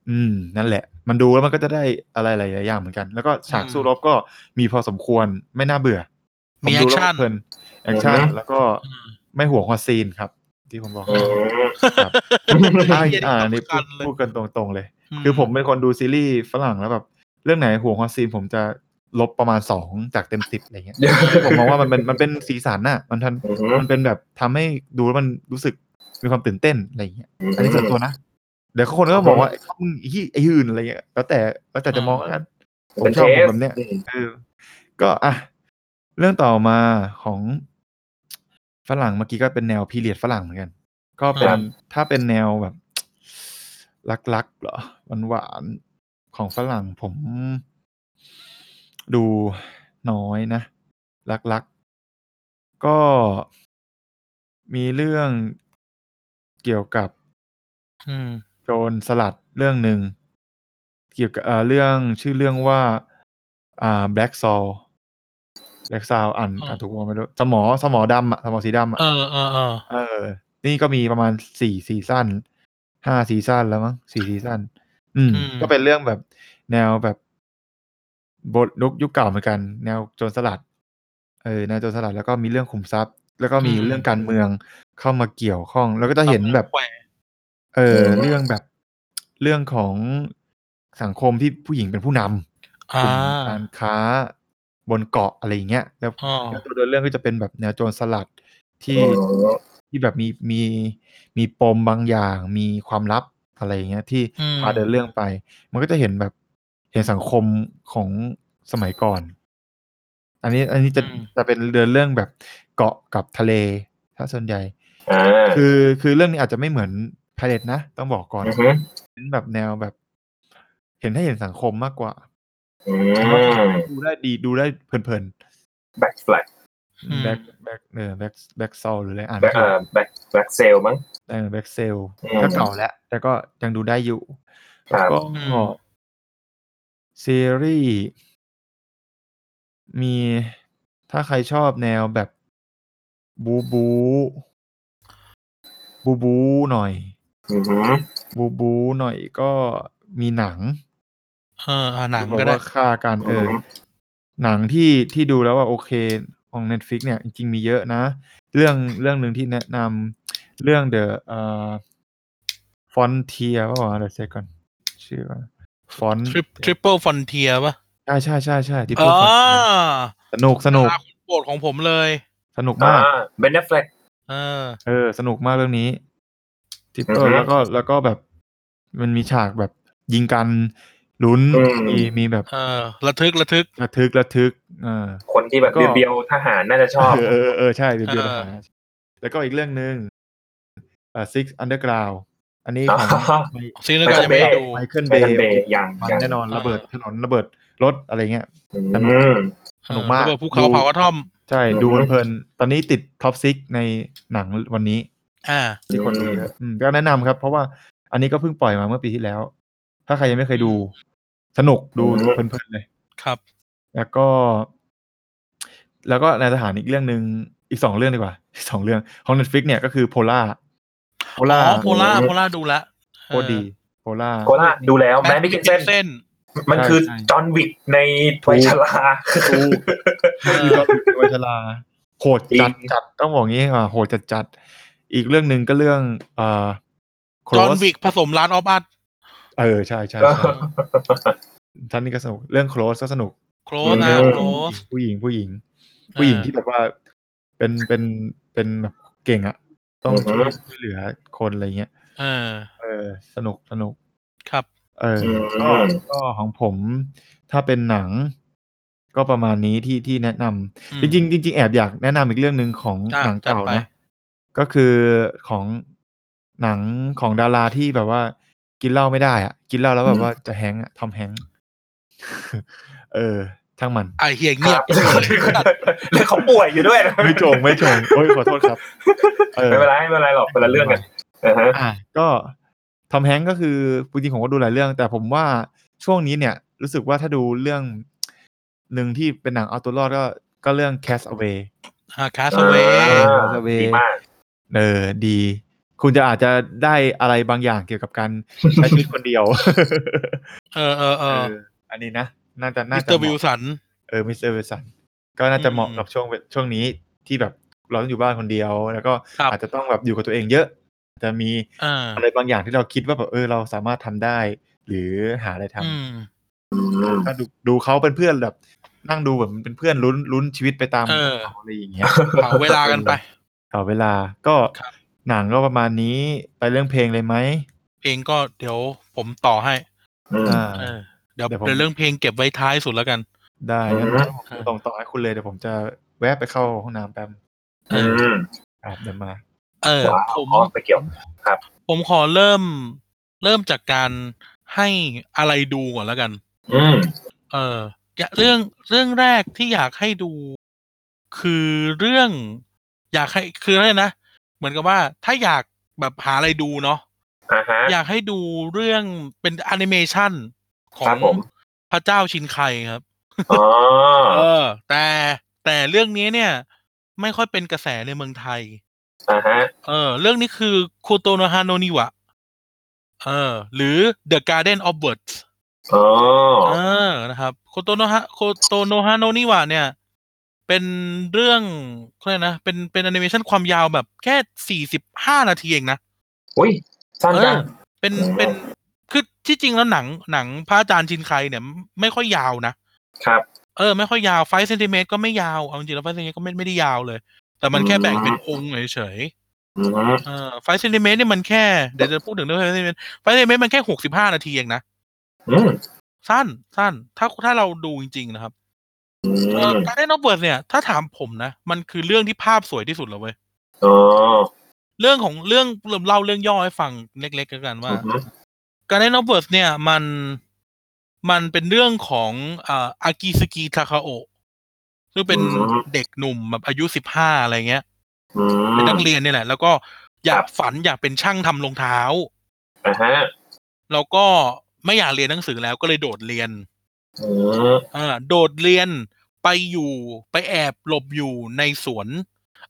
Speaker 5: อืม นั่นแหละ มันดูแล้วมันก็จะได้อะไรหลายๆอย่างเหมือนกัน แล้วก็ฉาก
Speaker 2: อืม
Speaker 5: สู้รบก็มีพอสมควร ไม่น่าเบื่อผ
Speaker 2: มี
Speaker 5: ดูแล้ว
Speaker 2: action
Speaker 5: เพลินแอคชั่น
Speaker 4: อืม
Speaker 5: แล้วก็
Speaker 2: อืม
Speaker 5: ไม่ห่วงฮอซีนครับ ที่ผมบอก
Speaker 4: อืม
Speaker 5: ครับอ่า
Speaker 2: เหี้ย
Speaker 5: อ่า
Speaker 2: นี่
Speaker 5: นี่
Speaker 2: สำคั
Speaker 5: พู
Speaker 2: ญ
Speaker 5: ด
Speaker 2: เลย
Speaker 5: พูดกันตรงๆเลย คือผมเป็นคนดูซีรีส์ฝรั่งแล้วแบบ เรื่องไหนห่วงฮอซีนผมจะลบประมาณสองจากเต็มสิบอะไรเงี้ย ผมมองว่ามันเป็นมันเป็นสีสันน่ะ มันทัน
Speaker 4: อือฮึ
Speaker 5: มันเป็นแบบทำให้ดูแล้วมันรู้สึกมีความตื่นเต้นอะไรอย่างเงี้ย อันนี้ส่วนตัวนะ เดี๋ยวคนก็บอกว่าเขามึงไอ้เหี้ยไอ้หื่นอะไรเงี้ย แล้วแต่แล้วแต่จะมองแล้วกัน ผม
Speaker 4: เป็น
Speaker 5: ช
Speaker 4: เท
Speaker 5: อบผม
Speaker 4: ส
Speaker 5: แบบเนี้ยเออก็อ่ะ เรื่องต่อมาของฝรั่งเมื่อกี้ก็เป็นแนวพีเรียดฝรั่งเหมือนกัน ก็เป็น
Speaker 2: ครับ
Speaker 5: ถ้าเป็นแนวแบบรักๆเหรอหวานหวานๆของฝรั่งผม ดูน้อยนะ รักๆ ก็มีเรื่องเกี่ยวกับ
Speaker 2: อืม
Speaker 5: โจรสลัดเรื่องหนึ่งเกี่ยวกับเอ่อเรื่องชื่อเรื่องว่าอ่า Black Saul Black Saul อ่าน
Speaker 2: อ๋ออ่
Speaker 5: อ่านถูกว่าไม่รู้สมอสมอดำอะสมอสีดำอะ
Speaker 2: เออเออเออ
Speaker 5: เออ นี่ก็มีประมาณสี่ซีซั่นห้าซีซั่นแล้วมั้งสี่ซีซั่นอืม ก็เป็นเรื่องแบบแนวแบบบทยุคยุคเก่าเหมือนกัน แนวโจรสลัด เออแนวโจรสลัดแล้วก็มีเรื่องขุมทรัพย์ แล้วก็มีเรื่องการเมืองเข้ามาเกี่ยวข้อง แล้วก็จะเห็นแบบ
Speaker 2: แขวะ
Speaker 5: เออเรื่องแบบเรื่องของสังคมที่ผู้หญิงเป็นผู้นำก
Speaker 2: อ่า
Speaker 5: ลุ่มการค้าบนเกาะอะไรอย่างเงี้ยแล้ว
Speaker 2: อ๋อ
Speaker 5: แล้วตัวเรื่องก็จะเป็นแบบแนวโจรสลัดที่
Speaker 4: อืม
Speaker 5: ที่แบบมีมีมีปมบางอย่าง มีความลับอะไรอย่างเงี้ย ที่
Speaker 2: อืม
Speaker 5: พาเดินเรื่องไป มันก็จะเห็นแบบเห็นสังคมของสมัยก่อน อันนี้ อันนี้จะ
Speaker 2: อืม
Speaker 5: จะเป็นเดินเรื่องแบบเกาะกับทะเลถ้าส่วนใหญ่
Speaker 4: อ่า
Speaker 5: คือคือเรื่องนี้อาจจะไม่เหมือนพาเลตนะ ต้องบอกก่อน
Speaker 4: อือฮึ
Speaker 5: เป็นแบบแนวแบบ เห็นให้เห็นสังคมมากกว่า
Speaker 4: อืม
Speaker 5: ดูได้ดีดูได้เพลิน
Speaker 4: แบ็กแฟลก
Speaker 2: อืม
Speaker 5: ๆแบ็คแบ็คเออแบ็คแบ็คซอลหรืออะไรอ่าน
Speaker 4: แบ็ก
Speaker 5: ไม่ถู
Speaker 4: อ่าก แบ็กแบ็กเซลมั้ง
Speaker 5: เออแบ็คเซล
Speaker 4: อืม
Speaker 5: ก็เก่าแล้ว แต่ก็ยังดูได้อยู่
Speaker 4: ค
Speaker 5: แล้ว
Speaker 4: รับ
Speaker 5: ก็
Speaker 2: อืม
Speaker 5: ซีรีส์มีถ้าใครชอบแนวแบบ บูบู บูบูหน่อย
Speaker 4: อือฮึ
Speaker 5: บูบูหน่อยก็มีหนัง
Speaker 2: เอออ่าหนั
Speaker 5: ที่บอก
Speaker 2: ง็
Speaker 5: ก
Speaker 2: ได้
Speaker 5: ว่าค่าการเออ หนังที่ที่ดูแล้วว่าโอเคของ Netflix เนี่ย จริง ๆ มีเยอะนะ เรื่องเรื่องหนึ่งที่แนะนำเรื่อง The เอ่อ Frontier ป่าววะเดี๋ยวเช็คก่อน ชื่อว่า Font
Speaker 2: Trip Triple Frontier ป่ะ
Speaker 5: ใช่ใช่ใช่ใช่ที่
Speaker 2: อ๋
Speaker 5: พูด
Speaker 2: อ
Speaker 5: Frontier สนุกสนุก
Speaker 2: ดาราคนโปรดของผมเลย
Speaker 5: สนุก
Speaker 4: อ่า
Speaker 5: า
Speaker 4: ม
Speaker 5: ก
Speaker 4: เบนเนฟแฟลก
Speaker 2: เออ
Speaker 5: เออ สนุกมากเรื่องนี้ทิปเปอ
Speaker 4: อือฮึ
Speaker 5: แล้วก็แล้วก็แบบ มันมีฉากแบบยิงกันลุ้น
Speaker 4: อืม
Speaker 5: มีมีแบบ
Speaker 2: เออ ระทึกระทึก
Speaker 5: ระทึกระทึกอ่า
Speaker 4: คนที่แบบ
Speaker 5: ก็
Speaker 4: เบียวๆทหารน่าจะชอบ
Speaker 5: เออเออเออใช่เบียร์เบียร์
Speaker 2: เออ
Speaker 5: ทหารแล้วก็อีกเรื่องหนึ่งเอ่อ six underground อันนี้
Speaker 4: อ๋
Speaker 5: ของ
Speaker 4: อ
Speaker 2: ซีนั่นก็ยังไม่ได้ดู
Speaker 5: ไมเคิล
Speaker 4: แบ
Speaker 5: เบ
Speaker 4: น
Speaker 5: ย์
Speaker 4: เบย์ยัง
Speaker 5: มัน
Speaker 4: ยัง
Speaker 5: แน่นอน
Speaker 2: อ่า
Speaker 5: ระเบิดถนนระเบิดรถอะไรเงี้ย
Speaker 4: อืม
Speaker 5: สนุกมาก
Speaker 2: เออระเบิดภูเขา
Speaker 5: ดู
Speaker 2: เผากระท่อม
Speaker 5: ใช่
Speaker 4: อืม
Speaker 5: ดูเพลินๆตอนนี้ติดท็อปซิกในหนังวันนี้
Speaker 2: อ่า
Speaker 5: ที่คนดูเยอะอืมก็แนะนำครับ เพราะว่าอันนี้ก็เพิ่งปล่อยมาเมื่อปีที่แล้ว ถ้าใครยังไม่เคยดู สนุกดูเพลินๆเลย
Speaker 2: ครับ
Speaker 5: แล้วก็ แล้วก็ในทหารอีกเรื่องหนึ่งอีกสองเรื่องดีกว่า สองเรื่องของ Netflix เนี่ยก็คือโพล่าโพ
Speaker 2: อ๋
Speaker 5: ล่า
Speaker 2: อโพล่าโพล่าดูละ
Speaker 5: โคตรดีโพล่า
Speaker 4: โคราชดูแล้วแมนดิกินเซน
Speaker 2: เส้น
Speaker 4: มันคือ
Speaker 5: ใช่
Speaker 4: จอห์นวิกในวัยชรา
Speaker 5: ถูกคือตอน อยู่ในวัยชราโหดจัด
Speaker 4: จริง
Speaker 5: จัดต้องบอกงี้อ่ะโหดจัดจัดอีกเรื่องหนึ่งก็เรื่องเอ่อ
Speaker 2: จอห์น
Speaker 5: Close
Speaker 2: วิกผสมร้านออฟอัด
Speaker 5: เออใช่ใช่
Speaker 4: ก็
Speaker 5: ใช่ท่านนี้ก็สนุก เรื่อง close ก็สนุก
Speaker 2: โคลสนะครับโคลส
Speaker 5: ผู้หญิงผู้หญิง ผู้หญิง
Speaker 2: อ่า
Speaker 5: ที่แบบว่าเป็นเป็นเป็นแบบเก่งอะต้องช่วยช่วยเหลือคนอะไรเงี้ย
Speaker 2: เออ
Speaker 5: เออ สนุกสนุก
Speaker 2: ครับ
Speaker 5: เออ
Speaker 4: อืม
Speaker 5: อก็ก็ของผมถ้าเป็นหนัง ก็ประมาณนี้ที่ที่แนะนำ
Speaker 2: อืม
Speaker 5: จริงๆจริงๆแอบอยากแนะนำอีกเรื่องหนึ่งของ
Speaker 2: อ่ะ
Speaker 5: หนังเก่า
Speaker 2: จัดไป
Speaker 5: นะก็คือของหนังของดาราที่แบบว่า กินเหล้าไม่ได้อะกินเหล้าแล้วแบบว่าจะแฮงก์อะทอมแฮงก์ เออทั้งมัน
Speaker 2: ไอเฮียเงียบ
Speaker 4: แล้วเขาป่วยอยู่ด้วยนะ
Speaker 5: ไม่โจงไม่โจงโอ้ยขอโทษครับออ
Speaker 4: ไม่เป็นไรไม่เป็นไรหรอกเป็นละเรื่องกันนะฮะ
Speaker 5: อ่ะก็ทอมแฮงก์ก็คือจริงๆผมก็ดูหลายเรื่อง แต่ผมว่าช่วงนี้เนี่ย รู้สึกว่าถ้าดูเรื่องหนึ่งที่เป็นหนังเอาตัวรอดก็ก็เรื่อง Cast Away
Speaker 2: อ่าคาสเวย์
Speaker 4: อ่า
Speaker 5: Cast Away
Speaker 4: ดีมาก
Speaker 5: เออดี คุณจะอาจจะได้อะไรบางอย่างเกี่ยวกับการ ใช้ชีวิตคนเดียว
Speaker 2: เออเออ เออ
Speaker 5: เอออันนี้นะ น่าจะ
Speaker 2: มิ
Speaker 5: น่า
Speaker 2: ส
Speaker 5: จะ
Speaker 2: เตอร์
Speaker 5: เห
Speaker 2: วิล
Speaker 5: มาะ
Speaker 2: สัน
Speaker 5: เออมิสเตอร์วิลสันก็น่าจะเหมาะ
Speaker 2: อืม
Speaker 5: กับช่วงเวช่วงนี้ที่แบบเราต้องอยู่บ้านคนเดียว แล้วก็
Speaker 2: ครับ
Speaker 5: อาจจะต้องแบบอยู่กับตัวเองเยอะจะมี
Speaker 2: อ่า
Speaker 5: อะไรบางอย่างที่เราคิดว่าแบบเออเราสามารถทำได้ หรือหาอะไรทำ
Speaker 2: อืม
Speaker 4: อืม
Speaker 5: ก็ดูดูเขาเป็นเพื่อนแบบ นั่งดูแบบเป็นเพื่อนลุ้นลุ้นชีวิตไปตาม
Speaker 2: เออ
Speaker 5: เขาอะไรอย่างเงี้ย
Speaker 2: เผาเวลากันไป
Speaker 5: ต่อเวลาก็
Speaker 2: ครับ
Speaker 5: หนังก็ประมาณนี้ไปเรื่องเพลงเลยไหม
Speaker 2: เพลงก็เดี๋ยวผมต่อให้
Speaker 4: อืม
Speaker 5: อ่า
Speaker 2: เออ เดี๋ยว
Speaker 5: เดี๋ยวผม
Speaker 2: เรื่องเพลงเก็บไว้ท้ายสุดแล้วกัน
Speaker 5: ได้งั้น
Speaker 4: อืม
Speaker 5: ผมส่งต่อให้คุณเลยเดี๋ยวผมจะแวะไปเข้าห้องน้ำแป๊บ
Speaker 2: เออ
Speaker 4: อืม
Speaker 5: อาบเดี๋ยวมา
Speaker 2: เออ
Speaker 4: ว้าว
Speaker 2: ผม
Speaker 4: อ๋อไปเกี่ยว
Speaker 2: ผมขอเริ่มเริ่มจากการให้อะไรดูก่อนแล้วกัน
Speaker 4: อืม
Speaker 2: เอออย่าเรื่องเรื่องแรกที่อยากให้ดู คือเรื่องอยากให้คืออะไรนะ เหมือนกับว่าถ้าอยากแบบหาอะไรดูเนาะ
Speaker 4: อ่าฮะ
Speaker 2: อยากให้ดูเรื่องเป็นแอนิเมชันขอ
Speaker 4: ครั
Speaker 2: ง
Speaker 4: บผม
Speaker 2: พระเจ้าชินไคครับ
Speaker 4: อ๋อ
Speaker 2: เออ แต่แต่เรื่องนี้เนี่ย ไม่ค่อยเป็นกระแสในเมืองไทย
Speaker 4: อ่าฮะ
Speaker 2: เออ เรื่องนี้คือโคโตโนฮาโนนิวะเออ หรือ The Garden of Words
Speaker 4: อ๋อ
Speaker 2: เออ นะครับ โคโตโนฮะ โคโตโนฮาโนนิวะเนี่ย เป็นเรื่องเขาเรียกนะ เป็น เป็นแอนิเมชันความยาวแบบแค่สี่สิบห้านาทีเองนะ
Speaker 4: อุ้ยสั้นจัง
Speaker 2: เออ เป็น
Speaker 4: อืม
Speaker 2: เป็น คือที่จริงแล้วหนัง หนังพระอาจารย์ชินไคเนี่ย ไม่ค่อยยาวนะ
Speaker 4: ครับ
Speaker 2: เออ ไม่ค่อยยาว ไฟเซนติเมตรก็ไม่ยาว เอาจริงๆแล้วไฟเซนติเมตรก็ไม่ ไม่ได้ยาวเลย แต่มันแค่แบ่งเป็นองค์เฉยๆ
Speaker 4: อืม
Speaker 2: เออไฟเซนติเมตรเนี่ยมันแค่ เดี๋ยวจะพูดถึงเรื่องไฟเซนติเมตรไฟเซนติเมตรมันแค่หกสิบห้านาทีเองนะ
Speaker 4: อืม
Speaker 2: สั้นสั้นถ้าถ้าเราดูจริง ๆ นะครับ
Speaker 4: อื
Speaker 2: เออ
Speaker 4: ม
Speaker 2: การได้นอเบิร์ดเนี่ย ถ้าถามผมนะ มันคือเรื่องที่ภาพสวยที่สุดแล้วเว้ย
Speaker 4: อ๋อ
Speaker 2: เรื่องของเรื่องเล่าเรื่องย่อให้ฟังเล็กๆแล้วกันว่า
Speaker 4: อืม
Speaker 2: การได้นอเบิร์ดเนี่ยมันมันเป็นเรื่องของเอ่ออากิสกิทาคาโอะซึ่งเป็น
Speaker 4: อืม
Speaker 2: เด็กหนุ่มแบบอายุสิบห้าอะไรเงี้ย
Speaker 4: อื
Speaker 2: เป็น
Speaker 4: ม
Speaker 2: นักเรียนนี่แหละ แล้วก็อยา
Speaker 4: ครั
Speaker 2: ก
Speaker 4: บ
Speaker 2: ฝันอยากเป็นช่างทำรองเท้า
Speaker 4: อ่าฮะ
Speaker 2: แล้วก็ไม่อยากเรียนหนังสือแล้วก็เลยโดดเรียน
Speaker 4: อืม
Speaker 2: อ่าโดดเรียนไปอยู่ไปแอบหลบอยู่ในสวน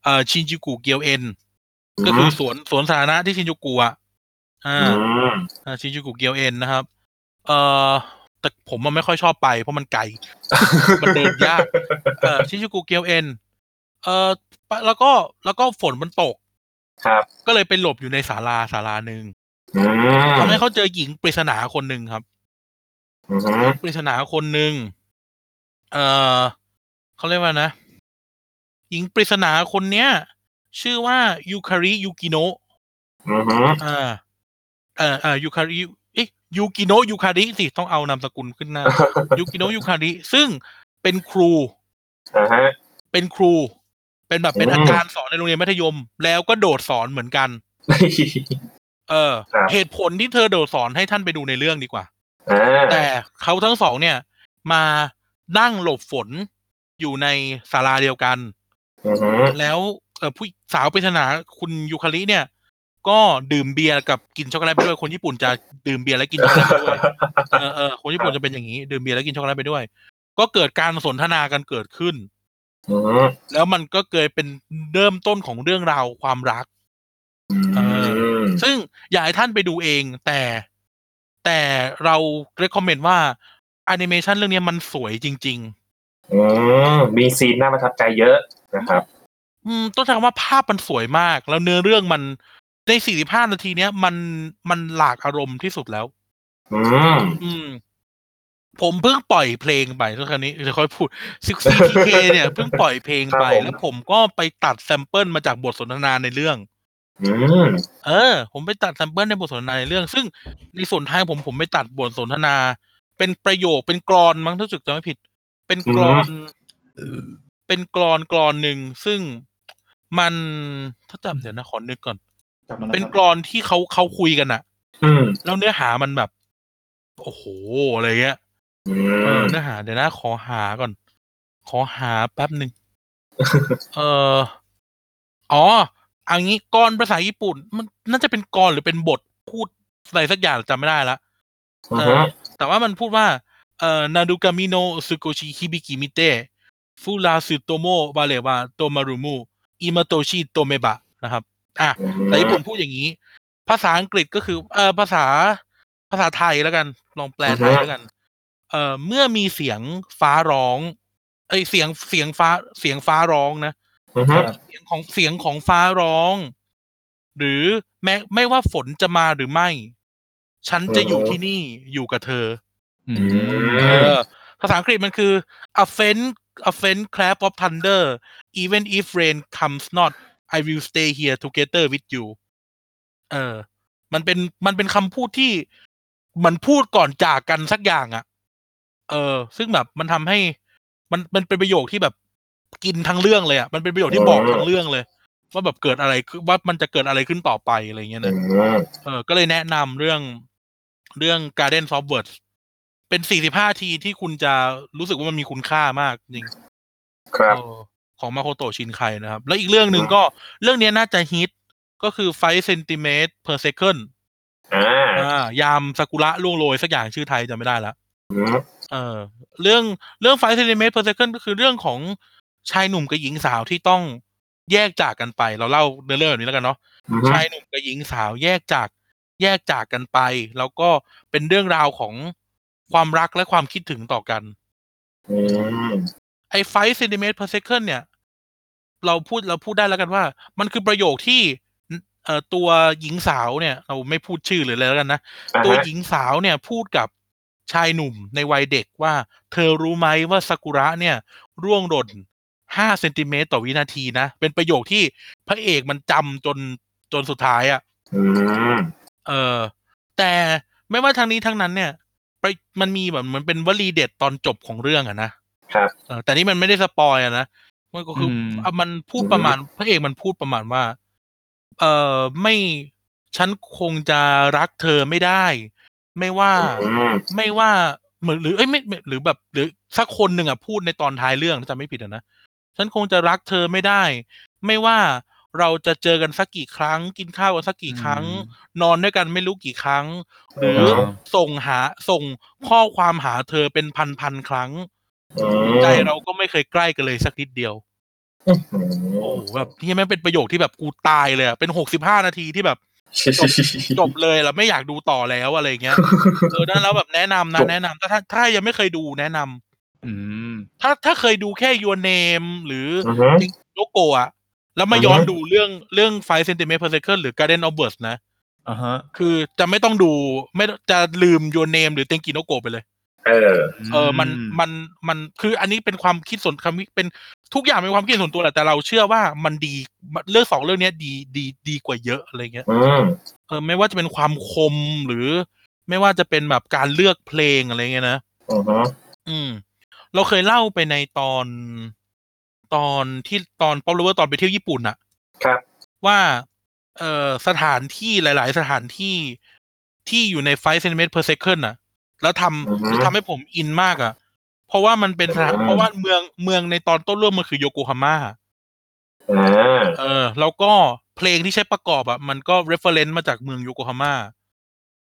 Speaker 2: เอ่อชินจูกุเกียวเอ็น ก็คือสวนสวนสาธารณะที่ชินจูกุอ่ะอ่า
Speaker 4: อืม
Speaker 2: อ่าชินจูกุเกียวเอ็นนะครับ เอ่อแต่ผมมันไม่ค่อยชอบไปเพราะมันไกล มันเดินยาก เอ่อชินจูกุเกียวเอ็นเอ่อปะแล้วก็แล้วก็ฝนมันตก
Speaker 4: ครับ
Speaker 2: ก็เลยไปหลบอยู่ในศาลาศาลาหนึ่ง
Speaker 4: อืม
Speaker 2: ทำให้เขาเจอหญิงปริศนาคนหนึ่งครับ
Speaker 4: อืม
Speaker 2: ปริศนาคนหนึ่ง เอ่อเขาเรียกว่านะ หญิงปริศนาคนเนี้ย ชื่อว่ายูคาริยูกิโนะ
Speaker 4: อืม
Speaker 2: อ่าเอ่อเอ่อยูคาริเอ๊ะยูกิโนะยูคาริสิต้องเอานามสกุลขึ้นหน้า ยูกิโนะยูคาริซึ่งเป็นครู
Speaker 4: อ่าฮะ
Speaker 2: เป็นครู เป็นแบบเป็น
Speaker 4: อืม
Speaker 2: อาจารย์สอนในโรงเรียนมัธยม แล้วก็โดดสอนเหมือนกัน เออ
Speaker 4: ครับ
Speaker 2: เหตุผลที่เธอโดดสอนให้ท่านไปดูในเรื่องดีกว่า
Speaker 4: อ่า
Speaker 2: แต่เขาทั้งสองเนี่ย มานั่งหลบฝนอยู่ในศาลาเดียวกัน
Speaker 4: อืม
Speaker 2: แล้วเอ่อผู้สาวปริศนาคุณยูคาริเนี่ย ก็ดื่มเบียร์กับกินช็อกโกแลตไปด้วยคนญี่ปุ่นจะดื่มเบียร์และกินช็อกโกแลตไปด้วย เออเออคนญี่ปุ่นจะเป็นอย่างนี้ ดื่มเบียร์และกินช็อกโกแลตไปด้วย ก็เกิดการสนทนากันเกิดขึ้น
Speaker 4: อืม
Speaker 2: แล้วมันก็เกิดเป็นเริ่มต้นของเรื่องราวความรัก
Speaker 4: อืม
Speaker 2: ซึ่งอยากให้ท่านไปดูเองแต่แต่เรา recommend ว่าแอนิเมชันเรื่องนี้มันสวยจริง
Speaker 4: อืมมีซีนน่าประทับใจเยอะนะครับ
Speaker 2: ๆ อืมต้องใช้คำว่าภาพมันสวยมาก แล้วเนื้อเรื่องมันใน 45 นาทีเนี้ยมันมันหลากอารมณ์ที่สุดแล้ว
Speaker 4: อืม
Speaker 2: อืม ผมเพิ่งปล่อยเพลงไปทุกครั้นี้จะค่อยพูดซิกซี่เคเนี่ยเพิ่งปล่อยเพลงไป
Speaker 4: ครั
Speaker 2: แล้
Speaker 4: บผม
Speaker 2: วผมก็ไปตัดแซมเปิลมาจากบทสนทนาในเรื่อง
Speaker 4: อืม
Speaker 2: เออ ผมไปตัดแซมเปิลในบทสนทนาในเรื่อง ซึ่งในส่วนท้ายผมผมไปตัดบทสนทนา เป็นประโยคเป็นกรอนมั้งถ้าสึกจำไม่ผิด เป็นกรอน เป็นกรอนกรอนหนึ่งซึ่งมันถ้าจำเดี๋ยวนะขอนึกก่อน
Speaker 5: กลับมาแล้ว
Speaker 2: เป็น
Speaker 5: ครับ
Speaker 2: กรอนที่เขาเขาคุยกันอะ
Speaker 4: อืม
Speaker 2: แล้วเนื้อหามันแบบ โอ้โหอะไรเงี้ย
Speaker 4: อื
Speaker 2: เออ
Speaker 4: ม
Speaker 2: เนื้อหาเดี๋ยวนะขอหาก่อน ขอหาแป๊บ หนึ่ง เอออ๋อเอางี้กรอนภาษาญี่ปุ่น มันน่าจะเป็นกรอนหรือเป็นบทพูดอะไรสักอย่างจำไม่ได้ละ
Speaker 4: อื
Speaker 2: เออ แต่ว่ามันพูดว่า เอ่อนาดูกามิโนสุโกชิฮิบิกิมิเตฟูราสุโตโมบาเลวาโตมารุมุอิมาโตชิโตเมบะนะครับ อ่ะ แต่ญี่ปุ่นพูดอย่างนี้ ภาษาอังกฤษก็คือ เออภาษาภาษาไทยแล้วกัน ลองแปลไทยแล้วกัน เออเมื่อมีเสียงฟ้าร้อง เอ้ยเสียงเสียงฟ้าเสียงฟ้าร้องนะ
Speaker 4: อืม
Speaker 2: เสียงของเสียงของฟ้าร้อง หรือแม้ไม่ว่าฝนจะมาหรือไม่ ฉันจะอยู่ที่นี่อยู่กับเธอ
Speaker 5: อื
Speaker 4: อื
Speaker 5: ม
Speaker 2: เอ
Speaker 4: ม
Speaker 2: อภาษาอังกฤษมันคือ a f f e n a f f e n clap of thunder even if rain comes not I will stay here together with you เออ มันเป็นมันเป็นคำพูดที่มันพูดก่อนจากกันสักอย่างอะ่ะ เออ ซึ่งแบบมันทำให้ มันมันเป็นประโยคที่แบบกินทั้งเรื่องเลยอะ่ะมันเป็นประโยคที่บอกทั้งเรื่องเลย ว่าแบบเกิดอะไรขึ้นว่ามันจะเกิดอะไรขึ้นต่อไปอะไรอย่างเงี้ยนะ เออก็เลยแนะนำเรื่องเรื่อง Garden of Words เป็น 45 ทีที่คุณจะรู้สึกว่ามันมีคุณค่ามากจริง
Speaker 4: ครับ
Speaker 2: เออของมาโคโตะชินไคนะครับ แล้วอีกเรื่องหนึ่งก็เรื่องเนี้ยน่าจะฮิต ก็คือ 5 centimeter per second
Speaker 4: อ่า
Speaker 2: อ่ายามซากุระล่วงโรย สักอย่างชื่อไทยจำไม่ได้ละ
Speaker 4: อืม
Speaker 2: เออเรื่องเรื่อง 5 centimeter per second ก็คือเรื่องของชายหนุ่มกับหญิงสาวที่ต้องแยกจากกันไป เราเล่าเนื้อเรื่องแบบนี้แล้วกันเนาะ
Speaker 4: อืม
Speaker 2: ชายหนุ่มกับหญิงสาวแยกจากแยกจากกันไป แล้วก็เป็นเรื่องราวของความรักและความคิดถึงต่อกัน
Speaker 4: อืม
Speaker 2: ไอ้ไฟซ n น m เมตร per second เนี่ย เราพูดเราพูดได้แล้วกันว่า มันคือประโยคที่เอ่อตัวหญิงสาวเนี่ย เราไม่พูดชื่อหรืออะไรแล้วกันนะ
Speaker 4: อ่า
Speaker 2: ตัว
Speaker 4: ฮะ
Speaker 2: หญิงสาวเนี่ยพูดกับชายหนุ่มในวัยเด็กว่า เธอรู้ไหมว่าซากุระเนี่ย ร่วงหล่นห้าเซนติเมตรต่อวินาทีนะ เป็นประโยคที่พระเอกมันจำจนจนสุดท้ายอะ
Speaker 4: อืม
Speaker 2: เออแต่ไม่ว่าทางนี้ทางนั้นเนี่ยไปมันมีแบบเหมือนเป็นวลีเด็ดตอนจบของเรื่องอะนะครับ เออแต่นี่มันไม่ได้สปอยอะนะมันก็คืออ
Speaker 5: ม
Speaker 2: อ่ะมันพูดประมาณพระเอกมันพูดประมาณว่า เออไม่ฉันคงจะรักเธอไม่ได้ ไม่ว่า
Speaker 4: อืม
Speaker 2: ไม่ว่าเหมือนหรือเอ้ยไม่ไม่หรือแบบ หรือสักคนหนึ่งอ่ะพูดในตอนท้ายเรื่องถ้าจำไม่ผิดอะนะฉันคงจะรักเธอไม่ได้ ไม่ว่าเราจะเจอกันสักกี่ครั้ง กินข้าวกันสักกี่ครั้ง นอนด้วยกันไม่รู้กี่ครั้ง หรือ
Speaker 5: อ
Speaker 2: ส่งหาส่งข้อความหาเธอเป็นพันพันๆครั้ง
Speaker 4: อืม
Speaker 2: ใจเราก็ไม่เคยใกล้กันเลยสักนิดเดียว
Speaker 4: อื
Speaker 2: โอ้
Speaker 4: ม
Speaker 2: โหแบบนี่แม่งเป็นประโยคที่แบบกูตายเลยอะเป็นหกสิบห้านาทีที่แบบ จบเลยแล้วไม่อยากดูต่อแล้วอะไร อย่างเงี้ย เออนั่นแล้วแบบแนะนำนะแนะนำถ้าถ้าถ้ายังไม่เคยดูแนะนำ
Speaker 5: อืม
Speaker 2: ถ้าถ้าเคยดูแค่ Your Name หรือ
Speaker 4: อือฮึ
Speaker 2: โลโกอะแล้วมาย้อนดูเรื่องเรื่อง Five Centimeter per Second หรือ Garden of Birds นะ
Speaker 5: อ่าฮะ
Speaker 2: คือจะไม่ต้องดูไม่จะลืม Your Name หรือเตงกิโนโกไปเลย
Speaker 4: เออ
Speaker 2: เออมันมันมันคืออันนี้เป็นความคิดส่วนคำเป็นทุกอย่างเป็นความคิดส่วนตัวแหละแต่เราเชื่อว่ามันดีเรื่องสองเรื่องเนี้ยดีดีดีกว่าเยอะอะไรเงี้ย
Speaker 4: อืม
Speaker 2: เออไม่ว่าจะเป็นความคมหรือ ไม่ว่าจะเป็นแบบการเลือกเพลงอะไรเงี้ยนะ
Speaker 4: อือฮึ
Speaker 2: อืม เราเคยเล่าไปในตอน ตอนที่ตอนป๊อปลูเวอร์ตอนไปเที่ยวญี่ปุ่นอะ
Speaker 4: ครับ
Speaker 2: ว่า เออสถานที่หลาย ๆ สถานที่ที่อยู่ในไฟเซนเมตร per second อะแล้วท
Speaker 4: อือฮึ
Speaker 2: ำแล้วทำให้ผมอินมากอะเพราะว่ามันเป็นสถาน
Speaker 4: อืม
Speaker 2: เพราะว่าเมืองเมืองในตอนต้นเรื่องมันคือโยโกฮาม่า
Speaker 4: อ่า
Speaker 2: เออแล้วก็เพลงที่ใช้ประกอบอะมันก็ reference มาจากเมืองโยโกฮาม่า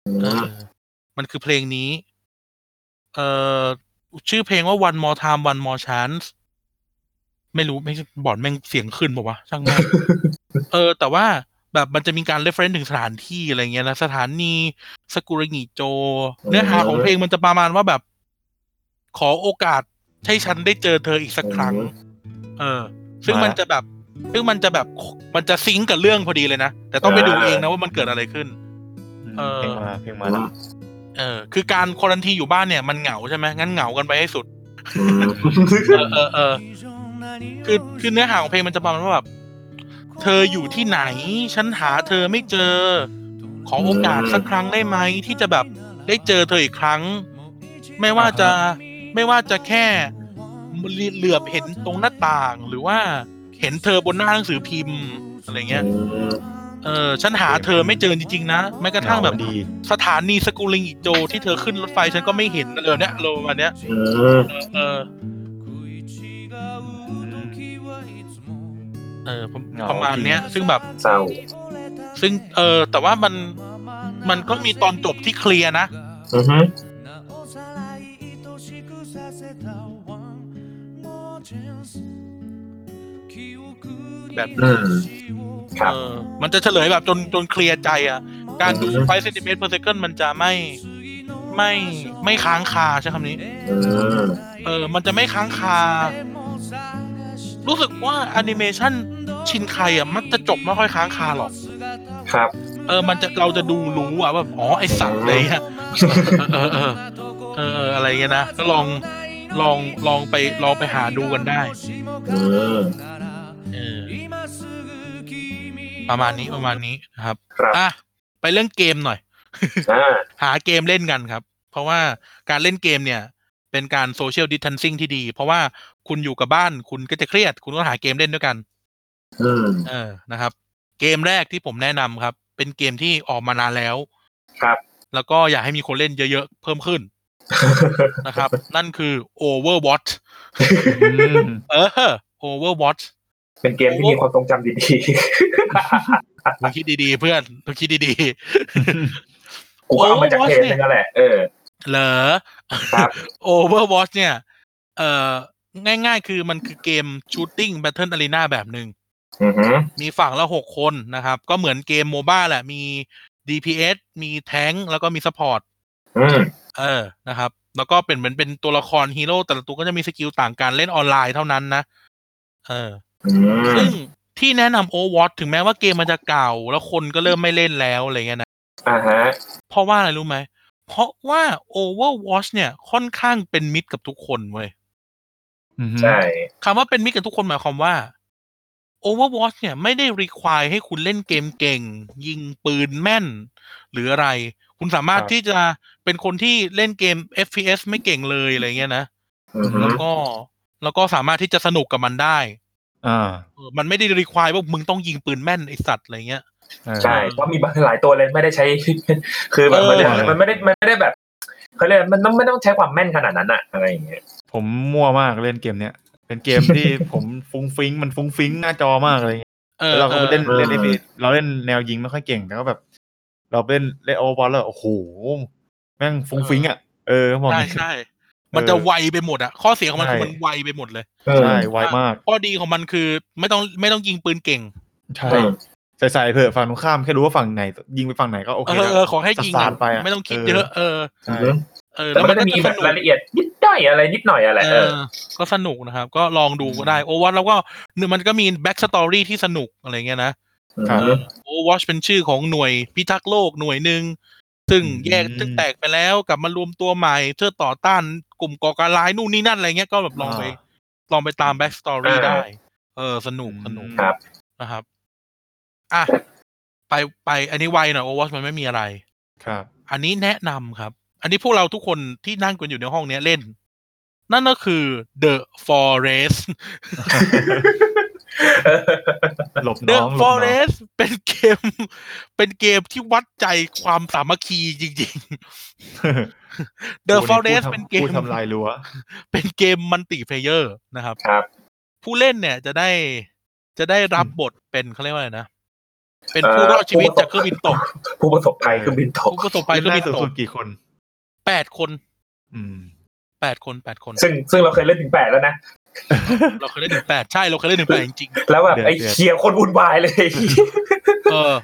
Speaker 4: อื
Speaker 2: เอ
Speaker 4: ม
Speaker 2: อมันคือเพลงนี้ เอ่อ ชื่อเพลงว่า one more time one more chance ไม่รู้ไม่บอร์ดแม่งเสียงขึ้นบอกว่าวะช่างแม่ง เออ แต่ว่าแบบมันจะมีการ reference ถึงสถานที่อะไรเงี้ยนะสถานีสกุระงิโจ เนื้อหาของเพลงมันจะประมาณว่าแบบ ขอโอกาสให้ฉันได้เจอเธออีกสักครั้ง เออ ซึ่งมันจะแบบ ซึ่งมันจะแบบมันจะซิงก์กับเรื่องพอดีเลยนะ แต่ต้องไปดูเองนะว่ามันเกิดอะไรขึ้น
Speaker 5: อืม
Speaker 2: เออ
Speaker 5: เพลงมาเพลงมา
Speaker 4: อื
Speaker 5: แล้ว
Speaker 4: ม
Speaker 2: เออคือการควอรันทีอยู่บ้านเนี่ยมันเหงาใช่ไหมงั้นเหงากันไปให้สุด
Speaker 4: อืม
Speaker 2: เออเออเออคือคือเนื้อหาของเพลงมันจะประมาณว่าแบบเธออยู่ที่ไหน ฉันหาเธอไม่เจอ ขอโอกาสสักครั้งได้ไหมที่จะแบบได้เจอเธออีกครั้ง ไม่ว่าจะไม่ว่าจะแค่เหลือบเห็นตรงหน้าต่าง หรือว่าเห็นเธอบนหน้าหนังสือพิมพ์อะไรเงี้ย เออฉันหาเธอไม่เจอจริงๆนะแม้กระทั่งแบบ
Speaker 5: เหงาดี
Speaker 2: สถานีสกูลิงอีกโจที่เธอขึ้นรถไฟฉันก็ไม่เห็นอะไรแบบเนี้ยโลมาณเนี้ย
Speaker 4: อืม
Speaker 2: เออเออผม
Speaker 5: เหงา
Speaker 2: ประมาณเนี้ย ซึ่งแบบ
Speaker 4: เศร้า
Speaker 2: ซึ่งเออแต่ว่ามันมันก็มีตอนจบที่เคลียร์นะ
Speaker 4: อือฮึ
Speaker 2: แบบ
Speaker 4: อืม ครับ
Speaker 2: เออมันจะเฉลยแบบจนจนเคลียร์ใจอ่ะ การดูไฟเซนติเมตรเพอร์เซคันมันจะไม่ไม่ไม่ค้างคาใช้คำนี้
Speaker 4: อืม
Speaker 2: เออ มันจะไม่ค้างคา รู้สึกว่าแอนิเมชันชินไคอ่ะ มันจะจบไม่ค่อยค้างคาหรอก
Speaker 4: ครับ
Speaker 2: เออ มันจะเราจะดูรู้อ่ะแบบอ๋อ ไอสัตว์อะไรเงี้ยเออเออเออเออ อะไรเงี้ยนะ ก็ลอง ลอง ลองไป ลองไปหาดูกันได้
Speaker 4: อืม
Speaker 2: เออ ประมาณนี้ ประมาณนี้นะครับ
Speaker 4: ครับ
Speaker 2: อ่ะ ไปเรื่องเกมหน่อย
Speaker 4: อ่า
Speaker 2: หาเกมเล่นกันครับ เพราะว่าการเล่นเกมเนี่ย เป็นการโซเชียลดิสทันซิ่งที่ดี เพราะว่าคุณอยู่กับบ้านคุณก็จะเครียด คุณก็หาเกมเล่นด้วยกัน
Speaker 4: อืม
Speaker 2: เออ นะครับ เกมแรกที่ผมแนะนำครับ เป็นเกมที่ออกมานานแล้ว
Speaker 4: ครับ
Speaker 2: แล้วก็อยากให้มีคนเล่นเยอะๆ เพิ่มขึ้นนะครับ นั่นคือ Overwatch
Speaker 5: อืม
Speaker 2: เออ Overwatch
Speaker 4: เป็นเกมที่มีความทรงจำดี
Speaker 2: มึงคิดดีๆ เพื่อนมึงคิดดี
Speaker 4: ๆ กูก็เอามาจากเพจนั่นแหละ เออ
Speaker 2: ๆ เหรอ
Speaker 4: ครับ
Speaker 2: Overwatch เนี่ย เอ่อ ง่ายๆ คือมันคือเกม Shooting Battle Arena แบบหนึ่ง
Speaker 4: อือฮึ
Speaker 2: มีฝั่งละหกคนนะครับ ก็เหมือนเกมโมบ้าแหละ มี DPS มีแทงค์แล้วก็มี s u p p อร์ต
Speaker 4: อืม
Speaker 2: เออ นะครับ แล้วก็เป็นเหมือนเป็นตัวละครฮีโร่แต่ละตัวก็จะมีสกิลต่างกันเล่นออนไลน์เท่านั้นนะ เออ
Speaker 4: อืม
Speaker 2: ซึ่งที่แนะนำโอวอตถึงแม้ว่าเกมมันจะเก่า แล้วคนก็เริ่มไม่เล่นแล้วอะไรเงี้ยนะ
Speaker 4: อ่าฮะ
Speaker 2: เพราะว่าอะไรรู้ไหม เพราะว่า Overwatch เนี่ยค่อนข้างเป็นมิตรกับทุกคนเว้ย
Speaker 5: อืม
Speaker 4: ใช่
Speaker 2: คำว่าเป็นมิตรกับทุกคนหมายความว่า Overwatch เนี่ยไม่ได้รีควายให้คุณเล่นเกมเก่ง ยิงปืนแม่น หรืออะไร คุณสามารถที่จะเป็นคนที่เล่นเกม FPS ไม่เก่งเลยอะไรเงี้ยนะ
Speaker 4: อือฮึ
Speaker 2: แล้วก็แล้วก็สามารถที่จะสนุกกับมันได้
Speaker 5: อ่า
Speaker 2: เออมันไม่ได้รีควายว่ามึงต้องยิงปืนแม่นไอสัตว์อะไรเงี้ย
Speaker 5: เออ
Speaker 4: ใช่ เพราะมีบางหลายตัวเลยไม่ได้ใช้ คือแบบ
Speaker 2: เออ
Speaker 4: มันไม่ได้มันไม่ได้มันไม่ได้แบบเขาเรียกมันต้องไม่ต้องใช้ความแม่นขนาดนั้นอะอะไรอย่างเงี้ย
Speaker 5: ผมมั่วมากเล่นเกมเนี้ย เป็นเกม ที่ ผมฟุ้งฟิ้งมันฟุ้งฟิ้งหน้าจอมากอะไรเงี้ย
Speaker 2: เออ
Speaker 5: แล้วเราก็เล่น
Speaker 2: ออ
Speaker 5: เล่นไอ้นี่เราเล่นแนวยิงไม่ค่อยเก่งแต่ก็แบบ เราเล่นเล่นโอวอลแล้วโอ้โหแม่งฟุ้งฟิ้งอ่ะเออมอง
Speaker 2: ใช่ใช่มันจะไวไปหมดอะข้อเสียของมันคือ
Speaker 5: ใช่
Speaker 2: มันไวไปหมดเลย
Speaker 5: ใช่ไวมาก
Speaker 2: ข้อดีของมันคือไม่ต้องไม่ต้องยิงปืนเก่ง
Speaker 5: ใช่
Speaker 4: เออ
Speaker 5: ใส่ใส่เถอะฝั่งตรงข้ามแค่รู้ว่าฝั่งไหน ยิงไปฝั่งไหนก็โอ
Speaker 2: เอ
Speaker 5: เค
Speaker 2: อ
Speaker 5: แล้ว
Speaker 2: เออขอให้ยิง
Speaker 5: สา
Speaker 2: อะ
Speaker 5: ดไปอะ
Speaker 2: ไม่ต้องคิด
Speaker 5: เออ
Speaker 2: เยอะเออ
Speaker 5: ใช่
Speaker 4: อือฮึ
Speaker 2: เออ
Speaker 4: แต่
Speaker 2: แล้ว
Speaker 4: มัน
Speaker 2: มัน
Speaker 4: ก็
Speaker 2: ก็จะ
Speaker 4: จะมี
Speaker 2: ส
Speaker 4: แบบ
Speaker 2: นุก
Speaker 4: รายละเอียดนิดหน่อยอะไรนิดหน่อยอะไร
Speaker 2: เอ
Speaker 4: เออ
Speaker 2: อ ก็สนุกนะครับ ก็ลองดูก็ได้ โอวัตแล้วก็หนึ่งมันก็มีแบ็กสตอรี่ที่สนุกอะไรเงี้ยนะ
Speaker 5: ครับ
Speaker 2: โอวอชเป็นชื่อของหน่วยพิทักษ์โลกหน่วยหนึ่งซึ่งแยกซึ่งแตกไปแล้วกลับมารวมตัวใหม่เพื่อต่อต้านกลุ่มก่อการร้ายนู่นนี่นั่นอะไรเงี้ยก็แบบลองไป ลองไปตามแบ็กสตอรี่
Speaker 4: อ่า
Speaker 2: ได้ เออ สนุกสนุก
Speaker 4: ครับ
Speaker 2: นะครับ อ่ะไปไปอันนี้ไวหน่อยโอวอชมันไม่มีอะไร
Speaker 5: ครับ
Speaker 2: อันนี้แนะนำครับ อันนี้พวกเราทุกคนที่นั่งกันอยู่ในห้องเนี้ยเล่น นั่นก็คือ The Forest
Speaker 5: หลบ
Speaker 2: The
Speaker 5: น้องหลบน้อง
Speaker 2: Forest เป็นเกม เป็นเกมที่วัดใจความสามัคคีจริง ๆ The
Speaker 5: โอ้โหนี่
Speaker 2: Forest
Speaker 5: พูดทำ
Speaker 2: เป็นเกม
Speaker 5: พูดทำลายรั้ว
Speaker 2: เป็นเกมมัลติเพลเยอร์นะครับ
Speaker 4: ครับ
Speaker 2: ผู้เล่นเนี่ยจะได้จะได้รับบทเป็นเขาเรียกว่าอะไรนะ เป็นผู้รอดชีวิตจากเครื่องบินตก
Speaker 4: ผู้ประสบภัยเครื่องบินตก
Speaker 2: ผู้ประสบภัยเครื่อง
Speaker 5: ได้
Speaker 2: บิน
Speaker 5: สูง
Speaker 2: ต
Speaker 5: สุ
Speaker 2: ก
Speaker 5: ดกี่คน
Speaker 2: แปดคน
Speaker 5: อืม
Speaker 2: แปดคนแปดคน
Speaker 4: ซึ่งซึ่งเราเคยเล่นถึงแปดแล้วนะ
Speaker 2: เราเคยเล่นถึงแปดใช่เราเคยเล่นถึงแปดจริงๆ
Speaker 4: แล้วแบบ
Speaker 5: เดือด
Speaker 4: ไอ้
Speaker 5: เดือด
Speaker 4: เขียวคนวุ่นวายเลย
Speaker 2: เออ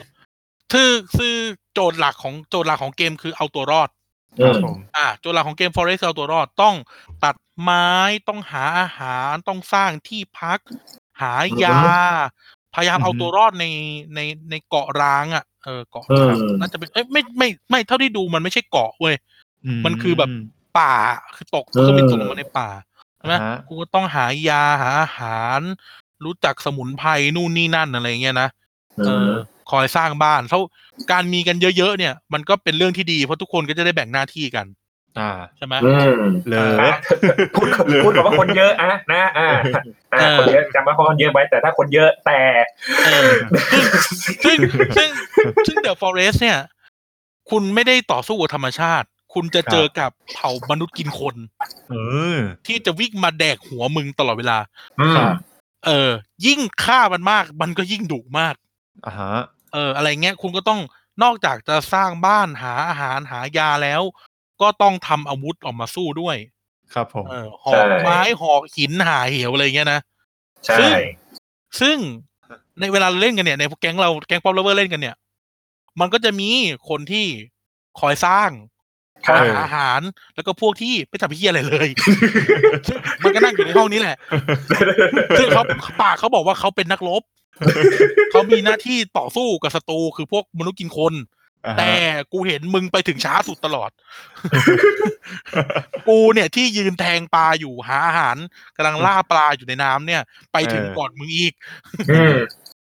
Speaker 2: คือคือโจทย์หลักของโจทย์หลักของเกมคือเอาตัวรอด
Speaker 5: ครับผม
Speaker 2: อ่า โจทย์หลักของเกม Forest คือเอาตัวรอด ต้องตัดไม้ ต้องหาอาหาร ต้องสร้างที่พัก หายา พยายามเอาตัวรอดในในในเกาะร้างอ่ะ เออ เกาะ
Speaker 4: อืม
Speaker 2: น่าจะเป็น เอ้ย ไม่ไม่ไม่ เท่าที่ดูมันไม่ใช่เกาะเว้ย มันคือแบบ ป่าคือตกเครื่องบินตกลงมาในป่าใช่ไหม
Speaker 5: อ่าฮะ
Speaker 2: กูก็ต้องหายาหาอาหาร รู้จักสมุนไพรนู่นนี่นั่นอะไรเงี้ยนะ
Speaker 4: เอ
Speaker 2: เอ
Speaker 4: อ
Speaker 2: อ คอยสร้างบ้านเท่าการมีกันเยอะๆเนี่ย มันก็เป็นเรื่องที่ดีเพราะทุกคนก็จะได้แบ่งหน้าที่กัน
Speaker 5: อ่า
Speaker 2: ใช่ไหม
Speaker 4: อืม
Speaker 5: เหลอ
Speaker 4: ะพูดพูดกับว่าคนเยอะอะนะอ่าอ่า
Speaker 2: เออ
Speaker 4: คนเยอะจำว่าคนเยอะไว้แต่ถ้าคนเยอะแต่
Speaker 2: เออซึ่งซึ่งซึ่งเดอะฟอเรสเนี่ย คุณไม่ได้ต่อสู้กับธรรมชาติ คุณจะเจอกับเผ่ามนุษย์กินคน
Speaker 5: เออ
Speaker 2: ที่จะวิ่งมาแดกหัวมึงตลอดเวลา
Speaker 4: อืม
Speaker 5: ครับ
Speaker 2: เออ ยิ่งฆ่ามันมาก มันก็ยิ่งดุมาก
Speaker 5: อ่าฮะ
Speaker 2: เอออะไรเงี้ยคุณก็ต้องนอกจากจะสร้างบ้านหาอาหารหายาแล้ว ก็ต้องทำอาวุธออกมาสู้ด้วย
Speaker 5: ครับผม
Speaker 2: เอ อหอก
Speaker 4: ใช่
Speaker 2: ไม้หอกหินหาเหวอะไรเงี้ยนะ
Speaker 4: ใช่
Speaker 2: ซึ่ง ซึ่งในเวลาเราเล่นกันเนี่ยในแก๊งเราแก๊งป๊อปเลเวอร์เล่นกันเนี่ย มันก็จะมีคนที่คอยสร้างค
Speaker 4: ครั
Speaker 2: อย
Speaker 4: บ
Speaker 2: หาอาหาร แล้วก็พวกที่ไม่ทำพิธียอะไรเลย ซึ่งมันก็นั่งอยู่ในห้องนี้แหละ ซึ่งเขาปากเขาบอกว่าเขาเป็นนักรบ เขามีหน้าที่ต่อสู้กับศัตรูคือพวกมนุษย์กินคน
Speaker 5: อ่าฮะ
Speaker 2: แต่กูเห็นมึงไปถึงช้าสุดตลอด กูเนี่ยที่ยืนแทงปลาอยู่หาอาหารกำลังล่าปลาอยู่ในน้ำเนี่ย ไปถึงก่อนมึงอีก
Speaker 4: อืม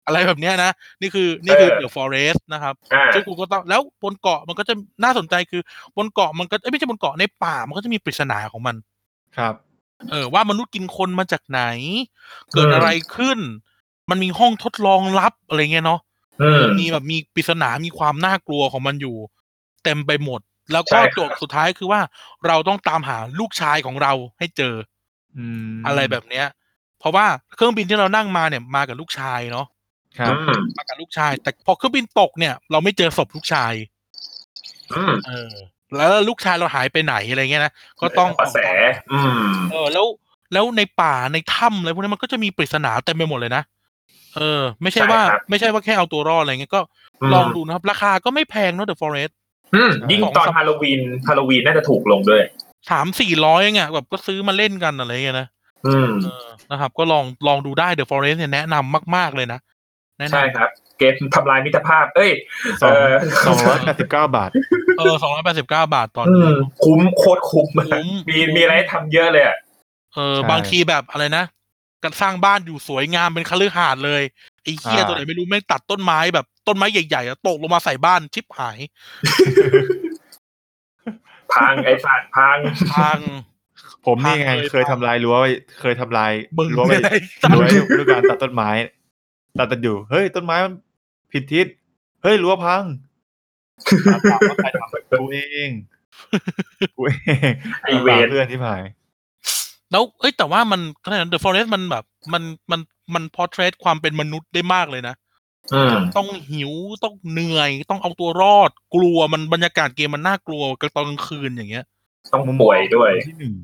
Speaker 2: อะไรแบบเนี้ยนะ นี่คือนี่คือ
Speaker 4: เออ
Speaker 2: เดอะฟอเรสต์นะครับ
Speaker 4: อ่า
Speaker 2: ซึ่งกูก็ต้องแล้วบนเกาะมันก็จะน่าสนใจคือบนเกาะมันก็เอ้ยไม่ใช่บนเกาะในป่ามันก็จะมีปริศนาของมัน
Speaker 5: ครับ
Speaker 2: เออว่ามนุษย์กินคนมาจากไหน เกิด
Speaker 4: เอออ
Speaker 2: อะไรขึ้น มันมีห้องทดลองลับอะไรเงี้ยเนาะ
Speaker 4: อืม
Speaker 2: มีแบบมีปริศนา มีความน่ากลัวของมันอยู่ เต็มไปหมด แล้ว
Speaker 4: ใช่
Speaker 2: ก็
Speaker 4: ครับ
Speaker 2: โจทย์สุดท้ายคือว่าเราต้องตามหาลูกชายของเราให้เจอ
Speaker 5: อืม
Speaker 2: ออะไรแบบเนี้ย เพราะว่าเครื่องบินที่เรานั่งมาเนี่ยมากับลูกชายเนาะ
Speaker 5: ครับ
Speaker 4: อืม
Speaker 2: มากับลูกชาย แต่พอเครื่องบินตกเนี่ย เราไม่เจอศพลูกชาย
Speaker 4: อืม
Speaker 2: เออ แล้วลูกชายเราหายไปไหนอะไรเงี้ยนะก็ต้อง
Speaker 4: กระแส อืม
Speaker 2: เออแล้วแล้วในป่าในถ้ำอะไรพวกนี้มันก็จะมีปริศนาเต็มไปหมดเลยนะเออ ไม่ใช่ว่า
Speaker 4: ใช่ครับ
Speaker 2: ไม่ใช่ว่าแค่เอาตัวรอดอะไรเงี้ยก็
Speaker 4: อืม
Speaker 2: ลองดูนะครับ ราคาก็ไม่แพงเนาะ The Forest
Speaker 4: อืมยิ่งตอน
Speaker 2: สองสาม
Speaker 4: ฮาโลวีนฮาโลวีนน่าจะถูกลงด้วย
Speaker 2: สามสี่ร้อยเงี้ยแบบก็ซื้อมาเล่นกันอะไรเงี้ยนะ
Speaker 4: อืม
Speaker 2: เออนะครับ ก็ลองลองดูได้ The Forest เนี่ยแนะนำมาก ๆ เลยนะ แนะน
Speaker 4: ใช่ครับ เกมทำลายมิตรภาพ เอ้ย
Speaker 5: สอง
Speaker 4: เออ
Speaker 5: สองร้อยแปดสิบเก้าบาท
Speaker 2: ำเออสองร้อยแปดสิบเก้าบาทตอน
Speaker 4: อื
Speaker 2: นี้
Speaker 4: ม คุ้มโคตรคุ้มอะ
Speaker 2: คุ้ม
Speaker 4: มีมีอะไรให้ทำเยอะเลยอะ
Speaker 2: เออ
Speaker 5: ใช่
Speaker 2: บางทีแบบอะไรนะการสร้างบ้านอยู่สวยงามเป็นคฤหาสน์เลยไอ้เหี้ย
Speaker 5: อ่า
Speaker 2: ตัวไหนไม่รู้แม่งตัดต้นไม้แบบต้นไม้ใหญ่ๆอะตกลงมาใส่บ้านชิบหาย
Speaker 4: พัง ไอ้สัตว์พัง
Speaker 2: พัง
Speaker 5: ผมนี่ไง
Speaker 2: พังเลย
Speaker 5: เคยทำลายรั้วไว้เคยทำลาย
Speaker 2: มึง
Speaker 5: รั้ว
Speaker 2: เนี่
Speaker 5: ไว้
Speaker 2: ย ไอ้สัต
Speaker 5: รั้ว
Speaker 2: ว์
Speaker 5: ไว้ด้วยการตัดต้นไม้ ตัดตัดอยู่ เฮ้ย ต้นไม้มันผิดทิศ เฮ้ยรั้วพังถามว่าใครทำกูเองกูเอง
Speaker 4: ไอ้เวร
Speaker 5: เพื่อนที่ผ่าน
Speaker 2: แล้วเอ้ยแต่ว่ามันขนาด The Forest มันแบบมันมันมันพอเทรสความเป็นมนุษย์ได้มากเลยนะ
Speaker 4: อืม
Speaker 2: ต้องหิวต้องเหนื่อย ต้องเอาตัวรอด กลัวมันบรรยากาศเกมมันน่ากลัวกับตอนกลางคืนอย่างเงี้ย
Speaker 4: ต้องป่วยด้วย
Speaker 5: ที่หนึ่ง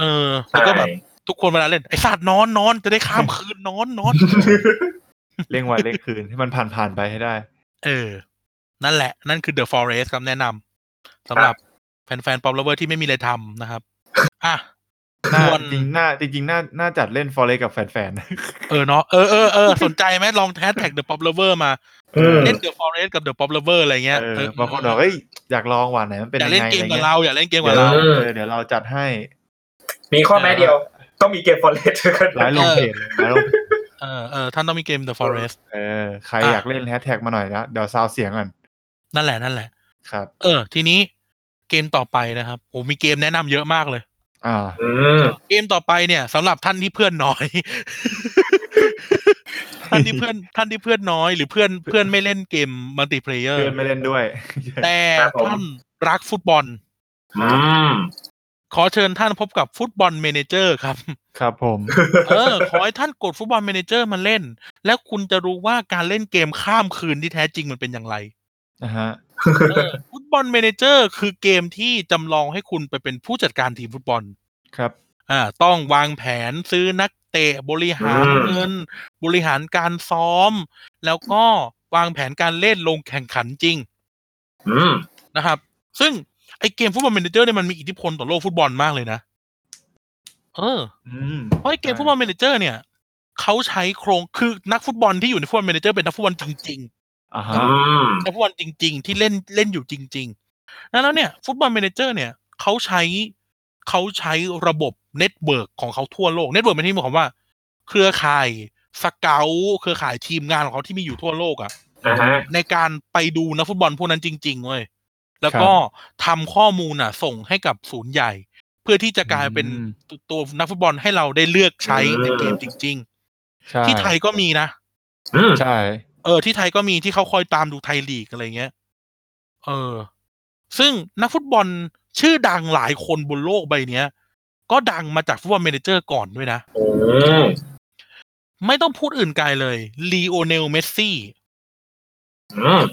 Speaker 2: เออแล้วก็แบบ
Speaker 4: ใช่
Speaker 2: ทุกคนเวลาเล่นไอ้สัตว์นอนนอนจะได้ข้ามคืนนอนนอน
Speaker 5: เร่งวันเร่งคืนให้ มันผ่านผ่านๆไป ให้ได้
Speaker 2: เออ นั่นแหละ นั่นคือ The Forest ครับแนะนำสำหรับแฟนๆ Pop Lover ที่ไม่มีอะไรทำนะครับ อ่ะ
Speaker 5: น่า
Speaker 2: ส่วน
Speaker 5: จริงๆน่าจริงๆน่าน่าจัดเล่นฟอเรสกับแฟน
Speaker 2: เออเนาะเออเออเออ สนใจไหมลองแฮชแท็ก The Pop Lover มา
Speaker 4: อืม
Speaker 2: เล่น The Forest กับ The Pop Lover อะไร
Speaker 5: ๆ
Speaker 2: เงี้ย
Speaker 5: เออ
Speaker 2: เออบ
Speaker 5: างคนบอกเอ้ยอยากลองว่ะไหนมันเป็น
Speaker 2: อยาก
Speaker 5: ยัง
Speaker 2: เล่น
Speaker 5: ไง
Speaker 2: เก
Speaker 5: อะ
Speaker 2: ม
Speaker 5: ไร
Speaker 2: กับ
Speaker 5: เงี้ย
Speaker 2: เราอยากเล่นเกม
Speaker 5: เดี๋
Speaker 2: กับ
Speaker 5: ยวเรา
Speaker 2: เรา
Speaker 4: ออ
Speaker 5: เออเดี๋ยวเราจัดให้
Speaker 4: มีข้อแม้เดียว ต้องมีเกมฟอร์เรสต์กัน
Speaker 5: หลายลงเพจเลยหลายลงเพจ
Speaker 2: เออเออท่านต้องมีเกม The Forest
Speaker 5: เออใครอยากเล่นแฮชแท็กมาหน่อยนะเดี๋ยวซาวเสียงก่อน
Speaker 2: นั่นแหละนั่นแหละ
Speaker 5: ครับ
Speaker 2: เออ ทีนี้เกมต่อไปนะครับโอ้มีเกมแนะนำเยอะมากเลย
Speaker 5: อ่า
Speaker 4: อืม
Speaker 2: เกมต่อไปเนี่ยสำหรับท่านที่เพื่อนน้อย ท่านที่เพื่อนท่านที่เพื่อนน้อย หรือเพื่อนเพื่อนไม่เล่นเกมมัลติเพลเยอร์
Speaker 5: เพื่อนไม่เล่นด้วย
Speaker 2: แต่
Speaker 4: ครับผม
Speaker 2: ท่านรักฟุตบอล
Speaker 4: อืม
Speaker 2: ขอเชิญท่านพบกับฟุตบอลเมเนเจอร์ครับ
Speaker 5: ครับ ผม
Speaker 2: เออ ขอให้ท่านกดฟุตบอลเมเนเจอร์มาเล่น แล้วคุณจะรู้ว่าการเล่นเกมข้ามคืนที่แท้จริงมันเป็นอย่างไร
Speaker 5: นะฮะ
Speaker 2: เออฟุตบอลเมเนเจอร์คือเกมที่จำลองให้คุณไปเป็นผู้จัดการทีมฟุตบอล
Speaker 5: ครับ
Speaker 2: อ่าต้องวางแผนซื้อนักเตะบริหาร
Speaker 4: อืม
Speaker 2: เงิน บริหารการซ้อม แล้วก็วางแผนการเล่นลงแข่งขันจริง
Speaker 4: อืม
Speaker 2: นะครับ ซึ่งไอเกมฟุตบอลเมนเจอร์เนี่ยมันมีอิทธิพลต่อโลกฟุตบอลมากเลยนะ เออ
Speaker 5: อืม
Speaker 2: เพราะไอเกมฟุตบอลเมนเจอร์เนี่ยเขาใช้โครงคือนักฟุตบอลที่อยู่ในฟุตบอลเมนเจอร์เป็นนักฟุตบอลจริง
Speaker 5: อ่าฮะ
Speaker 4: อืม
Speaker 2: ๆนักฟุตบอลจริง ๆ ที่เล่นเล่นอยู่จริง นั้นแล้วเนี่ยฟุตบอลเมนเจอร์เนี่ยเขาใช้เขาใช้ระบบเน็ตเวิร์กของเขาทั่วโลกเน็ตเวิร์กเป็นที่หมายความว่า เครือข่ายสเกลเครือข่ายทีมงานของเขาที่มีอยู่ทั่วโลกอะ
Speaker 4: อ่าฮะ
Speaker 2: ในการไปดูนักฟุตบอลพวกนั้นจริง ๆเว้ย แล้วก็ทำข้อมูลอ่ะ ส่งให้กับศูนย์ใหญ่ เพื่อที่จะกลายเป็น
Speaker 5: อืม
Speaker 2: ตัวตัวนักฟุตบอลให้เราได้เลือกใช้ในเกมจริง
Speaker 5: ใช่
Speaker 2: ๆ ที่ไทยก็มีนะ
Speaker 4: อืม
Speaker 5: ใช่
Speaker 2: เออที่ไทยก็มีที่เขาคอยตามดูไทยลีกอะไรเงี้ย เออ ซึ่งนักฟุตบอลชื่อดังหลายคนบนโลกใบเนี้ย ก็ดังมาจากฟุตบอลเมเนเจอร์ก่อนด้วยนะ
Speaker 4: โอ้
Speaker 2: ไม่ต้องพูดอื่นไกลเลยลีโอเนลเมสซี่
Speaker 4: อืม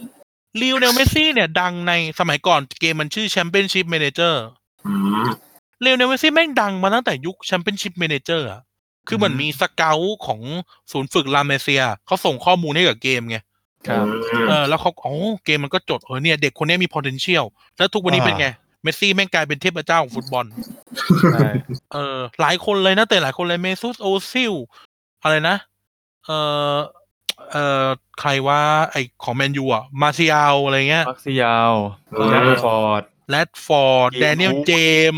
Speaker 2: ลีโอเนลเมสซี่เนี่ยดังในสมัยก่อนเกมมันชื่อแชมเปี้ยนชิพเมนเจอร์
Speaker 4: อืม
Speaker 2: ลีโอเนลเมสซี่แม่งดังมาตั้งแต่ยุคแชมเปี้ยนชิพเมนเจอร์อะคือเหมือน
Speaker 5: อืม
Speaker 2: มีสเกลของศูนย์ฝึกลาเมเซียเขาส่งข้อมูลให้กับเกมไง
Speaker 5: ครับ
Speaker 4: อืม
Speaker 2: เออแล้วเขาโอ้เกมมันก็จดเออเนี่ยเด็กคนนี้มี potential แล้วทุกวันนี้
Speaker 5: อ่า
Speaker 2: เป็นไง เมสซี่แม่งกลายเป็นเทพเจ้าของฟุตบอล
Speaker 5: ใช่
Speaker 2: เออหลายคนเลยนะแต่หลายคนเลยเมซุสโอซิลอะไรนะ เออเออใครว่าไอของแมนยูอ่ะมาซิอาอะไรเงี้ย
Speaker 5: มักซิยาวแรดฟอร์ด
Speaker 2: แรดฟอร์ดแดเนียลเจม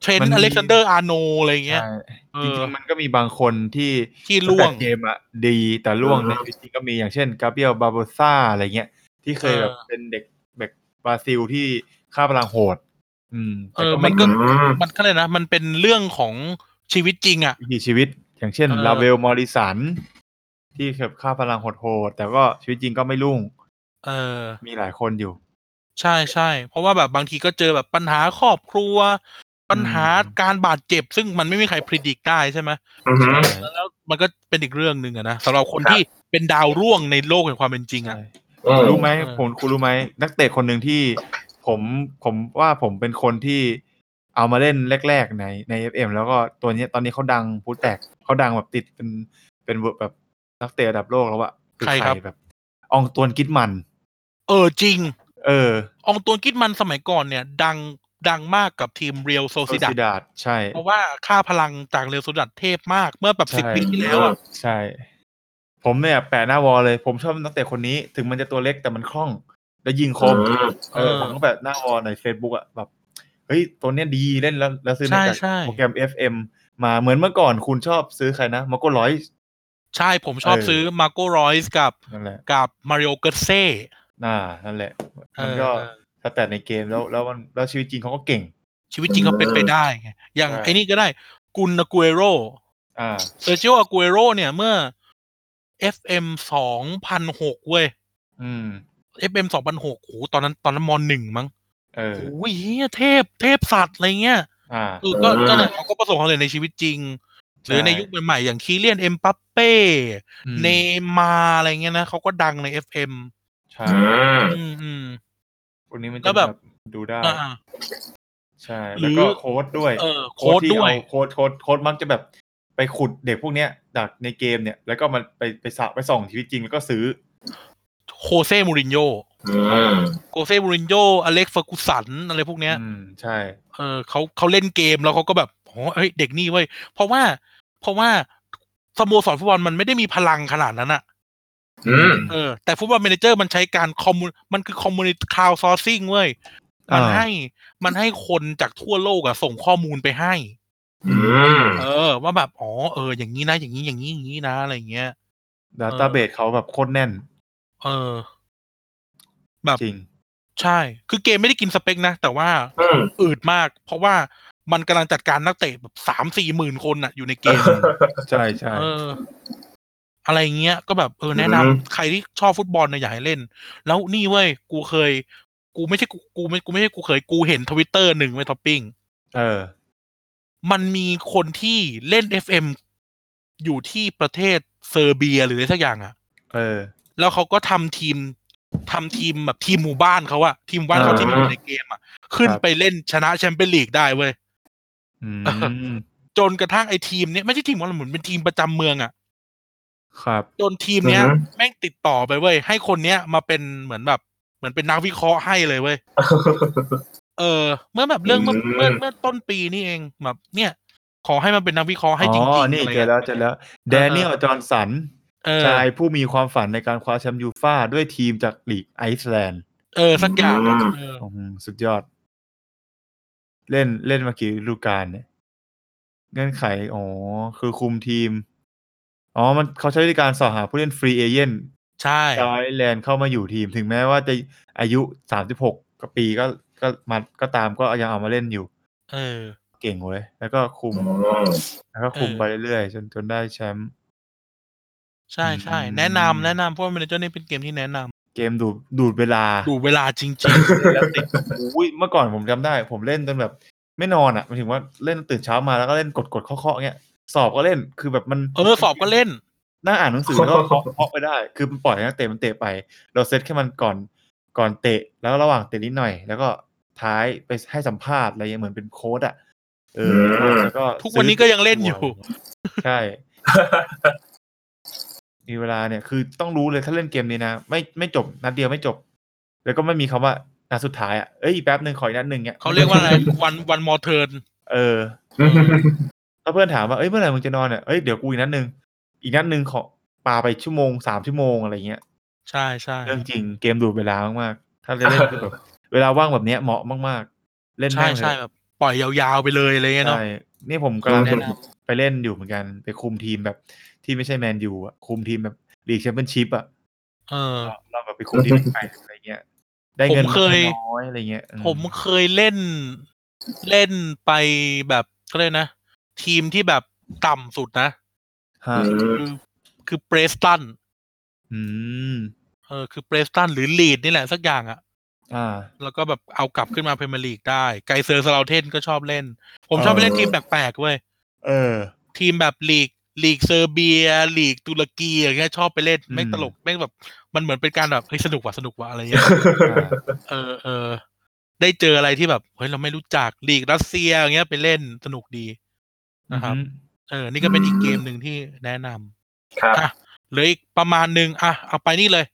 Speaker 2: เทรน
Speaker 5: มันมี
Speaker 2: อเล็กซานเดอร์อาร์โนอะไรเงี้ย
Speaker 5: ใช่
Speaker 2: เอ
Speaker 5: จริ
Speaker 2: อง
Speaker 5: ๆมันก็มีบางคนที่
Speaker 2: ที่ล่วง
Speaker 5: ตั้แต่เกมอะดีแต่ล่วงในชีวิตจริงก็มีอย่างเช่นกาเบียลบาโบซ่าอะไรเงี้ย ที่เคยแบบ
Speaker 2: เออ
Speaker 5: เป็นเด็กแบบบราซิลที่ค่าพลังโหด อืม
Speaker 2: เอ
Speaker 5: แต่
Speaker 2: อ
Speaker 5: ก็
Speaker 2: มั
Speaker 5: ไม่
Speaker 2: นก็
Speaker 5: เกิด
Speaker 2: มันก็เลยนะ มันเป็นเรื่องของชีวิตจริงอ่ะ
Speaker 5: วิถีชีวิต อย่างเช่น
Speaker 2: เออ
Speaker 5: ลาเวลมอริสัน ที่แบบค่าพลังโหดๆแต่ก็ชีวิตจริงก็ไม่รุ่ง
Speaker 2: เออ
Speaker 5: มีหลายคนอยู่
Speaker 2: ใช่ใช่เพราะว่าแบบบางทีก็เจอแบบปัญหาครอบครัว ปัญหาการบาดเจ็บ ซึ่งมันไม่มีใครพิจิตรได้ใช่ไหม
Speaker 4: อืม
Speaker 2: แล้วมันก็เป็นอีกเรื่องหนึ่งอะนะสำหรับคน
Speaker 4: ครับ
Speaker 2: ที่เป็นดาวร่วงในโลกแห่งความเป็นจริงอะ
Speaker 4: อืม
Speaker 5: รู้ไหม
Speaker 2: เออ
Speaker 5: ผมคุณรู้ไหมนักเตะคนหนึ่งที่ผมผมว่าผมเป็นคนที่เอามาเล่นแรกๆในใน FM แล้วก็ตัวเนี้ยตอนนี้เขาดังพูดแตกเขาดังแบบติดเป็นเป็นแบบนักเตะระดับโลกแล้วอะอ
Speaker 2: ใครครับ
Speaker 5: แบบอองตวนกิดมัน
Speaker 2: เออจริง
Speaker 5: เออ
Speaker 2: อองตัวนกิดมันสมัยก่อนเนี่ย ดังดังมากกับทีมเรียวโซซิดัด
Speaker 5: โซซิดาดใช่
Speaker 2: เพราะว่าค่าพลังจากเรียวโซซิดัดเทพมากเมื่อแบบสิบ
Speaker 5: ใช่
Speaker 2: ปีที่แล้วอะ
Speaker 5: ใช่ ผมเนี่ยแปะหน้าวอลเลย ผมชอบนักเตะคนนี้ถึงมันจะตัวเล็กแต่มันคล่อง และยิงคม
Speaker 4: อืม
Speaker 5: เออผมก็แบบหน้าวอลใน Facebook อ่ะแบบเฮ้ยตัวเนี้ยดีเล่นแล้วแล้วซื้อ
Speaker 2: ใช่
Speaker 5: มาจาก
Speaker 2: ใช่
Speaker 5: โปรแกรม FM มาเหมือนเมื่อก่อนคุณชอบซื้อใครนะมาโกร้อย
Speaker 2: ใช่ผมชอบ
Speaker 5: เออ
Speaker 2: ซื้อมาโกรอยส์กับ
Speaker 5: นั่นแหละ
Speaker 2: กับมาริโอเกเซ่
Speaker 5: น่านั่นแหละ
Speaker 2: เอ
Speaker 5: มัน
Speaker 2: อ
Speaker 5: ก็
Speaker 2: เออ
Speaker 5: สแตทในเกมแล้วแล้วมันแล้วชีวิตจริงเขาก็เก่ง
Speaker 2: ชีวิตจริงเขาเป็นไปได้ไงอย่าง
Speaker 5: ใช่
Speaker 2: ไอ้นี่ก็ได้กุนอากูเอโร
Speaker 5: อ่า
Speaker 2: เซอร์จิโออากูเอโรเนี่ยเมื่อ FM สองพันหกเว้ย
Speaker 5: อืม
Speaker 2: FM สองพันหกโหตอนนั้นตอนนั้นมหนึ่งมั้ง
Speaker 5: เออ
Speaker 2: โอ้ยเหี้ยเทพเทพสัตว์อะไรเงี้ย
Speaker 5: อ่า
Speaker 2: เออก็
Speaker 4: อืม
Speaker 2: ก็เนี่ยเขาก็ประสบความสำเร็จในชีวิตจริง หรือในยุคใหม่ๆอย่างคีเลียนเอ็มปัปเป้
Speaker 5: อืม
Speaker 2: เนย์มาร์อะไรเงี้ยนะเขาก็ดังใน FM
Speaker 5: ใช่
Speaker 4: อืม
Speaker 2: อืมอืม
Speaker 5: คนนี้มัน
Speaker 2: แล้
Speaker 5: จะ
Speaker 2: ว
Speaker 5: แบ
Speaker 2: แบบ บ
Speaker 5: ดูได้
Speaker 2: อ่า
Speaker 5: ใช่
Speaker 2: หรื
Speaker 5: แล้ว
Speaker 2: อ
Speaker 5: ก็โค้ดด้วย
Speaker 2: เออโค้ด
Speaker 5: ที่
Speaker 2: ด้วย
Speaker 5: เอาโค้ดโค้ดโค้ดมักจะแบบไปขุดเด็กพวกเนี้ยจากในเกมเนี่ย แล้วก็มันไปไปสะไปส่องชีวิตจริงแล้วก็ซื้อ
Speaker 2: โคเซ่มูรินโญ่
Speaker 4: อืม
Speaker 2: โคเซ่มูรินโญ่อเล็กซ์เฟอร์กูสันอะไรพวกเนี้ย
Speaker 5: อืมใช่
Speaker 2: เออเขาเขาเล่นเกมแล้วเขาก็แบบโอ้เฮ้ยเด็กนี่เว้ย เพราะว่า เพราะว่าสโมสรฟุตบอลมันไม่ได้มีพลังขนาดนั้นอะ
Speaker 4: อืม
Speaker 2: เออแต่ฟุตบอลเมเนเจอร์มันใช้การคอมมูมันคือคอมมูนิคาวซอร์ซิ่งเว้ย มัน
Speaker 5: อ่า
Speaker 2: ให้มันให้คนจากทั่วโลกอะส่งข้อมูลไปให้
Speaker 4: อืม
Speaker 2: เออ ว่าแบบอ๋อเอออย่างนี้นะ อย่างนี้อย่างนี้อย่างนี้นะอะไรอย่างเงี้ย
Speaker 5: ดัตต้าเบสเขาแบบโคตรแน่น
Speaker 2: เออ แบบ
Speaker 5: จริง
Speaker 2: ใช่ คือเกมไม่ได้กินสเปคนะ แต่ว่า
Speaker 4: อืม
Speaker 2: อืดมาก เพราะว่ามันกำลังจัดการนักเตะแบบสามสี่หมื่นคนน่ะ อยู่ในเกม
Speaker 5: ใช่ใช่
Speaker 2: เออ อะไรเงี้ย ก็แบบเออแนะนำ
Speaker 4: อืม
Speaker 2: ใครที่ชอบฟุตบอลเนี่ยอยากให้เล่น แล้วนี่เว้ย กูเคย กูไม่ใช่กูกูไม่กูไม่ใช่กูเคย กูเห็นทวิตเตอร์หนึ่งไว้ท็อปปิ้ง
Speaker 5: เออ
Speaker 2: มันมีคนที่เล่น FM อยู่ที่ประเทศเซอร์เบียหรืออะไรสักอย่างอะ
Speaker 5: เออ
Speaker 2: แล้วเขาก็ทำทีมทำทีมแบบทีมหมู่บ้านเขาอะทีมหมู่บ้านเขาที่มีอยู่ในเกมอะขึ้น
Speaker 5: ครับ
Speaker 2: ไปเล่นชนะแชมเปี้ยนลีกได้เว้ย
Speaker 5: อืม
Speaker 2: จนกระทั่งไอ้ทีมเนี้ยไม่ใช่ทีมของเราเหมือนเป็นทีมประจำเมืองอะ่ะ
Speaker 5: ครับ
Speaker 2: จนทีมเนี้ย
Speaker 4: อือฮึ
Speaker 2: แม่งติดต่อไปเว้ยให้คนเนี้ยมาเป็นเหมือนแบบเหมือนเป็นนักวิเคราะห์ให้เลยเว้ยเออ เมื่อแบบเรื่องเมื่อเมื่อเมื่อต้นปีนี่เองแบบเนี่ย ขอให้มันเป็นนักวิเคราะห์ให้จริงๆ
Speaker 5: อ๋อ
Speaker 2: อะไร
Speaker 5: นี่
Speaker 2: เงี้ย
Speaker 5: เจอแล้วเจอแล้วแดเนียลจอห์นสัน
Speaker 2: เออ
Speaker 5: ชายผู้มีความฝันในการคว้าแชมป์ยูฟ่าด้วยทีมจากลีกไอซ์แลนด์
Speaker 2: เออ สักอย่าง
Speaker 4: อืม
Speaker 2: เออ
Speaker 5: อืมสุดยอด เล่นเล่นมากี่ฤดูกาลเนี่ย เงื่อนไข อ๋อ คือคุมทีม อ๋อ มันเขาใช้วิธีการสอหาผู้เล่นฟรีเอเย่น
Speaker 2: ใช่
Speaker 5: จอยแลนด์เข้ามาอยู่ทีม ถึงแม้ว่าจะอายุสามสิบหกปีก็ก็มาก็ตามก็ยังเอามาเล่นอยู่
Speaker 2: เออ
Speaker 5: เก่งเว้ย แล้วก็คุม
Speaker 4: อืม
Speaker 5: แล้วก็คุม
Speaker 2: เออ
Speaker 5: ไปเรื่อยๆจนจนได้แชมป์
Speaker 2: ใช่ใช่
Speaker 5: อืม
Speaker 2: แนะนำแนะนำเพราะว่า Manager นี่เป็นเกมที่แนะนำ
Speaker 5: เกมดูดดูดเวลา
Speaker 2: ดูเวลาจริง
Speaker 5: แล้วติดอุ้ยเมื่อก่อนผมจำได้ ผมเล่นจนแบบไม่นอนอ่ะหมายถึงว่าเล่นตื่นเช้ามาแล้วก็เล่นกดกดเคาะเคาะเงี้ยสอบก็เล่นคือแบบมัน
Speaker 2: ๆ เออ สอบก็เล่น
Speaker 5: นั่งอ่านหนังสือแล้วก็เคาะเคาะไปได้ คือมันปล่อยให้นักเตะมันเตะไป เราเซตแค่มันก่อนก่อนเตะแล้วระหว่างเตะนิดหน่อย แล้วก็ท้ายไปให้สัมภาษณ์อะไรเงี้ยเหมือนเป็นโค้ดอ่ะเออ
Speaker 4: อืม
Speaker 5: แล้วก็
Speaker 2: ทุกวันนี้ก็ยังเล่นอยู่
Speaker 5: ใช่ มีเวลาเนี่ยคือต้องรู้เลยถ้าเล่นเกมนี้นะไม่ไม่จบนัดเดียวไม่จบ แล้วก็ไม่มีคำว่านัดสุดท้ายอ่ะเอ้ยแป๊บหนึ่งขออีกนัดหนึ่งเนี่ย
Speaker 2: เขาเรียกว่าอะไรวันวันมอเทิร์น
Speaker 5: เออถ้าเพื่อนถามว่าเอ้ยเมื่อไหร่มึงจะนอนเนี่ยเอ้ยเดี๋ยวกูอีกนัดหนึ่งอีกนัดหนึ่งขอปาไปชั่วโมงสามชั่วโมงอะไรเงี้ย
Speaker 2: ใช่ใช่
Speaker 5: เรื่องจริงเกมดูดเวลามากๆถ้าจะเล่นคือแบบเวลาว่างแบบเนี้ยเหมาะมากๆ เล่น
Speaker 2: ใช่
Speaker 5: แม่งเลย
Speaker 2: ใช่แบบปล่อยยาวๆไปเลยอะไรเงี้ยเนาะ
Speaker 5: ใช่นี่ผมกำลัง
Speaker 2: แนะน
Speaker 5: ไปเล่นอยู่เหมือนกัน ไปคุมทีมแบบที่ไม่ใช่แมนยูอ่ะคุมทีมแบบลีกแชมเปี้ยนชิพอ่ะ
Speaker 2: เออ
Speaker 5: เราแบบไปคุมที่ไม่ไปอะไรเงี้ย ได้เงิน
Speaker 2: ผมเคย
Speaker 5: น้อยๆอะไรเงี้ยอื
Speaker 2: ผมเคยเล่นเล่นไปแบบก็เลยกนะ ทีมที่แบบต่ำสุดนะ
Speaker 5: ฮะ
Speaker 2: คือคือเปรสตัน
Speaker 5: อืม
Speaker 2: เออคือเปรสตันหรือลีดนี่แหละสักอย่างอะ
Speaker 5: อ่า
Speaker 2: แล้วก็แบบเอากลับขึ้นมาเพรมียร์ลีกได้ ไกเซอร์สลาเทนก็ชอบเล่น ผมชอบไปเล่น
Speaker 4: เออ
Speaker 2: ทีมแปลกๆเว้ย
Speaker 5: เออ
Speaker 2: ทีมแบบลีกลีกเซอร์เบีย ลีกตุรกีอย่างเงี้ยชอบไปเล่น
Speaker 5: อืม
Speaker 2: แม่งตลกแม่งแบบ มันเหมือนเป็นการแบบเฮ้ยสนุกว่ะสนุกว่ะอะไรเงี้ย
Speaker 5: อ่า
Speaker 2: เออเออได้เจออะไรที่แบบเฮ้ยเราไม่รู้จักลีกรัสเซียอย่างเงี้ยไปเล่นสนุกดีนะครับ
Speaker 5: อืม
Speaker 2: เออ นี่ก็เป็นอีกเกมหนึ่งที่แนะนำ
Speaker 4: ครับ
Speaker 2: อ่ะเหลืออีกประมาณหนึ่งอ่ะเอาไปนี่เลย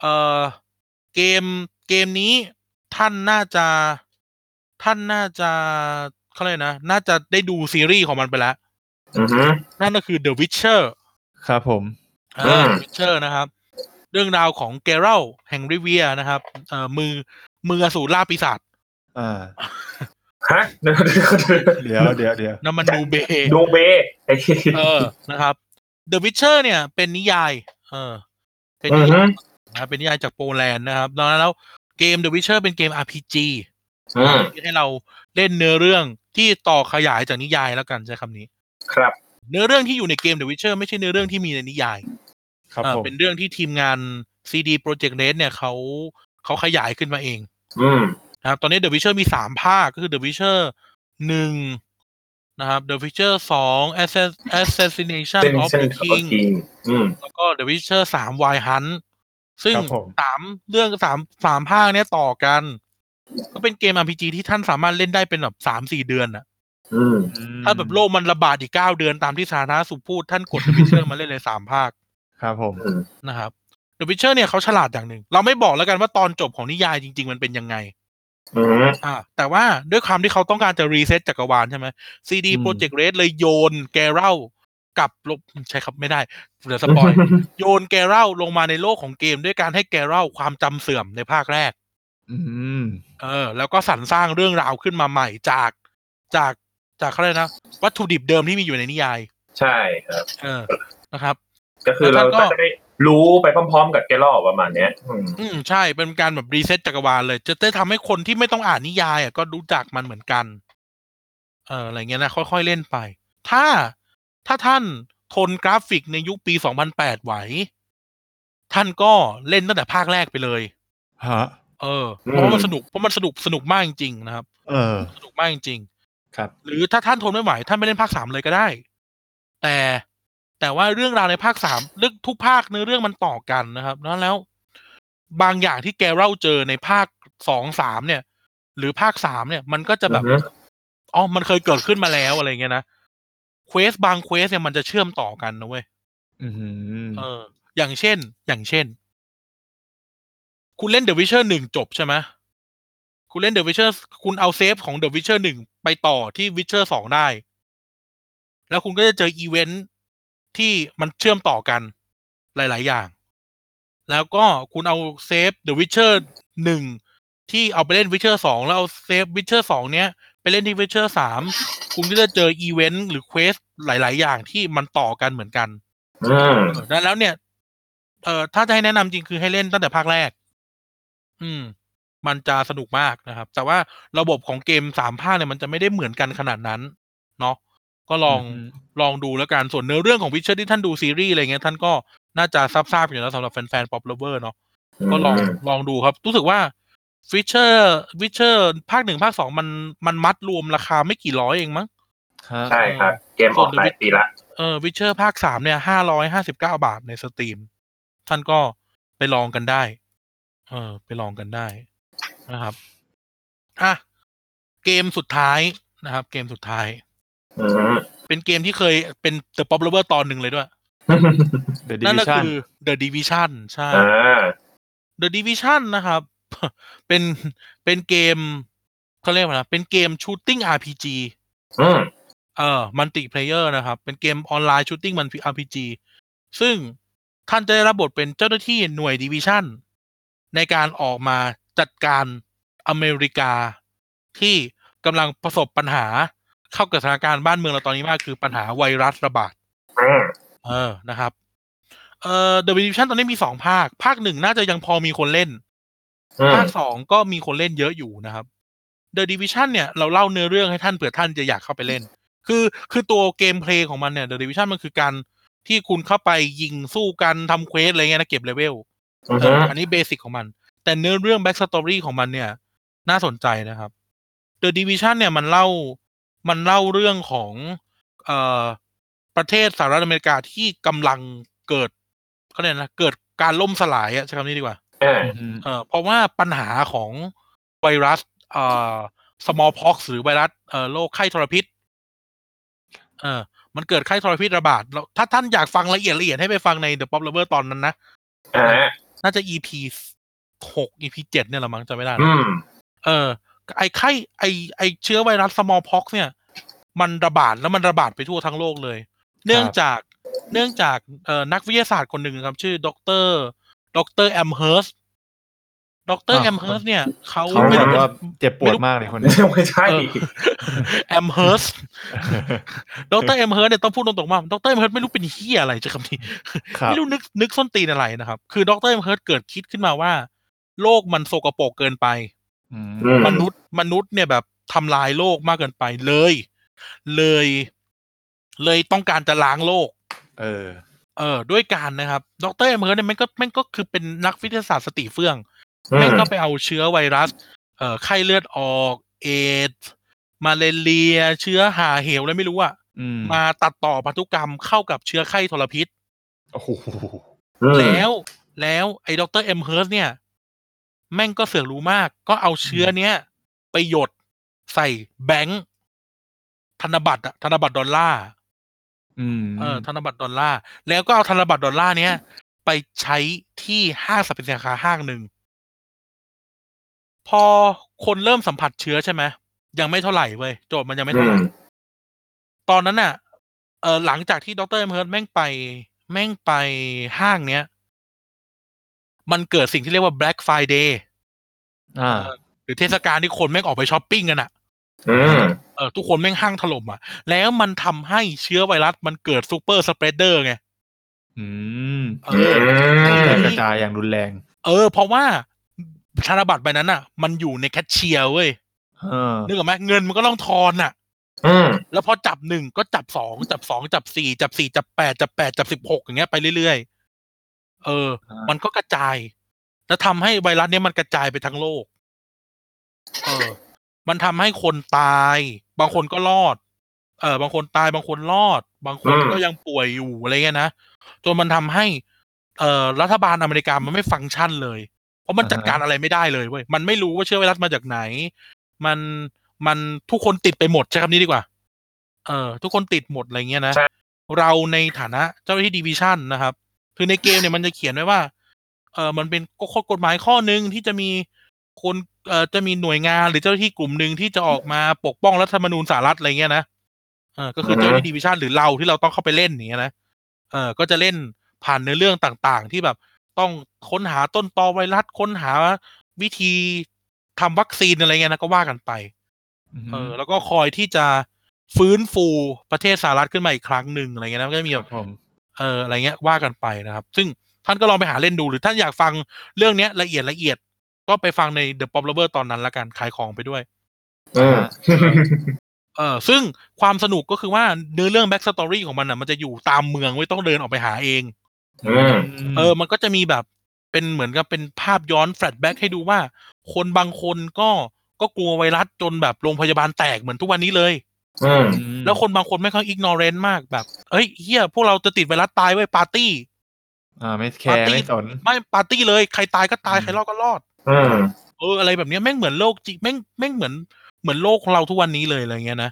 Speaker 2: เออเกมเกมนี้ท่านน่าจะท่านน่าจะเขาเรียกนะ น่าจะได้ดูซีรีส์ของมันไปแล้ว
Speaker 4: อือฮึ
Speaker 2: นั่นก็คือ The Witcher
Speaker 5: ครับผม
Speaker 2: เออ
Speaker 4: อืม
Speaker 2: The Witcher นะครับ เรื่องราวของเกเรลแห่งริเวียนะครับเออมือมืออสูรล่าปีศาจ
Speaker 5: อ่า
Speaker 4: ฮะ
Speaker 5: เดี๋ยวเดี๋ยวเดี๋ยว
Speaker 2: น้ำมันดูเบ
Speaker 4: ดูเบไอ้
Speaker 2: เออ นะครับ The Witcher เนี่ย เป็นนิยาย เออ เป็น
Speaker 4: อื
Speaker 2: นิ
Speaker 4: อฮึ
Speaker 2: ยายนะเป็นนิยายจากโปแลนด์นะครับดังนั้นแล้วเกม The Witcher เป็นเกม RPG
Speaker 4: อืม
Speaker 2: ที่ให้เราเล่นเนื้อเรื่องที่ต่อขยายจากนิยายแล้วกันใช้คำนี้
Speaker 4: ครับ
Speaker 2: เนื้อเรื่องที่อยู่ในเกม The Witcher ไม่ใช่เนื้อเรื่องที่มีในนิยาย
Speaker 5: ครับ
Speaker 2: อ่า
Speaker 5: ผม
Speaker 2: เป็นเรื่องที่ทีมงาน CD Projekt Red เนี่ยเขาเขาขยายขึ้นมาเอง
Speaker 4: อืม
Speaker 2: นะครับตอนนี้ The Witcher มีสามภาคก็คือ The Witcher หนึ่งนะครับ The Witcher สอง Assas- Assassination
Speaker 4: เส้น
Speaker 2: of
Speaker 4: เส้น
Speaker 2: the
Speaker 4: ขาว
Speaker 2: King
Speaker 4: จริงอืม
Speaker 2: แล้วก็ The Witcher สาม Wild Hunt ซึ่ง
Speaker 5: ครับผม
Speaker 2: สามเรื่องสามสามภาคเนี้ยต่อกัน ก็เป็นเกม RPG ที่ท่านสามารถเล่นได้เป็นแบบสามสี่เดือนอะ
Speaker 4: อืม
Speaker 5: อืม
Speaker 2: ถ้าแบบโลกมันระบาดอีกเก้าเดือนตามที่สาธารณสุขพูดท่านกด The Witcher มาเล่นเลยสามภาค
Speaker 5: ครับผม
Speaker 4: อืม
Speaker 2: นะครับ The Witcher เนี่ยเขาฉลาดอย่างหนึ่ง เราไม่บอกแล้วกันว่าตอนจบของนิยายจริง ๆ มันเป็นยังไง
Speaker 4: อืม
Speaker 2: อ่า แต่ว่าด้วยความที่เขาต้องการจะรีเซ็ตจักรวาลใช่ไหม CD
Speaker 5: อืม
Speaker 2: Project Red เลยโยนแกเรลกลับลงใช้ครับไม่ได้เดี๋ยวสปอย โยนแกเรลลงมาในโลกของเกมด้วยการให้แกเรลความจำเสื่อมในภาคแรก
Speaker 5: อืม
Speaker 2: เออ แล้วก็สรรสร้างเรื่องราวขึ้นมาใหม่จากจากจากเขาเรียกนะ วัตถุดิบเดิมที่มีอยู่ในนิยาย
Speaker 4: ใช่ครับ
Speaker 2: เออ นะครับ
Speaker 4: ก็คือ
Speaker 2: แล้
Speaker 4: เรา
Speaker 2: วท่านก็
Speaker 4: ก็จะได้รู้ไปพร้อมๆ กับแกลอบประมาณเนี้ย อืม
Speaker 2: อืมใช่เป็นการแบบรีเซ็ตจักรวาลเลย จะได้ทำให้คนที่ไม่ต้องอ่านนิยายอ่ะก็รู้จักมันเหมือนกัน เอออะไรเงี้ยนะ ค่อยๆเล่นไป ถ้าถ้าท่านทนกราฟิกในยุคปี 2008 ไหว ท่านก็เล่นตั้งแต่ภาคแรกไปเลย
Speaker 5: ฮะ
Speaker 2: เออ
Speaker 4: อืม
Speaker 2: เพราะว่ามันสนุกเพราะมันสนุกสนุกมากจริงๆนะครับ
Speaker 5: เออ
Speaker 2: สนุกมากจริง
Speaker 5: ครับ
Speaker 2: ๆหรือถ้าท่านทนไม่ไหวท่านไปเล่นภาคสามเลยก็ได้ แต่แต่ว่าเรื่องราวในภาคสามเรื่องทุกภาคเนื้อเรื่องมันต่อกันนะครับแล้วแล้ว บางอย่างที่แกเล่าเจอในภาคสองสามเนี่ย หรือภาคสามเนี่ย มันก็จะแบบ
Speaker 4: อือฮึ
Speaker 2: อ๋อมันเคยเกิดขึ้นมาแล้วอะไรเงี้ยนะเควสบางเควสเนี่ยมันจะเชื่อมต่อกันนะเว้ย
Speaker 5: อืม
Speaker 2: เออ อย่างเช่น อย่างเช่น คุณเล่นเดอะวิเชอร์หนึ่งจบใช่ไหมคุณเล่นเดอะวิเชอร์คุณเอาเซฟของเดอะวิเชอร์หนึ่งไปต่อที่วิเชอร์สองได้ แล้วคุณก็จะเจออีเวนท์ที่มันเชื่อมต่อกัน หลาย ๆ อย่าง แล้วก็คุณเอาเซฟ The Witcher หนึ่งที่เอาไปเล่น Witcher สองแล้วเอาเซฟ Witcher สองเนี้ย ไปเล่นที่ Witcher สามคุณก็จะเจออีเวนต์หรือเควสหลาย ๆ อย่างที่มันต่อกันเหมือนกัน
Speaker 4: อืม
Speaker 2: เอ อแล้วแล้วเนี่ย เอ่อ ถ้าจะให้แนะนำจริงคือให้เล่นตั้งแต่ภาคแรก อืม มันจะสนุกมากนะครับ แต่ว่าระบบของเกมสามภาคเนี่ยมันจะไม่ได้เหมือนกันขนาดนั้น เนาะ ก็ลอง
Speaker 5: อืม
Speaker 2: ลองดูแล้วกัน ส่วนเนื้อเรื่องของวิชเชอร์ที่ท่านดูซีรีส์อะไรเงี้ยท่านก็น่าจะทราบๆอยู่แล้วสำหรับแฟนๆ ป๊อปเลเวอร์เนาะ ก็ลองลองดูครับ รู้สึกว่าฟิชเชอร์วิชเชอร์ภาคหนึ่งภาคสองมันมันมัดรวมราคาไม่กี่ร้อยเองมั้ง
Speaker 5: ฮะ
Speaker 4: ใช่ครับ เกมออกหลายปีละ
Speaker 2: เออวิเชอร์ภาคสามเนี่ยห้าร้อยห้าสิบเก้าบาทในสตรีม ท่านก็ไปลองกันได้ เออ ไปลองกันได้นะครับอ่ะเกมสุดท้ายนะครับ เกมสุดท้าย
Speaker 4: อืม
Speaker 2: เป็นเกมที่เคยเป็น The Pop Lover ตอนหนึ่งเลยด้วย
Speaker 5: เดอะดิ
Speaker 2: นั่น
Speaker 5: วิ
Speaker 2: ก็
Speaker 5: ชั่น
Speaker 2: คือ The Division ใช่
Speaker 4: อ่า
Speaker 2: The Division นะครับ เป็นเป็นเกมเขาเรียกว่าอะไรนะเป็นเกม Shooting RPG
Speaker 4: อืม
Speaker 2: เอ่อมัลติเพลเยอร์นะครับ เป็นเกมออนไลน์ชูตติ้งมันอาร์พีจีซึ่งท่านจะได้รับบทเป็นเจ้าหน้าที่หน่วยดิวิชั่น ในการออกมาจัดการอเมริกา ที่กำลังประสบปัญหาเข้ากับสถานการณ์บ้านเมืองเราตอนนี้มากคือปัญหาไวรัสระบาด
Speaker 4: อืม
Speaker 2: เออ นะครับ เอ่อ The Division ตอนนี้มีสองภาค ภาคหนึ่งน่าจะยังพอมีคนเล่น
Speaker 4: อืม
Speaker 2: ภาคสองก็มีคนเล่นเยอะอยู่นะครับ The Division เนี่ยเราเล่าเนื้อเรื่องให้ท่านเผื่อท่านจะอยากเข้าไปเล่น คือคือตัวเกมเพลย์ของมันเนี่ย The Division มันคือการที่คุณเข้าไปยิงสู้กันทำเควสอะไรเงี้ยนะเก็บเลเวล
Speaker 4: อืม
Speaker 2: เอออันนี้เบสิกของมัน แต่เนื้อเรื่อง Back Story ของมันเนี่ย น่าสนใจนะครับ The Division เนี่ยมันเล่ามันเล่าเรื่องของเอ่อประเทศสหรัฐอเมริกาที่กำลังเกิดเขาเรียกนะเกิดการล่มสลายอะใช้คำนี้ดีกว่า
Speaker 4: เออ
Speaker 5: อืม
Speaker 2: เอ่อเพราะว่าปัญหาของไวรัสเอ่อ smallpox หรือไวรัสเอ่อโรคไข้ทรพิษเออมันเกิดไข้ทรพิษระบาดแล้วถ้าท่านอยากฟังละเอียดละเอียดให้ไปฟังใน The Pop Lover ตอนนั้นนะ
Speaker 4: อ่า
Speaker 2: น่าจะ EP หก EP เจ็ดเนี่ยละมั้งจะไม่ได้ละ
Speaker 4: อืม
Speaker 2: เออไอไข้ไอไอเชื้อไวรัส smallpox เนี่ย มันระบาดแล้วมันระบาดไปทั่วทั้งโลกเลย เนื่องจากเนื่องจากเอ่อนักวิทยาศาสตร์คนหนึ่งครับชื่อดอกเตอร์ดอกเตอร์แอมเฮิร์สดอกเตอร์แอมเฮิร์สเนี่ยเขา
Speaker 5: เขา
Speaker 2: ไม่
Speaker 5: แบ
Speaker 2: รู้
Speaker 5: บ
Speaker 2: เป็น
Speaker 5: ว่าเจ็บปว
Speaker 2: ไม่
Speaker 5: ด
Speaker 2: รู้
Speaker 5: มากเลยคนเนี้ย
Speaker 4: ไม่ใช่
Speaker 2: แอมเฮิร์สดอกเตอร์แอมเฮิร์สเนี่ยต้องพูดตรงๆว่าดอกเตอร์แอมเฮิร์สไม่รู้เป็นเฮียอะไรจะคำนี้
Speaker 5: ครับ
Speaker 2: ไม่รู้นึกนึกส้นตีนอะไรนะครับ คือดอกเตอร์แอมเฮิร์สเกิดคิดขึ้นมาว่า โลกมันโสกโปรกเกินไป
Speaker 5: อืม
Speaker 4: อืม
Speaker 2: มนุษย์มนุษย์เนี่ยแบบทำลายโลกมากเกินไปเลย เลย เลยต้องการจะล้างโลก
Speaker 5: เออ
Speaker 2: เออ ด้วยการนะครับ ดรเอมเฮิร์ตเนี่ยแมันก็แมันก็คือเป็นนักวิทยาศาสตร์สติเฟื่อง
Speaker 4: อื
Speaker 2: แม่ง
Speaker 4: ม
Speaker 2: ก็ไปเอาเชื้อไวรัส เอ่อไข้เลือดออก เอดส์มาเลเรีย เชื้อหาเหวอะไรไม่รู้อะ
Speaker 5: อืม
Speaker 2: มาตัดต่อพันธุกรรมเข้ากับเชื้อไข้ทรพิษ
Speaker 5: โอ้โห
Speaker 4: อืม
Speaker 2: แล้วแล้วไอ้ดรเอ็มเฮิร์สเนี่ย แม่งก็เสือกรู้มาก ก็เอาเชื้อเนี้ย ไปหยดใส่แบงค์ธนบัตรอะธนบัตรดอลลาร์
Speaker 5: อืม
Speaker 2: เออธนบัตรดอลลาร์แล้วก็เอาธนบัตรดอลลาร์เนี้ย ไปใช้ที่ห้างสรรพสินค้าห้างหนึ่ง พอคนเริ่มสัมผัสเชื้อใช่ไหมยังไม่เท่าไหร่เว้ยโจทย์มันยังไม่เท่าไหร่ ตอนนั้นน่ะ เออหลังจากที่ดรเอ็มเฮิร์ตแม่งไป แม่งไปห้างเนี้ย มันเกิดสิ่งที่เรียกว่า Black Friday
Speaker 5: อ่า
Speaker 2: หรือเทศกาลที่คนแม่งออกไปช้อปปิ้งกันอ่ะ
Speaker 4: อืม
Speaker 2: เออทุกคนแม่งห้างถล่มอ่ะ แล้วมันทำให้เชื้อไวรัสมันเกิดซูเปอร์สเปรดเดอร์ไง
Speaker 5: อืม
Speaker 2: เอ
Speaker 4: อื
Speaker 2: อ
Speaker 5: กระจา
Speaker 4: ม
Speaker 5: ยกระจายอย่างรุนแรง
Speaker 2: เออ เพราะว่าธนบัตรใบนั้นอ่ะ มันอยู่ในแคชเชียร์เว้ย
Speaker 5: เออ
Speaker 2: นึกออกไหมเงินมันก็ต้องทอนอ่ะ
Speaker 4: อืม
Speaker 2: แล้วพอจับหนึ่งก็จับสองจับสองจับสี่จับสี่จับแปดจับแปดจับสิบหกอย่างเงี้ยไปเรื่อยๆ เออ มันก็กระจาย แล้วทำให้ไวรัสเนี่ยมันกระจายไปทั้งโลก เออ มันทำให้คนตาย บางคนก็รอด เออ บางคนตายบางคนรอด บางคน
Speaker 4: อืม
Speaker 2: ก็ยังป่วยอยู่อะไรเงี้ยนะจนมันทำให้ เอ่อรัฐบาลอเมริกามันไม่ฟังก์ชันเลย เพราะมันจัดการอะไรไม่ได้เลยเว้ยมันไม่รู้ว่าเชื้อไวรัสมาจากไหน มันมันทุกคนติดไปหมดใช้คำนี้ดีกว่า เออ ทุกคนติดหมดอะไรเงี้ยนะ
Speaker 4: ใช่
Speaker 2: เราในฐานะเจ้าหน้าที่ดีวิชั่นนะครับ คือในเกมเนี่ยมันจะเขียนไว้ว่า เออมันเป็นข้อกฎหมายข้อหนึ่งที่จะมีคนเอ่อจะมีหน่วยงานหรือเจ้าหน้าที่กลุ่มหนึ่งที่จะออกมาปกป้องรัฐธรรมนูญสหรัฐอะไรเงี้ยนะเออก็คือเจ้าหน้าที่ดีวิชั่นหรือเราที่เราต้องเข้าไปเล่นอย่างเงี้ยนะเออก็จะเล่นผ่านเนื้อเรื่องต่างๆ ที่แบบ ต้องค้นหาต้นตอไวรัสค้นหาวิธีทำวัคซีนอะไรเงี้ยนะก็ว่ากันไป เออแล้วก็คอยที่จะฟื้นฟูประเทศสหรัฐขึ้นมาอีกครั้งหนึ่งอะไรเงี้ยนะมันก็จะมี
Speaker 5: ค
Speaker 2: แบ
Speaker 5: รับบ ผม
Speaker 2: เอออะไรเงี้ยว่ากันไปนะครับ ซึ่งท่านก็ลองไปหาเล่นดูหรือท่านอยากฟังเรื่องเนี้ยละเอียดละเอียด ก็ไปฟังใน The Pop Lover ตอนนั้นละกันขายของไปด้วย
Speaker 4: อืม
Speaker 2: เออซึ่งความสนุกก็คือว่าเนื้อเรื่อง Back Story ของมันอ่ะมันจะอยู่ตามเมืองไม่ต้องเดินออกไปหาเอง
Speaker 4: อืม
Speaker 2: เออ มันก็จะมีแบบเป็นเหมือนกับเป็นภาพย้อนแฟลชแบ็กให้ดูว่า คนบางคนก็ก็กลัวไวรัสจนแบบโรงพยาบาลแตกเหมือนทุกวันนี้เลย
Speaker 4: อืม
Speaker 5: ม
Speaker 2: แล้วคนบางคนไม่ค่อยอิกนอเรนต์มากแบบเฮ้ยเฮียพวกเราจะติดไวรัสตายเว้ยปาร์ตี้
Speaker 5: อ่าไม่แค
Speaker 2: ปาร์
Speaker 5: ร์
Speaker 2: ตี้
Speaker 5: ไม่สน
Speaker 2: ไม่ปาร์ตี้เลยใครตายก็ตาย
Speaker 5: อืม
Speaker 2: ใครรอดก็รอด
Speaker 4: อืม
Speaker 2: เอออะไรแบบเนี้ยแม่งเหมือนโลกจริงแม่งแม่งเหมือนเหมือนโลกของเราทุกวันนี้เลยอะไรเงี้ยนะ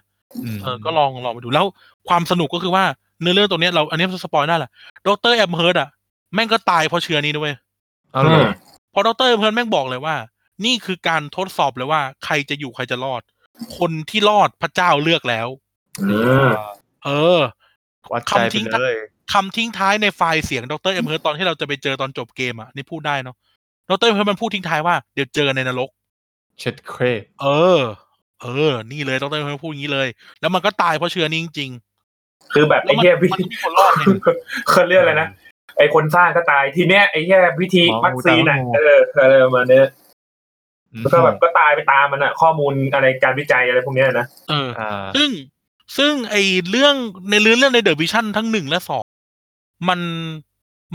Speaker 5: ม
Speaker 2: เออก็ลองลองไปดูแล้วความสนุกก็คือว่าเนื้อเรื่องตัวเนี้ยเราอันนี้สปอยได้แหละดรแอมเฮิร์ดอ่ะแม่งก็ตายเพราะเชื้อนี้ด้วย
Speaker 5: เอาเลย
Speaker 2: เพราะดรแอมเฮิร์ดแม่งบอกเลยว่า นี่คือการทดสอบเลยว่า ใครจะอยู่ใครจะรอด คนที่รอดพระเจ้าเลือกแล้ว
Speaker 4: อืม
Speaker 2: เออ
Speaker 5: วัดใจไปเลย
Speaker 2: คำทิ้งท้ายในไฟล์เสียงดรเอ็มเฮิร์ตตอนที่เราจะไปเจอตอนจบเกมอ่ะนี่พูดได้เนาะดรเอ็มเฮิร์ตมันพูดทิ้งท้ายว่าเดี๋ยวเจอในนรก
Speaker 5: เช็ดเครป
Speaker 2: เออ เออ นี่เลยดรเอ็มเฮิร์ตพูดอย่างนี้เลย แล้วมันก็ตายเพราะเชื้อนี้จริง
Speaker 4: คือแบบ
Speaker 2: ๆแล้
Speaker 4: ไอ้
Speaker 2: วมัน
Speaker 4: เหี้ย
Speaker 2: มั
Speaker 4: พี่
Speaker 2: นก็มีคนรอดเนี่ย
Speaker 4: เขาเรียกอะไรนะ ไอ้คนสร้างก็ตายทีเนี้ยไอ้เหี้ยวิธีวัคซีนอ่ะเอออะไรประมาณเนี้ย
Speaker 5: อืม
Speaker 4: แล้วก็แบบก็ตายไปตามมันอ่ะ ข้อมูลอะไรการวิจัยอะไรพวกเนี้ยนะ
Speaker 2: เออ
Speaker 5: อ่า
Speaker 2: ซึ่งซึ่งไอเรื่องในเรื่องในเดอะวิชั่นทั้งหนึ่งและสองมัน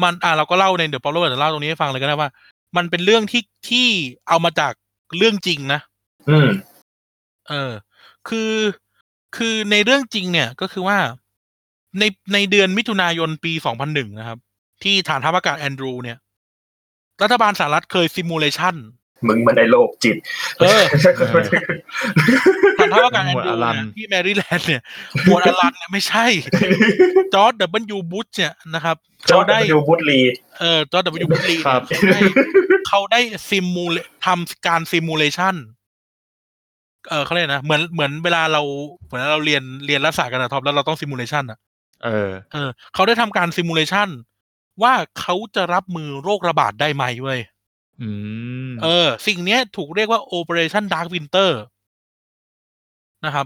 Speaker 2: มันอ่ะเราก็เล่าในเดอะปอลโลแต่เล่าตรงนี้ให้ฟังเลยก็ได้ว่า มันเป็นเรื่องที่ที่เอามาจากเรื่องจริงนะ
Speaker 4: อืม
Speaker 2: เออ คือ คือในเรื่องจริงเนี่ยก็คือว่า ใน ในเดือนมิถุนายนปี 2001 นะครับ ที่ฐานทัพอากาศแอนดรูเนี่ย รัฐบาลสหรัฐเคยซิมูเลชัน
Speaker 4: มึงมันได้โลกจิต
Speaker 2: เออ
Speaker 5: เออ
Speaker 2: ฐานทัพ อากาศแอนดรู
Speaker 5: หมวดอลัน
Speaker 2: เนี่ยที่แมริแลนด์เนี่ยหมวดอลันเนี่ยไม่ใช่ จอร์ดดับเบิลยูบุชเนี่ยนะครับ
Speaker 4: จอ
Speaker 2: เขา
Speaker 4: ร์ด
Speaker 2: ได้
Speaker 4: ดูบุตรี
Speaker 2: เออ จอร์ดดับเบิลยูบุชลี
Speaker 5: ครับ
Speaker 2: เขาได้ซิมูเลทำการซิมูเลชันเออเขาเรียกนะ เหมือน เหมือนเวลาเรา เหมือนเราเรียน เรียนรัฐศาสตร์กันนะท็อป แล้วเราต้องซิมูเลชันอะ
Speaker 5: เออ
Speaker 2: เออเขาได้ทำการซิมูเลชันว่าเขาจะรับมือโรคระบาดได้ไหมเว้ย
Speaker 5: อืม
Speaker 2: เออ สิ่งเนี้ยถูกเรียกว่า Operation Dark Winter นะครับ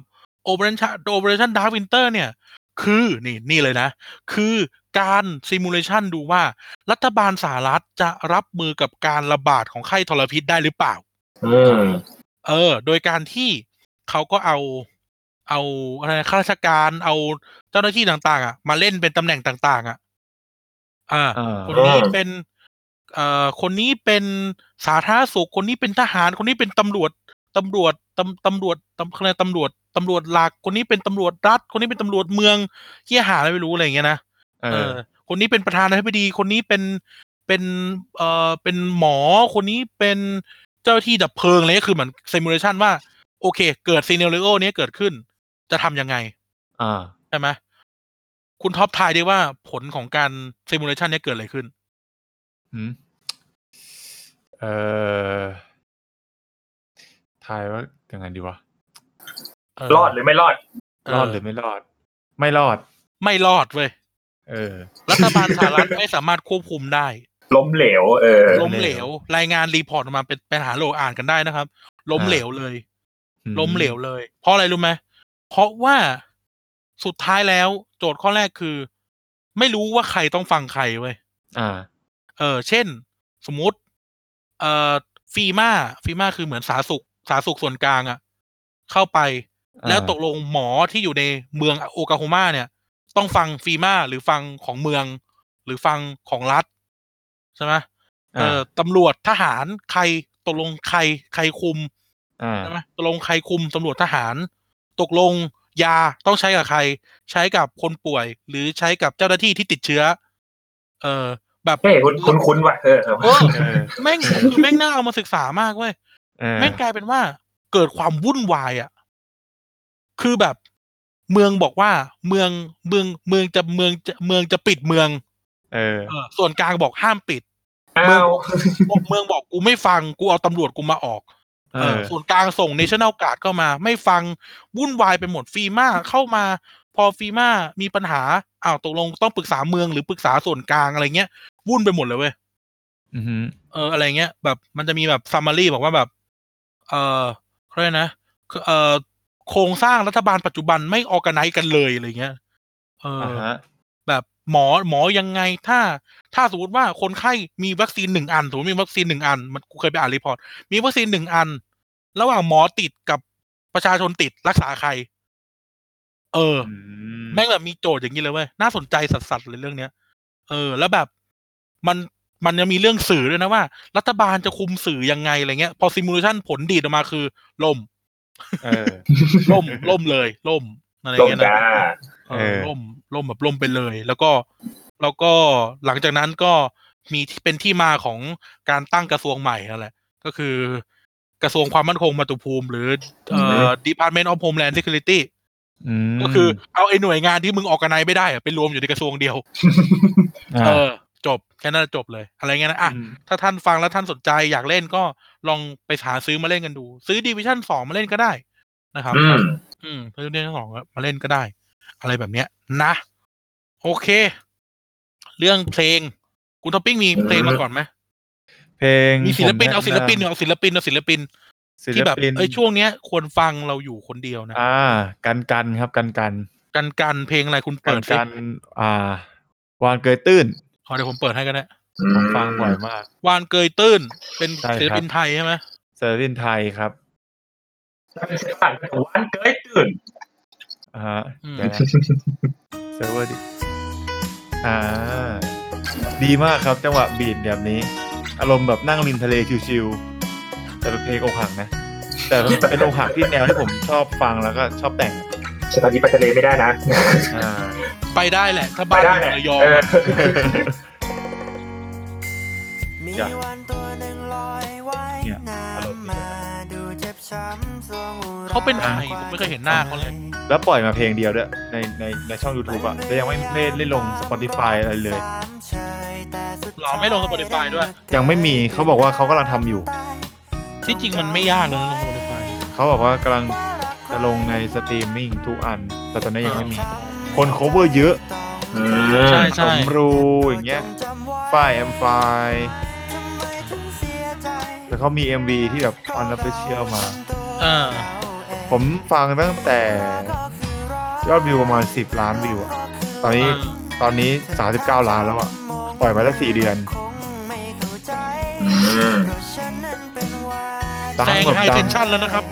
Speaker 2: Operation Operation Dark Winter เนี่ย คือนี่นี่เลยนะ คือการซิมูเลชันดูว่ารัฐบาลสหรัฐจะรับมือกับการระบาดของไข้ทรพิษได้หรือเปล่า
Speaker 4: อืม
Speaker 2: เออ โดยการที่เขาก็เอา เอาอะไรนะข้าราชการ เอาเจ้าหน้าที่ต่างๆ อ่ะ มาเล่นเป็นตำแหน่งต่าง ๆ อ่ะ อ่า
Speaker 5: อ่า
Speaker 2: คนนี้เป็น เอ่อ คนนี้เป็นสาธารณสุข คนนี้เป็นทหาร คนนี้เป็นตำรวจ ตำรวจ ตำตำรวจตำคะแนนตำรวจ ตำรวจหลัก คนนี้เป็นตำรวจรัฐ คนนี้เป็นตำรวจเมืองเที่ยหาอะไรไม่รู้อะไรอย่างเงี้ยนะ
Speaker 5: เอ
Speaker 2: เอ
Speaker 5: อ
Speaker 2: อคนนี้เป็นประธานาธิบดี คนนี้เป็นเป็นเอ่อเป็นหมอคนนี้เป็นเจ้าหน้าที่ดับเพลิงอะไรก็คือเหมือนซิมูเลชันว่า โอเค เกิดซีเนเรโอนี้ยเกิดขึ้น จะทำยังไง
Speaker 5: อ่า
Speaker 2: ใช่ไหมคุณท็อปทายได้ว่าผลของการซิมูเลชันนี้ยเกิดอะไรขึ้น
Speaker 5: อืมเออทายว่ายังไงดีวะ
Speaker 2: เ
Speaker 4: รอดหรือไม่รอด
Speaker 5: รอดหรือไม่รอด ไม่รอด
Speaker 2: ไม่รอดเว้ย
Speaker 5: เออ
Speaker 2: รัฐบาลสหรัฐ ไม่สามารถควบคุมได้
Speaker 4: ล้มเหลว เออ
Speaker 2: ล้มเหลว รายงานรีพอร์ตออกมาเป็นเป็นหาโลอ่านกันได้นะครับ ล้มเหลวเลย
Speaker 5: อื
Speaker 2: ล้มเหลวเลย เพราะอะไรรู้ไหมเพราะว่าสุดท้ายแล้ว โจทย์ข้อแรกคือ ไม่รู้ว่าใครต้องฟังใครเว้ย
Speaker 5: อ่า
Speaker 2: เออ เช่น สมมติ เอ่อฟีมาฟีมาคือเหมือนสาธารณสุขสาธารณสุขส่วนกลางอะเข้าไป
Speaker 5: อ่า
Speaker 2: แล้วตกลงหมอที่อยู่ในเมืองโอกลาโฮมาเนี่ย ต้องฟังฟีมาหรือฟังของเมือง หรือฟังของรัฐ ใช่ไหมเออตำรวจทหารใครตกลงใคร ใครคุม
Speaker 5: อ่า
Speaker 2: ใช่ไหมตกลงใครคุมตำรวจทหาร ตกลงยาต้องใช้กับใคร ใช้กับคนป่วย หรือใช้กับเจ้าหน้าที่ที่ติดเชื้อ เออ แบบ
Speaker 4: เฮ้ยคุณคุณคุ้นว่ะเออเออ
Speaker 2: เออ
Speaker 5: เออ
Speaker 2: แม่ง คือแม่งน่าเอามาศึกษามากเว้ย
Speaker 5: เออ
Speaker 2: แม่งกลายเป็นว่า เกิดความวุ่นวายอ่ะ คือแบบเมืองบอกว่าเมืองเมืองเมืองจะเมืองจะเมืองจะปิดเมือง
Speaker 5: เออ
Speaker 2: เออส่วนกลางบอกห้ามปิด
Speaker 4: อ้าว
Speaker 2: บอกเมืองบอกกูไม่ฟังกูเอาตำรวจกูมาออก
Speaker 5: เอ
Speaker 2: เออ
Speaker 5: อ
Speaker 2: ส่วนกลางส่งเนชั่นแนลการ์ดเข้ามา ไม่ฟังวุ่นวายไปหมดฟีมาเข้ามา พอฟีมามีปัญหาอ้าวตกลงต้องปรึกษาเมืองหรือปรึกษาส่วนกลางอะไรเงี้ย วุ่นไปหมดเลยเว้ย
Speaker 5: อือฮึ
Speaker 2: เอออะไรเงี้ยแบบมันจะมีแบบซัมมารีบอกว่าแบบ เออเขาเรียกนะคือเออโครงสร้างรัฐบาลปัจจุบันไม่ออแกไนซ์กันเลยอะไรเงี้ยเออ
Speaker 5: อ่า
Speaker 2: อ
Speaker 5: ฮะ
Speaker 2: แบบหมอหมอยังไงถ้า ถ้าสมมติว่าคนไข้มีวัคซีนหนึ่งอันสมมติมีวัคซีนหนึ่งอันมันกูเคยไปอ่านรีพอร์ตมีวัคซีนหนึ่งอัน ระหว่างหมอติดกับประชาชนติดรักษาใคร เออ
Speaker 5: อืม
Speaker 2: แม่งแบบมีโจทย์อย่างนี้เลยเว้ยน่าสนใจสัสๆเลยเรื่องเนี้ย เออ แล้วแบบมันมันยังมีเรื่องสื่อด้วยนะว่า รัฐบาลจะคุมสื่อยังไงอะไรเงี้ย พอซิมูเลชันผลดีดออกมาคือล่ม
Speaker 5: เออ
Speaker 2: ล่ม ล่มเลยล่มอะไร
Speaker 4: ลง
Speaker 2: เงี้ยนะ
Speaker 4: จ้า
Speaker 2: เอ
Speaker 5: เอ
Speaker 2: อ
Speaker 5: อ
Speaker 2: ล่มล่มแบบล่มไปเลย แล้วก็แล้วก็หลังจากนั้นก็มีที่เป็นที่มาของการตั้งกระทรวงใหม่นั่นแหละ ก็คือกระทรวงความมั่นคงมาตุภูมิ หรือเอ่อ Department of Homeland Security
Speaker 5: อืม
Speaker 2: ก็คือเอาไอ้หน่วยงานที่มึงออกกันไนไม่ได้อะไปรวมอยู่ในกระทรวงเดียว
Speaker 5: า
Speaker 2: เออ จบ แค่นั้นจบเลย อะไรเงี้ยนะอ่ะ
Speaker 5: อืม
Speaker 2: ถ้าท่านฟังแล้วท่านสนใจอยากเล่นก็ลองไปหาซื้อมาเล่นกันดู ซื้อดิวิชั่นสองมาเล่นก็ได้นะครับ
Speaker 4: อืม
Speaker 2: อืมเรื่องที่สองก็มาเล่นก็ได้ อะไรแบบเนี้ย นะ โอเค เรื่องเพลง คุณท็อปปิ้งมีเพลงมาก่อนไหม
Speaker 5: เพลง
Speaker 2: มีศิลปิน
Speaker 5: ผม
Speaker 2: เอาศิลปิน
Speaker 5: แะำ
Speaker 2: เอาศิลปินเอาศิลปิน
Speaker 5: ศิล
Speaker 2: ที่แบบ
Speaker 5: ปิน
Speaker 2: เอ้ยช่วงเนี้ยควรฟังเราอยู่คนเดียวนะ
Speaker 5: อ่า กันกันครับกันกัน
Speaker 2: กันกันเพลงอะไรคุณ
Speaker 5: กั
Speaker 2: เปิ
Speaker 5: น
Speaker 2: ดสิ
Speaker 5: กันอ่า วานเกยตื้น
Speaker 2: ขอเดี๋ยวผมเปิดให้ก็ได้
Speaker 5: ผมฟังบ่อยมาก
Speaker 2: วานเกยตื้น เป็น
Speaker 5: ใช่ครับ
Speaker 2: ศิลปินไทยใช่ไหม
Speaker 5: ศิลปินไทยครับ
Speaker 4: ผ่านวันเกยตื่น
Speaker 5: อ่าฮะ
Speaker 2: อืม
Speaker 5: เดี๋ยวนะ เซิร์ฟเวอร์ดิอ่า ดีมากครับจังหวะบีดแบบนี้ อารมณ์แบบนั่งริมทะเลชิวๆ แต่เป็นเพลงอกหักนะ แต่มันเป็นอกหักที่แนวที่ผมชอบฟังแล้วก็ชอบแต่ง
Speaker 4: ตอนนี้ไปทะเลไม่ได้นะ
Speaker 5: อ่า
Speaker 2: ไปได้แหละ ถ้า
Speaker 4: ไป
Speaker 2: บ้าน
Speaker 4: ได้
Speaker 2: อยู่
Speaker 4: แห
Speaker 2: ระยอง
Speaker 4: ละเออ
Speaker 6: มี
Speaker 5: จ้ะ
Speaker 6: วันตัวหนึ่งลอยว่าย
Speaker 5: เนี่ย
Speaker 6: น้
Speaker 5: อารมณ์
Speaker 6: ำ
Speaker 5: ดีเลย
Speaker 6: มา
Speaker 5: นะ
Speaker 6: ดูเจ็บช้ำสวงอุร
Speaker 2: เขาเป็นใคร
Speaker 6: ก
Speaker 2: ผ
Speaker 6: ว่
Speaker 2: มไม่เคยเห็นหน้าเขาเลย
Speaker 5: แล้วปล่อยมาเพลงเดียวด้วย ในในในช่อง YouTube อ่ะแต่ยังไม่ได้ได้ลง Spotify อะไรเลย
Speaker 6: สามเฉยแต่สุด
Speaker 2: หรอไม่ลง Spotify ด้วย
Speaker 5: ยังไม่มีเขาบอกว่าเขากำลังทำอยู่
Speaker 2: ที่จริงมันไม่ยากเลยนะลงโปรไฟล์
Speaker 5: เขาบอกว่ากำลังจะลงในสตรีมมิ่งทุกอัน แต่ตอนนี้ยังไม่มี คนโคเวอร์เยอะ
Speaker 2: ใช่ใช่
Speaker 5: สมรูอย่างเงี้ยฝ้ายแอมไฟล์แล้วเขามี MV ที่แบบออนรับเชียลมา
Speaker 2: เออ
Speaker 5: ผมฟังตั้งแต่ยอดวิวประมาณ 10 ล้านวิวอะตอนนี้
Speaker 2: อ่า
Speaker 5: ตอนนี้ 39 ล้านแล้วอะปล่อยมาได้4เดือน
Speaker 4: อืม
Speaker 2: แซงไฮ
Speaker 5: ดั
Speaker 2: เทนชั่นแล้วนะครับ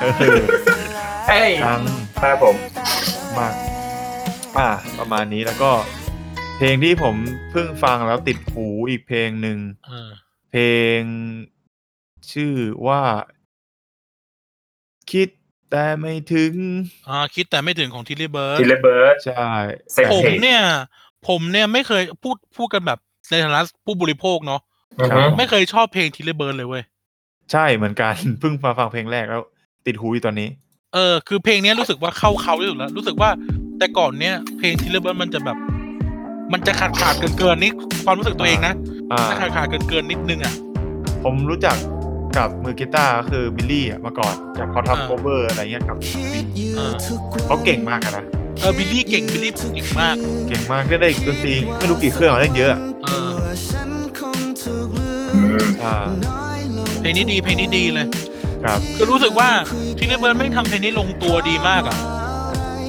Speaker 5: เออ
Speaker 4: เอ้ย
Speaker 5: ดัง
Speaker 4: ครับผม
Speaker 5: มาก อ่า ประมาณนี้แล้วก็ เพลงที่ผมเพิ่งฟังแล้วติดหูอีกเพลงหนึ่ง
Speaker 2: เออ
Speaker 5: เพลงชื่อว่า คิดแต่ไม่ถึง
Speaker 2: อ่าคิดแต่ไม่ถึงของทิลลี่เบิร์ด
Speaker 4: ทิเลเบิร์ด
Speaker 5: ใช่
Speaker 4: เซ็ก
Speaker 2: ผม
Speaker 4: ซี่
Speaker 2: เนี่ย ผมเนี่ยไม่เคยพูดพูดกันแบบในฐานะผู้บริโภคเนาะ
Speaker 4: อือฮึ
Speaker 2: ไม่เคยชอบเพลงทิลลี่เบิร์ดเลยเว้ย
Speaker 5: ใช่เหมือนกัน เพิ่งมาฟังเพลงแรกแล้ว ติดหูอยู่ตอนนี้
Speaker 2: เออคือเพลงเนี้ยรู้สึกว่าเข้าเขาที่สุดแล้วรู้สึกว่าแต่ก่อนเนี่ยเพลงทิลลี่เบิร์ดมันจะแบบ มันจะขาดขาดเกินเกินๆนี่ความรู้สึกตัวเองนะ
Speaker 5: อ่า
Speaker 2: จะขาดขาดเกินเกินๆนิดนึงอ่ะ
Speaker 5: ผมรู้จักกับมือกีตาร์ก็คือบิลลี่อ่ะมาก่อนจากเขา
Speaker 2: อ่า
Speaker 5: ทำโคเวอร์อะไรเงี้ยกับ
Speaker 2: เออ
Speaker 5: เขาเก่งมากอะนะ
Speaker 2: เออบิลลี่เก่งบิลลี่เก่งมาก
Speaker 5: เก่งมากเล่นได้ดนตรีไม่รู้กี่เครื่องอะเล่นเยอะอะ
Speaker 2: เออ
Speaker 4: อืม
Speaker 5: อ่า
Speaker 2: เพลงนี้ดีเพลงนี้ดีเลย
Speaker 5: ครับ
Speaker 2: คือรู้สึกว่าทิลลี่เบิร์ดไม่งทำเพลงนี้ลงตัวดีมากอ่ะ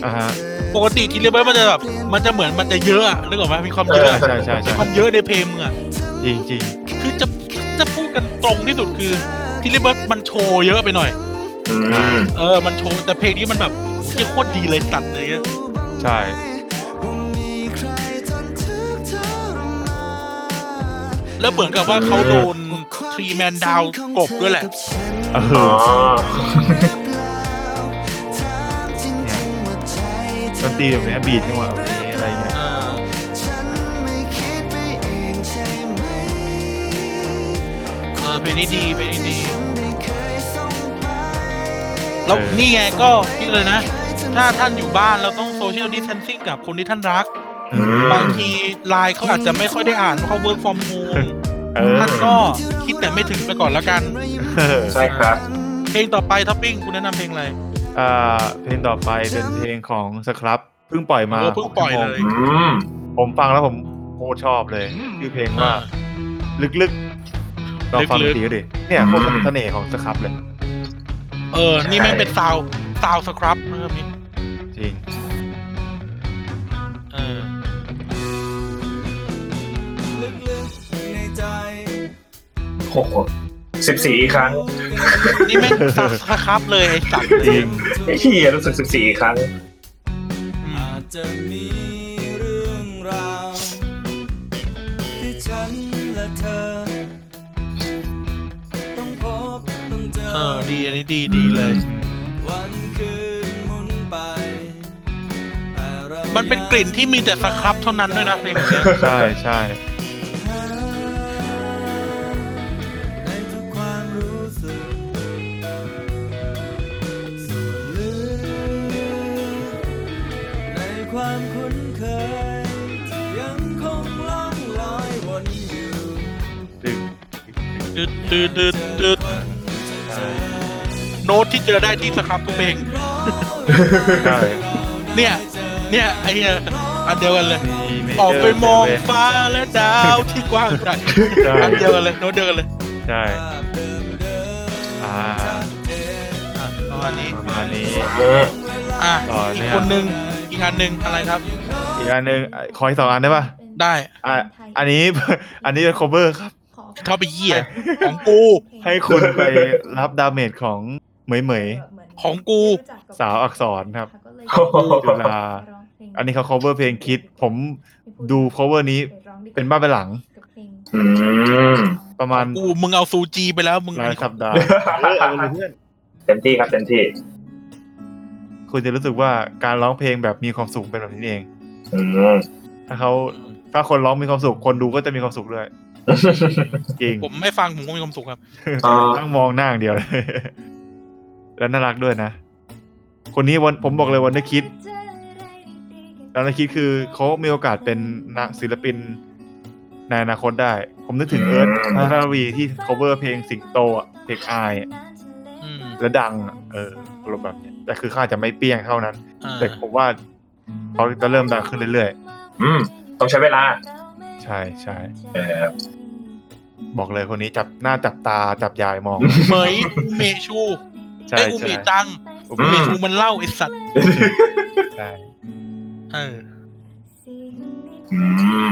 Speaker 5: อ่าฮะ
Speaker 2: ปกติทีเลเบิร์มันจะแบบมันจะเหมือนมันจะเยอะอะนึกออกไหมมีความ
Speaker 5: เอ
Speaker 2: เย
Speaker 5: อ
Speaker 2: อะอะ
Speaker 5: ใช่ใช่ใช่
Speaker 2: มีความเยอะในเพลงมึงอะ
Speaker 5: จริงจริง
Speaker 2: คือจะจะพูดกันตรงที่สุดคือทีเลเบิร์มันโชว์เยอะไปหน่อย
Speaker 4: อืม
Speaker 2: เออมันโชว์แต่เพลงนี้มันแบบเหี้ยโคตรดีเลยตัดเลยอะ
Speaker 5: ๆใช่
Speaker 2: แล้วเหมือนกับว่าเขาโดนทรีแมนดาวกบด้วยแหละ
Speaker 5: เอ
Speaker 4: อ๋อ
Speaker 5: อเนี่ยดนตรีแบบเนี้ยบีทจังหวะแบบนี้อะไรเงี้ย
Speaker 2: เออเออเพลงนี้ดีเพลงนี้ดีแล้วนี่ไงก็นี่เลยนะ ถ้าท่านอยู่บ้านเราต้องโซเชียลดิสเทนซิ่งกับคนที่ท่านรัก
Speaker 5: อืม
Speaker 2: บางทีไลน์เขาอาจจะไม่ค่อยได้อ่านเพราะเขา work from home
Speaker 5: เออ
Speaker 2: ท่านก็คิดแต่ไม่ถึงไปก่อนแล้วกัน
Speaker 5: เออ
Speaker 4: ใช่ครับ
Speaker 2: เพลงต่อไปท็อปปิ้งคุณแนะนำเพลงอะไร
Speaker 5: อ่าเพลงต่อไปเป็นเพลงของสครับเพิ่งปล่อยมา
Speaker 2: โอ้เพิ่งปล่อยเลย
Speaker 5: หกชั่วโม
Speaker 4: อืม
Speaker 5: งผมฟังแล้วผม โคตรชอบเลยชื่อเพลงว่า ลึกๆลองฟัง
Speaker 2: ลึกๆ
Speaker 5: ดีก็ดิเนี่ยโคตรเสน่ห์ของสครับเลย
Speaker 2: เออ นี่แม่งเป็นซาวซาวสครับนะครับนี่
Speaker 5: จริง
Speaker 2: เออ
Speaker 6: ลึกๆในใจ
Speaker 4: โอ้โหสิบสี่ครั้ง
Speaker 2: นี่แม่งซาวสครับเลยไอ้สัตว์เล
Speaker 5: จริ
Speaker 2: ย
Speaker 5: ง
Speaker 4: ไอ้เหี้ยรู้สึกสิบสี่ครั้ง
Speaker 2: อืม
Speaker 6: อาจจะมีเรื่องราวที่ฉันและเธอ ต้องพบต้องเจ
Speaker 2: เออ
Speaker 6: อ
Speaker 2: ดี อันนี้ดีดีเลย
Speaker 6: วันคืนหมุนไปแต่รา
Speaker 2: มันเป็นกลิ่นที่มีแต่สครับเท่านั้นด้วยนะเพลงเนี้ย
Speaker 5: ใช่ใช่
Speaker 6: ในทุกความรู้สึกส่วนลึกในความคุ้นเคยที่ยังคงล่องลอยวนอยู่
Speaker 5: จริง
Speaker 2: ดืดดืดดืดดืดโน้ตที่เจอได้ที่สครับทุกเพลง
Speaker 5: ใช่
Speaker 2: เนี่ย เนี่ย ไอ้เนี่ยอันเดียวกันเลย
Speaker 5: มี
Speaker 2: ออกไปมอง
Speaker 5: เจเว้ย
Speaker 2: ฟ้าและดาวที่กว้างไกล
Speaker 5: ใช่
Speaker 2: อันเดียวกันเลยโน้ตเดียวกันเลย
Speaker 5: ใช่
Speaker 6: ภาพเดิมเดิม
Speaker 5: อ่า
Speaker 2: อ่ะประมาณนี้
Speaker 5: ประมาณนี้
Speaker 2: อ่ะ
Speaker 5: ต่อ
Speaker 2: อี
Speaker 5: เนี่
Speaker 2: ก
Speaker 5: ย
Speaker 2: คนหนึ่งอีกอันหนึ่งอะไรครับ
Speaker 5: อีกอันหนึ่งอ่ะขออีกสองอันได้ป่ะ
Speaker 2: ได้
Speaker 5: อ่ะอันนี้ อันนี้เป็น cover ครับ
Speaker 2: เข้าไปเยี่ยของกู
Speaker 5: ให้คุณไปรับดาเมจของเหมยเหมย
Speaker 2: ของกู
Speaker 5: สาวอักษรครับ
Speaker 4: ๆ
Speaker 5: จุฬาอันนี้เขา cover เพลงคิด ผมดู cover นี้เป็นบ้าไปหลัง
Speaker 4: อืม
Speaker 5: ประมาณ
Speaker 2: กูมึงเอาซูจีไปแล้วมึง
Speaker 5: หลายสัปดาห์เออเอาเลยเพื่อน
Speaker 4: เต็มที่ครับเต็มที่
Speaker 5: คุณจะรู้สึกว่าการร้องเพลงแบบมีความสุขเป็นแบบนี้เอง
Speaker 4: อืม
Speaker 5: ถ้าเขาถ้าคนร้องมีความสุข คนดูก็จะมีความสุขด้วย จริง
Speaker 2: ผมไม่ฟังผมก็มีความสุขครับ
Speaker 4: อ่า
Speaker 5: ตั้งมองหน้าอย่างเดียวเลย แล้วน่ารักด้วยนะ คนนี้วันผมบอกเลยวันได้คิดวันได้คิดคือเขามีโอกาสเป็นนักศิลปินในอนาคตได้ ผมนึกถึงเอิร์ธพัทรวีที่ cover เพลงสิงโตอะเพลงอายอะ
Speaker 2: อืม
Speaker 5: และดังอะเอออารมณ์แบบเนี้ยแต่คือเข้าอาจจะไม่เปรี้ยงเท่านั้น
Speaker 2: อ่า
Speaker 5: แต่ผมว่าเขาจะเริ่มดังขึ้นเรื่อย
Speaker 4: อืม ต้องใช้เวลา
Speaker 5: ๆ ใช่ใช่
Speaker 4: เออ
Speaker 5: บอกเลยคนนี้จับหน้าจับตาจับยายมอง
Speaker 2: เหมยอุเมชู
Speaker 5: ใช่
Speaker 2: ไอ้ยอุเม
Speaker 5: ใช่
Speaker 2: จังอุ
Speaker 5: อุเม
Speaker 2: เม
Speaker 5: จัง
Speaker 2: ชูมันเล่าไอ้สัตว์
Speaker 5: ใช่
Speaker 2: เออ
Speaker 4: อื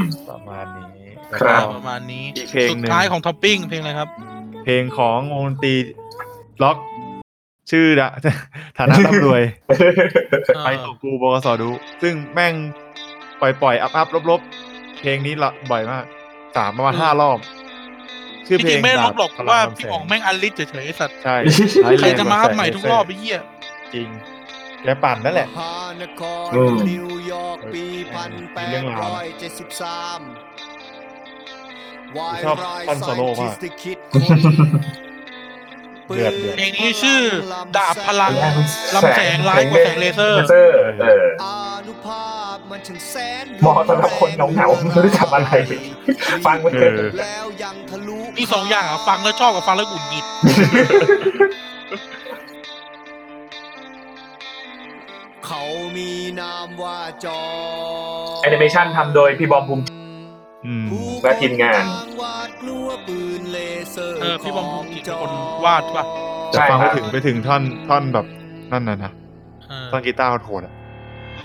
Speaker 4: ม
Speaker 5: ประมาณนี้
Speaker 4: ครั บ
Speaker 5: แล้
Speaker 2: ป
Speaker 5: วก็
Speaker 2: ระมาณนี้
Speaker 5: อีกเพลงหนึ่ง
Speaker 2: สุดท้ายของท็อปปิ้งเพลงอะไรครับ
Speaker 5: เพลงของวงดนตรีล็อก ชื่อละ ฐานะร่ำ รวย ไปสู่กูบกสดู ซึ่งแม่งปล่อยปล่อยอัพอัพลบลบเพลงนี้ละบ่อยมากสามประมาณห้ารอบ ชื่อ
Speaker 2: ที่
Speaker 5: เพล
Speaker 2: จริ
Speaker 5: ง
Speaker 2: งไม่ได้ลบหรอก
Speaker 5: ดบ
Speaker 2: ว่า
Speaker 5: พลั
Speaker 2: พี่
Speaker 5: แส
Speaker 2: อ๋องแม่งอันลิสเฉยๆไอ้สัตว์
Speaker 5: ใช่
Speaker 2: ใครจะมาอัพใหม่ทุกรอบไอ้เหี้ย
Speaker 5: จริง แกปั่นนั่นแหละ
Speaker 7: นคร
Speaker 4: อืม
Speaker 7: นิวยอร์กปีพันแปดร้อยเจ็ดสิบสาม
Speaker 5: ชอบท่อนโซโล่มากเดือดเดือด
Speaker 2: เพลงนี้ชื่อดาบพลัง ลำแสงร้ายกว่าแสงเลเซอร์
Speaker 4: เลเซอร์เออ
Speaker 7: นุภาพมันช่างแสน
Speaker 4: เหมาะสำหรับคนเหงาๆไม่รู้จะทำอะไรฟังไปเถอะ
Speaker 7: แล้วยังทะลุ
Speaker 2: มีสองอย่างอ่ะฟังแล้วชอบกับฟังแล้วหงุดหงิด
Speaker 7: เขามีนามว่าจอ
Speaker 4: แอนิเมชันทำโดยพี่บอมภูมิ
Speaker 5: อืม
Speaker 4: และทีมงาน
Speaker 7: วาดกลัวปืนเลเซอร์
Speaker 2: เออพี่บอมภูมิกิจเป็นคนวาดป่ะ
Speaker 5: แต่
Speaker 4: ใช่
Speaker 5: ฟัง
Speaker 4: ค
Speaker 5: ไป
Speaker 4: รับ
Speaker 5: ถึงไปถึงท่อนท่อนแบบนั่นน่ะนะ
Speaker 2: เออ
Speaker 5: ท่อนกีตาร์โหดๆอะ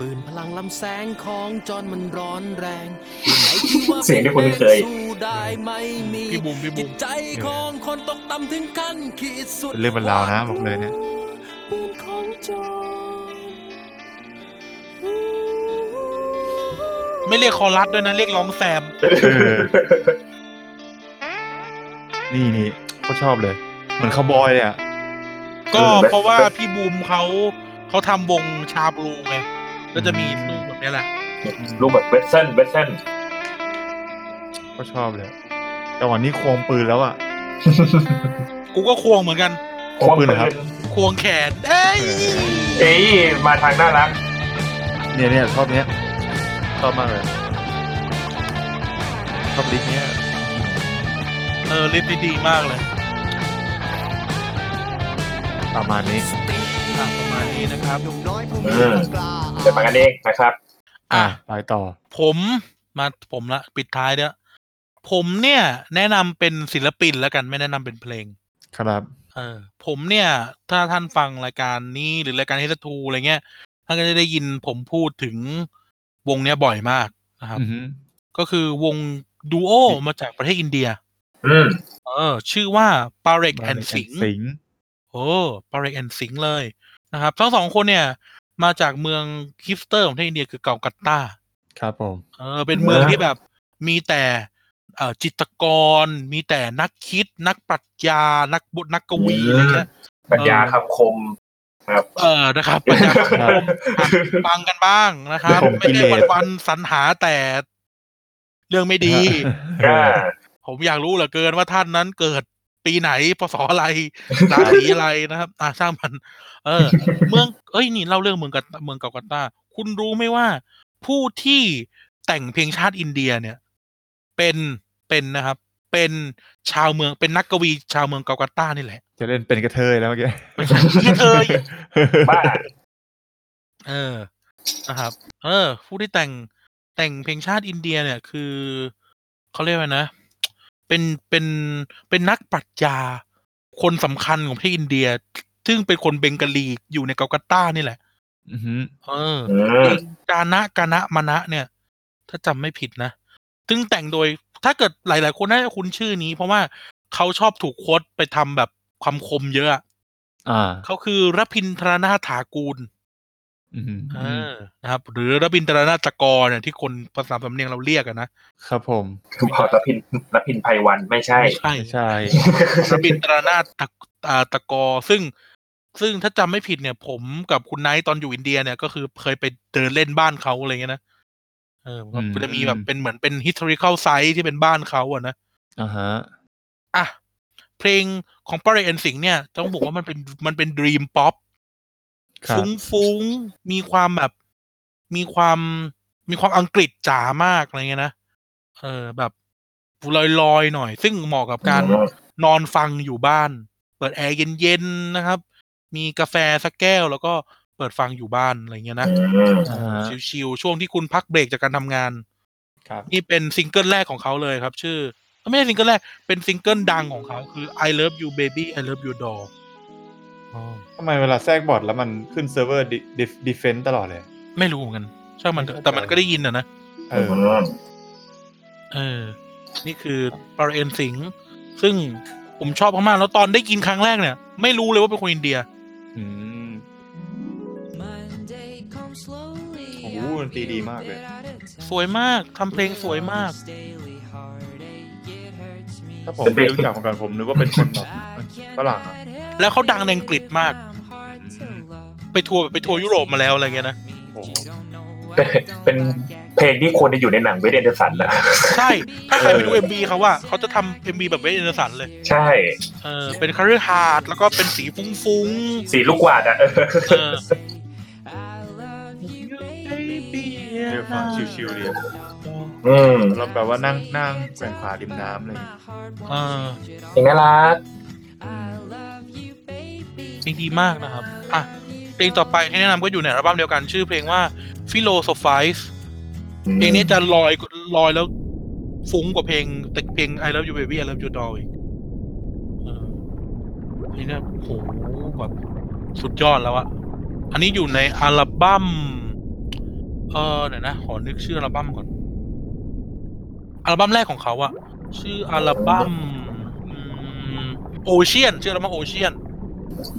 Speaker 7: ปืนพลังลำแสงของจอห์นมันร้อนแรง
Speaker 4: เสียงที่คุณเคย
Speaker 7: สู้ได้ไม่มี
Speaker 2: พี่บุมพี่บุ
Speaker 7: จิ
Speaker 2: ม
Speaker 7: ตใจของคนตกต่ำถึงขั้นขีดสุด
Speaker 5: เป็นเรื่องเป็นราวนะบอกเลยเนี่ย
Speaker 7: ปืนของจอห์น
Speaker 2: ไม่เรียกคอรัสด้วยนะ เรียกร้องแซม
Speaker 5: เออ นี่นี่เขาชอบเลย เหมือนคาวบอยเลยอ่ะ
Speaker 2: ก็
Speaker 4: เออ
Speaker 2: เพราะว่าพี่บูมเขาเขาทำวงชาบลูไงก็จะมีลูกแบบเนี้ยแหละ
Speaker 4: รูปแบบเวสเซนเวสเซน
Speaker 5: ก็ชอบเลยจังหวะนี้ควงปืนแล้วอ่ะ
Speaker 2: กูก็ควงเหมือนกัน
Speaker 5: ควงปืนเหรอครับ
Speaker 2: ควงแขน เอ้ย
Speaker 4: เอ้ยมาทางน่ารัก
Speaker 5: เนี่ยเนี่ยชอบเนี้ย ชอบมากเลย ชอบลิกเนี้ย
Speaker 2: เออลิปดีๆมากเลย
Speaker 5: ประมาณนี้
Speaker 2: อ่ะประมาณนี้นะครับ
Speaker 4: อืม เดี๋ยวมากันเองนะครับ
Speaker 5: อ่ะ
Speaker 2: อ่ะ
Speaker 5: ไปต่อ
Speaker 2: ผม มาผมละปิดท้ายเนี่ยผมเนี่ย แนะนำเป็นศิลปินแล้วกันไม่แนะนำเป็นเพลง
Speaker 5: ครับ
Speaker 2: เออผมเนี่ย ถ้าท่านฟังรายการนี้หรือรายการเฮสทูอะไรเงี้ยท่านก็จะได้ยินผมพูดถึงวงเนี้ยบ่อยมากนะครับ
Speaker 5: อือฮึ
Speaker 2: ก็คือวงดูโอมาจากประเทศอินเดีย
Speaker 4: อืม
Speaker 2: เออ ชื่อว่า p a r e k and
Speaker 5: บ้า
Speaker 2: Singh
Speaker 5: สิงห์
Speaker 2: โอ้ p a r e k and Singh เลยนะครับ ทั้งสองคนเนี่ย มาจากเมืองคิฟสเตอร์ของประเทศอินเดียคือเกากัตตา
Speaker 5: ครับผม
Speaker 2: เออเป็นเมือง
Speaker 4: เออ
Speaker 2: ที่แบบมีแต่เอ่อจิตรกร มีแต่นักคิด นักปรัชญา นักบทนักกวีอะไรเงี้ย
Speaker 4: ปรัญญาคำคมครับ
Speaker 2: เออนะครับปรัชญาสังคมฟังกันบ้างนะครับ
Speaker 5: ผม
Speaker 2: ไม่
Speaker 5: กิ
Speaker 2: ใช่
Speaker 5: เลส
Speaker 2: วันๆสรรหาแต่เรื่องไม่ดี
Speaker 5: เอ
Speaker 4: อ่า
Speaker 5: อ
Speaker 2: ผมอยากรู้เหลือเกินว่าท่านนั้นเกิดปีไหนพศอะไรราศีอะไรนะครับ อ่าช่างมัน เออ เมืองเอ้ยนี่เล่าเรื่องเมืองกัตเมืองเกากัตตา คุณรู้ไหมว่า ผู้ที่แต่งเพลงชาติอินเดียเนี่ย เป็นเป็นนะครับ เป็นชาวเมืองเป็นนักกวีชาวเมืองเกากัตตานี่แหละ
Speaker 5: จะเล่นเป็นกระเทยแล้วเมื่อกี้
Speaker 2: ที่เธอ
Speaker 4: บ้า
Speaker 2: เออ นะครับ เออ ผู้ที่แต่งแต่งเพลงชาติอินเดียเนี่ย คือเขาเรียกว่านะ เป็นเป็นเป็นนักปรัชญาคนสำคัญของประเทศอินเดีย ซึ่งเป็นคนเบงกาลีอยู่ในเกากัตตานี่แหละ
Speaker 5: อือฮึ
Speaker 2: เออ
Speaker 4: อืม
Speaker 2: เป็นกานะกานะมณะเนี่ย ถ้าจำไม่ผิดนะ ซึ่งแต่งโดยถ้าเกิดหลาย ๆ คนน่าจะคุ้นชื่อนี้ เพราะว่าเขาชอบถูกโค้ดไปทำแบบความคมเยอะอะ
Speaker 5: อ่า
Speaker 2: เขาคือรพินทรนาถากูล
Speaker 5: อือฮึ
Speaker 2: เออนะครับ หรือรบินตรนาตกรเนี่ยที่คนภาษาสำเนียงเราเรียกกันนะครับ
Speaker 5: ผม
Speaker 4: คือพอรพินรพินไพวันไม่ใช่
Speaker 2: ไม่ใช่
Speaker 5: ใช่
Speaker 2: รบินตรนาตะอ่าตะกอซึ่ง ซึ่งถ้าจำไม่ผิดเนี่ย ผมกับคุณไนท์ตอนอยู่อินเดียเนี่ยก็คือเคยไปเดินเล่นบ้านเขาอะไรเงี้ยนะเออ
Speaker 5: อืม
Speaker 2: มันจะมีแบบเป็นเหมือนเป็น historical site ที่เป็นบ้านเขาอะนะ
Speaker 5: อ่าฮะ
Speaker 2: อ่ะเพลงของปาริเอนสิงเนี่ย ต้องบอกว่ามันเป็นมันเป็นดรีมป๊อป
Speaker 5: ครับ
Speaker 2: ฟุ้งฟุ้งๆมีความแบบ มีความมีความอังกฤษจ๋ามากอะไรเงี้ยนะเออแบบลอยลอยๆหน่อย ซึ่งเหมาะกับการนอนฟังอยู่บ้าน เปิดแอร์เย็นๆนะครับ มีกาแฟสักแก้วแล้วก็เปิดฟังอยู่บ้านอะไรเงี้ยนะ
Speaker 4: อืม
Speaker 5: อ่าฮะ
Speaker 2: ชิวๆช่วงที่คุณพักเบรกจากการทำงาน
Speaker 5: ครับ
Speaker 2: นี่เป็นซิงเกิลแรกของเขาเลยครับ ชื่อเอ้ยไม่ใช่ซิงเกิลแรก เป็นซิงเกิลดังของเขาคือ I love you baby I love you doll อ๋อ
Speaker 5: ทำไมเวลาแทรกบอทแล้วมันขึ้นเซิร์ฟเวอร์ดิเฟนต์ตลอดเลย
Speaker 2: ไม่รู้เหมือนกันช่างมันเถอะแต่
Speaker 5: ไม่เข้าใจ
Speaker 2: มันก็ได้ยินนะนะ
Speaker 5: เออ
Speaker 2: เออ นี่คือปาเอนสิงห์ซึ่งผมชอบมากๆแล้วตอนได้กินครั้งแรกเนี่ย ไม่รู้เลยว่าเป็นคนอินเดีย
Speaker 5: อืม
Speaker 8: โอ้โหดนตรีดีมากเลย
Speaker 2: สวยมากทำเพลงสวยมาก
Speaker 5: ถ้าผม
Speaker 4: เป็นเพล
Speaker 5: ไม่
Speaker 4: ง
Speaker 5: รู้จักมาก่อนผมนึกว่าเป็นคนแบบฝรั่งอะ
Speaker 2: แล้วเขาดังในอังกฤษมาก ไปทัวร์ไปทัวร์ยุโรปมาแล้วอะไรเงี้ยนะ
Speaker 5: โอ้โห
Speaker 4: เป็นเป็นเพลงที่ควรจะอยู่ในหนังเวดเอนเดอร์สันนะ
Speaker 2: ใช่ ถ้าใครไปดู MV เขาว่าเขาจะทำ MV แบบเวทเอนเดอร์สันเลย
Speaker 4: ใช่
Speaker 2: เออเป็นคาริฮาดแล้วก็เป็นสีฟุ้งๆ
Speaker 4: สีลูกกวาดอะเออ
Speaker 2: เออ
Speaker 5: เรียกฟังชิวๆเรียน
Speaker 4: อืม
Speaker 5: เราแบบว่านั่งนั่งแกว่งขวาริมน้ำเลย
Speaker 2: เออ
Speaker 4: เพลงน่ารัก
Speaker 2: เพลงดีมากนะครับ อ่ะ เพลงต่อไปที่แนะนำก็อยู่ในอัลบั้มเดียวกันชื่อเพลงว่า Philosophize เพลงนี้จะลอยลอยแล้วฟุ้งกว่าเพลงแต่เพลง I Love You Baby I Love You Doll อีกเออเพลงนี้โอ้โหแบบสุดยอดแล้วอะอันนี้อยู่ในอัลบั้ม เออเดี๋ยวนะ ขอนึกชื่ออัลบั้มก่อน อัลบั้มแรกของเขาอะชื่ออัลบั้มโอเชียนชื่ออัลบั้มโอเชียน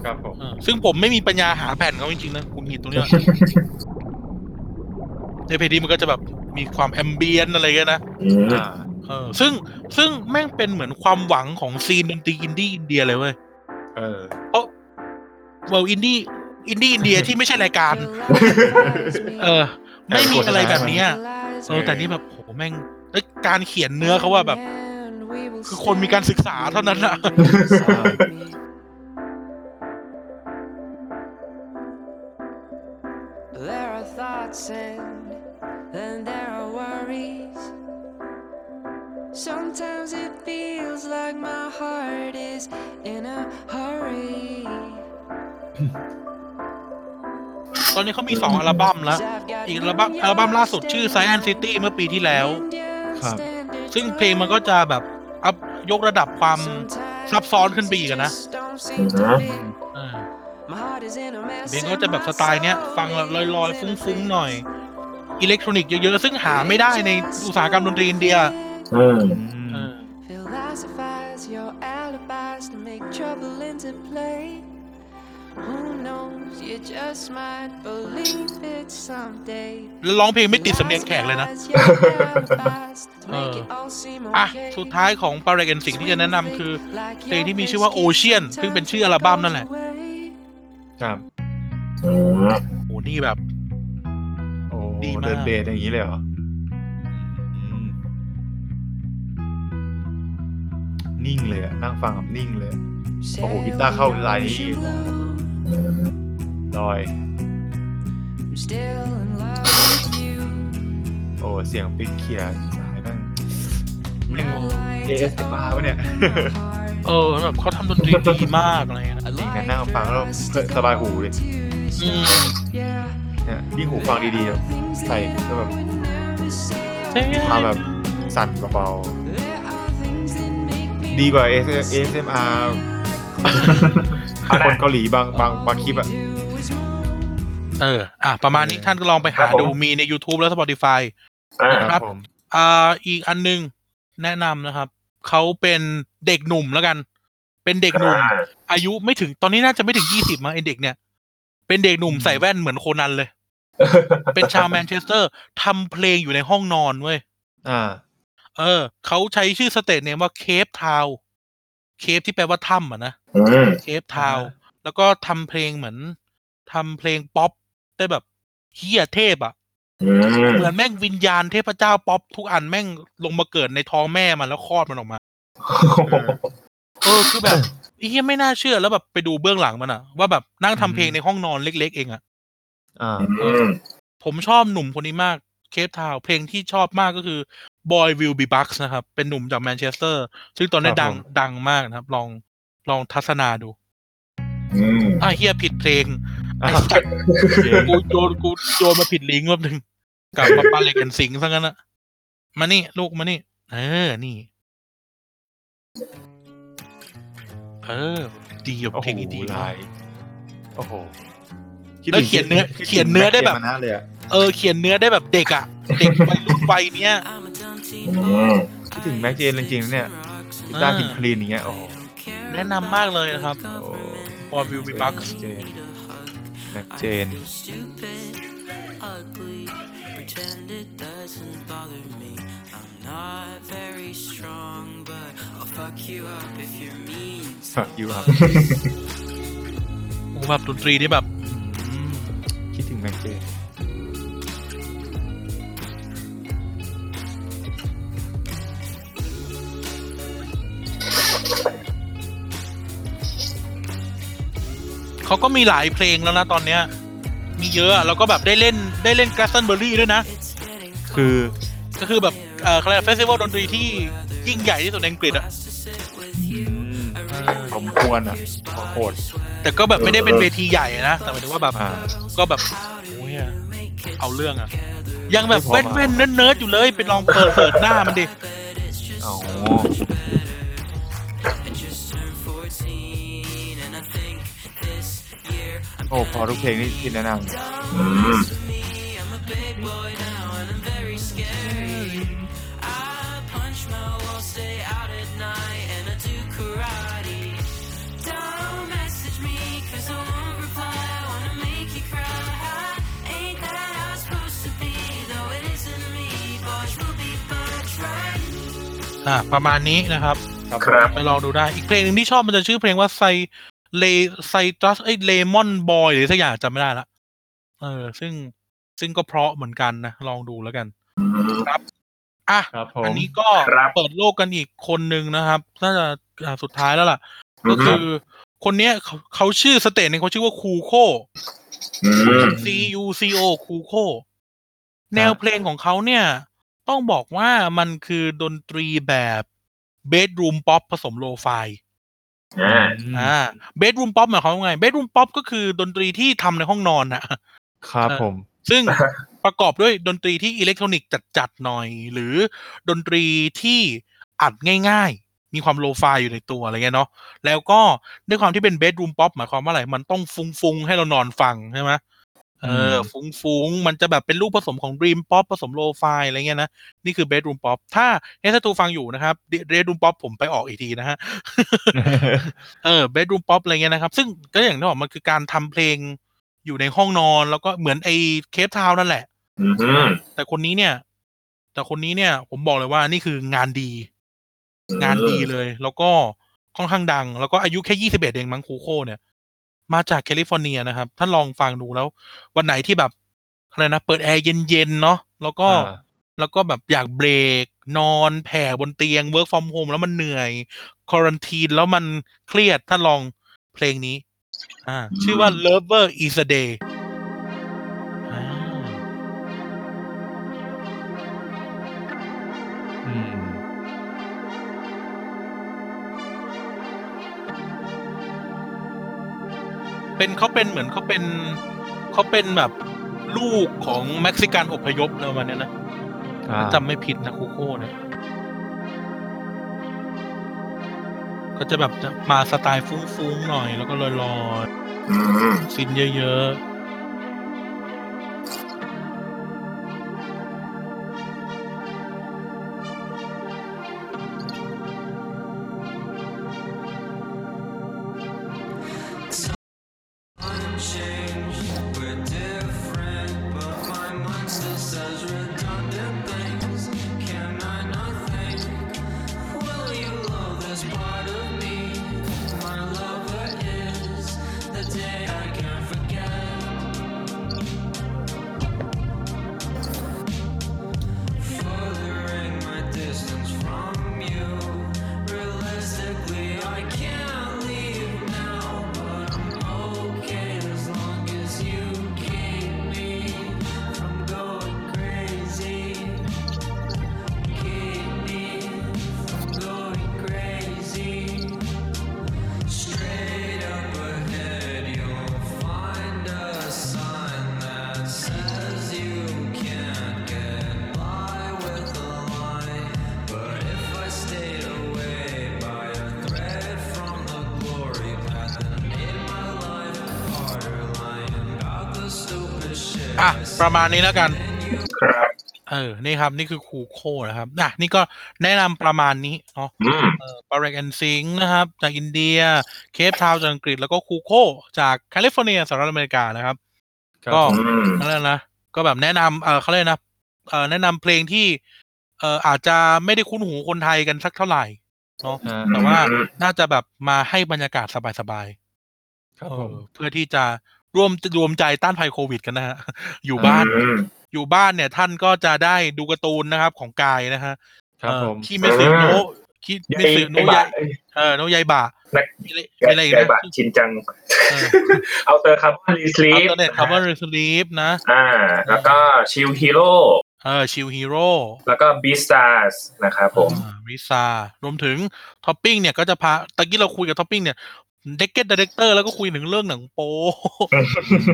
Speaker 5: ครับผม
Speaker 2: เออซึ่งผมไม่มีปัญญาหาแผ่นเขาจริงๆนะคุณหงิดตรงเนี้ ย ในเพลงนี้มันก็จะแบบมีความแอมเบียนอะไรเงี้ยนะ
Speaker 4: อืม
Speaker 5: อ่า
Speaker 2: เออซึ่งซึ่งแม่งเป็นเหมือนความหวังของซีนดนตรีอินดี้อินเดียเลยเว้ย
Speaker 5: เออ
Speaker 2: เวลอินดี้อินดี้อินเดี ยที่ไม่ใช่รายการ เออ ไม่มีอะไรแบบเนี้ยเออแต่นี่แบบโหแม่งแล้วการเขียนเนื้อเขาว่า แบบ คือคนมีการศึกษาเท่านั้นอะ
Speaker 8: There are thoughts and then there are worries. Sometimes it feels like my heart is in a hurry.
Speaker 2: ตอนนี้เขามีสองอัลบั้มละ อีกอัลบั้มอัลบั้มล่าสุดชื่อ Science City เมื่อปีที่แล้ว
Speaker 5: ครับ
Speaker 2: ซึ่งเพลงมันก็จะแบบอัพยกระดับความซับซ้อนขึ้นไปอีกอะนะ
Speaker 4: อือฮึ
Speaker 2: เออเพลงก็จะแบบสไตล์เนี้ย ฟังแล้วลอยๆ ฟุ้งๆหน่อย อิเล็กทรอนิกส์เยอะๆ ซึ่งหาไม่ได้ในอุตสาหกรรมดนตรีอินเดีย
Speaker 4: อืม
Speaker 2: เออ
Speaker 8: Philosophize your alibis to make trouble into play. Who knows? You just might believe it someday.
Speaker 2: แล้วร้องเพลงไม่ติด
Speaker 8: Philosophize
Speaker 2: สำเนียงแขกเลยนะ
Speaker 8: your alibis to make it all seem
Speaker 2: อ่ะ
Speaker 8: okay.
Speaker 2: สุดท้ายของปาเรกันสิ่งที่จะแนะนำคือ เพลงที่มีชื่อว่า Ocean ซึ่งเป็นชื่ออัลบั้มนั่นแหละ
Speaker 5: ครับ
Speaker 4: อืม
Speaker 2: โหนี่แบบ
Speaker 5: โอ้
Speaker 2: ดีมาก
Speaker 5: เดินเดทอย่างนี้เลยเหรออืมนิ่งเลยอะนั่งฟังแบบนิ่งเลย โอ้โหกีตาร์เข้าไลน์นี่ ลอย
Speaker 8: Still in love with you.
Speaker 5: โอ้เสียงปิ๊กเขียร์หายบ้างแม่ง
Speaker 8: Light
Speaker 5: เอสบ้าวะเนี่ย
Speaker 8: my heart.
Speaker 2: เออแบบเขาทำดนตรีดีมากอะไรเงี้ยนะ
Speaker 5: ดีนะนั่งฟังแล้วเออสบายหูเลย
Speaker 2: อืม
Speaker 8: Yeah.
Speaker 5: เนี่ยยิ่งหูฟังดีๆอะใส่ก็แบบมาแบบสั่นเบาๆดีกว่า ASMR คนเกาหลีบางบางบางคลิปอะ
Speaker 2: เออ อ่ะ ประมาณนี้
Speaker 5: เออ
Speaker 2: ท่านก็ลองไปหาดูมีใน YouTube และ Spotify
Speaker 4: อ่า
Speaker 2: ครับ
Speaker 5: ผม
Speaker 2: อ่า อีกอันหนึง แนะนำนะครับ เขาเป็นเด็กหนุ่มแล้วกัน เป็นเด็กหนุ่ม
Speaker 4: อ่า
Speaker 2: อายุไม่ถึงตอนนี้น่าจะไม่ถึงยี่สิบมั้งไอเด็กเนี่ย เป็นเด็กหนุ่มใส่แว่นเหมือนโคนันเลย เป็นชาวแมนเชสเตอร์ทำเพลงอยู่ในห้องนอนเว้ย
Speaker 5: อ่า
Speaker 2: เออ เขาใช้ชื่อสเตทเนมว่าเคปทาว เคปที่แปลว่าถ้ำอ่ะนะ
Speaker 4: อืม
Speaker 2: เคปทาวน์แล้วก็ทำเพลงเหมือนทำเพลงป๊อปได้แบบเฮียเทพอ่ะ
Speaker 4: อืม
Speaker 2: เหมือนแม่งวิญญาณเทพเจ้าป๊อปทุกอันแม่งลงมาเกิดในท้องแม่มันแล้วคลอดมันออกมา เออคือแบบเฮียไม่น่าเชื่อแล้วแบบไปดูเบื้องหลังมันอ่ะ ว่าแบบนั่งทำเพลงในห้องนอนเล็ก ๆ เองอ่ะ
Speaker 5: อ่า
Speaker 4: อืม
Speaker 2: ผมชอบหนุ่มคนนี้มากเคปทาวน์เพลงที่ชอบมากก็คือ Boy Will Be Bucks นะครับ เป็นหนุ่มจากแมนเชสเตอร์ ซึ่งตอนนี้
Speaker 5: ครั
Speaker 2: ดั
Speaker 5: บ
Speaker 2: ง
Speaker 5: ผม
Speaker 2: ดังมากนะครับ ลองลองทัศนาดู
Speaker 4: อืม
Speaker 2: อ่ะเฮียผิดเพลง
Speaker 5: อ่าเกม
Speaker 2: กูโยนกูโยนมาผิดลิงก์รอบหนึ่งกลับมาปาเหล็กกันสิงซะงั้นอะมานี่ ลูกมานี่ เออ นี่ เออ ดีอยู่เพลงนี้ดีมาก
Speaker 5: โอ้โห
Speaker 2: แล้วเขียนเนื้อเขียนเนื้อได้แบบ
Speaker 5: นะเลยอะ
Speaker 2: เออ เขียนเนื้อได้แบบเด็กอะเด็กวัยรุ่นวัยเนี้ย
Speaker 4: อืม
Speaker 5: คิดถึงแม็กเจนจริงๆนะเนี่ยกีตาร์กินคลีนอย่างเงี้ยโอ้โห
Speaker 2: แนะนำมากเลยนะครับ
Speaker 5: โอ้
Speaker 2: พอวิวมีบัก
Speaker 5: เจนแม็กเจน fuck you up
Speaker 2: แบบดนตรีนี่แบบ
Speaker 5: คิดถึงแม็กเจน
Speaker 2: เขาก็มีหลายเพลงแล้วนะตอนเนี้ย มีเยอะอะแล้วก็แบบได้เล่นได้เล่นก l ส s ันเบอร์รี่ด้วยนะ
Speaker 5: คือ
Speaker 2: ก็คือแบบเออเขาเรียกเฟสติวัลดนตรีที่ยิ่งใหญ่ที่สุดในอังกฤษอะ
Speaker 5: อืม
Speaker 2: เออ
Speaker 5: สมควรอ่ะขอโคตร
Speaker 2: แต่ก็แบบไม่ได้เป็นเวทีใหญ่นะ แต่หมายถึงว่าแบบ
Speaker 5: อ่า
Speaker 2: ก็แบบโอ้ยอะเอาเรื่องอะยังแบบ
Speaker 5: ไม่พอ
Speaker 2: เว้นเว้นๆเนิร์ดเนิร์ดๆอยู่เลยไปลองเปิดเปิดหน้ามันดิ
Speaker 5: โอ้โหโอ้พอทุกเพลงนี่ที่แนะนำ
Speaker 4: อืม
Speaker 2: อ่ะประมาณนี้นะครับ
Speaker 4: ครับ
Speaker 2: ไปลองดูได้อีกเพลงหนึ่งที่ชอบมันจะชื่อเพลงว่าไซเลไซตรัสเอ้ยเลมอนบอยหรือสักอย่างจำไม่ได้ละเออ ซึ่งซึ่งก็เพราะเหมือนกันนะ ลองดูแล้วกัน
Speaker 4: อืม
Speaker 2: อ่ะ
Speaker 5: ครับผม
Speaker 2: อันนี้ก็
Speaker 4: ครับ
Speaker 2: เปิดโลกกันอีกคนหนึ่งนะครับน่าจะอ่าสุดท้ายแล้วล่ะ ก็
Speaker 4: อื
Speaker 2: คื
Speaker 4: ม
Speaker 2: อคนเนี้ยเขาเขาชื่อสเตทเนี่ยเขาชื่อว่าคูโค
Speaker 4: อืม
Speaker 2: C U C O คูโค แนวเพลงของเขาเนี่ย ต้องบอกว่ามันคือดนตรีแบบเบดรูมป๊อปผสมโลไฟ
Speaker 4: อ่า
Speaker 5: อืม
Speaker 2: อ่าเบดรูมป๊อปหมายความว่าไงเบดรูมป๊อปก็คือดนตรีที่ทำในห้องนอนนะ
Speaker 5: ครับผม
Speaker 2: ซึ่ง ประกอบด้วยดนตรีที่อิเล็กทรอนิกส์จัดๆหน่อย หรือดนตรีที่อัดง่ายๆ มีความโลฟายอยู่ในตัวอะไรเงี้ยเนาะแล้วก็ด้วยความที่เป็นเบดรูมป๊อปหมายความว่าอะไร มันต้องฟุ้งๆ ให้เรานอนฟังใช่ไหมเออฟุ้งๆ มันจะแบบเป็นลูกผสมของด e ีมป๊อปผสมโลฟายอะไรเงี้ยนะ นี่คือเบดรูมป๊อปถ้าเฮสตูฟังอยู่นะครับเรดรูมป๊อปผมไปออกอีกทีนะฮะ เออเบดรูมป๊อปอะไรเงี้ยนะครับ ซึ่งก็อย่างที่บอกมันคือการทำเพลงอยู่ในห้องนอนแล้วก็เหมือนไอ้เคปทาวน์นั่นแหละ
Speaker 4: อือหือ
Speaker 2: แต่คนนี้เนี่ย แต่คนนี้เนี่ย ผมบอกเลยว่านี่คืองานดี
Speaker 4: อืม
Speaker 2: งานดีเลย แล้วก็ค่อนข้างดัง แล้วก็อายุแค่ยี่สิบเอ็ดเองมั้งคูโคเนี่ย มาจากแคลิฟอร์เนียนะครับท่านลองฟังดูแล้ว วันไหนที่แบบอะไรนะเปิดแอร์เย็นๆเนาะแล้วก็
Speaker 5: อ่า
Speaker 2: แล้วก็แบบอยากเบรก นอนแผ่บนเตียง work from home แล้วมันเหนื่อยค r รันทีนแล้วมันเครียดท่านลองเพลงนี้ อ่า ชื่อว่า lover is a day อ่า
Speaker 5: อืม
Speaker 2: เป็นเขาเป็นเหมือนเขาเป็นเขาเป็นแบบลูกของเม็กซิกันอพยพอะไรประมาณเนี้ยนะ
Speaker 5: อ่า
Speaker 2: ถ้าจำไม่ผิดนะคูโค่เนี่ยก็จะแบบจะมาสไตล์ฟุ้งๆหน่อย แล้วก็ลอย
Speaker 4: อืม
Speaker 2: ๆซินเยอะๆอ่ะประมาณนี้แล้วกัน
Speaker 4: ครับ
Speaker 2: เออ นี่ครับ นี่คือคูโค่นะครับอ่ะนี่ก็แนะนำประมาณนี้เนาะ
Speaker 4: อืม
Speaker 2: ปาร์เรกแอนซิงนะครับ จากอินเดีย เคปทาวน์จากอังกฤษ แล้วก็คูโค จากแคลิฟอร์เนียสหรัฐอเมริกานะครับ
Speaker 5: ครับ
Speaker 2: ก็
Speaker 4: อืม
Speaker 2: นั่นแหละนะก็แบบแนะนำเออเขาเรียกนะเออแนะนำเพลงที่เอออาจจะไม่ได้คุ้นหูคนไทยกันสักเท่าไหร่เนาะ
Speaker 5: อ่า
Speaker 2: แต่ว่า
Speaker 4: อืม
Speaker 2: น่าจะแบบมาให้บรรยากาศสบายๆ
Speaker 5: ครับ
Speaker 2: เอ
Speaker 5: ผ
Speaker 2: อ
Speaker 5: ม
Speaker 2: เพื่อที่จะร่วมรวมใจต้านภัยโควิดกันนะฮะ อยู่บ้าน
Speaker 4: อืม
Speaker 2: อยู่บ้านเนี่ย ท่านก็จะได้ดูการ์ตูนนะครับของกายนะฮะ
Speaker 5: ครับผม
Speaker 2: เอ่อคิเมสึโนะคิเมสึ
Speaker 4: ไอ้
Speaker 2: โนะยา
Speaker 4: บาทไอ้
Speaker 2: เออโนยายบะ
Speaker 4: นัก
Speaker 2: มีอะไรมีอะไรอีก
Speaker 4: ไก่
Speaker 2: นะ
Speaker 4: บาทชินจัง
Speaker 2: เออ
Speaker 4: เอาเตอร์คาร์บอนรีสลี
Speaker 2: อัลเท
Speaker 4: ฟ
Speaker 2: อร์เนทคาร์บอนรีสลีฟนะ
Speaker 4: อ่า แล้วก็ชิลฮีโร่
Speaker 2: เออชิลฮีโร่
Speaker 4: แล้วก็บีสตาร์สนะครับผม
Speaker 2: ริซารวมถึงท็อปปิ้งเนี่ยก็จะพาตะกี้เราคุยกับท็อปปิ้งเนี่ยเด็กเก็ตดีเลกเตอร์แล้วก็คุยถึงเรื่องหนังโป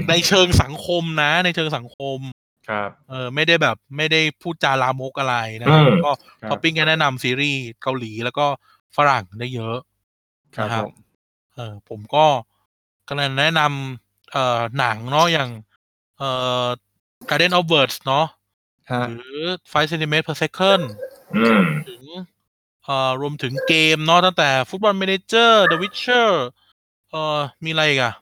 Speaker 2: ในเชิงสังคมนะ ในเชิงสังคม
Speaker 5: ครับ
Speaker 2: เออไม่ได้แบบไม่ได้พูดจาลามกอะไรนะ
Speaker 4: อืม
Speaker 2: ก็
Speaker 5: ครับ
Speaker 2: ท็อปปิ้งก็แนะนำซีรีส์เกาหลีแล้วก็ฝรั่งได้เยอะ
Speaker 5: ครับ
Speaker 2: นะครับ
Speaker 5: ผม
Speaker 2: เออผมก็กำลังแนะนำเอ่อหนังเนาะอย่างเอ่อ Garden of Words เนาะ
Speaker 5: ฮะ
Speaker 2: หรือ 5 cm per second
Speaker 4: อืม
Speaker 2: ถึงเอ่อรวมถึงเกมเนาะตั้งแต่ Football Manager The Witcher เอ่อมีอะไรอีกอะ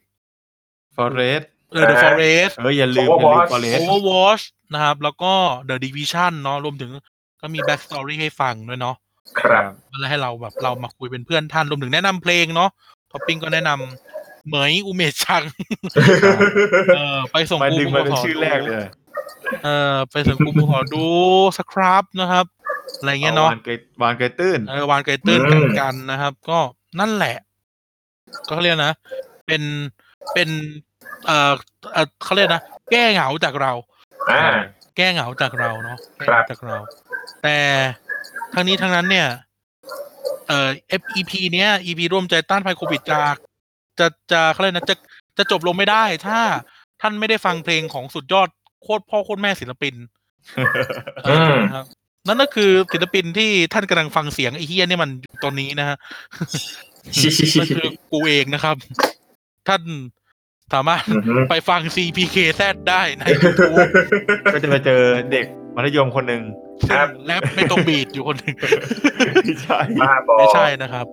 Speaker 5: ฟอเรส
Speaker 2: เออ The
Speaker 4: เอ่อ
Speaker 2: Forest
Speaker 5: เอออย่าลืม
Speaker 4: Overwatch
Speaker 5: อย่าลืมฟอเรส
Speaker 2: Overwatch นะครับ แล้วก็ The Division เนาะรวมถึงก็มี Backstory ให้ฟังด้วยเนาะ
Speaker 4: ครับ
Speaker 2: แล้วให้เราแบบเรามาคุยเป็นเพื่อนท่านรวมถึงแนะนำเพลงเนาะท็อปปิ้งก็แนะนำเหมยอุเมชัง เออไปส่ง
Speaker 5: มา
Speaker 2: กู
Speaker 5: ดึง
Speaker 2: กู
Speaker 5: มาเป็น
Speaker 2: ขอ
Speaker 5: ชื่อแรกเลย
Speaker 2: เออไปส่งกูกูขอดูสครับนะครับ อะไรเงี้ยเนาะ
Speaker 5: วานเกยบานเกยตื้น
Speaker 2: เออวานไกเติ้ล
Speaker 4: อื
Speaker 2: กัน
Speaker 4: ม
Speaker 2: กันนะครับ ก็นั่นแหละ ก็เขาเรียกนะ เป็นเป็น เออเอ่อเขาเรียกนะ แก้เหงาจากเรา
Speaker 4: อ่า
Speaker 2: แก้เหงาจากเราเนาะแก้
Speaker 4: ค
Speaker 2: เห
Speaker 4: รั
Speaker 2: งา
Speaker 4: บ
Speaker 2: จากเรา แต่ทั้งนี้ทั้งนั้นเนี่ย เอ่อ EP เนี้ย EP ร่วมใจต้านภัยโควิดจะจะจะเขาเรียกนะจะจะจบลงไม่ได้ ถ้า ท่านไม่ได้ฟังเพลงของสุดยอดโคตรพ่อโคตรแม่ศิล ปินเอ
Speaker 4: อื
Speaker 2: อ
Speaker 4: ม
Speaker 2: นะครับนั่นก็คือศิลปินที่ท่านกำลังฟังเสียงไอ้เฮียเนี่ยมันอยู่ตอนนี้นะฮะ นั่นคือกูเองนะครับ ท่านสามารถ
Speaker 4: อือฮึ
Speaker 2: ไปฟัง CPKZ ได้ใน YouTube
Speaker 5: ก็จะไปเจอเด็กมัธยมคน หนึ่ง
Speaker 4: ครั
Speaker 2: ซึ่
Speaker 4: บ
Speaker 2: งแรปไม่ตรงบีดอยู่คนหนึ่ง
Speaker 5: ใช่
Speaker 4: บ้าบอ
Speaker 2: ไม่ใช่นะครับ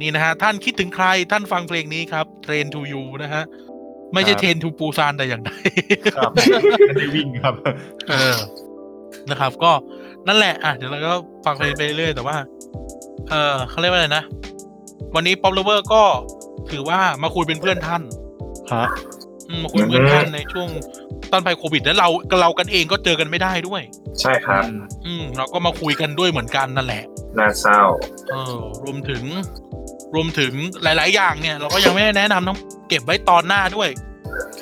Speaker 2: นี่นะฮะ ท่านคิดถึงใครท่านฟังเพลงนี้ครับ Train to You นะฮะ ไม่ใช่ Train to Busan แต่อย่างใด
Speaker 5: ครับไม่ได้วิ่งครับ
Speaker 2: เออ นะครับ ก็นั่นแหละ อ่ะ เดี๋ยวเราก็ฟังเพลงไปเรื่อยแต่ว่า เออเขาเรียกว่าอะไรนะ วันนี้ป๊อปเลเวอร์ก็ถือว่ามาคุยเป็นเพื่อนท่าน
Speaker 5: ฮะ
Speaker 2: อืมมาคุยเป็นเพื่อนท่านในช่วงตอนภัยโควิด แล้วเราเรากันเองก็เจอกันไม่ได้ด้วย
Speaker 4: ใช่ครับ
Speaker 2: อืม เราก็มาคุยกันด้วยเหมือนกันนั่นแหละ
Speaker 4: น่าเศร้า
Speaker 2: เออรวมถึง รวมถึงหลาย ๆ อย่างเนี่ย เราก็ยังไม่ได้แนะนำทั้งเก็บไว้ตอนหน้าด้วย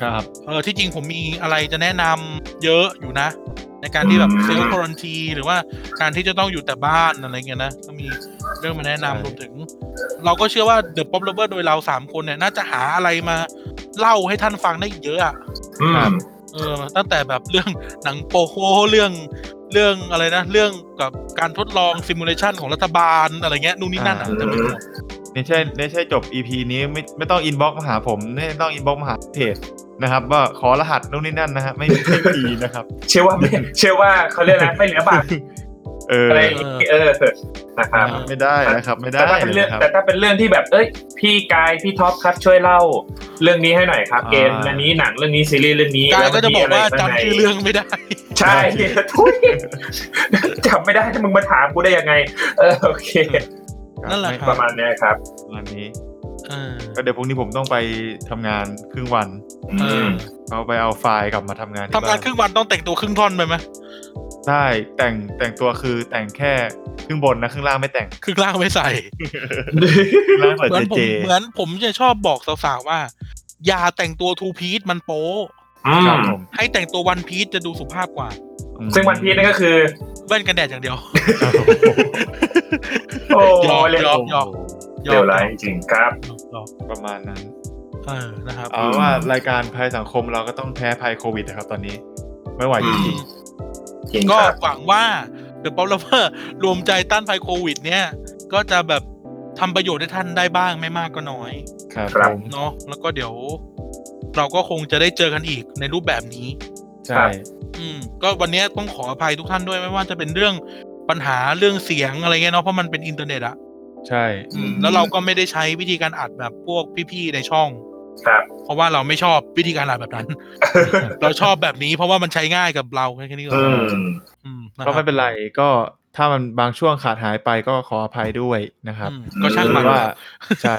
Speaker 5: ครับ
Speaker 2: เออที่จริงผมมีอะไรจะแนะนำเยอะอยู่นะ ในการที่แบบ
Speaker 4: อืม
Speaker 2: เซลล์ควอรันทีหรือว่าการที่จะต้องอยู่แต่บ้านอะไรเงี้ยนะก็มีเรื่องมาแนะนำ
Speaker 5: ใช่
Speaker 2: รวมถึง เราก็เชื่อว่าเดอะป๊อปเลเวอร์โดยเราสามคนเนี่ย น่าจะหาอะไรมาเล่าให้ท่านฟังได้อีกเยอะอะ
Speaker 4: อืม
Speaker 2: เออตั้งแต่แบบเรื่องหนังโปโฮเรื่องเรื่องอะไรนะ เรื่องกับการทดลองซิมูเลชันของรัฐบาลอะไรเงี้ยนู่นนี่นั่นอ่ะ
Speaker 4: อ่า
Speaker 2: เต็มไปหมด
Speaker 5: นี่ใช่นี่ใช่จบ EP นี้ไม่ไม่ต้องอินบ็อกมาหาผมไม่ต้องอินบ็อกมาหาเพจนะครับ ว่าขอรหัสนู่นนี่นั่นนะฮะไม่ไม่มีนะครับ
Speaker 4: เชื่อว่าไม่เชื่อว่าเขาเรียก อะไรไม่เหลือบาป
Speaker 5: เออ
Speaker 4: อะไรอย่างงี้เออนะครับ
Speaker 5: ไม่ได้นะครับ ไม่ได้
Speaker 4: แต่ถ้าเป็
Speaker 5: เล
Speaker 4: นเรื่อย ง
Speaker 5: นะครับ
Speaker 4: แต่ถ้าเป็นเรื่องที่แบบเอ้ยพี่กายพี่ท็อปครับช่วยเล่า เรื่องนี้ให้หน่อยครับ
Speaker 5: อ่า
Speaker 4: เกมเรื่องนี้หนังเรื่องนี้ซีรีส์เรื่องนี้
Speaker 2: กาย
Speaker 4: แล้ว
Speaker 2: ก็
Speaker 4: มัน
Speaker 2: จะ
Speaker 4: มี
Speaker 2: บอกว่า
Speaker 4: ะไรข้ใน
Speaker 2: จำชื่อเรื่องไม่ได้
Speaker 4: ใช่ทุย จำไม่ได้จะมึงมาถามกูได้ยังไง เออโอเค
Speaker 2: นั่นแหละค
Speaker 5: ไม่
Speaker 2: บ
Speaker 4: ประมาณเนี้ยครับ
Speaker 5: ประมาณนี้
Speaker 2: เออ
Speaker 5: ก็เดี๋ยวพรุ่งนี้ผมต้องไปทำงานครึ่งวัน
Speaker 2: เอ
Speaker 4: อื
Speaker 2: อ
Speaker 4: ม
Speaker 5: เอาไปเอาไฟล์กลับมาทำงานที่
Speaker 2: ทำงาน
Speaker 5: บ้
Speaker 2: ครึ่งวันต้องแต่งตัวครึ่งท่อนไปไหม
Speaker 5: ใช่แต่งแต่งตัวคือแต่งแค่ครึ่งบนนะครึ่งล่างไม่ แต่ง
Speaker 2: ครึ่งล่างไม่ใส่
Speaker 5: ครึ่งล่างเปิด
Speaker 2: เหมือนผม
Speaker 5: เจเจ
Speaker 2: เหมือนผมจะชอบบอกสาวๆว่า อย่าแต่งตัวทูพีซมันโป๊ะ
Speaker 4: อื
Speaker 5: ครับ
Speaker 4: ม
Speaker 5: ผม
Speaker 2: ให้แต่งตัววันพีซจะดูสุภาพกว่า
Speaker 4: ซึ่งวันพีชนั่นก็คือ
Speaker 2: แว่นกันแดดอย่างเดียว
Speaker 4: โอ้
Speaker 2: ยอม
Speaker 4: เร็วย
Speaker 2: อมยอมยอม
Speaker 4: เร็วไรายจริงครับ
Speaker 2: ยอม
Speaker 5: ประมาณนั้น
Speaker 2: เออนะครับ
Speaker 5: เอาว่ารายการภัยสังคมเราก็ต้องแพ้ภัยโควิดนะครับตอนนี้ ไม่ไหวจริง
Speaker 4: จริง
Speaker 2: ก็
Speaker 4: ครับ
Speaker 2: หวังว่าเดอะป๊อปเลเวอร์รวมใจต้านภัยโควิด เนี่ย ก็จะแบบทำประโยชน์ให้ท่านได้บ้างไม่มากก็น้อย
Speaker 5: ๆครับ
Speaker 4: ครับ
Speaker 5: ผม
Speaker 2: เนาะแล้วก็เดี๋ยว เราก็คงจะได้เจอกันอีกในรูปแบบนี้
Speaker 5: ใช่
Speaker 2: อืม ก็วันนี้ต้องขออภัยทุกท่านด้วยไม่ว่าจะเป็นเรื่องปัญหาเรื่องเสียงอะไรเงี้ยเนาะเพราะมันเป็นอินเทอร์เน็ตอะ
Speaker 5: ใช่
Speaker 2: อืมแล้วเราก็ไม่ได้ใช้วิธีการอัดแบบพวกพี่ๆในช่อง
Speaker 4: ครับ
Speaker 2: เพราะว่าเราไม่ชอบวิธีการอัดแบบนั้น เราชอบแบบนี้เพราะว่ามันใช้ง่ายกับเราแค่นี้เล
Speaker 4: อื
Speaker 2: ย
Speaker 4: ม
Speaker 2: อืมนะค
Speaker 5: ก็
Speaker 2: รับ
Speaker 5: ไม่เป็นไรก็ถ้ามันบางช่วงขาดหายไปก็ขออภัยด้วยนะครับ
Speaker 2: อืมก็ช่าง
Speaker 5: ห
Speaker 2: มั
Speaker 5: รื
Speaker 2: น
Speaker 5: อว่าใช่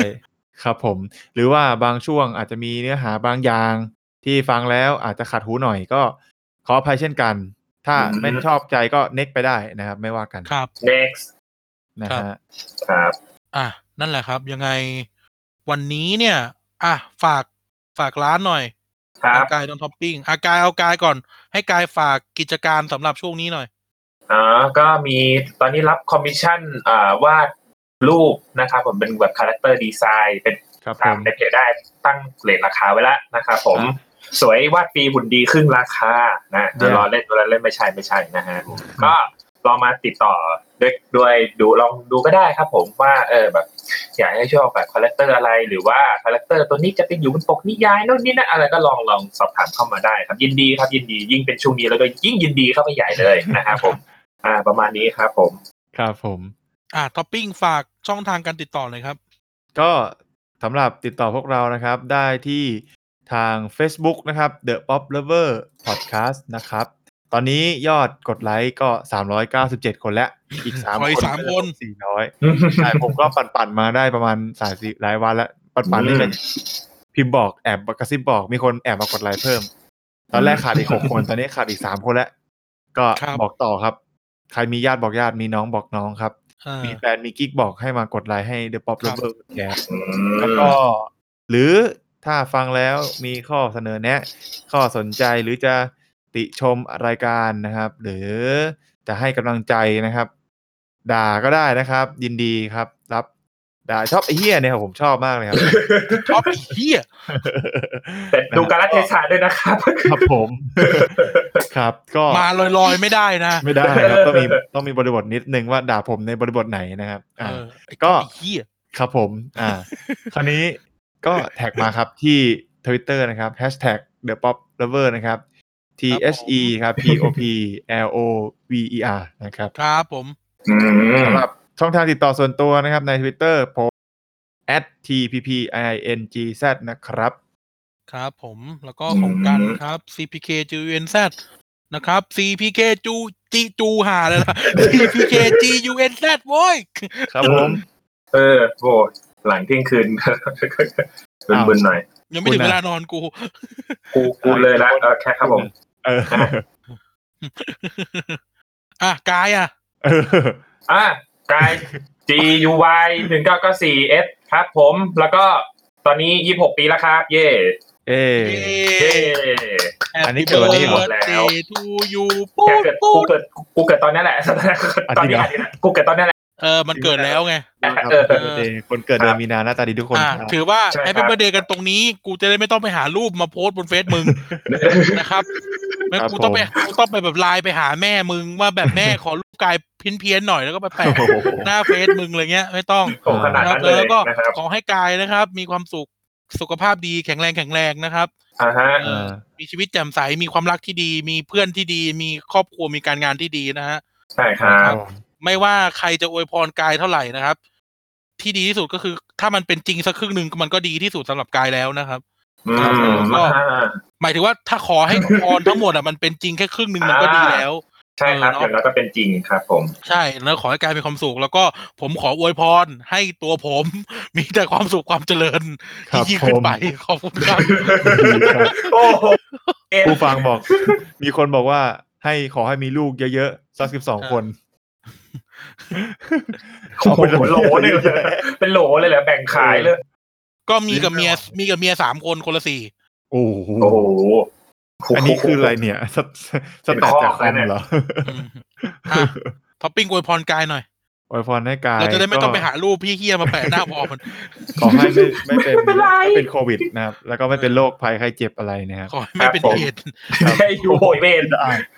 Speaker 5: ครับผม หรือว่าบางช่วงอาจจะมีเนื้อหาบางอย่างที่ฟังแล้วอาจจะขัดหูหน่อยก็ขออภัยเช่นกัน ถ้า
Speaker 4: อืม
Speaker 5: ไม่ชอบใจก็เน็กไปได้นะครับ ไม่ว่ากัน
Speaker 2: ครับ
Speaker 4: next
Speaker 5: นะฮะ
Speaker 4: ครับ
Speaker 2: อ่ะนั่นแหละครับ ยังไงวันนี้เนี่ย อ่ะฝากฝากร้านหน่อย
Speaker 4: ครับ
Speaker 2: อากายดอนท็อปปิ้งอากายเอากายก่อน ให้กายฝากกิจการสำหรับช่วงนี้หน่อย
Speaker 4: อ๋อก็มีตอนนี้รับคอมมิชชั่นอ่าวาดรูปนะครับผมเป็นแบบคาแรคเตอร์ดีไซน์เป็น
Speaker 5: ครับผ
Speaker 4: ตาม
Speaker 5: ม
Speaker 4: ในเพจได้ตั้งเรทราคาไว้แล้วนะครับผม
Speaker 5: ครับ
Speaker 4: สวยวาดปีหุ่นดีครึ่งราคานะเดี๋ยว
Speaker 5: ครับ
Speaker 4: รอเล่นตัวละเล่นไม่ใช่ไม่ใช่นะฮะก็ลองมาติดต่อด้วยด้วยดูลองดูก็ได้ครับผมว่าเออแบบอยากให้ชอบแบบคาแรคเตอร์อะไรหรือว่าคาแรคเตอร์ตัวนี้จะเป็นอยู่บนปกนิยายโน่นนี่นั่นอะไรก็ลองลองสอบถามเข้ามาได้ครับยินดีครับยินดียิ่งเป็นช่วงนี้แล้วก็ยิ่งยินดีเข้าไปใหญ่เลย นะครับผม อ่าประมาณนี้ครับผม
Speaker 5: ครับผม
Speaker 2: อ่ะท็อปปิ้งฝากช่องทางการติดต่อเลยครับ
Speaker 5: ก็สำหรับติดต่อพวกเรานะครับ ได้ที่ทาง Facebook นะครับ The Pop Lover Podcast นะครับ ตอนนี้ยอดกดไลค์ก็ 397 คนแล้ว อีก
Speaker 2: ขอ
Speaker 5: 3
Speaker 2: อี
Speaker 5: ค
Speaker 2: ก
Speaker 5: น
Speaker 2: สามคน
Speaker 5: 400 ใช่ผมก็ปั่นปั่นๆมาได้ประมาณสายสิหลายวันแล้ว ปั่นปั่นๆนี่เป็นพิมพ์บอกแอบกระซิบบอกมีคนแอบมากดไลค์เพิ่ม ตอนแรกขาดอีกหกคน ตอนนี้ขาดอีกสามคนแล้ว ก็
Speaker 2: ครับ
Speaker 5: บอกต่อครับ ใครมีญาติบอกญาติมีน้องบอกน้องครับ
Speaker 2: เออ
Speaker 5: มีแฟนมีกิ๊กบอกให้มากดไลค์ให้เดอะป๊อป
Speaker 2: ครั
Speaker 5: เล
Speaker 2: บ
Speaker 5: เวอร์แคส
Speaker 4: อืม
Speaker 5: แล้วก็ หรือถ้าฟังแล้วมีข้อเสนอแนะ ข้อสนใจหรือจะติชมรายการนะครับ หรือจะให้กำลังใจนะครับ ด่าก็ได้นะครับ ยินดีครับ รับ ได้ชอบไอ้เฮียเนี่ยครับผมชอบมากเลยครับ
Speaker 2: ชอบไอ้เฮีย
Speaker 4: แต่ดูการรัเทศะด้วยนะครับ
Speaker 5: ครับผม ครับก็
Speaker 2: มาลอยๆไม่ได้นะ
Speaker 5: ไม่ได้ครับต้องมีต้องมีบริบทนิดนึงว่าด่าผมในบริบทไหนนะครับอ่า
Speaker 2: เออไอ้
Speaker 5: ก็
Speaker 2: เฮีย
Speaker 5: ครับผม อ่า คราวนี้ก็แท็กมาครับที่ Twitter นะครับ hashtag the pop lover นะครับ T H E ครับ P O P L O V E R นะครับ
Speaker 2: ครับผม
Speaker 4: อืม
Speaker 5: สำหรับช่องทางติดต่อส่วนตัวนะครับใน Twitter ผม at t p p i n g z นะครับ
Speaker 2: ครับผมแล้วก็ของกันครับ CPK จูเอ็นแซนะครับ CPK จูจีจูหาเลยนะ CPK จียูเอ็นแซโว้ย
Speaker 5: ครับผม
Speaker 4: เออโอ้หลังเที่ยงคืน บึนๆหน่อย
Speaker 2: ยังไม่ถึง
Speaker 5: คุณ
Speaker 2: เว
Speaker 5: น่ะ
Speaker 2: ลานอนกู
Speaker 4: กูกูเลยละเออแค่ครับผม
Speaker 5: เออ
Speaker 2: อ่ะ กายอ่ะ
Speaker 5: เออ
Speaker 4: อ่ะกาย G U Y หนึ่งเก้าเก้าสี่เอสครับผม แล้วก็ตอนนี้ยี่หกปีแล้วครับ เย่
Speaker 5: เอ
Speaker 4: เย่
Speaker 5: อันนี้เกิดวันนี้เหรอ
Speaker 4: แล้ว
Speaker 2: ทูยูปุ๊
Speaker 4: แค่
Speaker 2: บ
Speaker 4: เกิดกู
Speaker 2: ปุ๊บ
Speaker 4: เกิดกูเกิดตอนนั้นแหละ ตอนนี้อาจจะกูเกิดตอนนั้นแหละ
Speaker 2: เออ มันเกิดแล้วไง
Speaker 5: ครับ
Speaker 4: เออ
Speaker 5: เออคนเกิดเดือนมีนาหน้าตาดีทุกคน
Speaker 2: อ่ะ
Speaker 5: ครับ
Speaker 2: ถือว่า
Speaker 4: ใช่ครับ
Speaker 2: แฮปปี้เบอร์เดย์กันตรงนี้ กูจะได้ไม่ต้องไปหารูปมาโพสต์บนเฟซ มึง นะครับไม่
Speaker 5: ครับ
Speaker 2: กูต้องไป
Speaker 5: ผม
Speaker 2: กูต้องไปแบบไลน์ไปหาแม่มึงว่าแบบแม่ขอรูปกายเพี้ยนๆหน่อยแล้วก็ไปแปะ
Speaker 5: โอ้โห
Speaker 2: หน้าเฟซมึงอะไรเงี้ย ไม่ต้อง
Speaker 4: โอ้ขนาด
Speaker 2: ครั
Speaker 4: นั้
Speaker 2: บ
Speaker 4: น
Speaker 2: แล้
Speaker 4: เล
Speaker 2: วยก็
Speaker 4: นะครับ
Speaker 2: ขอให้กายนะครับ มีความสุขสุขภาพดีแข็งแรงแข็งแรงนะครับ
Speaker 4: อ่าฮะ
Speaker 2: เออ มีชีวิตแจ่มใสมีความรักที่ดี มีเพื่อนที่ดี มีครอบครัวมีการงานที่ดีนะฮะ
Speaker 4: ใช่ครับ
Speaker 2: ไม่ว่าใครจะอวยพรกายเท่าไหร่นะครับ ที่ดีที่สุดก็คือ ถ้ามันเป็นจริงสักครึ่งหนึ่งมันก็ดีที่สุดสำหรับกายแล้วนะครับ
Speaker 4: อืม
Speaker 2: ก็
Speaker 4: อ่า
Speaker 2: หมายถึงว่าถ้าขอให้พรทั้งหมดอ่ะมันเป็นจริงแค่ครึ่งหนึ่งมันก็ดีแล้ว
Speaker 4: ใช่ครับอย่างนั้นก็เป็นจริงครับผม
Speaker 2: ใช่แล้วขอให้กายมีความสุข แล้วก็ผมขออวยพรให้ตัวผม มีแต่ความสุขความเจริญ
Speaker 5: ครับ
Speaker 2: ยิ่งขึ้
Speaker 5: ผ
Speaker 2: น
Speaker 5: ม
Speaker 2: ไปขอบคุณ ครับ
Speaker 5: ครับ
Speaker 4: โอ้โหเอ๊ะ
Speaker 5: ผู้ฟังบอก มีคนบอกว่าให้ขอให้มีลูกเยอะๆสักสิบสองคน
Speaker 4: โอ้โหโหลหนึ่งเป็นโหลเลยแหละแบ่งขายเลย
Speaker 2: ก็มีกับเมียมีกับเมียสามคนคนละสี่
Speaker 5: โอ้โห
Speaker 4: โอ้โห
Speaker 5: อันนี้คืออะไรเนี่ยสแตสแตทจากคอมเหรอ
Speaker 2: อืมอ่ะท็อปปิ้งอวยพรกายหน่อย
Speaker 5: อวยพรให้กาย
Speaker 2: เราจะได้ไม่ต้องไปหา
Speaker 5: ก็
Speaker 2: รูปพี่เฮียมาแปะหน้าบอกมัน
Speaker 5: ขอให้ไม่ไม่เป็น
Speaker 4: ไม่เป็นไร
Speaker 5: ไม่เป็นโควิดนะครับ แล้วก็ไม่เป็นโรคภัยไข้เจ็บอะไรนะครับ
Speaker 2: ขอให้ไม่เป็น
Speaker 4: ครับผม
Speaker 2: เหตุ
Speaker 4: ใช่ อยู่โหยเวน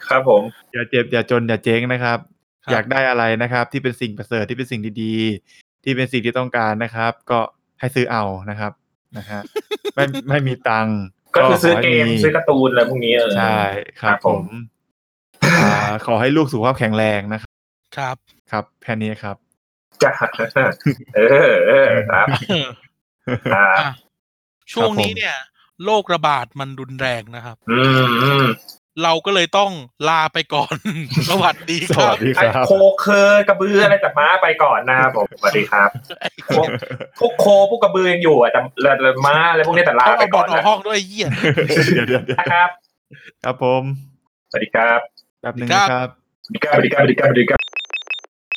Speaker 4: ครับผม
Speaker 5: อย่าเจ็บอย่าจนอย่าเจ๊งนะครับ
Speaker 2: ครับ
Speaker 5: อยากได้อะไรนะครับ ที่เป็นสิ่งประเสริฐที่เป็นสิ่งดีๆ ที่เป็นสิ่งที่ต้องการนะครับ ก็ให้ซื้อเอานะครับนะฮะ ไม่ไม่มีตังค์
Speaker 4: ก็คือซื้อ
Speaker 5: ขให้
Speaker 4: เกมซื้อการ์ตูนอะไรพวกนี้เออ
Speaker 5: ใช่ค
Speaker 4: ครั
Speaker 5: รับบ ผ
Speaker 4: ผม ม
Speaker 5: อ่าขอให้ลูกสุขภาพแข็งแรงนะครับ
Speaker 2: ครับ
Speaker 5: ครับแค่นี้ครับ
Speaker 4: จ้ะ เออเออครับครับ
Speaker 2: อ่ะช่วงนี้
Speaker 5: ผม
Speaker 2: เนี่ยโรคระบาดมันรุนแรงนะครับ
Speaker 4: อืมอืม
Speaker 2: เราก็เลยต้องลาไปก่อน สวัสดีค
Speaker 5: ส
Speaker 2: รั
Speaker 5: วั
Speaker 2: บ
Speaker 5: สดีค
Speaker 4: ไอ้
Speaker 5: รับ
Speaker 4: โคเคอกระบืออะไรแต่ม้าไปก่อนนะครับผมสวัสดีครับ พวกพวกโคพวกกระบือยังอยู่อ่ะแต่แต่แต่ม้าอะไรพวกนี้แต่ลา
Speaker 2: เขา
Speaker 4: ไป
Speaker 2: เอาบ
Speaker 4: ก่
Speaker 2: อ
Speaker 4: อ
Speaker 2: ล
Speaker 4: น
Speaker 2: ออก
Speaker 4: นะ
Speaker 2: ห้องด้วยไอ้เหี้ย
Speaker 5: เดี๋ยวเดี๋ยวเดี๋ยว
Speaker 4: นะครับ
Speaker 5: ครับผม
Speaker 4: สวัสดีครับ
Speaker 5: แป๊บหนึ่งนะครับ
Speaker 4: สวัสดีครับสวัสดีครับสวัสดีครับสวัสดีครับ